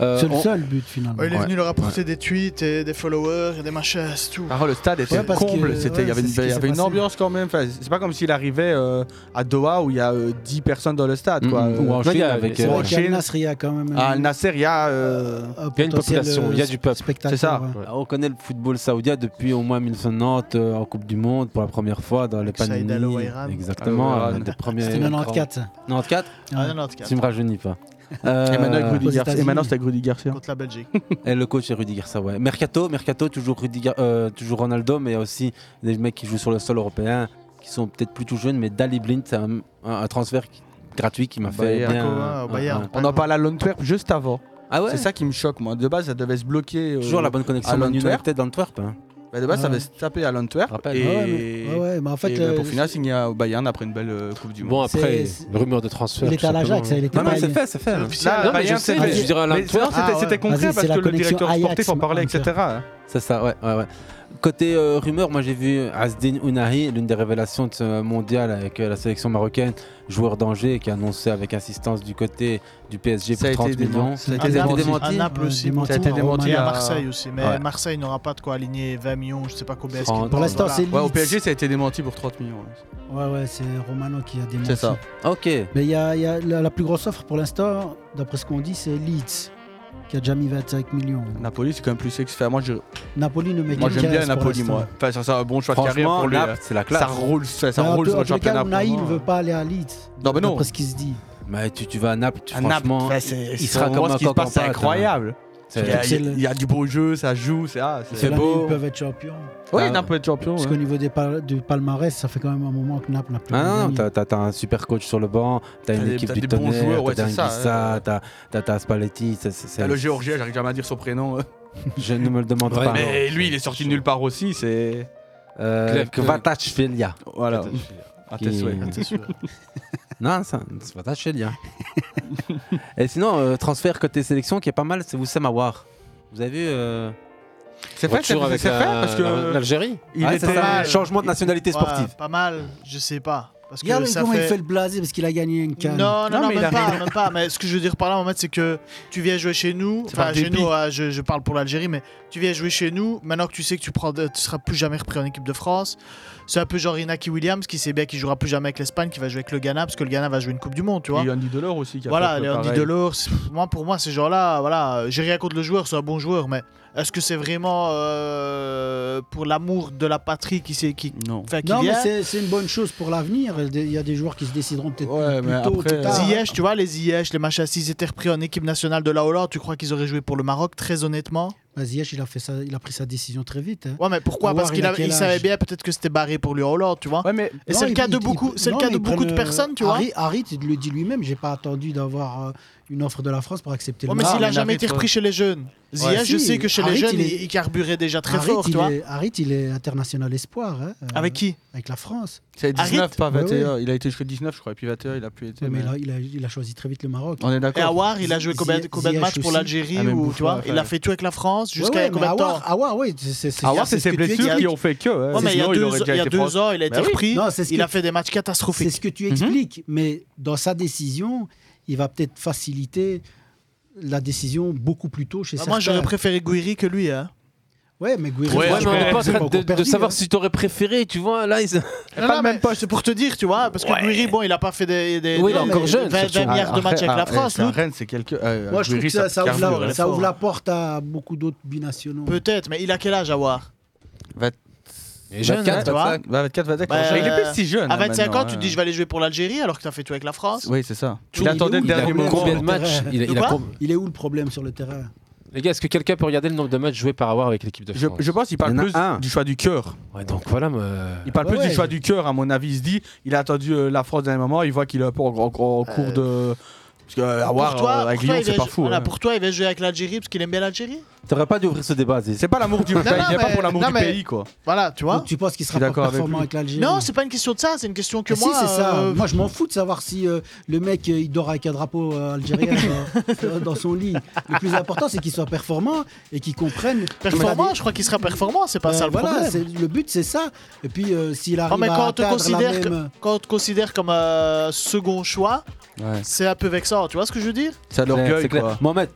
Speaker 8: Euh,
Speaker 11: C'est le
Speaker 8: on-
Speaker 11: seul but finalement.
Speaker 13: Ouais, il est venu leur apporter
Speaker 8: Ouais.
Speaker 13: des tweets et des followers et des machins, c'est tout.
Speaker 12: Ah, le stade était
Speaker 13: Ouais, parce
Speaker 12: comble,
Speaker 13: que-
Speaker 12: c'était- il
Speaker 13: ouais,
Speaker 12: y avait, une,
Speaker 13: c'est ce qui
Speaker 12: il y
Speaker 13: s'est
Speaker 12: avait une
Speaker 13: passé.
Speaker 12: ambiance quand même. Enfin, c'est pas comme s'il arrivait euh, à Doha où il y a euh, 10 personnes dans le stade. Quoi.
Speaker 8: Mhm. Ou en
Speaker 12: Euh,
Speaker 8: Chine
Speaker 12: il y a-
Speaker 8: avec,
Speaker 12: ou
Speaker 8: euh,
Speaker 12: en
Speaker 8: Al
Speaker 12: Chine.
Speaker 11: Nasser, il y a quand même,
Speaker 12: À
Speaker 11: euh,
Speaker 12: Al Nasser, il y a. euh,
Speaker 11: Il y a une potentiel, population, euh, il y a
Speaker 8: du
Speaker 12: peuple. C'est ça.
Speaker 8: On connaît le football saoudien depuis au moins 1990 euh, en Coupe du Monde pour la première fois dans les
Speaker 13: Saïd
Speaker 8: paninis.
Speaker 13: Al-Ouairam.
Speaker 8: Exactement.
Speaker 9: Ah
Speaker 13: Al-Ouairam.
Speaker 8: euh, des premiers
Speaker 11: C'était 94, ça.
Speaker 8: 94
Speaker 13: Ah, 94.
Speaker 8: Tu me rajeunis pas. Euh,
Speaker 12: Et maintenant, avec Rudy
Speaker 8: aux
Speaker 12: Garcia-
Speaker 8: États-Unis.
Speaker 12: Euh, et maintenant, c'est avec Rudy Garcia.
Speaker 13: Contre la Belgique.
Speaker 8: Et le coach est Rudy Garcia, ouais. Mercato, Mercato toujours, Rudy Gar- euh, toujours Ronaldo, mais aussi des mecs qui jouent sur le sol européen, qui sont peut-être plus tout jeunes, mais Dali Blind, c'est un, un- un transfert qui- gratuit qui m'a fait
Speaker 12: Bayern.
Speaker 8: bien.
Speaker 12: Quoi,
Speaker 8: un-
Speaker 12: Bayern.
Speaker 8: un-
Speaker 12: On en parle à l'Antwerp juste avant.
Speaker 8: Ah ouais
Speaker 12: c'est ça qui me choque, moi. De base, ça devait se bloquer. euh,
Speaker 8: Toujours la bonne connexion
Speaker 12: à
Speaker 8: Man
Speaker 12: l'Antwerp.
Speaker 8: United Antwerp. hein.
Speaker 12: Bah, de base,
Speaker 8: Ouais.
Speaker 12: ça devait se taper à l'Antwerp.
Speaker 8: Rappel.
Speaker 12: Et...
Speaker 11: Ouais, mais- ouais, ouais, mais en fait,
Speaker 12: et, bah,
Speaker 11: euh,
Speaker 12: pour finir, il y a au Bayern après une belle euh, Coupe du Monde.
Speaker 9: Bon, après, C'est- rumeur de transfert,
Speaker 11: Il était à l'Ajax, il était
Speaker 12: Non,
Speaker 11: pas
Speaker 12: mais c'est
Speaker 11: allé.
Speaker 12: fait, c'est fait.
Speaker 11: C'est
Speaker 12: Là,
Speaker 11: officiel.
Speaker 12: le
Speaker 11: Non, mais
Speaker 12: Bayern,
Speaker 11: je
Speaker 12: c'est
Speaker 11: sais,
Speaker 12: fait.
Speaker 11: mais je dirais à
Speaker 12: Mais
Speaker 11: l'Antwerp.
Speaker 12: non, c'était-
Speaker 11: Ah,
Speaker 12: C'était
Speaker 11: ouais.
Speaker 12: concret
Speaker 11: Vas-y, c'est
Speaker 12: parce
Speaker 11: la
Speaker 12: que le
Speaker 11: connexion
Speaker 12: directeur sportif en
Speaker 11: Ajax,
Speaker 12: parlait,
Speaker 11: Antwerp.
Speaker 12: etc. hein.
Speaker 8: C'est ça, ouais, ouais, ouais. Côté euh, rumeur, moi j'ai vu Asdin Ounahi, l'une des révélations de ce mondial avec euh, la sélection marocaine, joueur d'Angers qui a annoncé avec insistance du côté du PSG pour
Speaker 12: Ça a été
Speaker 8: 30
Speaker 12: démenti. Ah,
Speaker 8: millions.
Speaker 12: Ça a
Speaker 13: À Naples- À Naples aussi.
Speaker 12: Ça a été démenti
Speaker 13: Et à
Speaker 12: à-
Speaker 13: Marseille aussi. Mais
Speaker 12: Ouais.
Speaker 13: Marseille n'aura pas de quoi aligner 20 millions, je sais pas combien. est-ce qu'il
Speaker 12: Trente.
Speaker 13: prend, voilà. Bah,
Speaker 12: Ouais, au PSG, ça a été démenti pour 30 millions. là.
Speaker 11: Ouais, ouais, c'est Romano qui a démenti.
Speaker 12: C'est ça.
Speaker 8: Ok.
Speaker 11: Mais il y a, il y a la, la plus grosse offre pour l'instant, d'après ce qu'on dit, c'est Leeds, qui a déjà mis 25 millions.
Speaker 12: Napoli, c'est quand même plus sexy. Enfin, moi, je...
Speaker 11: Napoli ne met
Speaker 12: moi
Speaker 11: que
Speaker 12: j'aime
Speaker 11: 15
Speaker 12: bien
Speaker 11: pour
Speaker 12: Napoli,
Speaker 11: l'instant.
Speaker 12: moi. Enfin, ça, c'est un bon choix de
Speaker 8: Franchement,
Speaker 12: carrière pour lui. hein.
Speaker 8: Naples, c'est la classe.
Speaker 12: Ça roule, ça, ça
Speaker 11: Mais Bah, en
Speaker 12: roule
Speaker 11: tout-
Speaker 12: sur
Speaker 11: en
Speaker 12: le
Speaker 11: tout cas,
Speaker 12: championnat.
Speaker 11: Unai, il
Speaker 12: pour moi.
Speaker 11: ne veut pas aller à Leeds.
Speaker 12: Non, mais non.
Speaker 11: D'après ce qu'il se dit.
Speaker 8: Mais tu, tu vas à Naples, tu-
Speaker 12: À Naples,
Speaker 8: franchement,
Speaker 12: enfin, c'est-
Speaker 8: il
Speaker 12: c'est
Speaker 8: sera
Speaker 12: vraiment
Speaker 8: comme un
Speaker 12: ce qui se
Speaker 8: coq en
Speaker 12: passe, c'est
Speaker 8: pâte, hein.
Speaker 12: incroyable.
Speaker 8: C'est-
Speaker 12: Il y, a, il y a du beau jeu, ça joue, c'est ah,
Speaker 11: C'est là où ils peuvent être champions.
Speaker 12: Oui,
Speaker 8: Ah,
Speaker 12: Naples peut être champion.
Speaker 11: Parce
Speaker 12: ouais.
Speaker 11: qu'au niveau des pal- du palmarès, ça fait quand même un moment que Naples n'a plus
Speaker 8: Ah
Speaker 11: rien
Speaker 8: non,
Speaker 11: gagné.
Speaker 8: t'as- t'as t'as un super coach sur le banc, t'as
Speaker 12: Mm. T'as
Speaker 8: une
Speaker 12: des-
Speaker 8: équipe
Speaker 12: t'as
Speaker 8: du
Speaker 12: des bons
Speaker 8: tonnerre,
Speaker 12: joueurs, ouais,
Speaker 8: t'as
Speaker 12: c'est ça, hein.
Speaker 8: Guissa, t'as t'as- t'as Spalletti, c'est- c'est-
Speaker 12: T'as
Speaker 8: c'est-
Speaker 12: le Géorgien, j'arrive jamais à dire son prénom. euh.
Speaker 8: je ne me le demande pas.
Speaker 12: Mais lui, il est sorti de nulle part aussi, c'est.
Speaker 8: Euh, Kvatachvelia.
Speaker 12: Voilà. À tes
Speaker 8: Qui-
Speaker 12: souhaits.
Speaker 8: Non, ça- c'est pas taché, lien. Et sinon, euh, transfert côté sélection qui est pas mal, c'est Wissam Aouar. Vous avez vu euh,
Speaker 12: C'est fait, c'est c'est fait parce que. euh, Il
Speaker 8: Ouais,
Speaker 12: était
Speaker 8: Ah, c'est ça,
Speaker 12: mal.
Speaker 8: Changement de nationalité
Speaker 13: Ouais,
Speaker 8: sportive.
Speaker 13: Pas mal, je sais pas. Parce que
Speaker 11: Regarde
Speaker 13: ça
Speaker 11: comment
Speaker 13: fait...
Speaker 11: il fait le blasé parce qu'il a gagné une canne.
Speaker 13: Non, non, non,
Speaker 11: il
Speaker 13: même,
Speaker 11: a-
Speaker 13: pas, même pas. Mais ce que je veux dire par là, Mohamed, c'est que tu viens jouer chez nous.
Speaker 11: C'est
Speaker 13: Enfin,
Speaker 11: par
Speaker 13: chez
Speaker 11: dépit.
Speaker 13: nous, ah, je, je parle pour l'Algérie, mais tu viens jouer chez nous. Maintenant que tu sais que tu prends, tu seras plus jamais repris en équipe de France. C'est un peu genre Inaki Williams qui sait bien qu'il jouera plus jamais avec l'Espagne, qui va jouer avec le Ghana, parce que le Ghana va jouer une Coupe du Monde, tu vois.
Speaker 12: Il y a Andy Delors aussi qui a fait
Speaker 13: Voilà,
Speaker 12: un peu
Speaker 13: Léon
Speaker 12: pareil.
Speaker 13: Delors, c'est- moi pour moi ces gens-là, voilà, euh, j'ai rien contre le joueur, c'est un bon joueur, mais est-ce que c'est vraiment euh, pour l'amour de la patrie qui s'est qui,
Speaker 12: non.
Speaker 11: Non, mais c'est- c'est une bonne chose pour l'avenir. Il y a des joueurs qui se décideront peut-être plus
Speaker 13: mais euh,
Speaker 11: tôt, plus tard.
Speaker 13: hein. Ziyech, tu vois, les Ziyech, les machins, s'ils étaient repris en équipe nationale de la Hollande, tu crois qu'ils auraient joué pour le Maroc, très honnêtement
Speaker 11: Bah, Ziyech, il a, fait ça, il a pris sa décision très vite. hein.
Speaker 13: Ouais, mais pourquoi
Speaker 11: À
Speaker 13: Parce
Speaker 11: voir,
Speaker 13: qu'il
Speaker 11: a
Speaker 13: a-
Speaker 11: quel
Speaker 13: il
Speaker 11: âge
Speaker 13: savait bien peut-être que c'était barré pour lui Hollande, tu vois. Et
Speaker 11: Non,
Speaker 13: c'est le
Speaker 11: il-
Speaker 13: cas de
Speaker 11: il-
Speaker 13: beaucoup,
Speaker 11: il-
Speaker 13: c'est le
Speaker 11: non,
Speaker 13: cas
Speaker 11: mais
Speaker 13: de
Speaker 11: ils
Speaker 13: beaucoup de
Speaker 11: prennent, euh,
Speaker 13: personnes, tu vois.
Speaker 11: Harit, Harit, il le dit lui-même, j'ai pas attendu d'avoir euh, une offre de la France pour accepter
Speaker 13: Ouais,
Speaker 11: le
Speaker 13: mais
Speaker 11: match.
Speaker 13: s'il a jamais été repris chez les jeunes. Ziyech, je sais que chez les jeunes, il, il carburait déjà très
Speaker 11: Harit,
Speaker 13: fort,
Speaker 11: il
Speaker 13: tu vois.
Speaker 11: est- Harit, il est international espoir. hein, euh,
Speaker 13: Avec qui
Speaker 11: Avec la France.
Speaker 12: C'est 19, pas
Speaker 11: Ouais,
Speaker 12: 21.
Speaker 11: ouais.
Speaker 12: Il a été jusqu'à 19, je crois. Et puis 21, il a plus été.
Speaker 11: Ouais, mais
Speaker 12: mais-
Speaker 11: il a, il a- il a choisi très vite le Maroc.
Speaker 12: On est d'accord.
Speaker 13: Et Aouar, il a joué combien,
Speaker 11: Ziyech
Speaker 13: combien de matchs pour
Speaker 11: aussi.
Speaker 13: l'Algérie
Speaker 12: Ah, mais
Speaker 13: ou,
Speaker 12: Bouffon,
Speaker 13: tu vois,
Speaker 12: ouais,
Speaker 13: Il a
Speaker 12: ouais.
Speaker 13: fait tout avec la France jusqu'à
Speaker 11: Ouais, ouais,
Speaker 13: combien de
Speaker 11: mais
Speaker 13: temps
Speaker 11: Aouar- Aouar, ouais, c'est- c'est c'est-
Speaker 12: Aouar, c'est
Speaker 11: ce
Speaker 12: ses
Speaker 11: que tu
Speaker 12: blessures
Speaker 11: expliques.
Speaker 12: qui ont fait que, hein.
Speaker 13: Ouais, mais il y a
Speaker 12: Sinon, il
Speaker 13: deux,
Speaker 12: aurait déjà
Speaker 13: il y a
Speaker 12: été
Speaker 13: deux
Speaker 12: proche. Mhm.
Speaker 13: ans, il a été
Speaker 12: Bah oui.
Speaker 13: repris.
Speaker 11: Non, c'est ce
Speaker 13: il
Speaker 11: que-
Speaker 13: a fait des matchs catastrophiques.
Speaker 11: C'est ce que tu expliques, mais dans sa décision, il va peut-être faciliter la décision beaucoup plus tôt chez
Speaker 13: Bah,
Speaker 11: certains.
Speaker 13: moi, j'aurais préféré Gouiri que lui. Hein.
Speaker 11: Ouais, mais Guiri,
Speaker 8: Ouais, mais on est pas en train de, de savoir
Speaker 11: si
Speaker 8: si t'aurais préféré, tu vois. Là, ils...
Speaker 13: Non, non, mais c'est pour te dire, tu vois, parce que Gouiri, bon, il a pas fait des, des,
Speaker 8: Oui, il est
Speaker 13: des-
Speaker 8: encore jeune,
Speaker 13: 20,
Speaker 8: surtout.
Speaker 13: 20 milliards de
Speaker 12: Après,
Speaker 13: matchs avec la
Speaker 12: ah,
Speaker 13: France,
Speaker 12: c'est à
Speaker 13: nous.
Speaker 12: Rennes, c'est quelque. euh,
Speaker 11: Moi, je trouve
Speaker 12: Guiri,
Speaker 11: que ça, ça ouvre,
Speaker 12: carbure,
Speaker 11: la,
Speaker 12: hein.
Speaker 11: ça ouvre la porte à beaucoup d'autres binationaux.
Speaker 13: Peut-être, mais il a quel âge à voir
Speaker 12: Vingt-
Speaker 8: est jeune,
Speaker 12: 24,
Speaker 8: hein, tu vois.
Speaker 12: 25. Bah, 24, 25.
Speaker 13: Bah,
Speaker 12: il est
Speaker 13: euh,
Speaker 12: plus si jeune.
Speaker 13: À
Speaker 12: hein,
Speaker 13: 25 ans,
Speaker 12: maintenant,
Speaker 13: tu
Speaker 12: hein.
Speaker 13: te dis, je vais aller jouer pour l'Algérie alors que tu as fait tout avec la France.
Speaker 12: Oui, c'est ça.
Speaker 13: Il
Speaker 12: Il attendait
Speaker 13: est
Speaker 12: le
Speaker 13: où,
Speaker 12: dernier
Speaker 13: il a
Speaker 12: moment.
Speaker 8: combien de matchs
Speaker 11: terrain
Speaker 8: Il a-
Speaker 11: De
Speaker 8: il a
Speaker 11: quoi
Speaker 8: com-
Speaker 11: Il est où le problème sur le terrain
Speaker 8: Les gars, est-ce que quelqu'un peut regarder le nombre de matchs joués par avoir avec l'équipe de
Speaker 12: Je,
Speaker 8: France
Speaker 12: je pense qu'il parle
Speaker 8: Il y en a
Speaker 12: plus
Speaker 8: un.
Speaker 12: du choix du cœur.
Speaker 8: Ouais, donc voilà. moi, euh,
Speaker 12: Il parle
Speaker 8: ouais,
Speaker 12: plus
Speaker 8: ouais.
Speaker 12: du choix du cœur, à mon avis. Il se dit, il a attendu euh, la France d'un moment, il voit qu'il est un peu en, en- en cours de. Parce que euh,
Speaker 13: Euh, Pour
Speaker 12: Aouar,
Speaker 13: toi,
Speaker 12: euh, avec
Speaker 13: pour toi,
Speaker 12: Lyon,
Speaker 13: il
Speaker 12: c'est
Speaker 13: va
Speaker 12: pas
Speaker 13: jou-
Speaker 12: fou.
Speaker 13: voilà,
Speaker 12: hein.
Speaker 13: Pour toi, il va jouer avec l'Algérie parce qu'il aime bien l'algérie
Speaker 2: T'aurais pas dû ouvrir ce débat. C'est
Speaker 12: pas l'amour du
Speaker 13: Non, non,
Speaker 12: il y a pas
Speaker 13: mais-
Speaker 12: pour l'amour
Speaker 13: non,
Speaker 12: du
Speaker 13: mais-
Speaker 12: pays, quoi.
Speaker 13: Voilà, tu vois.
Speaker 11: Donc, tu penses qu'il
Speaker 12: Je suis
Speaker 11: sera pas
Speaker 12: d'accord avec
Speaker 11: performant
Speaker 12: lui.
Speaker 11: avec l'Algérie
Speaker 13: Non, c'est pas une question de ça, c'est une question que
Speaker 11: Ah si,
Speaker 13: moi.
Speaker 11: c'est ça.
Speaker 13: euh,
Speaker 11: Moi, je m'en fous de savoir si euh, le mec euh, il dort avec un drapeau euh, algérien dans, dans son lit. Le plus important, c'est qu'il soit performant et qu'il comprenne.
Speaker 13: Performant, je crois qu'il sera performant, c'est pas
Speaker 11: Euh,
Speaker 13: ça le
Speaker 11: voilà,
Speaker 13: problème.
Speaker 11: c'est- Le but, c'est ça. Et puis, euh, s'il
Speaker 13: Oh,
Speaker 11: arrive
Speaker 13: mais
Speaker 11: à
Speaker 13: quand on, te
Speaker 11: atteindre
Speaker 13: considère
Speaker 11: la même...
Speaker 13: que- quand on te considère comme euh, second choix,
Speaker 2: Ouais.
Speaker 13: c'est un peu vexant, tu vois ce que je veux dire
Speaker 12: C'est
Speaker 2: clair,
Speaker 12: l'orgueil,
Speaker 2: c'est clair.
Speaker 12: quoi.
Speaker 2: Mohamed.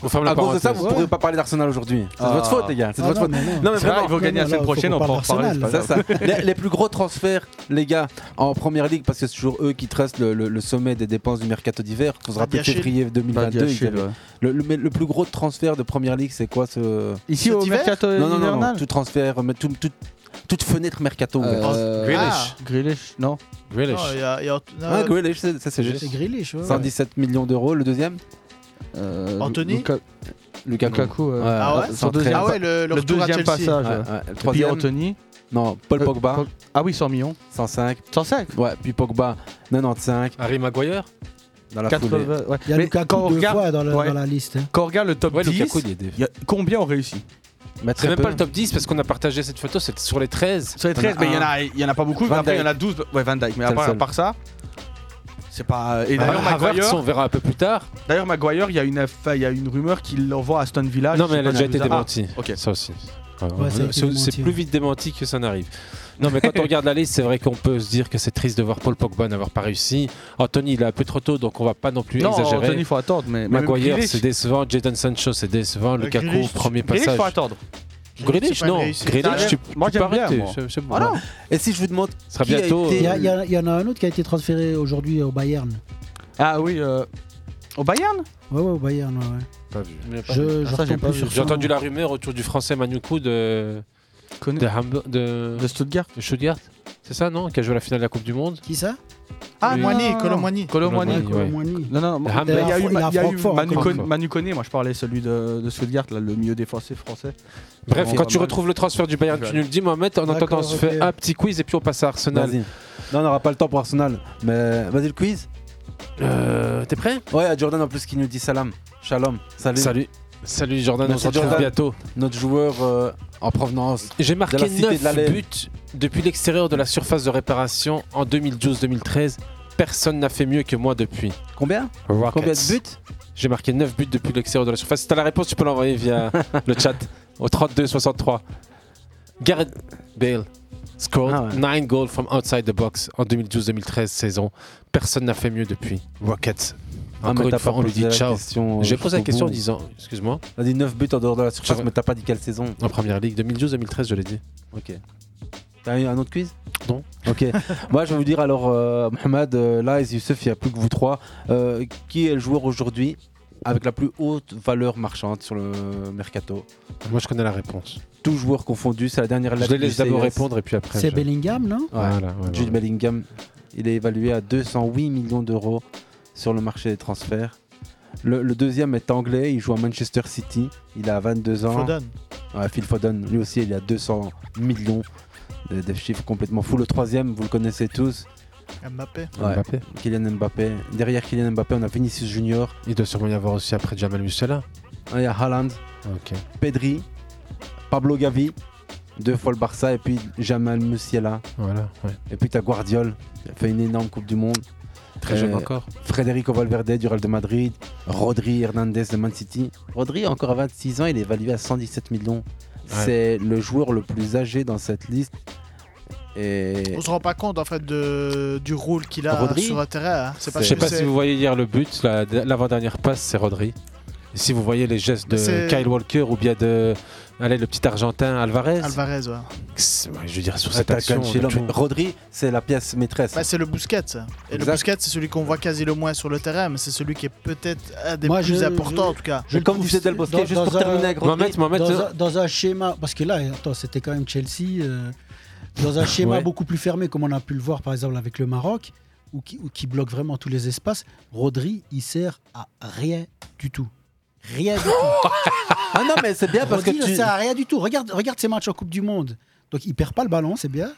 Speaker 8: On ferme la
Speaker 2: à cause de ça,
Speaker 8: parenthèse.
Speaker 2: vous ne pourrez pas parler d'Arsenal aujourd'hui. C'est de
Speaker 8: Ah.
Speaker 2: votre faute, les gars. C'est de
Speaker 8: Ah
Speaker 2: votre
Speaker 8: non,
Speaker 2: faute.
Speaker 8: mais non.
Speaker 2: mais
Speaker 8: C'est vrai,
Speaker 2: vraiment.
Speaker 8: ils vont gagner la semaine prochaine, on pourra en reparler, c'est pas
Speaker 2: C'est ça.
Speaker 8: grave.
Speaker 2: les, les plus gros transferts, les gars, en première ligue, parce que c'est toujours eux qui tracent le, le- le sommet des dépenses du mercato d'hiver. Qu'on se rappelle
Speaker 12: Badiachil.
Speaker 2: février 2022. ils
Speaker 12: Badiachil,
Speaker 2: avaient-
Speaker 12: ouais.
Speaker 2: le, le- mais le plus gros transfert de première ligue, c'est quoi ce.
Speaker 12: Ici, Cet au hiver mercato
Speaker 2: Non, non, non, non,
Speaker 12: hivernal
Speaker 2: Tout transfert, mais tout- tout- toute fenêtre mercato.
Speaker 12: Euh,
Speaker 2: ouverte.
Speaker 12: Grealish. Grealish, non
Speaker 2: Grealish.
Speaker 13: Non, il y a- il y a- non,
Speaker 2: Ouais, Ah, Grealish, c'est- ça c'est juste.
Speaker 11: C'est Grealish, ouais.
Speaker 2: 117 millions d'euros, le deuxième.
Speaker 13: Anthony Luka-
Speaker 2: Lukaku.
Speaker 12: Lukaku, ouais. Ah ouais
Speaker 2: Son
Speaker 12: Son deuxième-
Speaker 2: deuxième-
Speaker 12: Ah ouais, le- le retour à
Speaker 2: deuxième
Speaker 12: Chelsea.
Speaker 2: passage.
Speaker 12: Ouais, ouais.
Speaker 2: Le
Speaker 12: Et puis
Speaker 2: troisième.
Speaker 12: Anthony.
Speaker 2: Non, Paul
Speaker 12: Euh,
Speaker 2: Pogba.
Speaker 12: Pog- Ah oui, 100 millions.
Speaker 2: 105.
Speaker 12: 105
Speaker 2: Ouais, puis Pogba, 95.
Speaker 8: Harry Maguire
Speaker 2: Dans la foulée.
Speaker 12: 80, ouais.
Speaker 11: Il y a
Speaker 12: Mais
Speaker 11: Lukaku
Speaker 12: quand on
Speaker 11: deux
Speaker 12: regarde-
Speaker 11: fois dans la,
Speaker 12: ouais.
Speaker 11: dans la liste. hein.
Speaker 12: Quand on regarde le top
Speaker 8: Ouais,
Speaker 12: 10,
Speaker 8: Lukaku, il est dé-
Speaker 12: y a- combien ont réussi
Speaker 8: C'est même pas le top 10 parce qu'on a partagé cette photo, c'est sur les 13.
Speaker 12: Sur les 13, mais il y en a- il y en a pas beaucoup. mais
Speaker 8: Van
Speaker 12: Après, il y en a
Speaker 8: Dijk.
Speaker 12: 12. Ouais, Van Dyke. Mais
Speaker 8: C'est le
Speaker 12: après, à
Speaker 8: seul.
Speaker 12: part ça, c'est pas. Et
Speaker 8: Ah,
Speaker 12: d'ailleurs,
Speaker 8: Havertz,
Speaker 12: Maguire.
Speaker 8: on verra un peu plus tard.
Speaker 12: D'ailleurs, Maguire, il y, a une- enfin, il y a une rumeur qu'il l'envoie à Aston Villa.
Speaker 8: Non,
Speaker 12: Je
Speaker 8: mais
Speaker 12: sais
Speaker 8: elle a
Speaker 12: pas,
Speaker 8: déjà
Speaker 12: il y
Speaker 8: été
Speaker 12: a- Ah,
Speaker 8: démentie.
Speaker 12: ok.
Speaker 8: Ça aussi. Alors,
Speaker 12: Ouais, ça a
Speaker 8: euh,
Speaker 12: été
Speaker 8: c'est
Speaker 12: démenti,
Speaker 8: c'est plus vite démenti que ça n'arrive. Non, mais quand on regarde la liste, c'est vrai qu'on peut se dire que c'est triste de voir Paul Pogba n'avoir pas réussi. Anthony, il est un peu trop tôt, donc on va pas non plus
Speaker 12: Non,
Speaker 8: exagérer.
Speaker 12: Anthony, faut attendre, mais- mais
Speaker 8: Maguire,
Speaker 12: Grealish-
Speaker 8: c'est décevant. Jadon Sancho, c'est décevant.
Speaker 12: Euh,
Speaker 8: Lukaku,
Speaker 12: Grealish-
Speaker 8: premier
Speaker 12: Grealish,
Speaker 8: passage.
Speaker 12: faut attendre.
Speaker 8: Grealish,
Speaker 12: C'est pas
Speaker 8: non.
Speaker 12: une réussite.
Speaker 8: Grealish, tu,
Speaker 12: Moi,
Speaker 8: tu
Speaker 12: j'aime
Speaker 8: peux
Speaker 12: bien,
Speaker 8: arrêter.
Speaker 12: moi. Ah
Speaker 8: C'est- c'est bon.
Speaker 12: Voilà.
Speaker 2: Et si je vous demande.
Speaker 8: sera
Speaker 2: qui a
Speaker 8: bientôt, euh,
Speaker 2: été-
Speaker 11: Il y, a- il y a- il y en a un autre qui a été transféré aujourd'hui au Bayern.
Speaker 12: Ah oui, euh, au Bayern
Speaker 11: Ouais, ouais, au Bayern, ouais. ouais.
Speaker 8: Pas vu.
Speaker 11: Je- je
Speaker 8: Ah, ça, j'ai
Speaker 11: retombe
Speaker 8: pas
Speaker 11: plus
Speaker 8: vu.
Speaker 11: sur
Speaker 8: J'ai
Speaker 11: ça,
Speaker 8: entendu
Speaker 11: hein.
Speaker 8: la rumeur autour du français Manukou de.
Speaker 12: De,
Speaker 8: Hambo- de...
Speaker 12: Stuttgart.
Speaker 8: Stuttgart. C'est ça, non Qui a joué la finale de la Coupe du Monde
Speaker 11: Qui ça
Speaker 13: Ah,
Speaker 8: Oui.
Speaker 13: Moigny, Colomboigny.
Speaker 12: Colomboigny,
Speaker 8: Colomboigny,
Speaker 12: ouais.
Speaker 8: Colomboigny.
Speaker 12: Non, non,
Speaker 8: Le
Speaker 12: non, il
Speaker 8: Hamburg.
Speaker 12: y a eu,
Speaker 8: Il est à
Speaker 12: il y a eu
Speaker 8: Francfort,
Speaker 12: Manu,
Speaker 8: encore.
Speaker 12: Con- Manu Koné, moi je parlais celui de, de Stuttgart, là, le milieu défensif français.
Speaker 8: Bref,
Speaker 12: Vraiment
Speaker 8: quand
Speaker 12: pas
Speaker 8: tu
Speaker 12: mal.
Speaker 8: retrouves le transfert du Bayern, tu nous le dis, Mohamed. En attendant, on
Speaker 2: D'accord,
Speaker 8: se
Speaker 2: ok.
Speaker 8: fait un petit quiz et puis on passe à Arsenal.
Speaker 2: Vas-y. Non, on n'aura pas le temps pour Arsenal. Mais vas-y, le quiz.
Speaker 8: Euh, T'es prêt
Speaker 2: Ouais, à Jordan en plus qui nous dit salam. Shalom. Salut.
Speaker 8: Salut. Salut Jordan, on
Speaker 2: Merci,
Speaker 8: se retrouve
Speaker 2: Jordan.
Speaker 8: bientôt.
Speaker 2: Notre joueur euh, en provenance.
Speaker 8: J'ai marqué
Speaker 2: de la cité de la
Speaker 8: 9
Speaker 2: Lève.
Speaker 8: buts depuis l'extérieur de la surface de réparation en 2012-2013. Personne n'a fait mieux que moi depuis.
Speaker 2: Combien
Speaker 8: Rockets.
Speaker 2: Combien de buts
Speaker 8: J'ai marqué 9 buts depuis l'extérieur de la surface. Si t'as la réponse, tu peux l'envoyer via le chat au 32-63. Gareth Bale scored
Speaker 2: Ah
Speaker 8: 9 goals from outside the box en 2012-2013 saison. Personne n'a fait mieux depuis. Rockets.
Speaker 2: Ah,
Speaker 8: Encore
Speaker 2: mais
Speaker 8: une
Speaker 2: t'as
Speaker 8: fois,
Speaker 2: pas
Speaker 8: on lui
Speaker 2: posé
Speaker 8: dit
Speaker 2: la
Speaker 8: ciao.
Speaker 2: question, euh,
Speaker 8: J'ai posé la
Speaker 2: jusqu'au
Speaker 8: question en
Speaker 2: bout.
Speaker 8: disant, excuse-moi.
Speaker 2: On a dit 9 buts en dehors de la surface,
Speaker 8: Je-
Speaker 2: mais t'as pas dit quelle saison.
Speaker 8: En première ligue, 2012-2013, je l'ai dit.
Speaker 2: Ok. T'as eu un autre quiz
Speaker 8: Non.
Speaker 2: Ok. Moi, je vais vous dire alors, euh, Mohamed, euh, Laïs, Youssef, il n'y a plus que vous trois. Euh, qui est le joueur aujourd'hui avec la plus haute valeur marchande sur le mercato
Speaker 8: Moi, je connais la réponse.
Speaker 2: Tout joueur confondu, c'est la dernière
Speaker 8: Je
Speaker 2: lettre
Speaker 8: les
Speaker 2: du
Speaker 8: laisse d'abord
Speaker 2: CES.
Speaker 8: répondre et puis après.
Speaker 11: C'est
Speaker 8: je-
Speaker 11: Bellingham, non
Speaker 2: Ouais.
Speaker 8: Voilà, ouais,
Speaker 2: Jude
Speaker 8: ouais.
Speaker 2: Bellingham, il est évalué à 208 millions d'euros sur le marché des transferts.
Speaker 8: Le, le deuxième est anglais, il joue à Manchester City, il a 22 ans.
Speaker 13: Foden.
Speaker 8: Ouais, Phil Foden, lui aussi il a 200 millions de, de chiffres complètement fous. Le troisième, vous le connaissez tous,
Speaker 13: Mbappé.
Speaker 8: Ouais, Kylian Mbappé. Derrière Kylian Mbappé, on a Vinicius Junior. Ah,
Speaker 9: Il doit sûrement y avoir aussi après Jamal Musiala.
Speaker 8: Il y a Haaland, Pedri, Pablo Gavi, deux fois le Barça, et puis Jamal Musiala.
Speaker 9: Voilà, ouais.
Speaker 8: Et puis t'as Guardiol, qui a fait une énorme Coupe du Monde. Euh,
Speaker 9: Très jeune encore.
Speaker 8: Federico Valverde du Real de Madrid, Rodri Hernandez de Man City. Rodri, encore à 26 ans, il est évalué à 117 millions. C'est le joueur le plus âgé dans cette liste. Et...
Speaker 13: On se rend pas compte en fait de, du rôle qu'il a
Speaker 11: Euh,
Speaker 8: Rodri
Speaker 13: sur un terrain. hein. C'est
Speaker 9: Je
Speaker 13: parce
Speaker 9: sais
Speaker 13: que
Speaker 9: pas
Speaker 13: c'est-
Speaker 9: si vous voyez hier le but, la- l'avant-dernière passe, c'est Rodri. Et si vous voyez les gestes de
Speaker 13: C'est-
Speaker 9: Kyle Walker ou bien de allez, le petit Argentin Alvarez,
Speaker 13: Alvarez, ouais.
Speaker 9: c'est- ouais, je veux dire sur cette
Speaker 8: Attaquant
Speaker 9: action,
Speaker 8: chez
Speaker 9: de
Speaker 8: l'homme.
Speaker 9: tout-
Speaker 8: Rodri, c'est la pièce maîtresse.
Speaker 13: Bah, c'est le Busquets. ça. Et
Speaker 8: Exact.
Speaker 13: le Busquets, c'est celui qu'on voit quasi le moins sur le terrain, mais c'est celui qui est peut-être un des
Speaker 11: Moi,
Speaker 13: plus
Speaker 11: Ah, je-
Speaker 13: importants
Speaker 11: je-
Speaker 13: en tout cas.
Speaker 11: je le trouve
Speaker 13: Del
Speaker 11: dans-
Speaker 13: Bosque,
Speaker 11: dans un- dans,
Speaker 9: euh,
Speaker 13: Mohamed,
Speaker 11: un, dans un schéma, parce que là, attends, c'était quand même Chelsea, euh, dans un schéma
Speaker 7: Ouais.
Speaker 11: beaucoup plus fermé, comme on a pu le voir par exemple avec le Maroc, où qui, où qui bloque vraiment tous les espaces, Rodri, il sert à rien du tout. Rien du tout.
Speaker 8: ah non, mais c'est bien parce que
Speaker 11: Rodri,
Speaker 8: tu-
Speaker 11: ne sert à rien du tout. Regarde, regarde ses matchs en Coupe du Monde. Donc il perd pas le ballon, c'est bien.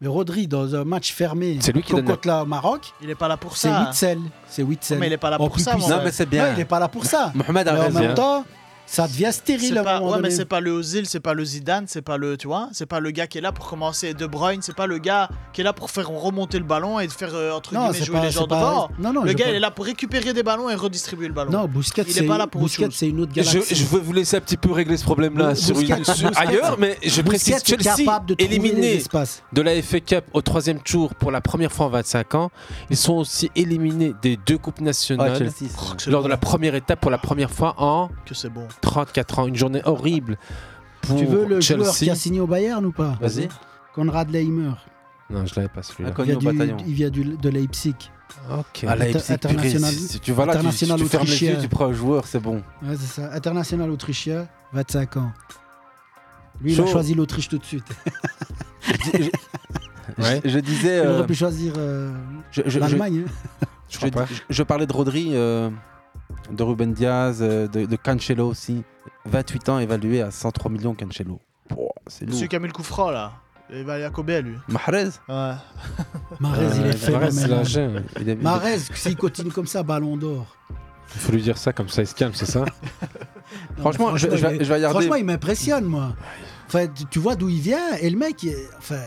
Speaker 11: Mais Rodri, dans un match fermé,
Speaker 8: C'est lui qui
Speaker 11: comme
Speaker 8: donne la-
Speaker 11: contre la Maroc,
Speaker 13: il est pas là pour
Speaker 11: c'est
Speaker 13: ça. hein.
Speaker 11: Witzel. C'est Witzel.
Speaker 13: Mais il est pas là
Speaker 11: En
Speaker 13: pour
Speaker 11: plus
Speaker 13: ça,
Speaker 11: puissant.
Speaker 13: Mohamed. Non, mais c'est bien.
Speaker 11: Non, il est pas là pour ça.
Speaker 8: Mohamed a
Speaker 11: Mais en
Speaker 8: raison.
Speaker 11: même temps, ça devient
Speaker 13: C'est
Speaker 11: stérile à un
Speaker 13: pas,
Speaker 11: moment
Speaker 13: ouais, mais
Speaker 11: donné.
Speaker 13: c'est pas le Ozil, c'est pas le Zidane, c'est pas le, tu vois, c'est pas le gars qui est là pour commencer De Bruyne, c'est pas le gars qui est là pour faire remonter le ballon et de faire euh, entre
Speaker 11: Non,
Speaker 13: guillemets
Speaker 11: c'est
Speaker 13: jouer
Speaker 11: pas-
Speaker 13: les gens
Speaker 11: c'est pas-
Speaker 13: devant.
Speaker 11: non, non,
Speaker 13: le
Speaker 11: je
Speaker 13: gars
Speaker 11: parle-
Speaker 13: il est là pour récupérer des ballons et redistribuer le ballon.
Speaker 11: Non, Busquets,
Speaker 13: il est
Speaker 11: c'est-
Speaker 13: pas là pour autre
Speaker 11: Busquets,
Speaker 13: chose.
Speaker 11: c'est une autre
Speaker 9: Je,
Speaker 11: galaxie.
Speaker 9: je veux vous laisser un petit peu régler ce problème-là
Speaker 11: Busquets-
Speaker 9: sur une-
Speaker 11: Busquets-
Speaker 9: sur- ailleurs, mais je
Speaker 11: Busquets
Speaker 9: précise
Speaker 11: est
Speaker 9: Chelsea
Speaker 11: capable de trouver les
Speaker 9: éliminé
Speaker 11: espaces.
Speaker 9: de la FA Cup au troisième tour pour la première fois en 25 ans. Ils sont aussi éliminés des deux coupes nationales Oh,
Speaker 8: Ah, Chelsea, c'est-
Speaker 9: lors de la première étape pour la première fois en
Speaker 13: que c'est bon.
Speaker 9: 34 ans. Une journée horrible pour
Speaker 11: Tu veux le joueur
Speaker 9: Chelsea.
Speaker 11: qui a signé au Bayern ou pas
Speaker 9: Vas-y.
Speaker 11: Conrad Leimer.
Speaker 9: Non, je l'avais pas celui-là.
Speaker 11: Il vient, du, il vient du- de Leipzig.
Speaker 9: Ok.
Speaker 8: Ah, Leipzig, purée,
Speaker 11: international,
Speaker 8: si- si tu vas là, tu- si
Speaker 11: international
Speaker 8: tu fermes les
Speaker 11: autrichien.
Speaker 8: yeux, tu prends un joueur, c'est bon.
Speaker 11: Ouais, c'est ça. International autrichien, 25 ans. Lui, il a
Speaker 8: Chaud.
Speaker 11: choisi l'Autriche tout de suite.
Speaker 8: Je, je disais.
Speaker 11: Il
Speaker 8: euh,
Speaker 11: aurait pu choisir euh,
Speaker 8: je- je- je-
Speaker 11: l'Allemagne. hein.
Speaker 8: Je, je- je parlais de Rodri, euh, de Ruben Diaz, euh, de, de Cancelo aussi. 28 ans évalué à 103 millions Cancelo. Pouah, c'est lourd.
Speaker 13: Monsieur qui a mis le coup franc là, il va aller à Kobe lui.
Speaker 8: Mahrez
Speaker 13: Ouais.
Speaker 11: Mahrez, il est
Speaker 8: Euh, Mahrez, c'est
Speaker 11: phénoménal.
Speaker 9: l'âge, hein. Il est- il est-
Speaker 11: Mahrez, s'il continue comme ça, ballon d'or.
Speaker 9: Faut lui dire ça comme ça, il se calme, c'est ça
Speaker 11: Non,
Speaker 8: Franchement,
Speaker 11: mais
Speaker 8: je- je vais-
Speaker 11: il est-
Speaker 8: je vais regarder.
Speaker 11: Franchement, il m'impressionne, moi. Enfin, tu- tu vois d'où il vient, et le mec, il est- enfin,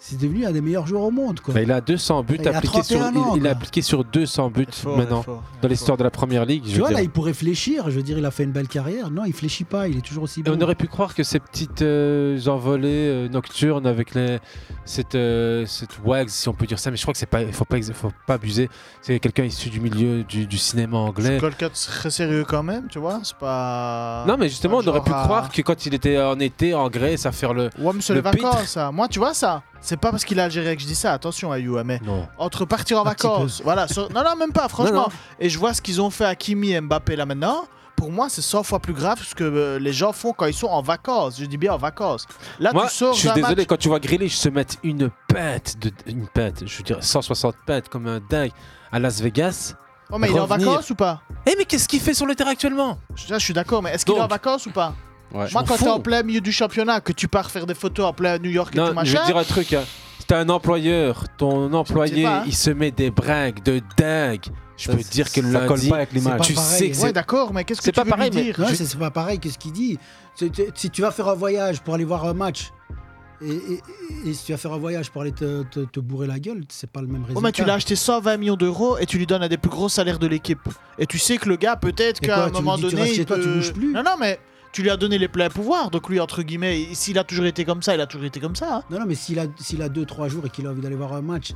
Speaker 11: c'est devenu un des meilleurs joueurs au monde. Quoi.
Speaker 9: Bah, il a 200 buts
Speaker 11: Il a
Speaker 9: appliqués sur,
Speaker 11: 31 ans,
Speaker 9: il, il a
Speaker 11: quoi.
Speaker 9: appliqué sur 200 buts
Speaker 11: fort, il
Speaker 9: maintenant
Speaker 11: est fort, il est
Speaker 9: dans l'histoire de la première ligue. je
Speaker 11: tu
Speaker 9: veux
Speaker 11: vois,
Speaker 9: dire.
Speaker 11: là, il pourrait fléchir. Je veux dire, il a fait une belle carrière. Non, il fléchit pas. Il est toujours aussi
Speaker 9: Et
Speaker 11: bon.
Speaker 9: on aurait pu croire que ces petites euh, envolées euh, nocturnes avec les, cette, euh, cette wags, si on peut dire ça, mais je crois que c'est pas, faut pas, ex- faut pas abuser. C'est quelqu'un issu du milieu du, du cinéma anglais.
Speaker 13: Quelqu'un de très sérieux quand même, tu vois, c'est pas.
Speaker 9: Non, mais justement, on
Speaker 13: Genre
Speaker 9: aurait pu
Speaker 13: à-
Speaker 9: croire que quand il était en été en Grèce à faire le,
Speaker 13: Ouais, mais c'est
Speaker 9: le
Speaker 13: les
Speaker 9: pitre,
Speaker 13: vacances, ça. Moi, tu vois ça. C'est pas parce qu'il est algérien que je dis ça. Attention, Ayou, hein, mais entre partir en
Speaker 9: petit
Speaker 13: vacances, voilà. sur- Non, non, même pas, franchement.
Speaker 9: Non, non.
Speaker 13: Et je vois ce qu'ils ont fait à Kimi et Mbappé là maintenant. Pour moi, c'est 100 fois plus grave ce que euh, les gens font quand ils sont en vacances. Je dis bien en vacances. Là,
Speaker 9: Moi,
Speaker 13: tu sors.
Speaker 9: je suis
Speaker 13: d'un
Speaker 9: désolé,
Speaker 13: match-
Speaker 9: quand tu vois Grealish se mettre une pinte, de, une pinte, je veux dire 160 pintes comme un dingue à Las Vegas.
Speaker 13: Oh, mais il est en
Speaker 9: revenir-
Speaker 13: vacances ou pas
Speaker 9: Eh, mais qu'est-ce qu'il fait sur le terrain actuellement
Speaker 13: Je je suis d'accord, mais est-ce qu'il est en vacances ou pas
Speaker 9: Ouais. Je
Speaker 13: Moi,
Speaker 9: m'en
Speaker 13: quand t'es en
Speaker 9: fous.
Speaker 13: plein milieu du championnat, que tu pars faire des photos en plein New York et tout
Speaker 9: Non,
Speaker 13: machin.
Speaker 9: je vais te dire un truc. Hein. Si t'as un employeur, ton employé,
Speaker 13: pas, hein.
Speaker 9: il se met des bringues de dingue. Je peux te dire que le lundi,
Speaker 8: ça colle pas avec l'image.
Speaker 9: Tu
Speaker 11: C'est pas pareil,
Speaker 9: sais que
Speaker 11: hein.
Speaker 9: c'est. C'est pas pareil, mais
Speaker 11: Non,
Speaker 9: je-
Speaker 11: c'est c'est pas pareil que ce qu'il dit. C'est- c'est- Si tu vas faire un voyage pour aller voir un match. Et, et- et si tu vas faire un voyage pour aller te, te- te bourrer la gueule, c'est pas le même résultat.
Speaker 13: Oh, mais tu l'as acheté 120 millions d'euros et tu lui donnes un des plus gros salaires de l'équipe. Et tu sais que le gars, peut-être
Speaker 11: Et
Speaker 13: qu'à
Speaker 11: quoi,
Speaker 13: un
Speaker 11: tu
Speaker 13: moment
Speaker 11: lui dis, tu
Speaker 13: donné.
Speaker 11: restes
Speaker 13: il
Speaker 11: chez toi, tu
Speaker 13: peut-
Speaker 11: bouges plus
Speaker 13: Non, non, mais tu lui as donné les pleins pouvoirs. Donc lui, entre guillemets, il- s'il a toujours été comme ça, il a toujours été comme ça. hein.
Speaker 11: Non, non, mais s'il a, s'il a 2-3 jours et qu'il a envie d'aller voir un match,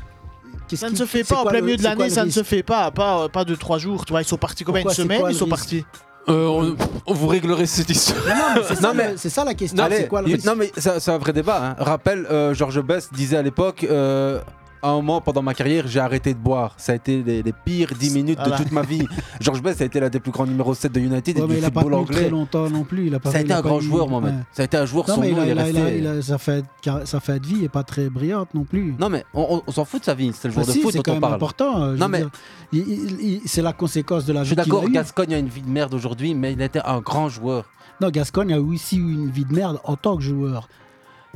Speaker 11: qu'est-ce
Speaker 13: Ça ne
Speaker 11: qu'il-
Speaker 13: se fait
Speaker 11: c'est
Speaker 13: pas en
Speaker 11: quoi
Speaker 13: plein
Speaker 11: le-
Speaker 13: milieu de
Speaker 11: c'est
Speaker 13: l'année,
Speaker 11: quoi le
Speaker 13: ça ne se
Speaker 11: risque
Speaker 13: fait pas. Pas, pas de 3 jours. Tu vois, ils sont partis combien
Speaker 11: Pourquoi,
Speaker 13: Une
Speaker 11: c'est
Speaker 13: semaine
Speaker 11: quoi
Speaker 13: Ils
Speaker 11: le
Speaker 13: sont
Speaker 11: risque
Speaker 13: partis.
Speaker 9: Euh, on, on vous réglerait cette histoire.
Speaker 11: Non, mais c'est ça, le- c'est ça la question.
Speaker 8: Allez,
Speaker 11: c'est quoi le
Speaker 8: il-
Speaker 11: risque
Speaker 8: non mais c'est c'est un vrai débat. hein. Rappel, euh, Georges Best disait à l'époque, euh,
Speaker 12: à un moment pendant ma carrière, j'ai arrêté de boire. Ça a été les, les pires 10 minutes
Speaker 11: Voilà.
Speaker 12: de toute ma vie. George Best ça a été l'un des plus grands numéro 7 de United
Speaker 11: Ouais,
Speaker 12: et
Speaker 11: mais
Speaker 12: du
Speaker 11: il a pas
Speaker 12: football
Speaker 11: tenu très
Speaker 12: anglais.
Speaker 11: longtemps non plus. Il a pas
Speaker 12: Ça a
Speaker 11: il
Speaker 12: été un
Speaker 11: pas
Speaker 12: grand
Speaker 11: eu-
Speaker 12: joueur, Mohamed. Ça a été un joueur,
Speaker 11: Non,
Speaker 12: son
Speaker 11: mais il
Speaker 12: nom,
Speaker 11: a-
Speaker 12: il est
Speaker 11: il a-
Speaker 12: resté- euh.
Speaker 11: il a- il a- Sa fête car- sa fête de vie est pas très brillante non plus.
Speaker 12: Non mais on, on- on s'en fout de sa vie, c'est le joueur
Speaker 11: Ah
Speaker 12: de
Speaker 11: si,
Speaker 12: foot
Speaker 11: c'est
Speaker 12: dont
Speaker 11: quand
Speaker 12: on
Speaker 11: même
Speaker 12: parle.
Speaker 11: important. euh, je
Speaker 12: Non,
Speaker 11: veux
Speaker 12: mais-
Speaker 11: dire, il- il- il- c'est la conséquence de la vie
Speaker 12: Je suis
Speaker 11: qu'il a
Speaker 12: d'accord,
Speaker 11: eue.
Speaker 12: Gascogne a une vie de merde aujourd'hui, mais il était un grand joueur.
Speaker 11: Non, Gascogne a aussi eu une vie de merde en tant que joueur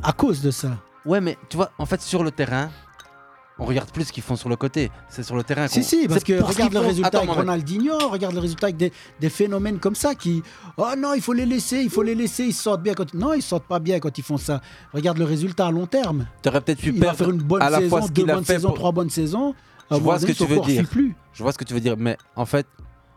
Speaker 11: à cause de ça.
Speaker 12: Ouais, mais tu vois, en fait, sur le terrain, on regarde plus ce qu'ils font sur le côté. C'est sur le terrain.
Speaker 11: Si,
Speaker 12: qu'on-
Speaker 11: si, parce
Speaker 12: C'est
Speaker 11: que
Speaker 12: pour ce
Speaker 11: regarde
Speaker 12: qu'ils
Speaker 11: le
Speaker 12: font.
Speaker 11: résultat
Speaker 12: Attends,
Speaker 11: avec
Speaker 12: Mohamed.
Speaker 11: Ronaldinho, regarde le résultat avec des, des phénomènes comme ça qui. Oh non, il faut les laisser, il faut les laisser, ils sortent bien quand. Non, ils sortent pas bien quand ils font ça. Regarde le résultat à long terme.
Speaker 12: T'aurais peut-être pu
Speaker 11: Il va
Speaker 12: perdre
Speaker 11: faire une bonne
Speaker 12: à la
Speaker 11: saison,
Speaker 12: fois ce
Speaker 11: deux
Speaker 12: qu'il a
Speaker 11: bonnes
Speaker 12: fait
Speaker 11: saisons,
Speaker 12: pour-
Speaker 11: trois bonnes saisons. À un
Speaker 12: Je vois
Speaker 11: moment
Speaker 12: ce que
Speaker 11: donné,
Speaker 12: tu
Speaker 11: son
Speaker 12: veux
Speaker 11: corps
Speaker 12: dire.
Speaker 11: file plus.
Speaker 12: Je vois ce que tu veux dire, mais en fait,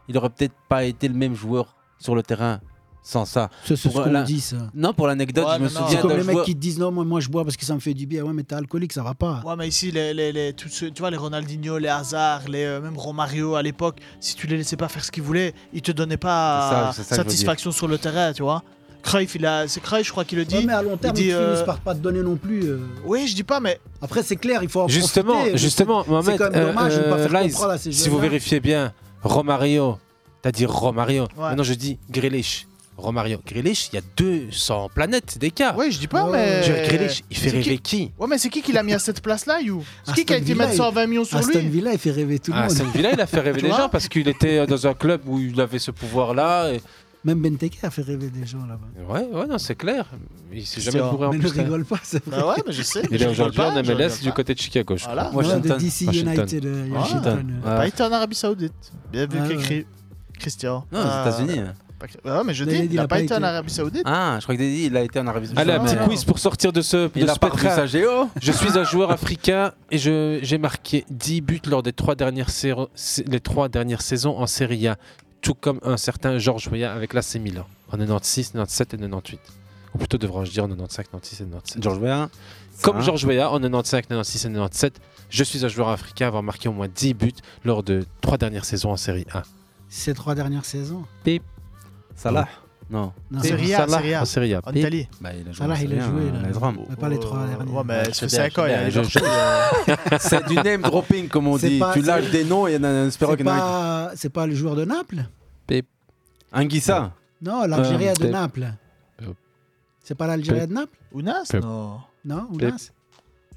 Speaker 12: il aurait peut-être pas été le même joueur sur le terrain sans ça.
Speaker 11: C'est c'est ce
Speaker 12: Pour
Speaker 11: qu'on
Speaker 12: la-
Speaker 11: dit, ça.
Speaker 12: Non, pour l'anecdote, je me
Speaker 11: C'est
Speaker 12: souviens
Speaker 11: comme
Speaker 12: d'un
Speaker 11: les mecs
Speaker 12: joueur.
Speaker 11: qui te disent non, moi, moi, je bois parce que ça me fait du bien. Ouais, mais t'es alcoolique, ça va pas.
Speaker 13: Ouais, mais ici, les, les, les- tous ceux- tu vois, les Ronaldinho, les Hazard, les, euh, même Romario à l'époque, si tu les laissais pas faire ce qu'ils voulaient, ils te donnaient pas
Speaker 12: C'est ça, c'est ça que je veux
Speaker 13: satisfaction sur le terrain, tu vois. Cruyff, il a, c'est Cruyff, je crois qu'il le dit.
Speaker 11: Ouais, mais à long terme,
Speaker 13: il dit,
Speaker 11: ils
Speaker 13: euh,
Speaker 11: finissent par pas te donner non plus. euh.
Speaker 13: Oui, je dis pas, mais.
Speaker 11: Après, c'est clair, il faut en
Speaker 8: Justement,
Speaker 11: profiter.
Speaker 8: justement,
Speaker 11: C'est-
Speaker 8: Mohamed,
Speaker 11: C'est quand même dommage de
Speaker 8: euh,
Speaker 11: pas
Speaker 8: euh,
Speaker 11: faire
Speaker 8: Lies,
Speaker 11: comprendre à ces
Speaker 8: si vous
Speaker 11: jeunes-là.
Speaker 8: vérifiez bien, Romario, t'as dit Romario.
Speaker 13: Ouais.
Speaker 8: Maintenant, je dis Grealish. Romario, Grealish, il y a 200 planètes d'écart.
Speaker 13: Ouais, je dis pas, mais.
Speaker 8: Je veux dire, Grealish, il fait
Speaker 13: C'est
Speaker 8: rêver qui
Speaker 13: Ouais, mais c'est qui qui l'a mis à cette place-là, You C'est qui qui a
Speaker 11: Aston
Speaker 13: été
Speaker 11: Villa,
Speaker 13: mettre
Speaker 11: il-
Speaker 13: 120 millions sur
Speaker 11: Aston
Speaker 13: lui
Speaker 11: Villa, il fait rêver tout le
Speaker 8: Ah,
Speaker 11: monde.
Speaker 8: Aston Villa, il a fait rêver
Speaker 11: Tu
Speaker 8: des
Speaker 11: vois
Speaker 8: gens parce qu'il était dans un club où il avait ce pouvoir-là. et-
Speaker 11: Même Benteke a fait rêver des gens là-bas.
Speaker 8: Ouais, ouais, non, c'est clair. Il s'est
Speaker 11: C'est
Speaker 8: jamais
Speaker 11: vrai.
Speaker 8: bourré en
Speaker 11: Mais
Speaker 8: plus.
Speaker 11: ne rigole pas, c'est vrai.
Speaker 13: Bah ouais, mais je sais, mais
Speaker 8: Il
Speaker 13: je
Speaker 8: est
Speaker 13: rigole
Speaker 8: aujourd'hui
Speaker 13: pas,
Speaker 8: en
Speaker 13: je
Speaker 8: MLS
Speaker 13: rigole
Speaker 8: du côté de Chicago, je
Speaker 13: Voilà.
Speaker 8: crois.
Speaker 13: Ouais, de
Speaker 11: DC United, euh, il y a Washington,
Speaker 13: Pas été en Arabie Saoudite. Bien vu
Speaker 11: Ouais,
Speaker 13: qu'écrit
Speaker 11: ouais.
Speaker 13: Christian.
Speaker 12: Non, aux
Speaker 13: Ah,
Speaker 12: États-Unis.
Speaker 8: hein.
Speaker 13: pas que- Ouais, mais je dis, il n'a pas été en Arabie Saoudite.
Speaker 12: Ah, je crois que Dédé, il a été en Arabie Saoudite.
Speaker 8: Allez, un petit quiz pour sortir de ce,
Speaker 12: Il
Speaker 8: de
Speaker 12: a
Speaker 8: ce
Speaker 12: pas revu
Speaker 8: pétrin.
Speaker 12: sa géo.
Speaker 8: Je suis un joueur africain et je- j'ai marqué 10 buts lors des trois dernières, séro- sé- les trois dernières saisons en Serie A, tout comme un certain Georges Weah avec l'AC Milan en 96, 97 et 98. Ou plutôt devrais-je dire en 95, 96 et 97.
Speaker 12: Georges Weah.
Speaker 8: Comme
Speaker 12: Ça.
Speaker 8: Georges Weah en 95, 96 et 97, je suis un joueur africain avoir marqué au moins 10 buts lors de trois dernières saisons en Serie A.
Speaker 11: Ces trois dernières saisons.
Speaker 8: Pip.
Speaker 12: Salah. Non.
Speaker 11: Non.
Speaker 13: Serie A,
Speaker 8: Salah
Speaker 13: Serie A.
Speaker 8: en Serie A.
Speaker 13: En
Speaker 8: Pip.
Speaker 13: Italie.
Speaker 12: Bah, il a
Speaker 11: Salah, il a joué
Speaker 8: hein.
Speaker 11: là. Mais pas les trois dernières.
Speaker 13: Ouais, mais ça fait 5 ans. il y a-
Speaker 12: Je- je- C'est du name dropping, comme on
Speaker 11: C'est
Speaker 12: dit.
Speaker 11: pas-
Speaker 12: Tu lâches
Speaker 11: c'est-
Speaker 12: des noms et en espérant
Speaker 11: C'est
Speaker 12: qu'il y en a
Speaker 11: pas, c'est pas le joueur de Naples
Speaker 12: un. Anguissa.
Speaker 11: Non, l'Algérie
Speaker 12: Euh,
Speaker 11: de
Speaker 12: Pep.
Speaker 11: Naples.
Speaker 8: Pep.
Speaker 11: C'est pas l'Algérie
Speaker 8: Pep.
Speaker 11: de Naples
Speaker 13: Ounas
Speaker 8: Pep.
Speaker 13: Non.
Speaker 11: Non,
Speaker 8: Pep.
Speaker 11: Ounas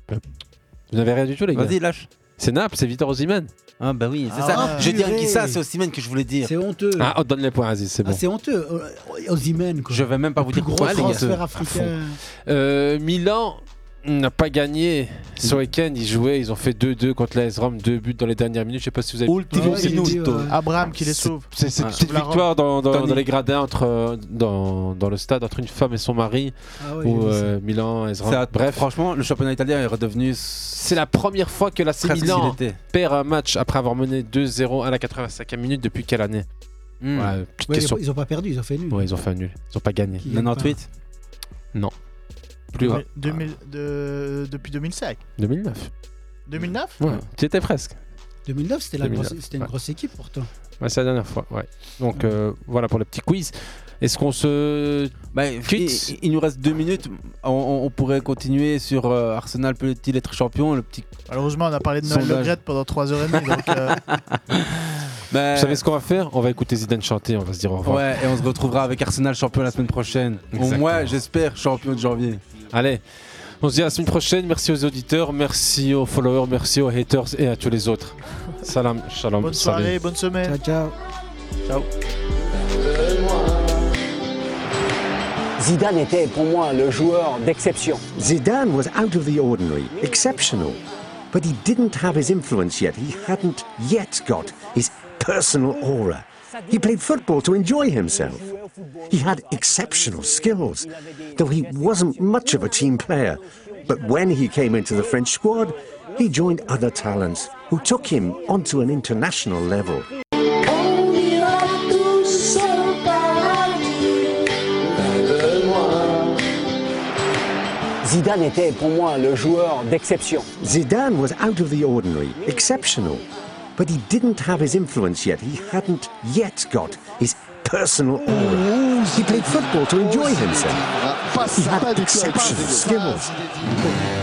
Speaker 8: Vous n'avez rien du tout, les gars.
Speaker 12: Vas-y, lâche.
Speaker 8: C'est Naples, c'est Victor Osimhen.
Speaker 12: Ah, bah oui, c'est
Speaker 11: Ah
Speaker 12: ça.
Speaker 11: ouais.
Speaker 12: J'ai dit
Speaker 11: Purée.
Speaker 12: Anguissa, c'est aussi même que je voulais dire.
Speaker 11: C'est honteux.
Speaker 8: Ah, on donne les points, Aziz, c'est
Speaker 11: Ah,
Speaker 8: bon.
Speaker 11: c'est honteux. Euh, Osimhen, quoi.
Speaker 12: Je vais même pas vous dire
Speaker 11: Gros
Speaker 12: pourquoi, les gars.
Speaker 11: transfert
Speaker 12: À
Speaker 11: africain.
Speaker 12: fond.
Speaker 8: Euh, Milan n'a pas gagné ce week-end. Ils jouaient, ils ont fait 2-2 contre l'AS Rome, deux buts dans les dernières minutes. Je sais pas si vous avez
Speaker 12: Ultimo
Speaker 8: Ouais,
Speaker 12: minuto.
Speaker 8: il est dit,
Speaker 11: euh,
Speaker 8: ouais.
Speaker 13: Abraham qui les sauve.
Speaker 8: C'est cette
Speaker 13: Ouais.
Speaker 8: petite
Speaker 13: Sous la robe.
Speaker 8: victoire dans, dans-
Speaker 13: Tony.
Speaker 8: dans les gradins entre, euh, dans, dans le stade entre une femme et son mari.
Speaker 11: Ah ouais,
Speaker 8: où,
Speaker 12: j'ai vu
Speaker 8: euh, Milan, AS Rome-
Speaker 12: C'est à-
Speaker 8: Bref,
Speaker 12: Franchement, le championnat italien est redevenu. C'est
Speaker 8: la première fois que la
Speaker 12: Presque
Speaker 8: Milan
Speaker 12: s'il était.
Speaker 8: perd un match après avoir mené 2-0 à la 85e minute depuis quelle année
Speaker 12: Hmm.
Speaker 8: Voilà,
Speaker 12: Euh,
Speaker 8: petite
Speaker 11: Ouais, ils ont
Speaker 8: question.
Speaker 11: pas- ils ont pas perdu, ils ont fait nul.
Speaker 8: Ouais, ils ont fait un nul. Ils ont pas gagné.
Speaker 11: Qui gagne 98?
Speaker 8: Non. Plus haut.
Speaker 13: Mais 2000 de- Depuis 2005.
Speaker 8: 2009.
Speaker 13: 2009
Speaker 8: Ouais, tu étais presque.
Speaker 11: 2009, c'était la
Speaker 8: 2009,
Speaker 11: grosse- c'était une
Speaker 8: ouais.
Speaker 11: grosse équipe pourtant.
Speaker 8: Ouais, c'est la dernière fois, ouais. Donc euh, voilà pour le petit quiz. Est-ce qu'on se quitte
Speaker 12: Bah, Il, il nous reste deux minutes. On, on- on pourrait continuer sur euh, Arsenal peut-il être champion Le petit.
Speaker 13: Malheureusement, on a parlé de Noël Le
Speaker 12: Sondage.
Speaker 13: Gret pendant 3h30. donc, euh,
Speaker 8: Vous savez ce qu'on va faire On va écouter Zidane chanter, on va se dire au revoir.
Speaker 12: Bah, Ouais, et on se retrouvera avec Arsenal champion la semaine prochaine. Au
Speaker 8: Exactement.
Speaker 12: moins, j'espère, champion de janvier.
Speaker 8: Allez, on se dit à la semaine prochaine. Merci aux auditeurs, merci aux followers, merci aux haters et à tous les autres. Salam, shalom,
Speaker 13: bonne
Speaker 8: salut.
Speaker 13: soirée, bonne semaine.
Speaker 11: Ciao, ciao.
Speaker 12: Ciao.
Speaker 29: Zidane était pour moi le joueur d'exception.
Speaker 15: Zidane was out of the ordinary, exceptional. But he didn't have his influence yet. He hadn't yet got his personal aura. He played football to enjoy himself. He had exceptional skills, though he wasn't much of a team player. But when he came into the French squad, he joined other talents who took him onto an international level.
Speaker 7: On ira tous au paradis.
Speaker 29: Zidane était pour moi le joueur d'exception.
Speaker 15: Zidane was out of the ordinary, exceptional. But he didn't have his influence yet. He hadn't yet got his personal aura. He played football to enjoy himself. He had exceptional skills.